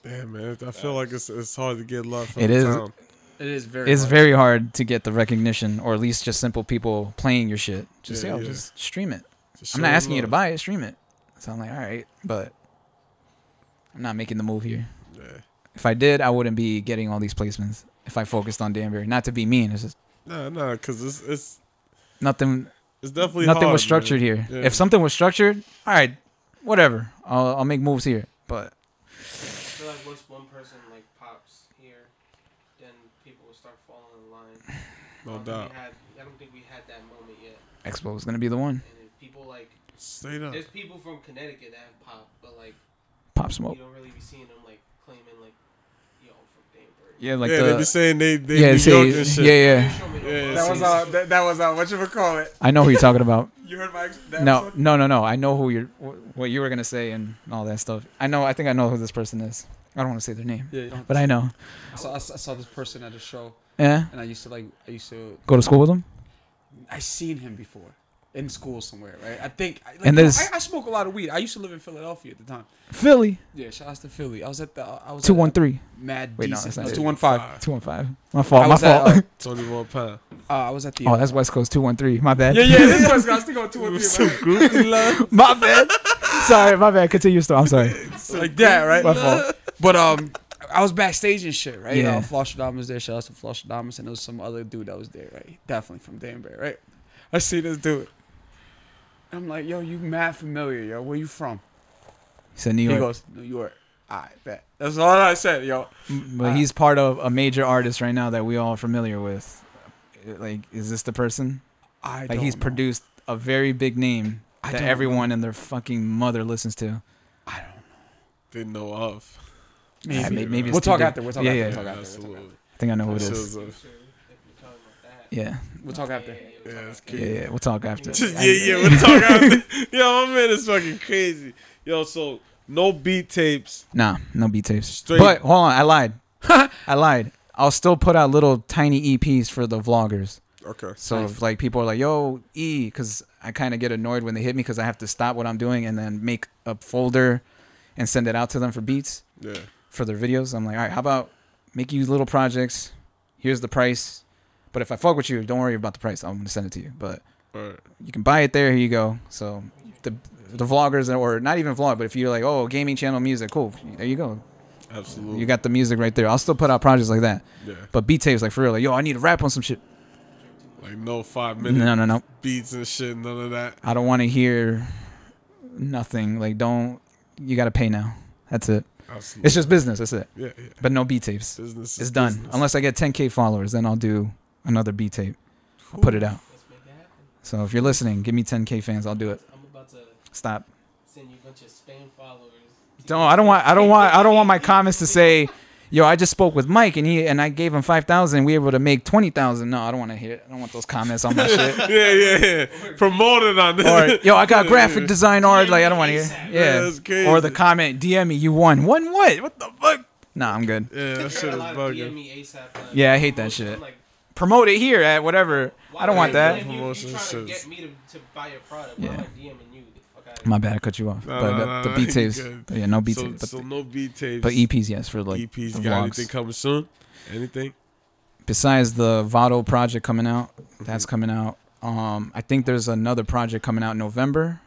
S2: Damn, man, I feel like it's it's hard to get love. From
S5: It is.
S2: Town.
S7: It is very
S5: It's
S7: hard.
S5: very hard to get the recognition, or at least just simple people playing your shit. Just
S2: Yeah,
S5: yo,
S2: yeah.
S5: just stream it.
S2: Just
S5: I'm not
S2: show
S5: asking you to
S2: love.
S5: buy it. Stream it. So I'm like, all right, but I'm not making the move here. If I did, I wouldn't be getting all these placements. If I focused on Danbury, not to be mean, it's just
S2: Nah, nah, because it's it's
S5: nothing.
S2: It's definitely
S5: nothing
S2: hard, man.
S5: was structured here.
S2: Yeah.
S5: If something was structured, all right, whatever. I'll, I'll make moves here. But
S10: I feel like once one person like pops here, then people will start falling in line.
S2: No
S10: I don't think we
S2: doubt.
S10: had- I don't think we had that moment yet.
S5: Expo is gonna be the one.
S10: And if people like
S2: Straight up.
S10: There's people from Connecticut that have pop, but like
S5: Pop Smoke.
S10: You don't really be seeing them like claiming like, yo, I'm from Danbury.
S5: Yeah, like
S2: Yeah,
S5: the,
S2: they be saying they- they
S5: yeah,
S2: New
S5: say-
S2: York and shit.
S5: yeah, yeah.
S7: that was uh, that, that was uh, what you would call it.
S5: I know who you're talking about.
S7: you heard my ex- that
S5: no,
S7: episode?
S5: no, no, no. I know who you're, wh- what you were gonna say and all that stuff. I know. I think I know who this person is. I don't want to say their name.
S7: Yeah, you don't have
S5: but
S7: to
S5: I
S7: say.
S5: know.
S7: I saw, I saw I saw this person at a show.
S5: Yeah.
S7: And I used to like I used to
S5: Go to school with him.
S7: I seen him before in school somewhere, right? I think. I- Like,
S5: And there's-
S7: I, I smoke a lot of weed. I used to live in Philadelphia at the time.
S5: Philly.
S7: Yeah, shout out to Philly. I was at the I was
S5: Two
S7: at
S5: one three.
S7: Mad
S5: Wait, no,
S7: decent.
S5: that's not it.
S7: two one five.
S5: Two one five. Oh, My fault. My fault.
S7: Oh,
S2: Twenty one pound.
S7: Uh, I was at the.
S5: oh, that's West Coast two one three. My bad.
S7: Yeah, yeah, this was I was thinking about two one three.
S2: So
S7: right?
S2: goofy, love.
S5: my bad. Sorry, my bad. Continue your story. I'm sorry.
S7: like that, right?
S5: My fault.
S7: But um, I was backstage and shit, right?
S5: Yeah.
S7: Yeah. Uh, Flush was there. Shout out to Flush Adamas, and there was some other dude that was there, right? Definitely from Danbury, right? I see this dude. I'm like, yo, you mad familiar, yo. Where you from?
S5: He said New
S7: He
S5: York.
S7: goes, New York. I bet. That's all I said, yo. "Ah."
S5: But he's part of a major artist right now that we all are familiar with. Like, is this the person?
S7: I
S5: like
S7: don't
S5: he's
S7: know.
S5: produced a very big name
S7: I
S5: that
S7: don't
S5: everyone and their fucking mother listens to.
S2: They know of.
S5: Maybe. Yeah, may- maybe it's
S7: we'll
S5: too
S7: talk
S5: deep.
S7: after. We'll talk
S5: Yeah,
S7: after.
S5: yeah.
S7: We'll talk after. We'll talk
S2: Absolutely.
S7: after.
S5: I think I know who it
S2: This
S5: is.
S2: is
S5: Yeah.
S7: We'll talk after.
S5: Yeah, yeah, we'll talk after.
S2: yeah, yeah, we'll talk after. Yo, my man is fucking crazy. Yo, so no beat tapes.
S5: Nah, no B tapes.
S2: Straight-
S5: But hold on, I lied. I lied. I'll still put out little tiny EPs for the vloggers.
S2: Okay.
S5: So
S2: Nice.
S5: if like people are like, "Yo, E," because I kind of get annoyed when they hit me because I have to stop what I'm doing and then make a folder and send it out to them for beats.
S2: Yeah.
S5: For their videos, I'm like, all right, how about make you little projects? Here's the price. But if I fuck with you, don't worry about the price. I'm gonna send it to you. But
S2: Alright.
S5: you can buy it there. Here you go. So the the vloggers or not even vlog, but if you're like, oh, gaming channel music, cool. There you go.
S2: Absolutely.
S5: You got the music right there. I'll still put out projects like that.
S2: Yeah.
S5: But beat tapes like for real, like yo, I need to rap on some shit.
S2: Like no five minute
S5: No, no, no.
S2: beats and shit, none of that.
S5: I don't want to hear nothing. Like don't. You got to pay now. That's it.
S2: Absolutely.
S5: It's just business. That's it.
S2: Yeah, yeah.
S5: But no B tapes.
S2: Business
S5: it's
S2: is
S5: done.
S2: business.
S5: Unless I get 10k followers, then I'll do another B tape. I'll put it out. So if you're listening, give me 10k fans. I'll do it.
S10: I'm about to
S5: Stop.
S10: send you a bunch of spam followers.
S5: Don't I don't want I don't want I don't want my comments to say, yo, I just spoke with Mike and he and I gave him five thousand. We were able to make twenty thousand. No, I don't want to hear. I don't want those comments on my shit.
S2: yeah, yeah, yeah. Promoted on this.
S5: Or yo, I got graphic design art. Like I don't want to hear.
S2: Yeah,
S5: Yeah.
S2: that's crazy.
S5: Or the comment, DM me, you won. Won what? What the fuck? Nah, I'm good.
S2: Yeah, that shit is bugging.
S5: Yeah, I hate that shit. Promote it here at whatever. I don't want that.
S2: Promotion shit.
S5: Yeah. My bad, I cut you off.
S2: Nah,
S5: but
S2: nah,
S5: the,
S2: nah,
S5: the
S2: nah,
S5: beat
S2: you
S5: tapes,
S2: good.
S5: but yeah, no beat
S2: So-
S5: tapes. But,
S2: so no beat tapes.
S5: But EPs, yes, for like
S2: EPs
S5: the
S2: got
S5: vlogs.
S2: anything coming soon? Anything?
S5: Besides the Vado project coming out,
S12: Mm-hmm.
S5: that's coming out. Um, I think there's another project coming out in November.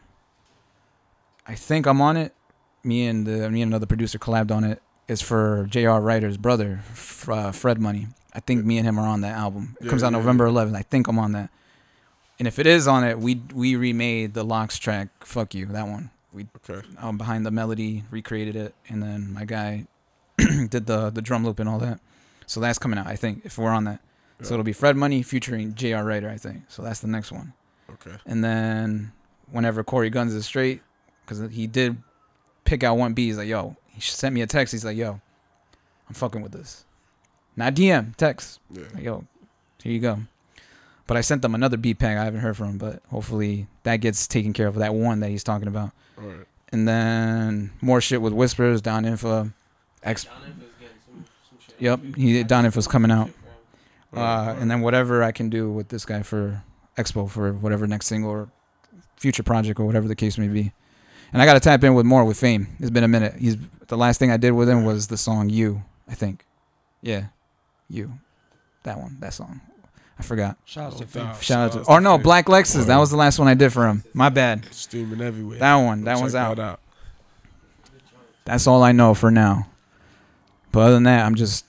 S5: I think I'm on it. Me and the, me and another producer collabed on it. It's for J.R. Ryder's brother, F- uh, Fred Money. I think me and him are on that album. It
S12: Yeah,
S5: comes out
S12: yeah,
S5: November 11th. I think I'm on that. And if it is on it, we we remade the Locks track. Fuck you, that one. We um, behind the melody recreated it, and then my guy did the the drum loop and all that. So that's coming out, I think, if we're on that. So it'll be Fred Money featuring J.R. Ryder, I think. So that's the next one.
S2: Okay.
S5: And then whenever Corey Guns is straight, because he did pick out one B, he's like, yo, he sent me a text. He's like, yo, I'm fucking with this. Not DM, text. Like, yo, here you go. But I sent them another beat pack I haven't heard from, but hopefully that gets taken care of, that one that he's talking about.
S2: Alright.
S5: And then more shit with Whispers, Don Infa, X. Yep, he Don Infa's coming out. Uh, and then whatever I can do with this guy for Expo for whatever next single or future project or whatever the case may be. And I got to tap in with more with Fame. It's been a minute. He's the last thing I did with him was the song You, I think. Yeah, You, that one, that song. I forgot.
S2: Shout out to Fame.
S5: Shout out to. Or no, Black Lexus. That was the last one I did for him. My bad.
S2: Streaming everywhere.
S5: That one.
S2: Go
S5: That
S2: check
S5: one's out.
S2: that out.
S5: That's all I know for now. But other than that, I'm just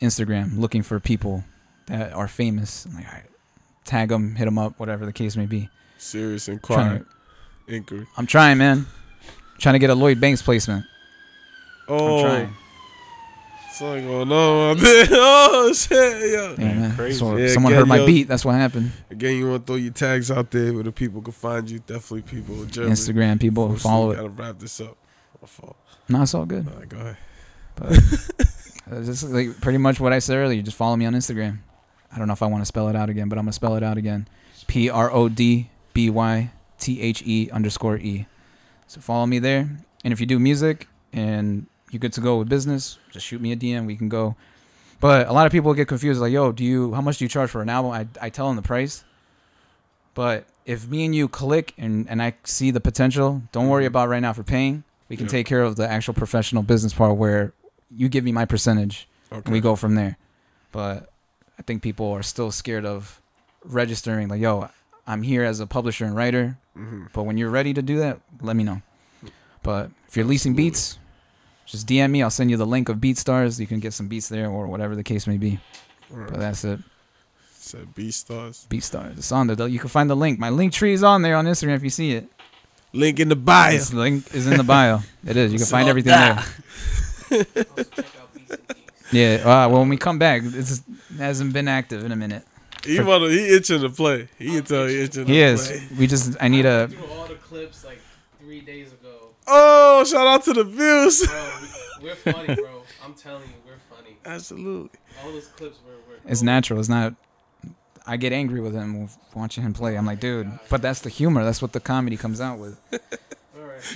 S5: Instagram looking for people that are famous. I'm like, all right, tag them, hit them up, whatever the case may be.
S2: Serious and
S5: Trying
S2: quiet. Inquiry.
S5: I'm trying, man. Trying to get a Lloyd Banks placement.
S2: Oh.
S5: trying.
S2: Something going on out there. Oh shit, yo.
S5: Yeah, man. So- someone heard my beat. That's what happened.
S2: Again, you want to throw your tags out there where the people can find you. Definitely people. in Germany.
S5: Instagram people,
S2: Unfortunately,
S5: follow it.
S2: Gotta wrap this up. My fault.
S5: No, it's all good.
S2: All right, go ahead.
S5: But uh, this is like pretty much what I said earlier. Just follow me on Instagram. I don't know if I want to spell it out again, but I'm gonna spell it out again. P R O D B Y T H E underscore E. So follow me there. And if you do music and you're good to go with business, just shoot me a DM. We can go. But a lot of people get confused, like, yo, do you how much do you charge for an album? I I tell them the price. But if me and you click and, and I see the potential, don't worry about right now for paying. We can
S2: Yeah.
S5: take care of the actual professional business part where you give me my percentage and we
S2: Okay.
S5: go from there. But I think people are still scared of registering, like, yo, I'm here as a publisher and writer.
S2: Mhm.
S5: But when you're ready to do that, let me know. But if you're leasing beats, just DM me. I'll send you the link of BeatStars. You can get some beats there or whatever the case may be.
S2: Alright.
S5: But that's it.
S2: Said B stars.
S5: BeatStars. It's on there. though. You can find the link. My link tree is on there on Instagram if you see it.
S2: Link in the bio.
S5: This link is in the bio. It is. You can
S2: It's
S5: find
S2: all
S5: everything
S2: that.
S5: there. yeah. Uh, when we come back, this hasn't been active in a minute.
S2: He wanna, he itching to play. He can tell he itching.
S5: He
S2: to
S5: is.
S2: Play.
S5: We just. I need a.
S10: All the clips like three days ago.
S2: Oh, shout out to the views.
S10: We're funny, bro. I'm telling you, we're funny.
S2: Absolutely.
S10: All those clips were. were
S5: It's natural. It's not. I get angry with him watching him play. I'm like, dude. But that's the humor. That's what the comedy comes out with.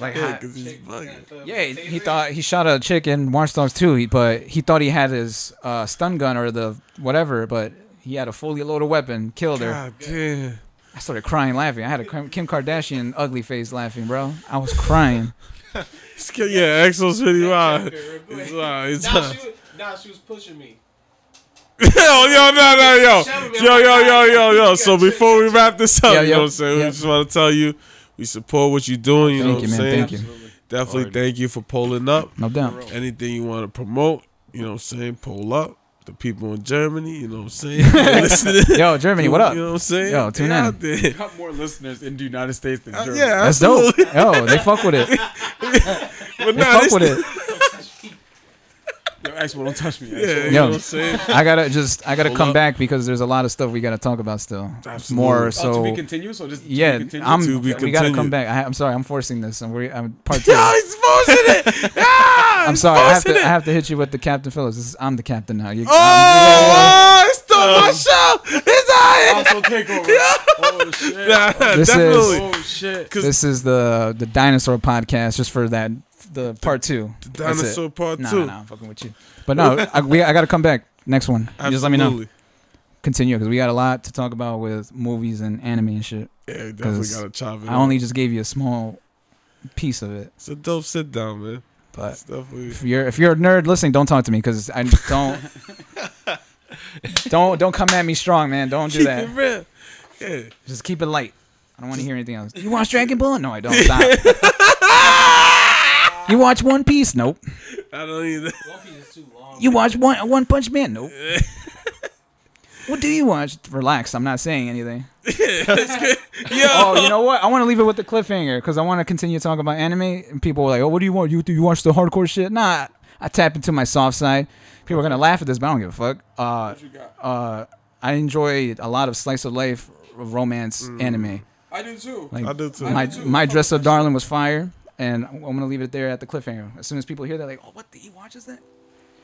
S5: Like,
S2: Yeah,
S5: how-
S2: 'cause he's bugging.
S5: Yeah, he thought he shot a chick in Watch Dogs 2, he- but he thought he had his uh, stun gun or the whatever, but he had a fully loaded weapon, killed her.
S2: God Ah, damn.
S5: I started crying laughing. I had a Kim Kardashian ugly face laughing, bro. I was crying.
S2: It's ki- Yeah, Exo's really wild. It's wild.
S5: uh,
S2: It's
S10: Nah,
S2: wild.
S10: she was, nah, she was pushing me.
S2: yo, yo, no, no, yo. Yo, yo, yo, yo, yo. So before we wrap this up,
S5: Yeah,
S2: you
S5: yeah,
S2: know what I'm saying?
S5: yeah.
S2: We just want to tell you we support what you're doing. You know
S5: Thank
S2: what
S5: you,
S2: I'm
S5: man,
S2: saying?
S5: thank you.
S2: Definitely thank you for pulling up.
S5: No doubt.
S2: Anything you want to promote, you know what I'm saying? Pull up. The people in Germany, you know what I'm saying? They're listening.
S5: Yo, Germany, what up?
S2: You know what I'm saying?
S5: Yo, tune
S2: They
S5: in.
S2: out there.
S7: We got more listeners in the United States than
S2: Uh,
S7: Germany.
S2: yeah,
S5: That's dope. Yo, they fuck with it.
S2: but
S5: They
S2: nah, they
S5: fuck with
S2: still-
S5: it.
S7: Yo,
S3: Expo, don't touch me.
S2: Yeah,
S3: Expo.
S2: you know what I'm saying?
S5: I gotta just I gotta
S2: Pull
S5: come
S2: up.
S5: back because there's a lot of stuff we gotta talk about still. More so.
S3: Oh, to be continued, so just to be
S5: yeah,
S3: continued?
S5: I'm.
S3: To be
S5: we gotta come
S3: continued.
S5: back. I, I'm sorry, I'm forcing this. I'm, we- I'm part two. I'm sorry. I have to. I have to hit you with the Captain Phillips. This is, I'm the captain now. You,
S2: Oh, it's still my show. It's I.
S3: Also takeover. Oh shit.
S5: this
S2: definitely.
S5: is.
S3: Oh shit.
S5: This is the the dinosaur podcast just for that the part two.
S2: The
S5: That's it.
S2: dinosaur part
S5: Nah,
S2: two.
S5: nah, I'm fucking with you. But no, I, we, I got to come back next one. You Just let me know.
S2: Absolutely.
S5: Continue because we got a lot to talk about with movies and anime and shit.
S2: Yeah, definitely
S5: 'Cause
S2: gotta chop it
S5: I
S2: up.
S5: only just gave you a small piece of it.
S2: It's a dope sit down, man.
S5: But
S2: It's definitely-
S5: if you're if you're a nerd listening, don't talk to me because I don't don't don't come at me strong, man. Don't do
S2: Keep
S5: that.
S2: it real. Yeah.
S5: Just keep it light. I don't want to hear anything else. You watch Dragon Ball? No, I don't. Stop. you watch One Piece? Nope.
S2: I don't either.
S5: You watch One One Punch Man? Nope. what do you watch? Relax. I'm not saying anything. Oh, you know what? I want to leave it with the cliffhanger because I want to continue talking about anime. And people were like, "Oh, what do you want? You do you watch the hardcore shit?" Nah, I tap into my soft side. People are gonna laugh at this, but I don't give a fuck. Uh, uh, I enjoy a lot of slice of life, r- romance, anime.
S3: Mm. I do too.
S5: Like,
S3: I do too.
S5: My
S3: I do too.
S5: my dress up darling was fire, and I'm gonna leave it there at the cliffhanger. As soon as people hear that, like, "Oh, what the, he watches that?"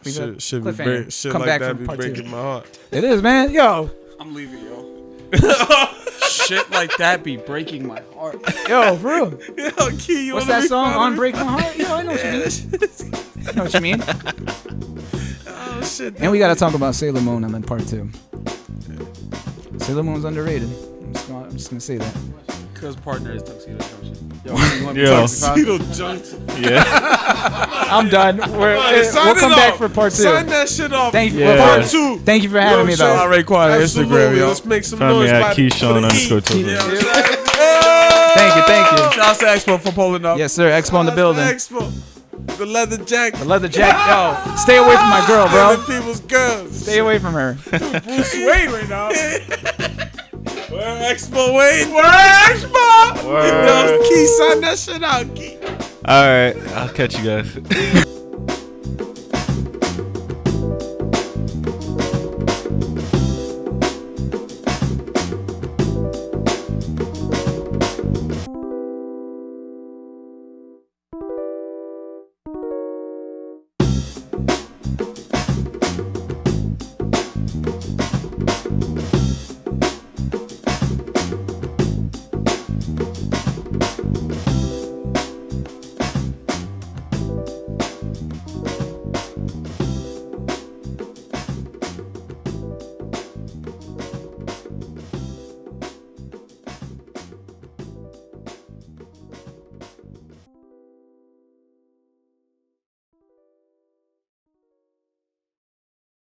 S5: Leave it at
S2: Shit, shit, be
S5: cliffhanger.
S2: break, shit
S5: Come
S2: like
S5: back
S2: that
S5: for
S2: be
S5: part two.
S2: breaking my heart.
S5: It is, man. Yo,
S3: I'm leaving, yo. Shit like that be breaking my heart.
S5: Yo, for real.
S2: Yo, Key, you
S5: What's
S2: wanna
S5: that
S2: be
S5: song?
S2: funny?
S5: On Break My Heart? Yo, I know what you mean. I know what you mean.
S2: Oh shit.
S5: And we gotta talk about Sailor Moon on in part two. Sailor Moon's underrated. I'm just gonna, I'm just gonna say that.
S3: Cause partner is tuxedo junction.
S4: Yo.
S2: Tuxedo Junction.
S5: I'm done. We're,
S2: Come on, sign
S5: we'll
S2: it
S5: come back
S2: off.
S5: for part two.
S2: Sign that shit off.
S5: Thank you.
S4: Yeah.
S5: Part
S4: Part
S5: two. Thank you for having me, though.
S2: Absolutely. Let's make some
S4: Find me
S2: noise.
S4: at
S2: by- E.
S4: Keyshawn underscore Twizzlers.
S5: Thank you, thank you.
S3: Shouts to Expo for pulling up.
S5: Yes, sir. Expo in the building.
S2: Expo. The leather jacket.
S5: The leather jacket. Yo, stay away from my girl,
S2: Other
S5: bro.
S2: people's girls.
S5: Stay away from her.
S3: Bruce Wayne right now.
S2: Where Expo Wayne? Where Expo?
S4: Word.
S2: Yo, Key, sign that shit out, Key.
S4: All right, I'll catch you guys.